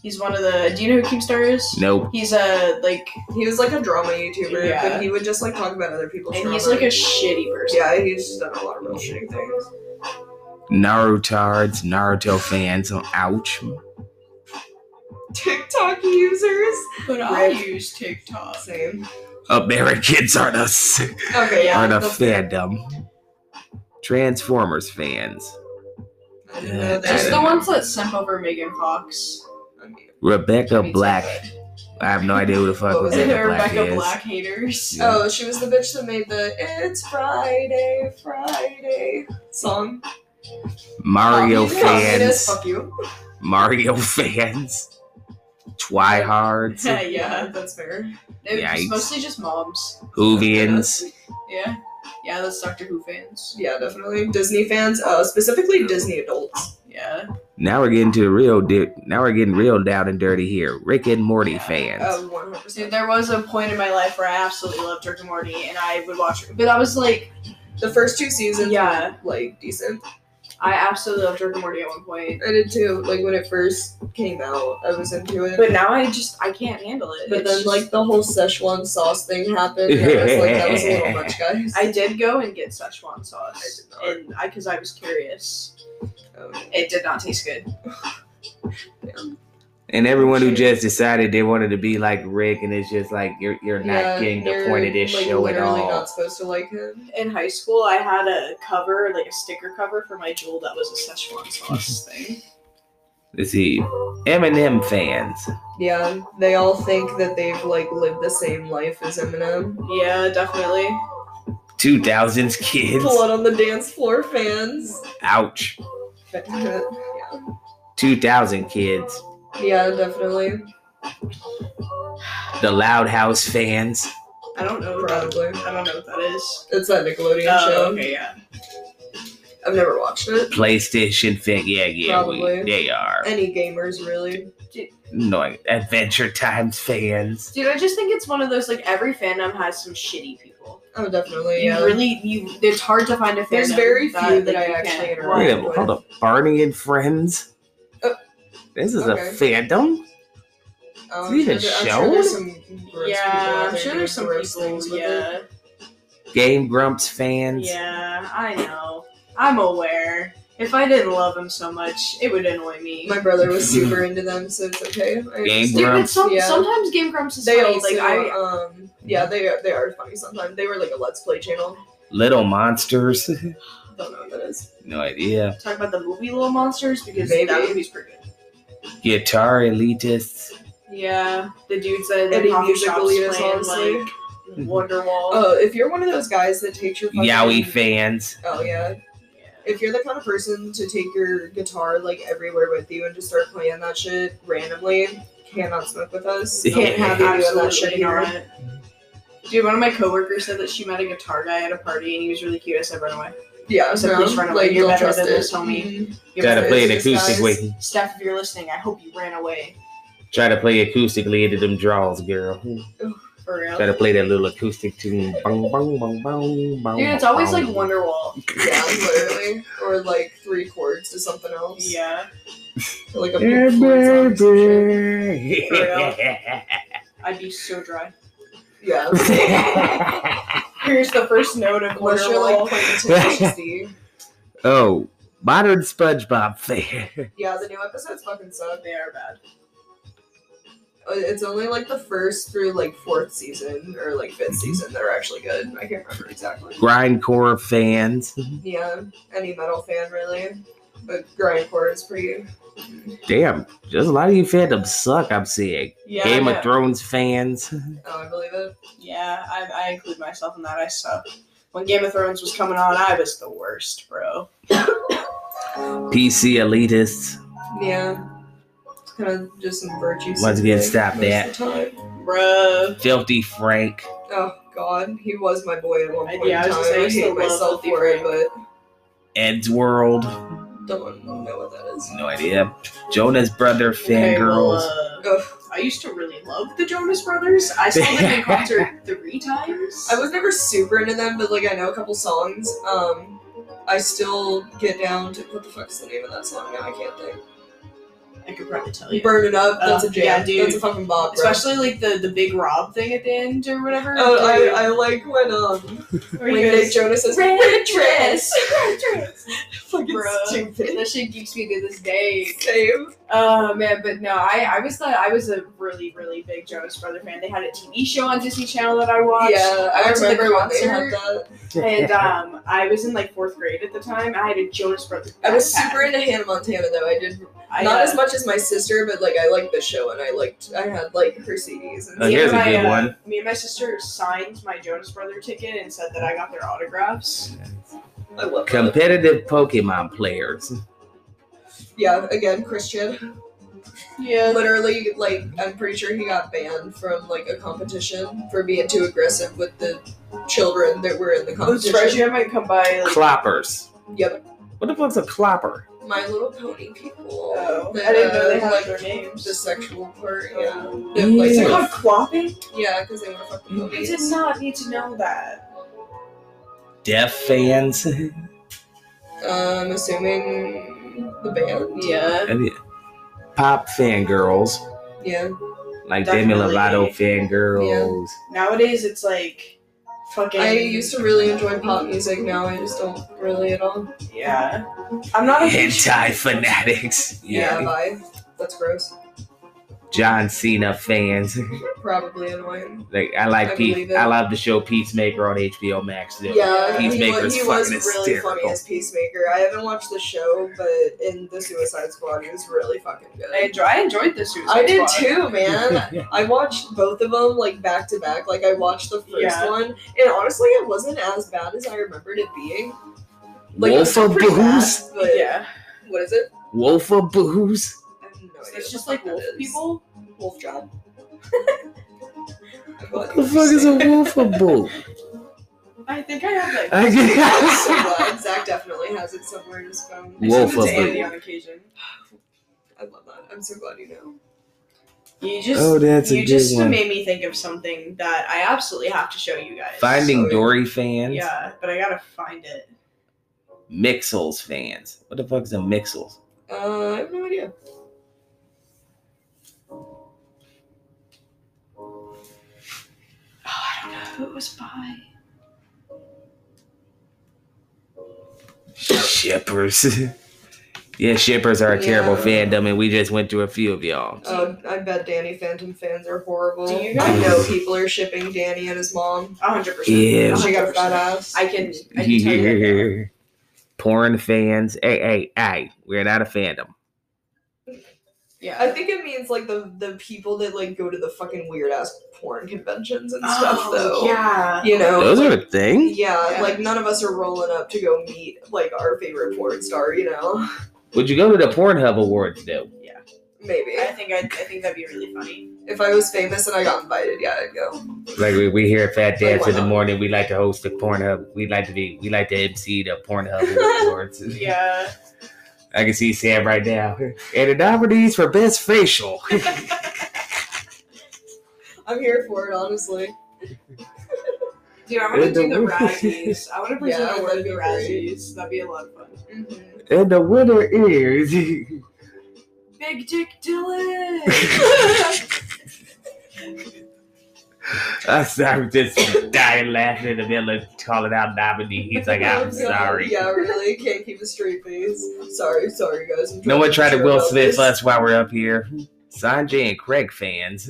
Speaker 4: He's one of the. Do you know who Keemstar is?
Speaker 2: Nope.
Speaker 4: He's a like,
Speaker 3: He was like a drama YouTuber,
Speaker 4: Yeah.
Speaker 3: but he would just like talk about other people's
Speaker 4: and
Speaker 3: drama.
Speaker 4: he's like a shitty person.
Speaker 3: yeah, he's just done a lot of real shitty things.
Speaker 2: Narutards, Naruto fans. Ouch.
Speaker 3: TikTok users.
Speaker 4: But I
Speaker 3: Right.
Speaker 4: use TikTok.
Speaker 3: Same.
Speaker 2: Americans are the sick.
Speaker 3: Okay, yeah.
Speaker 2: are the
Speaker 3: the-
Speaker 2: fandom. Transformers fans.
Speaker 3: I didn't know that.
Speaker 4: Just the ones that simp over Megan Fox.
Speaker 3: I mean,
Speaker 2: Rebecca
Speaker 4: Me
Speaker 2: Black. I have no idea who the fuck
Speaker 3: What was
Speaker 2: Rebecca
Speaker 4: Rebecca
Speaker 2: Black
Speaker 4: Black,
Speaker 2: is.
Speaker 4: haters.
Speaker 2: Yeah.
Speaker 3: Oh, she was the bitch that made the "It's Friday, Friday" song. Um,
Speaker 2: Mario
Speaker 4: Oh, you know
Speaker 2: fans.
Speaker 3: Fuck you.
Speaker 2: Mario fans. Twihards.
Speaker 4: yeah, yeah.
Speaker 3: that's fair.
Speaker 4: It was
Speaker 2: Yikes.
Speaker 4: mostly just moms.
Speaker 2: Hoovians.
Speaker 4: Yeah, yeah. That's Doctor Who fans.
Speaker 3: Yeah, definitely Disney fans, uh, specifically Disney adults.
Speaker 4: Yeah.
Speaker 2: Now we're getting to the real. Di- now we're getting real down and dirty here. Rick and Morty fans.
Speaker 3: Uh, one hundred
Speaker 4: Dude,
Speaker 3: percent.
Speaker 4: there was a point in my life where I absolutely loved Rick and Morty, and I would watch, but I was like,
Speaker 3: The first two seasons,
Speaker 4: Yeah.
Speaker 3: were, like decent.
Speaker 4: I absolutely loved Rick and Morty at one point,
Speaker 3: I did too. Like when it first came out, I was into it.
Speaker 4: but now I just I can't handle it.
Speaker 3: But
Speaker 4: It's
Speaker 3: then
Speaker 4: just-
Speaker 3: like the whole Szechuan sauce thing happened. And I was like, that was a little much, guys.
Speaker 4: I did go and get Szechuan sauce,
Speaker 3: I did
Speaker 4: and I because I was curious.
Speaker 3: Um,
Speaker 4: It did not taste good.
Speaker 2: And everyone who just decided they wanted to be like Rick, and it's just like you're you're not
Speaker 3: yeah,
Speaker 2: getting the
Speaker 3: you're,
Speaker 2: point of this
Speaker 3: like,
Speaker 2: show at
Speaker 3: literally
Speaker 2: all.
Speaker 3: Not supposed to like him.
Speaker 4: In high school, I had a cover, like a sticker cover for my jewel that was a Szechuan sauce thing.
Speaker 2: Let's see, Eminem fans.
Speaker 3: Yeah, they all think that they've like lived the same life as Eminem.
Speaker 4: Yeah, definitely.
Speaker 2: 2000s kids.
Speaker 3: Blood on the dance floor fans.
Speaker 2: Ouch.
Speaker 3: Yeah,
Speaker 2: 2000 kids.
Speaker 3: yeah, definitely.
Speaker 2: The Loud House fans.
Speaker 4: I don't know. What that,
Speaker 3: Probably.
Speaker 4: I don't know what that is.
Speaker 3: It's that Nickelodeon show.
Speaker 4: Oh, okay, yeah.
Speaker 3: I've never watched it.
Speaker 2: PlayStation fan. Yeah, yeah. we-
Speaker 3: Probably.
Speaker 2: they are.
Speaker 3: Any gamers really?
Speaker 2: No, Adventure Times fans.
Speaker 4: Dude, I just think it's one of those like every fandom has some shitty people.
Speaker 3: Oh, definitely.
Speaker 4: You
Speaker 3: Yeah.
Speaker 4: really, you. It's hard to find a fandom.
Speaker 3: There's very few that
Speaker 4: like,
Speaker 3: I
Speaker 4: you
Speaker 3: actually
Speaker 4: can't
Speaker 3: interact
Speaker 2: Wait
Speaker 4: like.
Speaker 2: a minute, hold up. Barney and Friends?
Speaker 3: Oh.
Speaker 2: This is
Speaker 3: Okay.
Speaker 2: a fandom?
Speaker 3: Oh,
Speaker 2: Is it
Speaker 3: I'm
Speaker 2: a
Speaker 3: sure
Speaker 2: show?
Speaker 3: there- I'm sure there's some gross people out
Speaker 4: Yeah, I'm
Speaker 3: there
Speaker 4: sure
Speaker 3: doing
Speaker 4: there's some
Speaker 3: gross
Speaker 4: people.
Speaker 3: things with it.
Speaker 4: Yeah,
Speaker 2: Game Grumps fans?
Speaker 4: yeah, I know. I'm aware. If I didn't love him so much, it would annoy me.
Speaker 3: My brother was super into them, so it's okay. I
Speaker 2: Game
Speaker 3: understand.
Speaker 4: Dude, but
Speaker 2: Grumps.
Speaker 4: some,
Speaker 3: Yeah.
Speaker 4: sometimes Game Grumps is
Speaker 3: They
Speaker 4: funny.
Speaker 3: also,
Speaker 4: like I,
Speaker 3: um, yeah, they are, they are funny sometimes. They were like a Let's Play channel.
Speaker 2: Little Monsters?
Speaker 3: Don't know what that is.
Speaker 2: no idea.
Speaker 4: talk about the movie Little Monsters because
Speaker 3: Maybe.
Speaker 4: that movie's pretty good.
Speaker 2: Guitar Elitists?
Speaker 4: Yeah, the dudes that are in the
Speaker 3: Any
Speaker 4: coffee
Speaker 3: musical
Speaker 4: shops
Speaker 3: leaders,
Speaker 4: playing
Speaker 3: honestly?
Speaker 4: like Wonderwall.
Speaker 3: Oh, if you're one of those guys that takes your
Speaker 4: Oh,
Speaker 3: fucking,
Speaker 2: Yowie fans?
Speaker 3: Oh yeah.
Speaker 4: Yeah.
Speaker 3: If you're the kind of person to take your guitar like everywhere with you and just start playing that shit randomly, cannot smoke with us.
Speaker 2: Yeah.
Speaker 3: Can't have you doing that shit
Speaker 4: Absolutely
Speaker 3: here.
Speaker 4: not. Dude, one of my coworkers said that she met a guitar guy at a party and he was really cute. I said, run away.
Speaker 3: Yeah,
Speaker 4: So
Speaker 3: no,
Speaker 4: please run away.
Speaker 3: like
Speaker 4: You're
Speaker 3: don't
Speaker 4: better
Speaker 3: trust
Speaker 4: than
Speaker 3: it.
Speaker 4: this, homie.
Speaker 3: Mhm.
Speaker 4: Give
Speaker 2: Try
Speaker 4: us
Speaker 2: to
Speaker 3: but
Speaker 2: play an
Speaker 3: it's just
Speaker 2: acoustic
Speaker 3: guys.
Speaker 2: way.
Speaker 4: Steph, if you're listening, I hope you ran away.
Speaker 2: Try to play acoustically into them draws, girl.
Speaker 4: For real.
Speaker 2: Try to play that little acoustic tune. Bong, bong, bong, bong, bong,
Speaker 4: Dude, it's always like
Speaker 2: bong.
Speaker 4: Wonderwall.
Speaker 3: Mm-hmm. Yeah, literally, or like three chords to something else.
Speaker 4: Yeah.
Speaker 3: Or, like a
Speaker 2: Yeah,
Speaker 3: Pink Floyd song or some shit.
Speaker 2: baby.
Speaker 4: I'd be so dry.
Speaker 3: Yeah.
Speaker 4: Here's the first note of
Speaker 3: Unless you're like
Speaker 4: Wonderwall.
Speaker 3: playing the
Speaker 2: oh, modern SpongeBob fan.
Speaker 3: Yeah, the new episodes fucking suck.
Speaker 4: They are bad.
Speaker 3: Uh, It's only like the first through like fourth season or like fifth season that are actually good. I can't remember exactly.
Speaker 2: Grindcore fans.
Speaker 3: Yeah, any metal fan really. But grindcore is pretty.
Speaker 2: Damn, just a lot of you fandoms suck. I'm seeing
Speaker 4: Yeah.
Speaker 2: Game
Speaker 4: yeah.
Speaker 2: of Thrones fans.
Speaker 3: Oh, I believe it.
Speaker 4: Yeah, I, I include myself in that. I suck. When Game of Thrones was coming on, I was the worst, bro.
Speaker 2: PC elitists.
Speaker 3: Yeah. It's kind of just some virtue.
Speaker 2: Once again,
Speaker 3: signaling
Speaker 2: stop
Speaker 3: most of
Speaker 2: that.
Speaker 3: the time.
Speaker 4: Bruh.
Speaker 2: Filthy Frank.
Speaker 3: Oh God, he was my boy at one
Speaker 4: I-
Speaker 3: point.
Speaker 4: yeah, I
Speaker 3: in
Speaker 4: was
Speaker 3: time.
Speaker 4: gonna say, I
Speaker 3: I
Speaker 4: used to
Speaker 3: hate
Speaker 4: love
Speaker 3: myself
Speaker 4: Filthy
Speaker 3: for it, but
Speaker 2: Ed's World.
Speaker 3: don't know what that is.
Speaker 2: No idea. Jonah's brother
Speaker 4: Okay, well,
Speaker 2: fangirls.
Speaker 4: uh,
Speaker 3: Ugh.
Speaker 4: I used to really love the Jonas Brothers. I saw them in concert three times.
Speaker 3: I was never super into them, but like I know a couple songs. Um, I still get down to what the fuck's the name of that song? Now I can't think.
Speaker 4: I could probably tell you.
Speaker 3: Burn it up. That's
Speaker 4: Uh,
Speaker 3: a jam.
Speaker 4: yeah, dude.
Speaker 3: That's a fucking bop. Bro.
Speaker 4: Especially like the the big Rob thing at the end or whatever.
Speaker 3: Oh, I, I like when um
Speaker 4: Where
Speaker 3: when
Speaker 4: he
Speaker 3: Nick
Speaker 4: goes,
Speaker 3: Jonas says
Speaker 4: "Red dress,
Speaker 3: red dress." fucking
Speaker 4: Bruh.
Speaker 3: stupid.
Speaker 4: that shit geeks me to this day.
Speaker 3: Same.
Speaker 4: Oh man, but no, I, I was the, I was a really really big Jonas Brother fan. They had a TV show on Disney Channel that I watched.
Speaker 3: Yeah, I
Speaker 4: went to the
Speaker 3: remember when they had
Speaker 4: concert.
Speaker 3: that.
Speaker 4: and um, I was in like fourth grade at the time. I had a Jonas Brothers.
Speaker 3: I was
Speaker 4: backpack.
Speaker 3: super into Hannah Montana though. I did
Speaker 4: I,
Speaker 3: not
Speaker 4: uh,
Speaker 3: as much as my sister, but like I liked the show and I liked I had like her CDs and
Speaker 2: Oh,
Speaker 4: me and
Speaker 2: here's a
Speaker 4: my,
Speaker 2: good
Speaker 4: uh,
Speaker 2: one.
Speaker 4: Me and my sister signed my Jonas Brother ticket and said that I got their autographs.
Speaker 3: I love that.
Speaker 2: Competitive Pokemon players.
Speaker 3: Yeah, again, Christian.
Speaker 4: Yeah.
Speaker 3: Literally, like I'm pretty sure he got banned from like a competition for being too aggressive with the children that were in the
Speaker 4: Oh,
Speaker 3: competition.
Speaker 4: I might come by. Like,
Speaker 2: Cloppers.
Speaker 3: Yep,
Speaker 2: What the fuck's a clopper?
Speaker 3: My Little Pony people.
Speaker 4: oh,
Speaker 3: That,
Speaker 4: I didn't know
Speaker 3: uh,
Speaker 4: they had
Speaker 3: like
Speaker 4: their names.
Speaker 3: the sexual part. Yeah,
Speaker 4: Oh.
Speaker 3: That, like,
Speaker 4: Is it
Speaker 2: Yeah.
Speaker 4: called clopping?
Speaker 3: yeah, because they want to fuck the
Speaker 4: I
Speaker 3: ponies.
Speaker 4: did not need to know that.
Speaker 2: Deaf fans.
Speaker 3: I'm assuming the band.
Speaker 4: Yeah.
Speaker 2: I mean, pop fangirls,
Speaker 3: Yeah.
Speaker 2: like Demi
Speaker 4: Definitely.
Speaker 2: Lovato fangirls.
Speaker 4: Nowadays it's like fucking.
Speaker 3: I used to really enjoy pop music. Now I just don't really at all.
Speaker 4: Yeah. I'm not a huge-
Speaker 2: Anti fanatics.
Speaker 3: Yeah,
Speaker 2: Yeah.
Speaker 3: bye. That's gross.
Speaker 2: John Cena fans.
Speaker 3: Probably annoying.
Speaker 2: Like I like
Speaker 3: I
Speaker 2: Pete.
Speaker 3: believe it.
Speaker 2: I love the show Peacemaker on HBO Max. Though.
Speaker 3: Yeah, he, wa-
Speaker 2: Peacemaker's
Speaker 3: he was
Speaker 2: fucking
Speaker 3: really funny
Speaker 2: hysterical.
Speaker 3: as Peacemaker. I haven't watched the show, but in the Suicide Squad, it was really fucking
Speaker 4: I,
Speaker 3: good.
Speaker 4: enjoy, I enjoyed the Suicide
Speaker 3: I did
Speaker 4: Squad.
Speaker 3: too, man. I watched both of them like back to back. Like I watched the first
Speaker 4: Yeah.
Speaker 3: one, and honestly, it wasn't as bad as I remembered it being.
Speaker 2: Wolf
Speaker 3: Like it was
Speaker 2: of
Speaker 3: pretty bad,
Speaker 2: Blues.
Speaker 3: but
Speaker 4: Yeah.
Speaker 3: what is it?
Speaker 2: Wolf of Blues.
Speaker 3: I have no idea
Speaker 4: So
Speaker 3: what
Speaker 4: it's just
Speaker 3: the
Speaker 4: like
Speaker 3: fuck that
Speaker 4: wolf
Speaker 3: is.
Speaker 4: people.
Speaker 3: Wolf job.
Speaker 2: What the fuck is a wolf of Blues?
Speaker 4: I think I have like.
Speaker 2: I
Speaker 3: so
Speaker 2: get-
Speaker 3: glad Zach definitely has it somewhere in his phone.
Speaker 4: I send
Speaker 2: Wolf
Speaker 4: it
Speaker 2: of
Speaker 4: to Andy
Speaker 2: Blue.
Speaker 4: on occasion.
Speaker 3: I love that. I'm so glad you know.
Speaker 4: You just.
Speaker 2: oh, that's
Speaker 4: you
Speaker 2: a good
Speaker 4: just
Speaker 2: one.
Speaker 4: made me think of something that I absolutely have to show you guys.
Speaker 2: Finding
Speaker 3: so-
Speaker 2: Dory fans.
Speaker 4: Yeah, but I gotta find it.
Speaker 2: Mixels fans. What the fuck is a Mixels?
Speaker 3: Uh, I have no idea.
Speaker 4: Oh, I don't know who it was by.
Speaker 2: Shippers. yeah, shippers are a terrible
Speaker 3: Yeah.
Speaker 2: fandom, and we just went through a few of y'all.
Speaker 3: Uh, I bet Danny Phantom fans are horrible.
Speaker 4: Do you
Speaker 3: I
Speaker 4: guys-
Speaker 3: know people are shipping Danny and his mom.
Speaker 4: A hundred percent.
Speaker 2: Yeah.
Speaker 4: A
Speaker 3: She
Speaker 4: hundred
Speaker 3: got a fat
Speaker 4: percent.
Speaker 3: ass.
Speaker 4: I can. I can tell you. Right
Speaker 2: Porn fans. Hey, hey, hey. We're not a fandom.
Speaker 4: yeah.
Speaker 3: I think it means like the the people that like go to the fucking weird ass porn conventions and stuff
Speaker 4: Oh,
Speaker 3: though.
Speaker 4: Yeah.
Speaker 3: You know.
Speaker 2: Oh, Those are a thing.
Speaker 3: yeah,
Speaker 4: Yeah.
Speaker 3: like none of us are rolling up to go meet like our favorite porn star, you know?
Speaker 2: Would you go to the Pornhub Awards though?
Speaker 3: Maybe.
Speaker 4: I think I'd, I think that'd be really funny.
Speaker 3: If I was famous and I got invited, yeah, I'd go.
Speaker 2: Like we, we here at Fat Dance in the
Speaker 3: Pornhub.
Speaker 2: morning, we like to host the Pornhub. We like to be we like to MC the Pornhub Awards.
Speaker 4: Yeah.
Speaker 2: I can see Sam right now. And the nominees for best facial.
Speaker 3: I'm here for it, honestly.
Speaker 4: Dude, I want to
Speaker 2: And the
Speaker 4: do the
Speaker 2: wor-
Speaker 4: Razzies. I want to present
Speaker 3: Yeah,
Speaker 4: yeah, award
Speaker 3: that'd
Speaker 4: at the
Speaker 3: be great. Mm-hmm.
Speaker 4: Razzies. That'd be a lot of fun.
Speaker 2: And the winner is
Speaker 4: Big Dick Dylan.
Speaker 2: I'm sorry, just dying laughing in the middle of calling out nominee. He's like, I'm
Speaker 3: Oh, God,
Speaker 2: sorry.
Speaker 3: Yeah, really, can't keep a straight face. Sorry, sorry, guys. I'm
Speaker 2: No one tried to
Speaker 3: sure
Speaker 2: Will
Speaker 3: about
Speaker 2: Smith
Speaker 3: this.
Speaker 2: us while we're up here. Sanjay and Craig fans.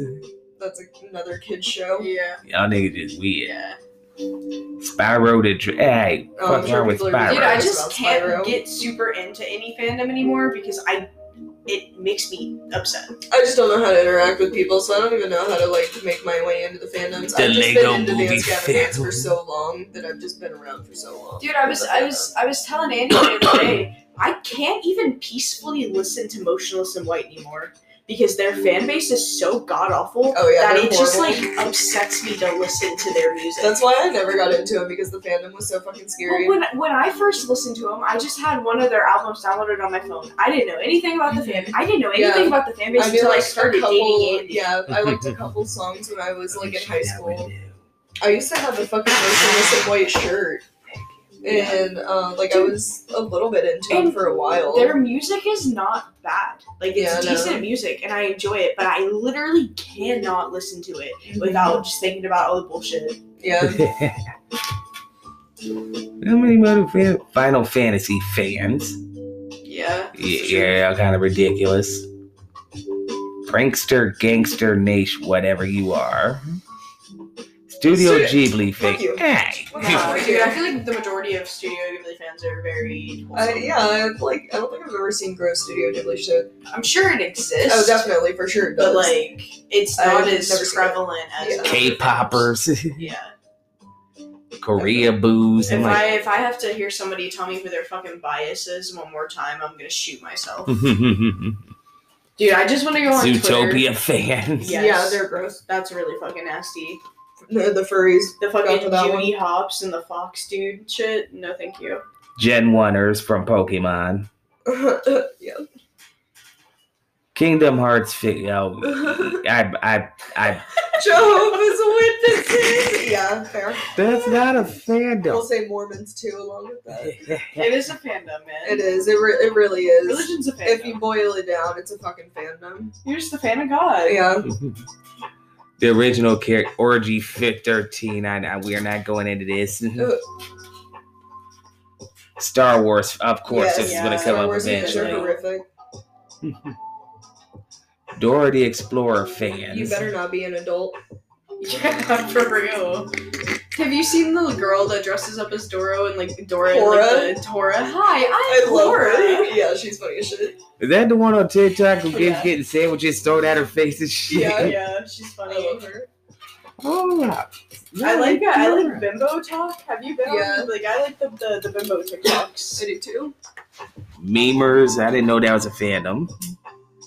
Speaker 3: That's a, another kid show.
Speaker 4: yeah.
Speaker 2: Y'all niggas just weird.
Speaker 4: Yeah.
Speaker 2: Spyro the Dra- Hey,
Speaker 3: Oh,
Speaker 2: fuck
Speaker 3: I'm sure
Speaker 2: wrong with
Speaker 3: people are-
Speaker 2: Spyro?
Speaker 4: Dude, I
Speaker 3: Spyro.
Speaker 4: just
Speaker 3: Spyro.
Speaker 4: can't get super into any fandom anymore because I it makes me upset.
Speaker 3: I just don't know how to interact with people, so I don't even know how to like make my way into the fandoms.
Speaker 2: The
Speaker 3: I've just
Speaker 2: Lego
Speaker 3: been into
Speaker 2: Movie
Speaker 3: Dance Gavin Dance
Speaker 2: fandom.
Speaker 3: for so long that I've just been around for so long.
Speaker 4: Dude, I was I was I was telling Andy the other day, I can't even peacefully listen to Motionless and White anymore because their fan base is so god awful
Speaker 3: Oh, yeah,
Speaker 4: that
Speaker 3: they're
Speaker 4: it just
Speaker 3: horrible.
Speaker 4: like upsets me to listen to their music.
Speaker 3: That's why I never got into him because the fandom was so fucking
Speaker 4: Well,
Speaker 3: scary.
Speaker 4: when when I first listened to them, I just had one of their albums downloaded on my phone. I didn't know anything about the fan. I didn't know
Speaker 3: Yeah.
Speaker 4: anything about the fan base
Speaker 3: I knew
Speaker 4: until Mm-hmm. I
Speaker 3: like a
Speaker 4: started dating
Speaker 3: couple.
Speaker 4: Andy.
Speaker 3: Yeah, I liked a couple songs when I was like in high school. I used to have the fucking motionless and white shirt, and uh, like I was a little bit into him
Speaker 4: And
Speaker 3: for a while.
Speaker 4: Their music is not bad. Like it's
Speaker 3: Yeah, I know.
Speaker 4: decent music, and I enjoy it. But I literally cannot listen to it without just thinking about all the bullshit.
Speaker 3: Yeah,
Speaker 2: How many motherfucking Final Fantasy fans?
Speaker 4: Yeah.
Speaker 2: Yeah, yeah kind of ridiculous. Prankster, gangster, nation, whatever you are. Studio
Speaker 3: Sit.
Speaker 2: Ghibli
Speaker 3: Fuck you.
Speaker 2: fan. Hey.
Speaker 3: Wow.
Speaker 4: dude, I feel like the majority of Studio Ghibli fans are very.
Speaker 3: I, yeah. I, like I don't think I've ever seen gross Studio Ghibli shit.
Speaker 4: I'm sure it exists.
Speaker 3: Oh, definitely for sure. it
Speaker 4: But
Speaker 3: does.
Speaker 4: like, it's
Speaker 3: I've
Speaker 4: not
Speaker 3: never
Speaker 4: as
Speaker 3: seen it.
Speaker 4: prevalent as
Speaker 3: Yeah.
Speaker 2: K-poppers,
Speaker 4: Yeah.
Speaker 2: Korea booze, and
Speaker 4: If I
Speaker 2: like.
Speaker 4: if I have to hear somebody tell me who their fucking bias is one more time, I'm gonna shoot myself. Dude, I just want to go on Twitter.
Speaker 2: Hmm. Zootopia fans.
Speaker 4: yes.
Speaker 3: yeah, they're gross.
Speaker 4: That's really fucking nasty.
Speaker 3: The, the furries.
Speaker 4: The
Speaker 3: Got
Speaker 4: fucking
Speaker 3: to that
Speaker 4: Judy Hops and the Fox dude shit. No, thank you.
Speaker 2: Gen 1ers from Pokemon.
Speaker 3: yeah.
Speaker 2: Kingdom Hearts. Fi- oh, I, I, I.
Speaker 3: Jehovah's Witnesses. Yeah, fair.
Speaker 2: That's not a
Speaker 3: We'll
Speaker 2: fandom.
Speaker 3: say Mormons too, along with that.
Speaker 4: It is a fandom, man.
Speaker 3: It is. It, re- it really is.
Speaker 4: Religion's a fandom.
Speaker 3: If you boil it down, it's a fucking fandom.
Speaker 4: You're just a fan of God.
Speaker 3: Yeah.
Speaker 2: the original character orgy fit 13 I, I we are not going into this Mm-hmm.
Speaker 3: Ugh.
Speaker 2: star wars of course
Speaker 3: Yes,
Speaker 2: this
Speaker 4: yeah.
Speaker 2: is going to come
Speaker 3: Star
Speaker 2: up
Speaker 3: Wars movies are
Speaker 2: eventually
Speaker 3: horrific.
Speaker 2: dora the explorer fans
Speaker 3: You better not be an adult.
Speaker 4: Yeah, for real. Have you seen the girl that dresses up as Doro and like Dora and
Speaker 3: Tora?
Speaker 4: like the Tora? Hi,
Speaker 3: I
Speaker 4: I'm
Speaker 3: love
Speaker 4: Tora.
Speaker 3: her. Yeah, she's funny as shit.
Speaker 2: is that the one on tiktok who keeps
Speaker 4: Yeah.
Speaker 2: getting sandwiches thrown at her face and shit
Speaker 4: Yeah, yeah, she's
Speaker 3: I
Speaker 4: funny.
Speaker 3: love her.
Speaker 2: oh
Speaker 4: I like
Speaker 2: that.
Speaker 4: that. I like bimbo talk. Have you been
Speaker 3: Yeah.
Speaker 4: on? Like I like the the, the bimbo TikToks.
Speaker 3: I do too.
Speaker 2: memers i didn't know that was a fandom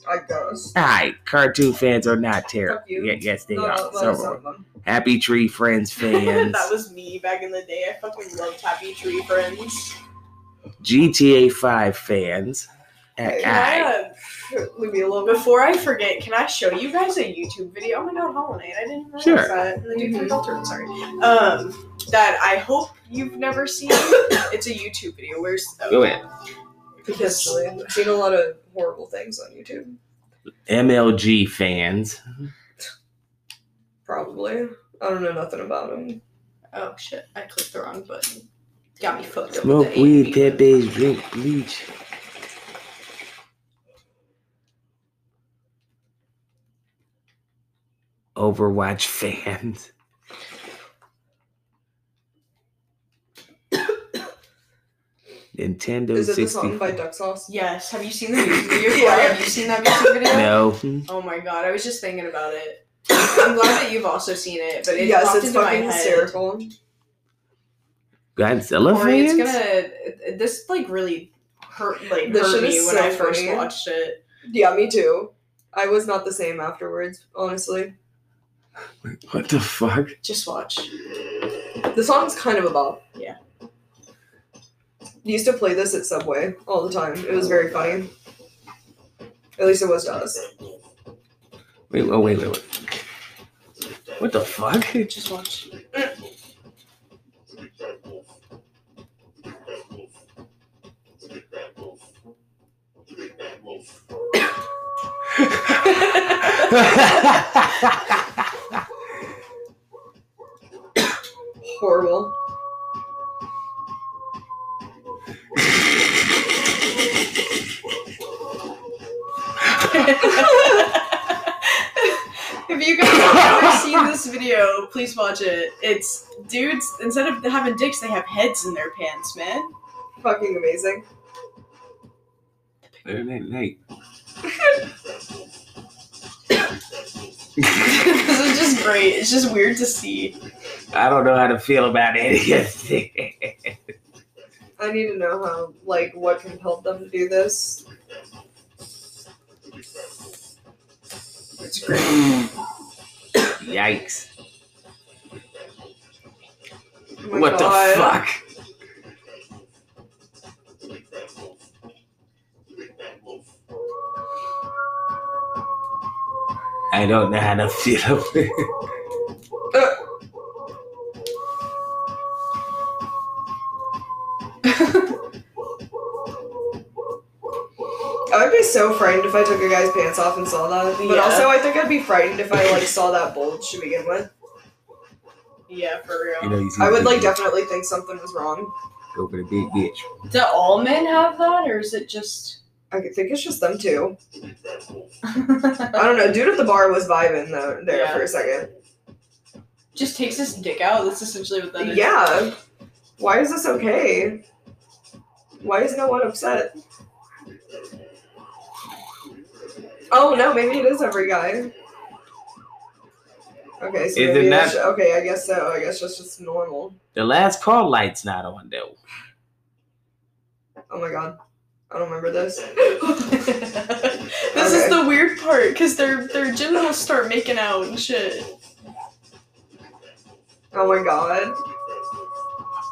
Speaker 3: I guess.
Speaker 2: all right cartoon fans are not terrible
Speaker 3: Fuck you.
Speaker 2: yeah, yes they
Speaker 3: No,
Speaker 2: are
Speaker 3: no, no,
Speaker 2: Some
Speaker 3: some
Speaker 2: are.
Speaker 3: of them.
Speaker 2: happy tree friends fans
Speaker 4: that was me back in the day. I fucking loved Happy Tree Friends.
Speaker 2: gta 5 fans All right.
Speaker 4: Yeah.
Speaker 3: Leave me alone.
Speaker 4: Before I forget, can I show you guys a YouTube video? Oh my god, Hollow Knight, I didn't even realize
Speaker 2: Sure.
Speaker 4: that. The dude
Speaker 3: Mhm.
Speaker 4: from Deltarune, sorry. Um, that I hope you've never seen. it's a YouTube video. Where's oh,
Speaker 2: Go ahead.
Speaker 3: Potentially. I've seen a lot of horrible things on YouTube.
Speaker 2: MLG fans.
Speaker 3: Probably. I don't know nothing about them.
Speaker 4: Oh shit, I clicked the wrong button. Got me fucked up.
Speaker 2: Smoke
Speaker 4: with the
Speaker 2: weed,
Speaker 4: AAV.
Speaker 2: pet babies, drink bleach. Overwatch fans. Nintendo
Speaker 3: Is it
Speaker 2: 60.
Speaker 3: the song by Duck Sauce?
Speaker 4: Yes. Have you seen the music video?
Speaker 3: Yeah.
Speaker 4: Have you seen that music video?
Speaker 2: No.
Speaker 4: Oh my god, I was just thinking about it. I'm glad that you've also seen it, but it
Speaker 3: yes,
Speaker 4: popped
Speaker 3: it's
Speaker 4: into my
Speaker 3: fucking
Speaker 4: head.
Speaker 3: hysterical.
Speaker 2: Godzilla
Speaker 4: Or it's
Speaker 2: fans?
Speaker 4: gonna. This like really hurt. Like
Speaker 3: This
Speaker 4: hurt
Speaker 3: shit
Speaker 4: me
Speaker 3: is
Speaker 4: when
Speaker 3: so
Speaker 4: I first
Speaker 3: funny.
Speaker 4: watched it.
Speaker 3: Yeah, me too. I was not the same afterwards, honestly.
Speaker 2: What the fuck?
Speaker 4: Just watch.
Speaker 3: The song's kind of a bop.
Speaker 4: Yeah.
Speaker 3: We used to play this at Subway all the time. It was very funny. At least it was to us.
Speaker 2: Wait, oh, wait, wait, wait. What the fuck?
Speaker 4: Just watch.
Speaker 3: Horrible.
Speaker 4: If you guys have never seen this video, please watch it. It's dudes instead of having dicks, they have heads in their pants, man.
Speaker 3: Fucking amazing.
Speaker 2: Hey,
Speaker 4: this is just great. It's just weird to see.
Speaker 2: I don't know how to feel about any of this.
Speaker 3: I need to know how, like, what can help them to do this.
Speaker 2: Yikes.
Speaker 3: Oh my
Speaker 2: What the
Speaker 3: God.
Speaker 2: fuck? I don't know how to feel.
Speaker 3: I would be so frightened if I took a guy's pants off and saw that. But
Speaker 4: Yeah.
Speaker 3: also, I think I'd be frightened if I like saw that bulge to begin with.
Speaker 4: Yeah, for real.
Speaker 2: you know, you see
Speaker 3: I would like
Speaker 2: people
Speaker 3: definitely think something was wrong.
Speaker 2: go for the big bitch.
Speaker 4: Do all men have that, or is it just?
Speaker 3: I could think it's just them too. I don't know. Dude at the bar was vibing though there
Speaker 4: Yeah.
Speaker 3: for a second.
Speaker 4: just takes his dick out. That's essentially what that is.
Speaker 3: Yeah. Why is this okay? Why is no one upset? Oh no, maybe it is every guy. Okay,
Speaker 2: Is
Speaker 3: so
Speaker 2: it
Speaker 3: maybe
Speaker 2: not-
Speaker 3: that's- okay, I guess so. I guess that's just normal.
Speaker 2: The last call light's not on though.
Speaker 3: Oh my god. I don't remember this.
Speaker 4: this is
Speaker 3: Okay.
Speaker 4: the weird part because their their genitals start making out and shit.
Speaker 3: Oh my god.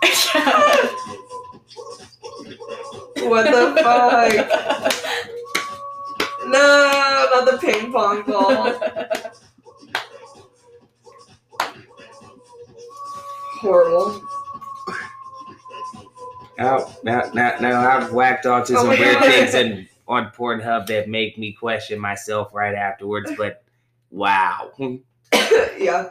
Speaker 4: Yeah.
Speaker 3: What the fuck? No, Shout out the ping pong ball. Horrible.
Speaker 2: Now, now, now, now I've whacked onto
Speaker 3: Oh
Speaker 2: some
Speaker 3: my
Speaker 2: weird
Speaker 3: God.
Speaker 2: things in, on Pornhub that make me question myself right afterwards, but wow.
Speaker 3: yeah.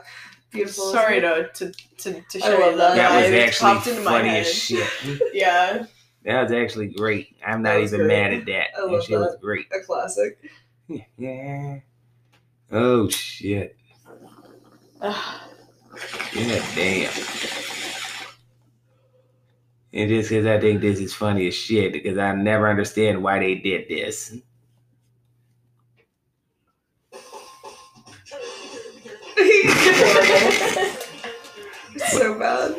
Speaker 3: Beautiful. isn't
Speaker 4: Sorry
Speaker 3: it?
Speaker 4: to to to, to
Speaker 3: I
Speaker 4: show
Speaker 3: love
Speaker 4: you
Speaker 3: that.
Speaker 4: that.
Speaker 2: That was
Speaker 4: It popped
Speaker 2: actually
Speaker 4: into my
Speaker 2: funny
Speaker 4: head.
Speaker 2: as shit.
Speaker 4: Yeah.
Speaker 2: That was actually great. I'm
Speaker 3: That
Speaker 2: not
Speaker 3: was Oh,
Speaker 2: even
Speaker 3: great.
Speaker 2: mad at that.
Speaker 3: I
Speaker 2: That
Speaker 3: love
Speaker 2: shit was great.
Speaker 3: A classic.
Speaker 2: Yeah. Oh shit. Yeah, damn. And just because I think this is funny as shit, because I never understand why they did this.
Speaker 3: so bad.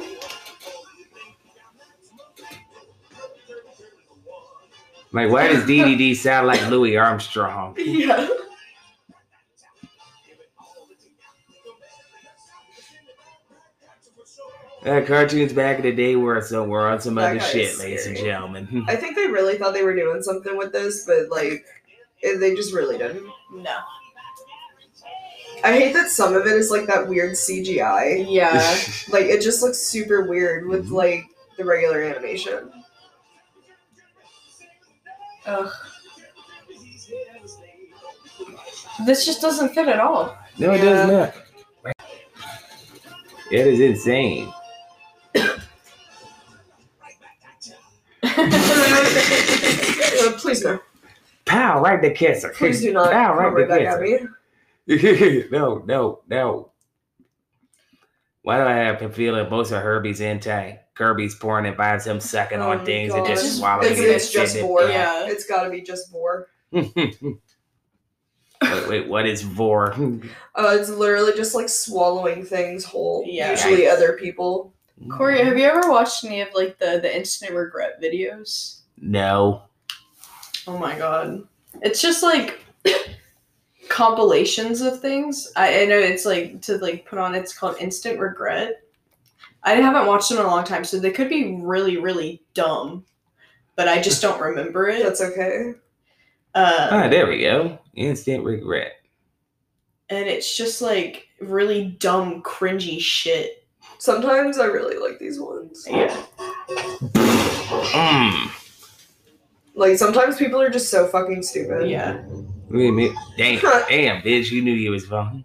Speaker 2: Like, why does DDD sound like Louis Armstrong?
Speaker 3: Yeah.
Speaker 2: Uh, cartoons back in the day were so were on some
Speaker 3: That
Speaker 2: other
Speaker 3: guy is
Speaker 2: shit, ladies and
Speaker 3: scary.
Speaker 2: gentlemen. Hmm.
Speaker 3: I think they really thought they were doing something with this, but like, eh, they just really didn't.
Speaker 4: No.
Speaker 3: I hate that some of it is like that weird CGI.
Speaker 4: Yeah.
Speaker 3: Like, it just looks super weird with
Speaker 2: Mm-hmm.
Speaker 3: like the regular animation.
Speaker 4: Ugh. This just doesn't fit at all.
Speaker 2: no, it does not. It is insane.
Speaker 3: Uh, please no.
Speaker 2: Pow! Right the kisser.
Speaker 3: Please do not
Speaker 2: Pow!
Speaker 3: come right
Speaker 2: Right the
Speaker 3: back at
Speaker 2: kisser.
Speaker 3: me.
Speaker 2: no, no, no. Why do I have a feeling most of Herbie's anti Kirby's porn and finds him sucking on
Speaker 3: Oh,
Speaker 2: things
Speaker 3: God.
Speaker 2: and
Speaker 4: It's
Speaker 2: just
Speaker 4: just-
Speaker 2: swallowing
Speaker 3: Like,
Speaker 2: it?
Speaker 3: it's
Speaker 2: and
Speaker 3: just
Speaker 2: shitting it
Speaker 3: vor.
Speaker 2: down?
Speaker 4: Yeah.
Speaker 3: It's gotta be just vor.
Speaker 2: wait, wait, what is vor?
Speaker 3: Uh, it's literally just like swallowing things whole.
Speaker 4: Yeah.
Speaker 3: Usually other people.
Speaker 4: Corey, have you ever watched any of like the the instant regret videos?
Speaker 2: No.
Speaker 4: Oh my god. It's just like compilations of things. I, I know it's like to like put on it's called instant regret. I haven't watched them in a long time, so they could be really, really dumb. But I just don't remember it.
Speaker 3: That's okay.
Speaker 4: Uh,
Speaker 2: Ah, there we go. Instant regret.
Speaker 4: and it's just like really dumb, cringy shit.
Speaker 3: Sometimes I really like these ones.
Speaker 4: Yeah.
Speaker 2: Mm.
Speaker 3: Like sometimes people are just so fucking stupid.
Speaker 4: Yeah.
Speaker 2: Wait a minute. Damn, damn, bitch, you knew you was wrong.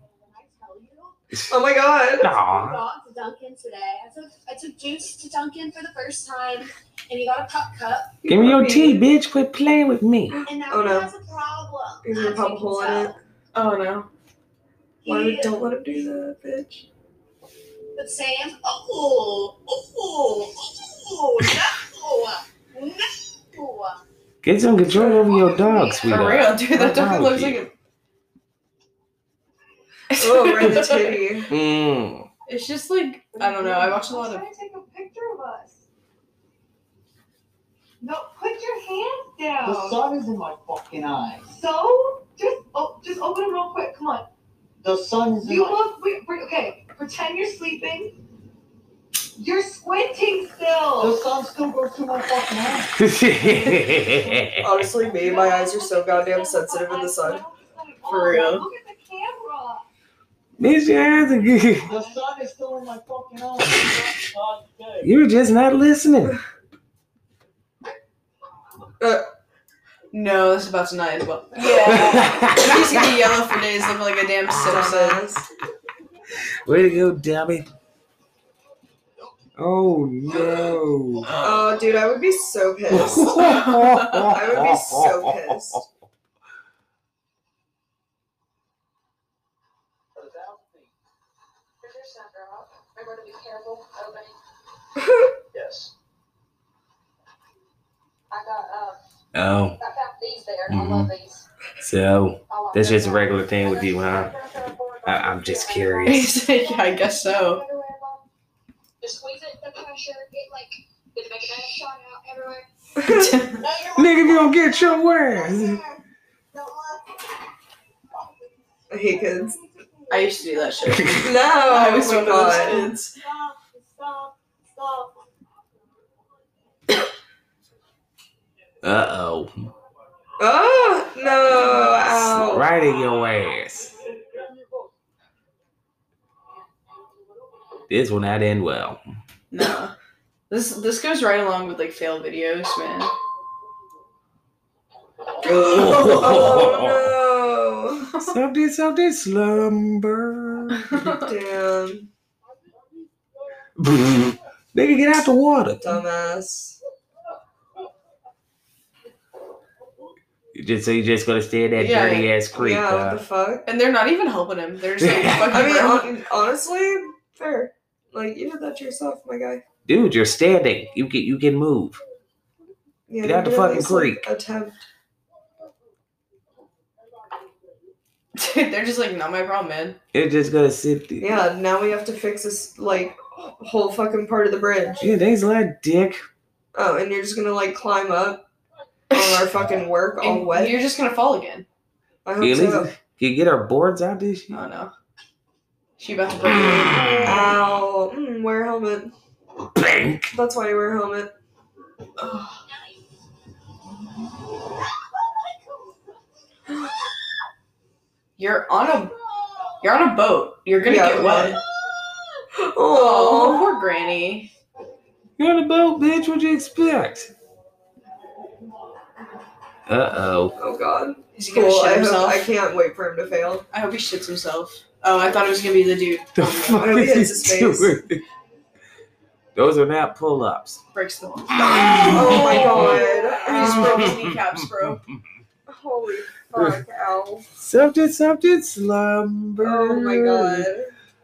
Speaker 3: Oh my god.
Speaker 2: Aw.
Speaker 6: brought to Dunkin' today. I took I took juice to Dunkin' for the first time, and he got a pup cup,
Speaker 2: Give me your tea, bitch. Quit playing with me.
Speaker 6: and now
Speaker 3: Oh,
Speaker 6: he
Speaker 3: no.
Speaker 6: has a problem.
Speaker 3: He's gonna
Speaker 6: as
Speaker 3: pop
Speaker 6: you
Speaker 3: a
Speaker 6: can
Speaker 3: hole in
Speaker 6: tell.
Speaker 3: it.
Speaker 4: Oh no.
Speaker 3: Why
Speaker 6: He-
Speaker 3: would, don't let him do that, bitch?
Speaker 6: But Sam, oh, oh, oh, no, no.
Speaker 2: Get some control over your dog,
Speaker 4: For
Speaker 2: sweetheart.
Speaker 4: real, dude, that
Speaker 2: What's wrong
Speaker 4: definitely
Speaker 2: with
Speaker 4: looks like
Speaker 2: you?
Speaker 4: a
Speaker 3: Oh, right in the titty.
Speaker 2: Mm.
Speaker 4: It's just like I don't know, I watch a lot of
Speaker 6: Try to take a picture of us. No, put your hands
Speaker 1: The
Speaker 6: down.
Speaker 1: sun is in my fucking eyes.
Speaker 6: So just oh, just open them real quick. Come on.
Speaker 1: The sun's in
Speaker 6: You
Speaker 1: my
Speaker 6: look. Wait, wait, okay, pretend you're sleeping. You're squinting
Speaker 1: the
Speaker 6: still.
Speaker 1: sun still goes through my fucking eyes.
Speaker 3: Honestly, me, my eyes are so goddamn sensitive in the sun.
Speaker 4: For real.
Speaker 6: Look at the camera.
Speaker 2: Bitch, your eyes are good.
Speaker 1: The sun is still in my fucking eyes. God damn.
Speaker 2: You're just not listening.
Speaker 4: No, that's about to not end well. Yeah. He's gonna be yellow for days, looking like a damn Simpson.
Speaker 2: Way to go, dummy. Oh no.
Speaker 3: Oh, dude, I would be so pissed. I
Speaker 2: I
Speaker 3: would be so pissed.
Speaker 6: Remember to be careful opening.
Speaker 1: Yes.
Speaker 6: I got
Speaker 2: Oh,
Speaker 6: uh, I found these there.
Speaker 2: I
Speaker 6: I
Speaker 2: love
Speaker 6: love these.
Speaker 2: so that's Mm-hmm. just a regular thing with you, huh? I- I'm just curious.
Speaker 4: He's like, yeah, I guess so.
Speaker 6: Just squeeze it, the pressure, it like, did it make a nice shot out everywhere?
Speaker 2: Nigga, you gonna get your words.
Speaker 3: I hate kids.
Speaker 4: I used to do that shit.
Speaker 3: No,
Speaker 4: I was
Speaker 3: oh
Speaker 4: one
Speaker 3: my
Speaker 4: of those
Speaker 3: god.
Speaker 4: kids.
Speaker 6: Stop, stop, stop.
Speaker 2: Uh oh.
Speaker 3: Oh no! Ow.
Speaker 2: Right in your ass. This will not end well.
Speaker 4: No. This this goes right along with like fail videos, man.
Speaker 3: Oh no!
Speaker 2: Something, something slumber.
Speaker 3: Damn,
Speaker 2: Nigga, get out the water.
Speaker 3: dumbass.
Speaker 2: You just so you just gonna stay in that
Speaker 4: Yeah,
Speaker 2: dirty ass creek.
Speaker 3: yeah,
Speaker 2: huh?
Speaker 3: what the fuck?
Speaker 4: And they're not even helping him. They're just like fucking
Speaker 3: I mean,
Speaker 4: around.
Speaker 3: hon- honestly, fair. Like you did that to yourself, my guy.
Speaker 2: Dude, you're standing. You can you can move.
Speaker 3: Yeah,
Speaker 2: Get out the
Speaker 3: you did at
Speaker 2: fucking
Speaker 3: least, like,
Speaker 2: creek.
Speaker 3: Attempt.
Speaker 4: they're just like, not my problem, man.
Speaker 2: You're just gonna sit there.
Speaker 3: Yeah, now we have to fix this like whole fucking part of the bridge.
Speaker 2: Yeah, thanks a lot, dick.
Speaker 3: Oh, and you're just gonna like climb up on our fucking work all
Speaker 4: And
Speaker 3: wet.
Speaker 4: You're just gonna fall again.
Speaker 3: I
Speaker 2: Can you,
Speaker 3: hope
Speaker 2: at
Speaker 3: so.
Speaker 2: least- can you get our boards out this shit?
Speaker 4: Oh no. She about to break it.
Speaker 3: Ow. Mm, wear a helmet.
Speaker 2: Bank.
Speaker 3: That's why you wear a helmet.
Speaker 4: Ugh.
Speaker 6: Oh
Speaker 4: You're on a you're on a boat. You're gonna
Speaker 3: Yeah,
Speaker 4: get wet. Oh,
Speaker 3: Oh.
Speaker 4: poor granny.
Speaker 2: You're on the boat, bitch. What'd you expect? Uh oh.
Speaker 3: Oh god.
Speaker 4: Is he gonna
Speaker 3: Cool.
Speaker 4: shit
Speaker 3: I, hope,
Speaker 4: himself?
Speaker 3: I can't wait for him to fail.
Speaker 4: I hope he shits himself. Oh, I thought it was gonna be the dude. Um,
Speaker 2: The fuck
Speaker 3: hope he hits
Speaker 2: is
Speaker 3: his
Speaker 2: he
Speaker 3: face.
Speaker 2: doing? Those are not pull ups.
Speaker 4: Breaks the wall.
Speaker 3: Oh my
Speaker 4: He just
Speaker 3: god.
Speaker 4: broke his kneecaps, bro.
Speaker 3: Holy fuck. Ow.
Speaker 2: Something, something slumber.
Speaker 3: Oh my god.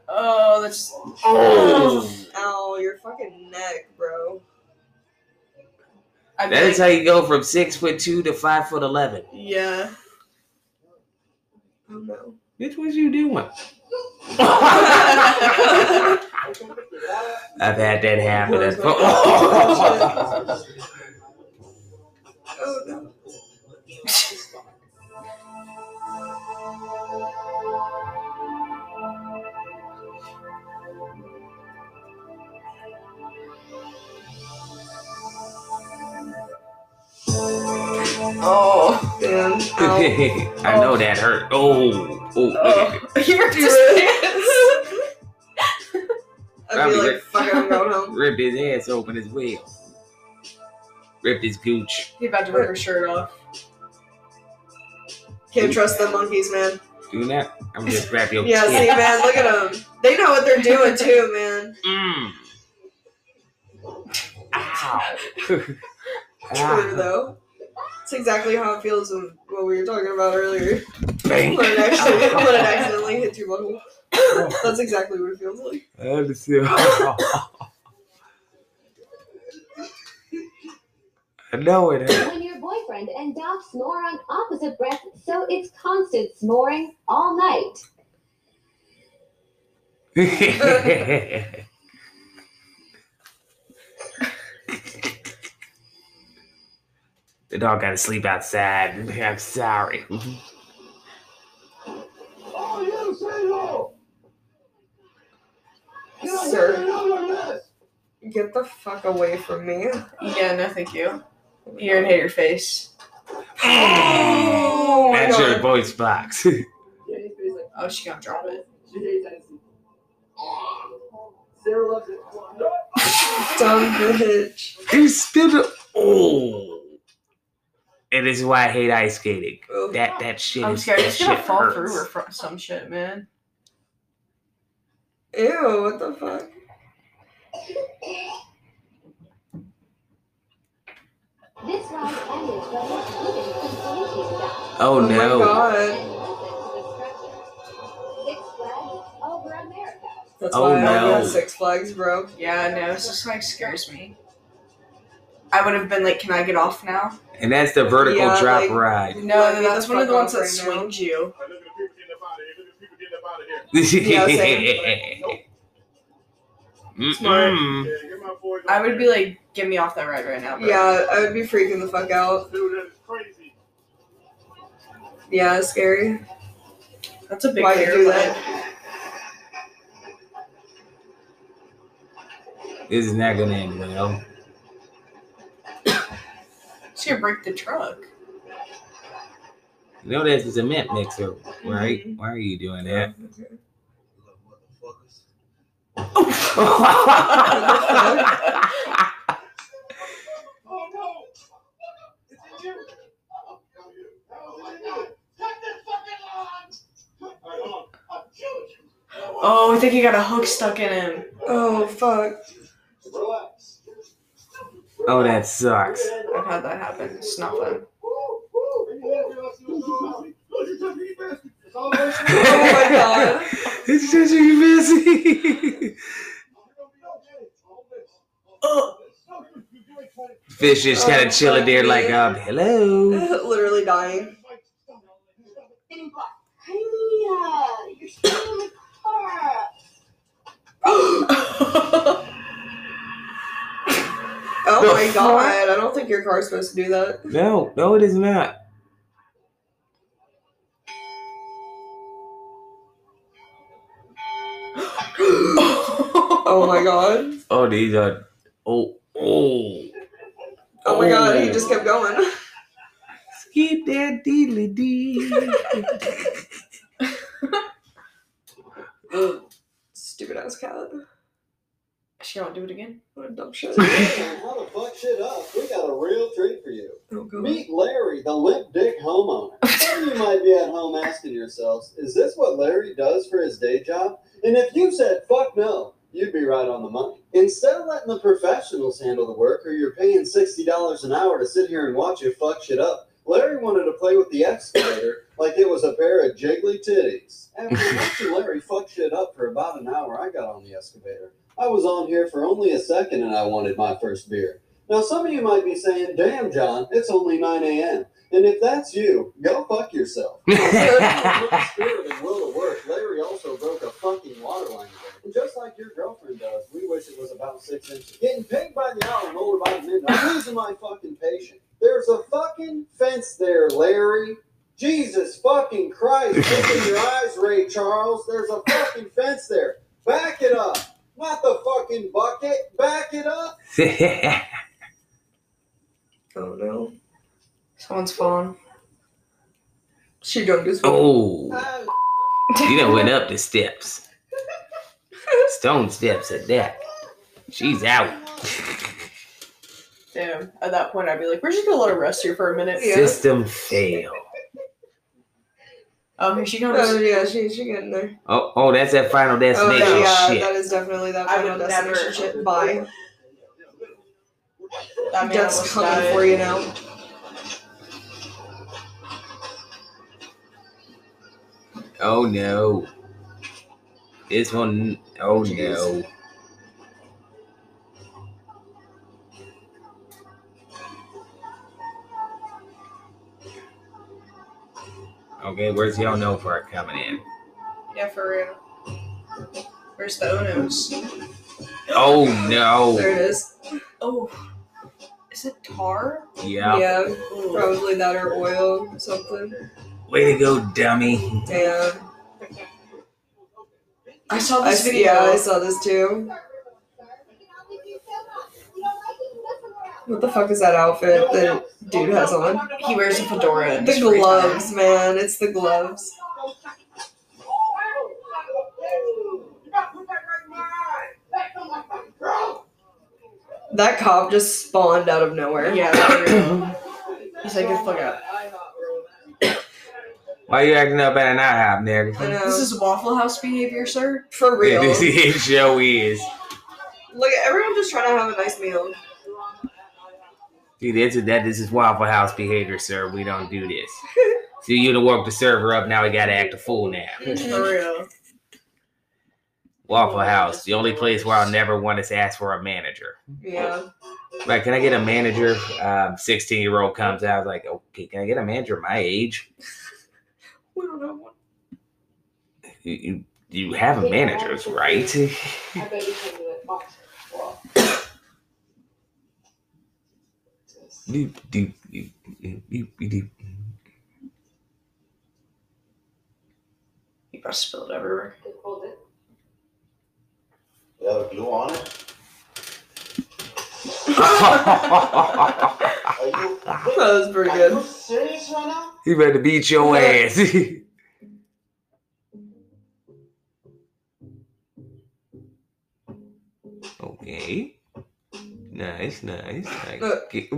Speaker 4: Oh, that's
Speaker 2: Oh.
Speaker 3: Ow, your fucking neck, bro.
Speaker 4: I
Speaker 2: That
Speaker 4: bet.
Speaker 2: is how you go from six foot two to five foot eleven.
Speaker 4: yeah.
Speaker 3: Oh no.
Speaker 2: Bitch, what you doing? I've had that happen.
Speaker 3: Oh, Oh no.
Speaker 4: Oh.
Speaker 3: Damn. Ow.
Speaker 2: I know that hurt. Oh, oh, look at it.
Speaker 4: You're
Speaker 3: Dude.
Speaker 4: just
Speaker 3: I'd be
Speaker 2: Probably
Speaker 3: like,
Speaker 2: right.
Speaker 3: fuck, I'm going home.
Speaker 2: ripped his ass open as well. Ripped his gooch.
Speaker 4: He about to rip her shirt off.
Speaker 3: Can't trust the monkeys, man.
Speaker 2: Do that. I'm just grab your
Speaker 3: Yeah, see,
Speaker 2: tit.
Speaker 3: man, look at them. They know what they're doing too, man.
Speaker 2: Mm. Ow.
Speaker 3: True
Speaker 2: ah,
Speaker 3: though. It's exactly how it feels when what we were talking about earlier.
Speaker 2: bang.
Speaker 3: When it actually, when it accidentally hits your butthole. That's exactly what it feels like.
Speaker 2: I had to see. I know it hurt.
Speaker 7: when your boyfriend and dog snore on opposite breaths, so it's constant snoring all night.
Speaker 2: That's The dog got to sleep outside. I'm sorry.
Speaker 3: Sir, get the fuck away from me.
Speaker 4: Yeah, no, thank you. You're gonna hit your face.
Speaker 3: Oh my
Speaker 2: That's your
Speaker 3: god.
Speaker 2: voice box.
Speaker 4: Oh, she gonna drop it.
Speaker 3: Dumb bitch.
Speaker 2: you spit it. Oh. And this is why I hate ice skating.
Speaker 3: Oh.
Speaker 2: That that shit.
Speaker 4: I'm
Speaker 2: is-
Speaker 4: scared.
Speaker 2: that
Speaker 4: It's gonna
Speaker 2: shit
Speaker 4: fall
Speaker 2: hurts.
Speaker 4: through or fr- some shit, man.
Speaker 3: Ew, what the fuck?
Speaker 7: This ride ended when the student completely stopped.
Speaker 2: Oh,
Speaker 3: Oh my
Speaker 2: no.
Speaker 3: god.
Speaker 7: and listened to instructions. Six flags over America.
Speaker 3: That's
Speaker 2: Oh,
Speaker 3: why I don't
Speaker 2: no.
Speaker 3: go Six Flags, bro.
Speaker 4: Yeah, no, it's just like scares me. I would have been like, "Can I get off now?"
Speaker 2: And that's the vertical
Speaker 3: Yeah,
Speaker 2: drop
Speaker 3: like-
Speaker 2: ride.
Speaker 4: No,
Speaker 3: Let me
Speaker 4: that's
Speaker 3: the
Speaker 4: one of
Speaker 3: fuck
Speaker 4: the ones
Speaker 3: off
Speaker 4: that
Speaker 3: right now.
Speaker 4: swings you.
Speaker 3: same. Smart.
Speaker 2: Mm-mm.
Speaker 4: I would be like, "Get me off that ride right now." Bro.
Speaker 3: Yeah, I would be freaking the fuck out. Yeah, it's scary.
Speaker 4: that's a big
Speaker 3: Why'd you
Speaker 4: fear.
Speaker 3: do
Speaker 4: but-
Speaker 3: that?
Speaker 2: This is not gonna end well.
Speaker 4: She's gonna break the truck.
Speaker 2: You know that's it's a mint mixer, right?
Speaker 3: Mm-hmm.
Speaker 2: Why are you doing that?
Speaker 1: Oh no! It's in you! I'll kill you! That was in you! Cut the fucking lines! Alright, hold on. I'll kill you!
Speaker 4: Oh, I think he got a hook stuck in him.
Speaker 3: Oh fuck.
Speaker 1: Relax.
Speaker 2: oh, that sucks.
Speaker 4: I've had that happen. It's not fun.
Speaker 3: Oh my god.
Speaker 2: It's just you busy. Fish
Speaker 3: Oh,
Speaker 2: is kind of chilling there, like, um, hello.
Speaker 3: Literally dying.
Speaker 6: Honey, uh, you're stealing my car.
Speaker 3: oh
Speaker 2: The
Speaker 3: my
Speaker 2: fuck?
Speaker 3: god, I don't think your car's supposed to do that.
Speaker 2: No, no, it is not.
Speaker 3: Oh my god.
Speaker 2: Oh, these are. Oh, oh.
Speaker 3: Oh my god, he just kept going.
Speaker 2: Skip that deedly dee.
Speaker 3: Stupid ass cat.
Speaker 4: She won't do it again.
Speaker 3: What a dumb shit.
Speaker 8: Want to fuck shit up? We got a real treat for you.
Speaker 3: Oh god.
Speaker 8: Meet Larry, the limp dick homeowner. Some of you might be at home asking yourselves, is this what Larry does for his day job? And if you said fuck no, you'd be right on the money. Instead of letting the professionals handle the work or you're paying $60 an hour to sit here and watch you fuck shit up, Larry wanted to play with the excavator like it was a pair of jiggly titties. After watching Larry fuck shit up for about an hour, I got on the excavator. I was on here for only a second and I wanted my first beer. Now, some of you might be saying, damn, John, it's only 9 a.m. And if that's you, go fuck yourself. With spirit and will to work, Larry also broke a fucking water line today. And just like your girlfriend does, we wish it was about six inches. Getting paid by the hour and older by the minute. I'm losing my fucking patience. There's a fucking fence there, Larry. Jesus fucking Christ. Open your eyes, Ray Charles. There's a fucking fence there. Back it up. Not the fucking bucket. Back it up.
Speaker 3: Oh no.
Speaker 4: Someone's falling.
Speaker 3: She drunk as fuck.
Speaker 2: oh,
Speaker 8: Ah,
Speaker 2: you done went up the steps. Stone steps at that. She's out.
Speaker 4: Damn. At that point, I'd be like, we're just gonna let her rest here for a minute.
Speaker 3: Yeah.
Speaker 2: System fail.
Speaker 4: Oh, here she
Speaker 3: Oh
Speaker 4: comes.
Speaker 3: yeah, she she getting there.
Speaker 2: Oh, oh, that's that final
Speaker 3: Oh
Speaker 2: destination
Speaker 3: yeah, yeah,
Speaker 2: shit.
Speaker 3: that is definitely that
Speaker 4: I
Speaker 3: final
Speaker 4: would
Speaker 3: destination
Speaker 4: never-
Speaker 3: shit. Bye.
Speaker 4: That man
Speaker 3: Death's
Speaker 4: almost
Speaker 3: coming
Speaker 4: died.
Speaker 3: for you now.
Speaker 2: Oh no. This one. Oh no. Okay, where's y'all know for it coming in?
Speaker 4: Yeah, for real. Where's the Onos?
Speaker 2: Oh
Speaker 3: There
Speaker 2: no.
Speaker 3: it is.
Speaker 4: Oh. Is it tar?
Speaker 2: Yeah.
Speaker 3: yeah,
Speaker 4: Ooh.
Speaker 3: probably that or oil or something.
Speaker 2: Way to go, dummy.
Speaker 3: Yeah.
Speaker 4: I saw
Speaker 3: I,
Speaker 4: this
Speaker 3: s-
Speaker 4: video.
Speaker 3: yeah, I saw this too. What the fuck is that outfit that dude has on?
Speaker 4: He wears a fedora. and
Speaker 3: The
Speaker 4: it's free time.
Speaker 3: gloves, man. It's the gloves. That cop just spawned out of nowhere.
Speaker 4: Yeah. that's real. He's like, get the fuck out.
Speaker 2: Why you acting up at an IHOP,
Speaker 3: I
Speaker 2: nigga?
Speaker 3: know.
Speaker 4: This is Waffle House behavior, sir.
Speaker 3: for real.
Speaker 2: This is show is.
Speaker 3: Look, everyone just trying to have a nice meal.
Speaker 2: See, this is that. This is Waffle House behavior, sir. We don't do this. See, you done woke the server up. Now we gotta act a fool now.
Speaker 4: For real.
Speaker 2: Waffle House, the only place where I'll never want us to ask for a manager.
Speaker 3: Yeah.
Speaker 2: Like, can I get a manager? Um, Sixteen year old comes out. I was like, okay, can I get a manager my age?
Speaker 3: We don't have one.
Speaker 2: You you, you have managers, right?
Speaker 6: Our baby came to it. Watch.
Speaker 2: Doop, doop, doop, doop, doop, doop.
Speaker 4: You probably spilled everywhere.
Speaker 6: They pulled it.
Speaker 8: You have a glue on it? Are you,
Speaker 3: That was pretty
Speaker 8: are
Speaker 3: good.
Speaker 8: you serious right now?
Speaker 2: he better beat your ass. okay. Nice, nice.
Speaker 3: Look.
Speaker 2: I,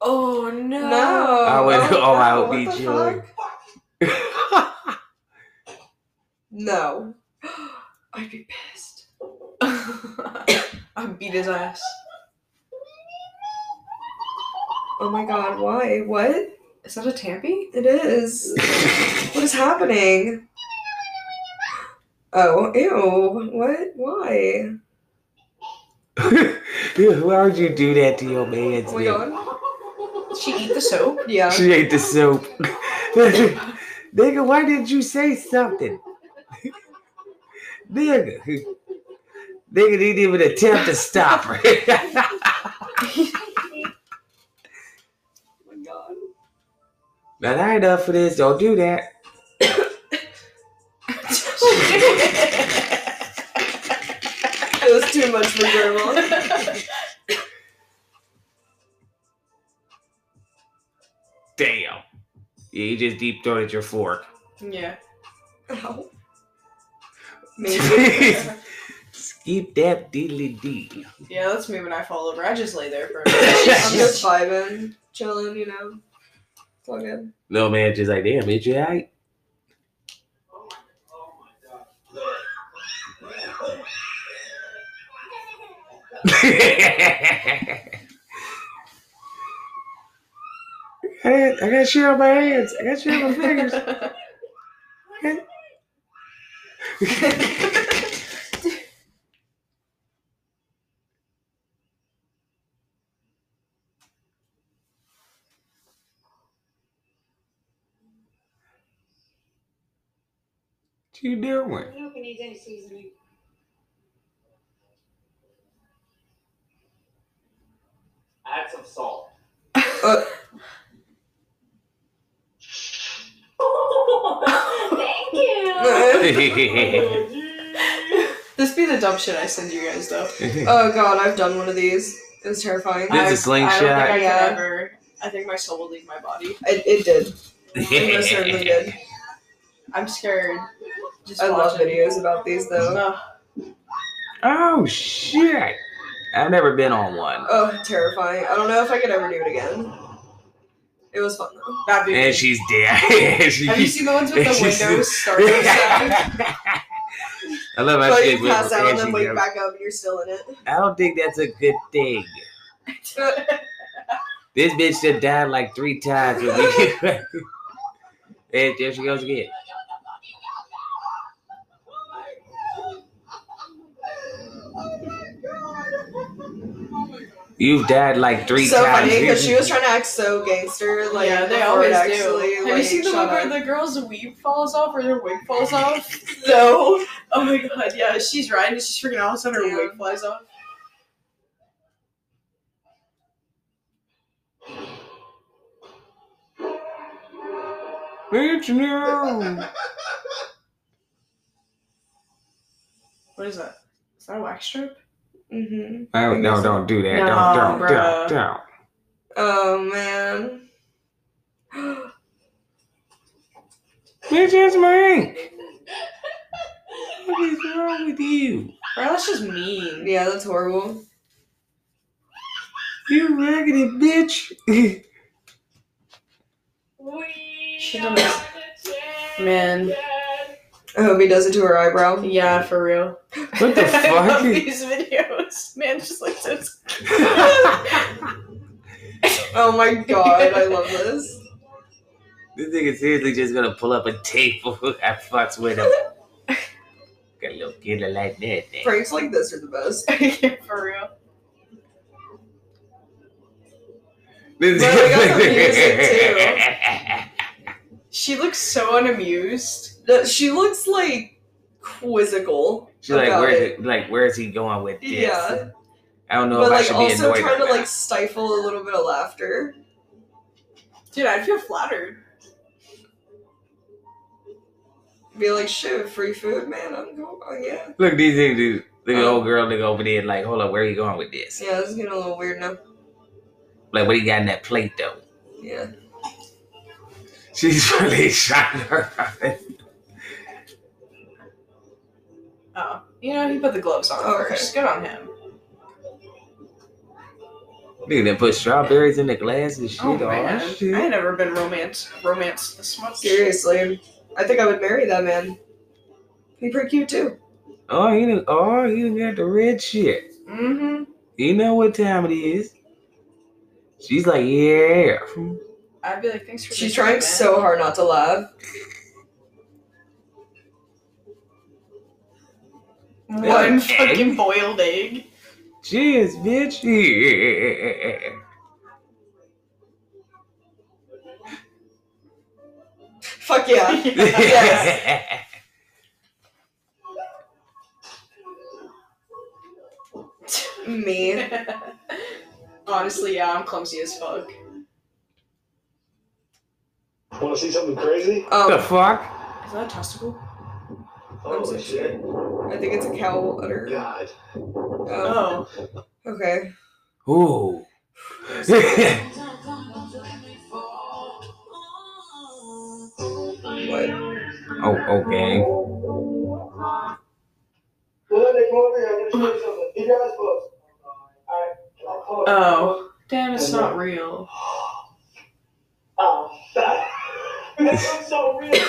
Speaker 4: Oh no.
Speaker 3: No.
Speaker 2: I went
Speaker 3: Oh,
Speaker 2: all
Speaker 3: no,
Speaker 2: out
Speaker 3: what
Speaker 2: beat
Speaker 3: the
Speaker 2: your.
Speaker 3: fuck? No.
Speaker 4: I'd be pissed. I'd beat his ass.
Speaker 3: Oh my god, why? What?
Speaker 4: Is that a tampy?
Speaker 3: It is. What is happening? Oh, ew. What? Why?
Speaker 2: Why would you do that to your man's
Speaker 3: Oh my
Speaker 2: dick?
Speaker 3: god.
Speaker 4: Did she eat the soap?
Speaker 3: Yeah.
Speaker 2: She ate the soap. Nigga, why didn't you say something? Nigga. Nigga didn't even attempt to stop her.
Speaker 3: Oh my god.
Speaker 2: now, that ain't up for this. Don't do that.
Speaker 3: It was too much for grandma.
Speaker 2: Damn. Yeah, you just deep throated your fork.
Speaker 4: yeah.
Speaker 3: Ow. Maybe.
Speaker 2: Skip that deedly dee.
Speaker 4: Yeah, let's move and I fall over. I just lay there for a
Speaker 3: I'm
Speaker 4: minute.
Speaker 3: just vibing, chilling, you know. It's all good.
Speaker 2: Little man just like, damn, bitch, you alright? I got, I got shit on my hands. I got shit on my fingers. What you doing?
Speaker 6: don't know if it needs any seasoning.
Speaker 1: Add some salt.
Speaker 6: Thank you.
Speaker 3: oh
Speaker 1: It's
Speaker 4: this be the dumb shit I send you guys though.
Speaker 3: Oh, god, I've done one of these. It was terrifying.
Speaker 2: This
Speaker 4: I-
Speaker 2: is slingshot.
Speaker 4: I don't think I
Speaker 3: Yeah.
Speaker 4: can ever. I think my soul will leave my body.
Speaker 3: It, it did. It most certainly did.
Speaker 4: I'm scared. Just
Speaker 3: I love
Speaker 4: watching.
Speaker 3: videos about these though.
Speaker 4: Ugh.
Speaker 2: oh shit! I've never been on one.
Speaker 3: Oh, terrifying. I don't know if I could ever do it again. It was fun though.
Speaker 4: That'd be
Speaker 2: And she's dead. She-
Speaker 4: Have you seen the ones with the
Speaker 2: She's-
Speaker 4: windows starting?
Speaker 2: I love how
Speaker 3: But
Speaker 2: she
Speaker 3: you pass out and
Speaker 2: and
Speaker 3: then
Speaker 2: she
Speaker 3: wake
Speaker 2: goes,
Speaker 3: back up and you're still in it.
Speaker 2: I don't think that's a good thing. This bitch done died like three times with me. and there she goes again. You've died like three
Speaker 3: so
Speaker 2: times.
Speaker 3: funny because she was trying to act so gangster. Like
Speaker 4: yeah, they
Speaker 3: before
Speaker 4: always
Speaker 3: it
Speaker 4: do.
Speaker 3: actually,
Speaker 4: Have
Speaker 3: like,
Speaker 4: you seen the
Speaker 3: shut
Speaker 4: one where
Speaker 3: up.
Speaker 4: the girl's weave falls off or their wig falls off?
Speaker 3: no?
Speaker 4: Oh my god, yeah, she's riding and she's freaking out, all of a sudden her
Speaker 3: Yeah.
Speaker 4: wig flies off.
Speaker 2: Bitch, no.
Speaker 4: What is that? Is that a wax strip?
Speaker 3: hmm
Speaker 2: Oh, no, don't do that.
Speaker 4: No,
Speaker 2: don't, don't, don't,
Speaker 4: bruh.
Speaker 2: don't.
Speaker 3: Oh man.
Speaker 2: Bitch, it's me. What is wrong with you?
Speaker 4: Bro, that's just mean.
Speaker 3: Yeah, that's horrible.
Speaker 2: You raggedy bitch.
Speaker 4: She done this. Man.
Speaker 3: I hope he does it to her eyebrow.
Speaker 4: Yeah, for real.
Speaker 2: What the
Speaker 4: I love
Speaker 2: fuck?
Speaker 4: these videos. Man, just like so
Speaker 3: Oh my god, I love this.
Speaker 2: This nigga seriously just gonna pull up a table and fucks with him. Got a little killer like that. Nigga.
Speaker 3: Pranks like this are the best.
Speaker 4: yeah, for real.
Speaker 2: This
Speaker 3: Well, we got the music,
Speaker 4: She looks so unamused.
Speaker 3: That- She looks like quizzical.
Speaker 2: She's like,
Speaker 3: about
Speaker 2: where,
Speaker 3: it.
Speaker 2: is it- like, where is he going with this?
Speaker 3: Yeah,
Speaker 2: I don't know
Speaker 3: but
Speaker 2: if I
Speaker 3: like
Speaker 2: should be
Speaker 3: also
Speaker 2: annoyed.
Speaker 3: trying to
Speaker 2: or
Speaker 3: like stifle a little bit of laughter.
Speaker 4: Dude, I'd feel flattered.
Speaker 3: Be like, shit, free food, man. I'm Oh, going. Yeah,
Speaker 2: not. look, these niggas, do- Look at old girl look over there like, hold up, where are you going with this?
Speaker 3: Oh. Yeah, this is getting a little weird now.
Speaker 2: Like, what do you got in that plate though?
Speaker 3: Yeah.
Speaker 2: She's really shot her.
Speaker 4: Oh, you know he put the gloves on
Speaker 3: Oh, Okay.
Speaker 4: first. Good on him.
Speaker 2: Look at them put strawberries in the glass and shit.
Speaker 4: Oh
Speaker 2: Aw,
Speaker 4: man,
Speaker 2: shit.
Speaker 4: I ain't never been romance romance this much.
Speaker 3: Seriously. I think I would marry that man. He's pretty cute too.
Speaker 2: Oh, you know, oh, you done got the red shit.
Speaker 4: Mm-hmm.
Speaker 2: You know what time it is. She's like, yeah.
Speaker 4: I'd be like, thanks for.
Speaker 3: She's
Speaker 4: the
Speaker 3: trying
Speaker 4: compliment.
Speaker 3: so hard not to laugh.
Speaker 4: One
Speaker 2: Egg?
Speaker 4: fucking boiled egg.
Speaker 2: Cheers, bitch. Yeah.
Speaker 3: Fuck yeah.
Speaker 4: Yes.
Speaker 3: Me.
Speaker 4: Honestly, yeah, I'm clumsy as fuck.
Speaker 1: Want to see something crazy?
Speaker 2: the
Speaker 3: Um,
Speaker 2: fuck?
Speaker 4: Is that a testicle?
Speaker 1: Holy shit.
Speaker 3: I think it's a cow udder.
Speaker 1: God.
Speaker 3: Um,
Speaker 4: Oh.
Speaker 3: okay.
Speaker 2: Ooh.
Speaker 3: What?
Speaker 2: Oh, okay.
Speaker 4: Oh.
Speaker 1: Linda, come over here. I'm going to show you something. Keep your eyes closed. Alright. I'll call it.
Speaker 4: Oh. Damn, it's not real.
Speaker 1: Oh. That looks so real.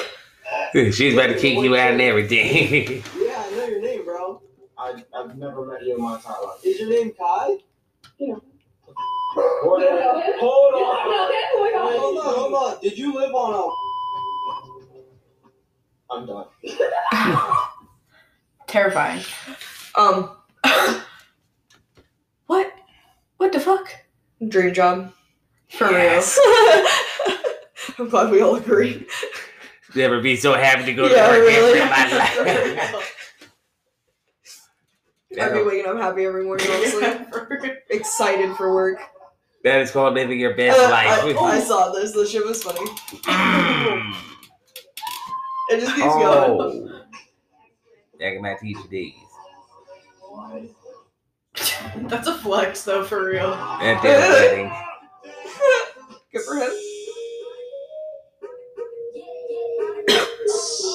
Speaker 2: She's about to kick you out and everything.
Speaker 8: Yeah, I know your name, bro.
Speaker 1: I, I've never met you in my entire life.
Speaker 8: Is your name Kai?
Speaker 1: Whatever. Hold on.
Speaker 8: Hold on, hold on. Did you live on a
Speaker 1: I'm done.
Speaker 4: Terrifying.
Speaker 3: Um,
Speaker 4: What? What the fuck?
Speaker 3: dream job.
Speaker 4: For
Speaker 3: I'm glad we all agree.
Speaker 2: Never be so happy to go to
Speaker 3: Yeah,
Speaker 2: work
Speaker 3: really.
Speaker 2: every my life.
Speaker 3: I'd be waking up happy every morning,
Speaker 4: real.
Speaker 3: honestly. Excited for work.
Speaker 2: That is called living your best
Speaker 3: Uh,
Speaker 2: life.
Speaker 3: I, I saw this. This shit was funny.
Speaker 2: Mm.
Speaker 3: It just keeps going.
Speaker 2: Oh. Back in my teacher days.
Speaker 4: That's a flex, though, for real.
Speaker 2: At that wedding.
Speaker 3: Good for him.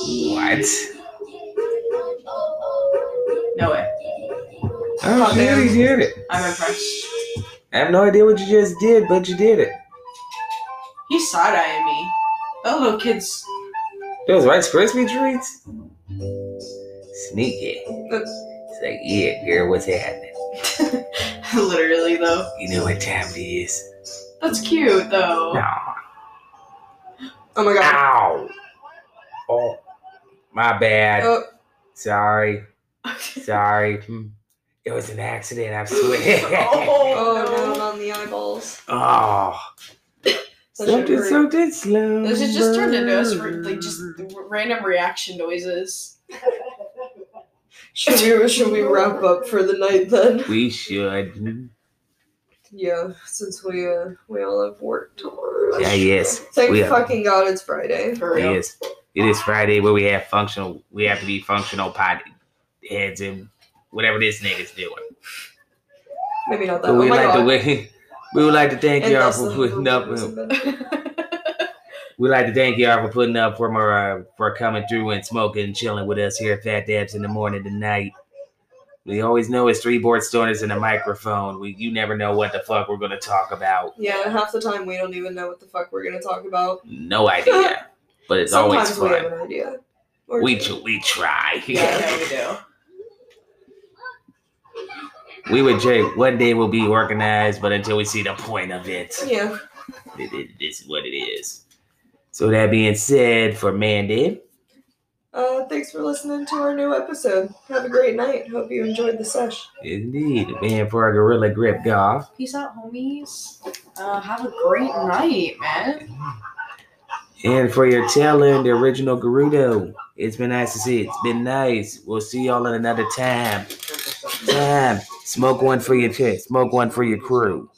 Speaker 2: What?
Speaker 4: No way.
Speaker 2: Oh,
Speaker 3: Fuck
Speaker 2: shit,
Speaker 3: him.
Speaker 2: he did it.
Speaker 4: I'm impressed.
Speaker 2: I have no idea what you just did, but you did it.
Speaker 4: He's side eyeing me. That little kid's.
Speaker 2: Those Rice Krispie treats? Sneaky. It's like, yeah, girl, what's happening?
Speaker 4: Literally, though.
Speaker 2: You know what time it is?
Speaker 4: That's cute, though.
Speaker 2: No.
Speaker 3: Oh my god.
Speaker 2: Ow. Oh, my bad.
Speaker 3: Oh.
Speaker 2: Sorry. Sorry. Hmm. It was an accident, I swear.
Speaker 3: Oh,
Speaker 4: oh,
Speaker 3: no, on the eyeballs.
Speaker 2: oh.
Speaker 3: That shit
Speaker 2: Something,
Speaker 3: hurt.
Speaker 2: something slow.
Speaker 4: Those just just turned into us for, like just random reaction noises.
Speaker 3: Should we, should we wrap up for the night then?
Speaker 2: We should.
Speaker 3: Yeah, since we uh, we all have work tomorrow.
Speaker 2: Yeah, yes.
Speaker 3: Thank
Speaker 2: we are.
Speaker 3: fucking god it's Friday.
Speaker 4: For real.
Speaker 2: Yes. It is Friday where we have functional we have to be functional pot heads and whatever this nigga's doing.
Speaker 3: Maybe not that.
Speaker 2: But
Speaker 3: oh
Speaker 2: we
Speaker 3: my
Speaker 2: like
Speaker 3: god.
Speaker 2: to we, we would like to thank
Speaker 3: And
Speaker 2: y'all
Speaker 3: that's
Speaker 2: for
Speaker 3: the-
Speaker 2: putting up.
Speaker 3: It's
Speaker 2: We like to thank y'all for putting up for more, uh, for coming through and smoking and chilling with us here at Fat Dabs in the morning tonight. We always know it's three board stoners and a microphone. We you never know what the fuck we're gonna talk about.
Speaker 3: Yeah, half the time we don't even know what the fuck we're gonna talk about.
Speaker 2: No idea, but it's
Speaker 3: Sometimes
Speaker 2: always
Speaker 3: we have
Speaker 2: fun.
Speaker 3: an idea. Or
Speaker 2: We
Speaker 3: two.
Speaker 2: tr- we try.
Speaker 4: Yeah, yeah, we do.
Speaker 2: we would Jay. One day we'll be organized, but until we see the point of it.
Speaker 3: Yeah.
Speaker 2: it, it- this is what it is. So that being said, for Mandy,
Speaker 3: Uh, thanks for listening to our new episode. Have a great night. Hope you enjoyed the sesh.
Speaker 2: indeed, man for a gorilla grip golf.
Speaker 4: Peace out, homies. Uh, have a great night, man.
Speaker 2: And for your telling, the original Gerudo. It's been nice to see. It's been nice. We'll see y'all in another time. Time. Smoke one for your chest. Smoke one for your crew.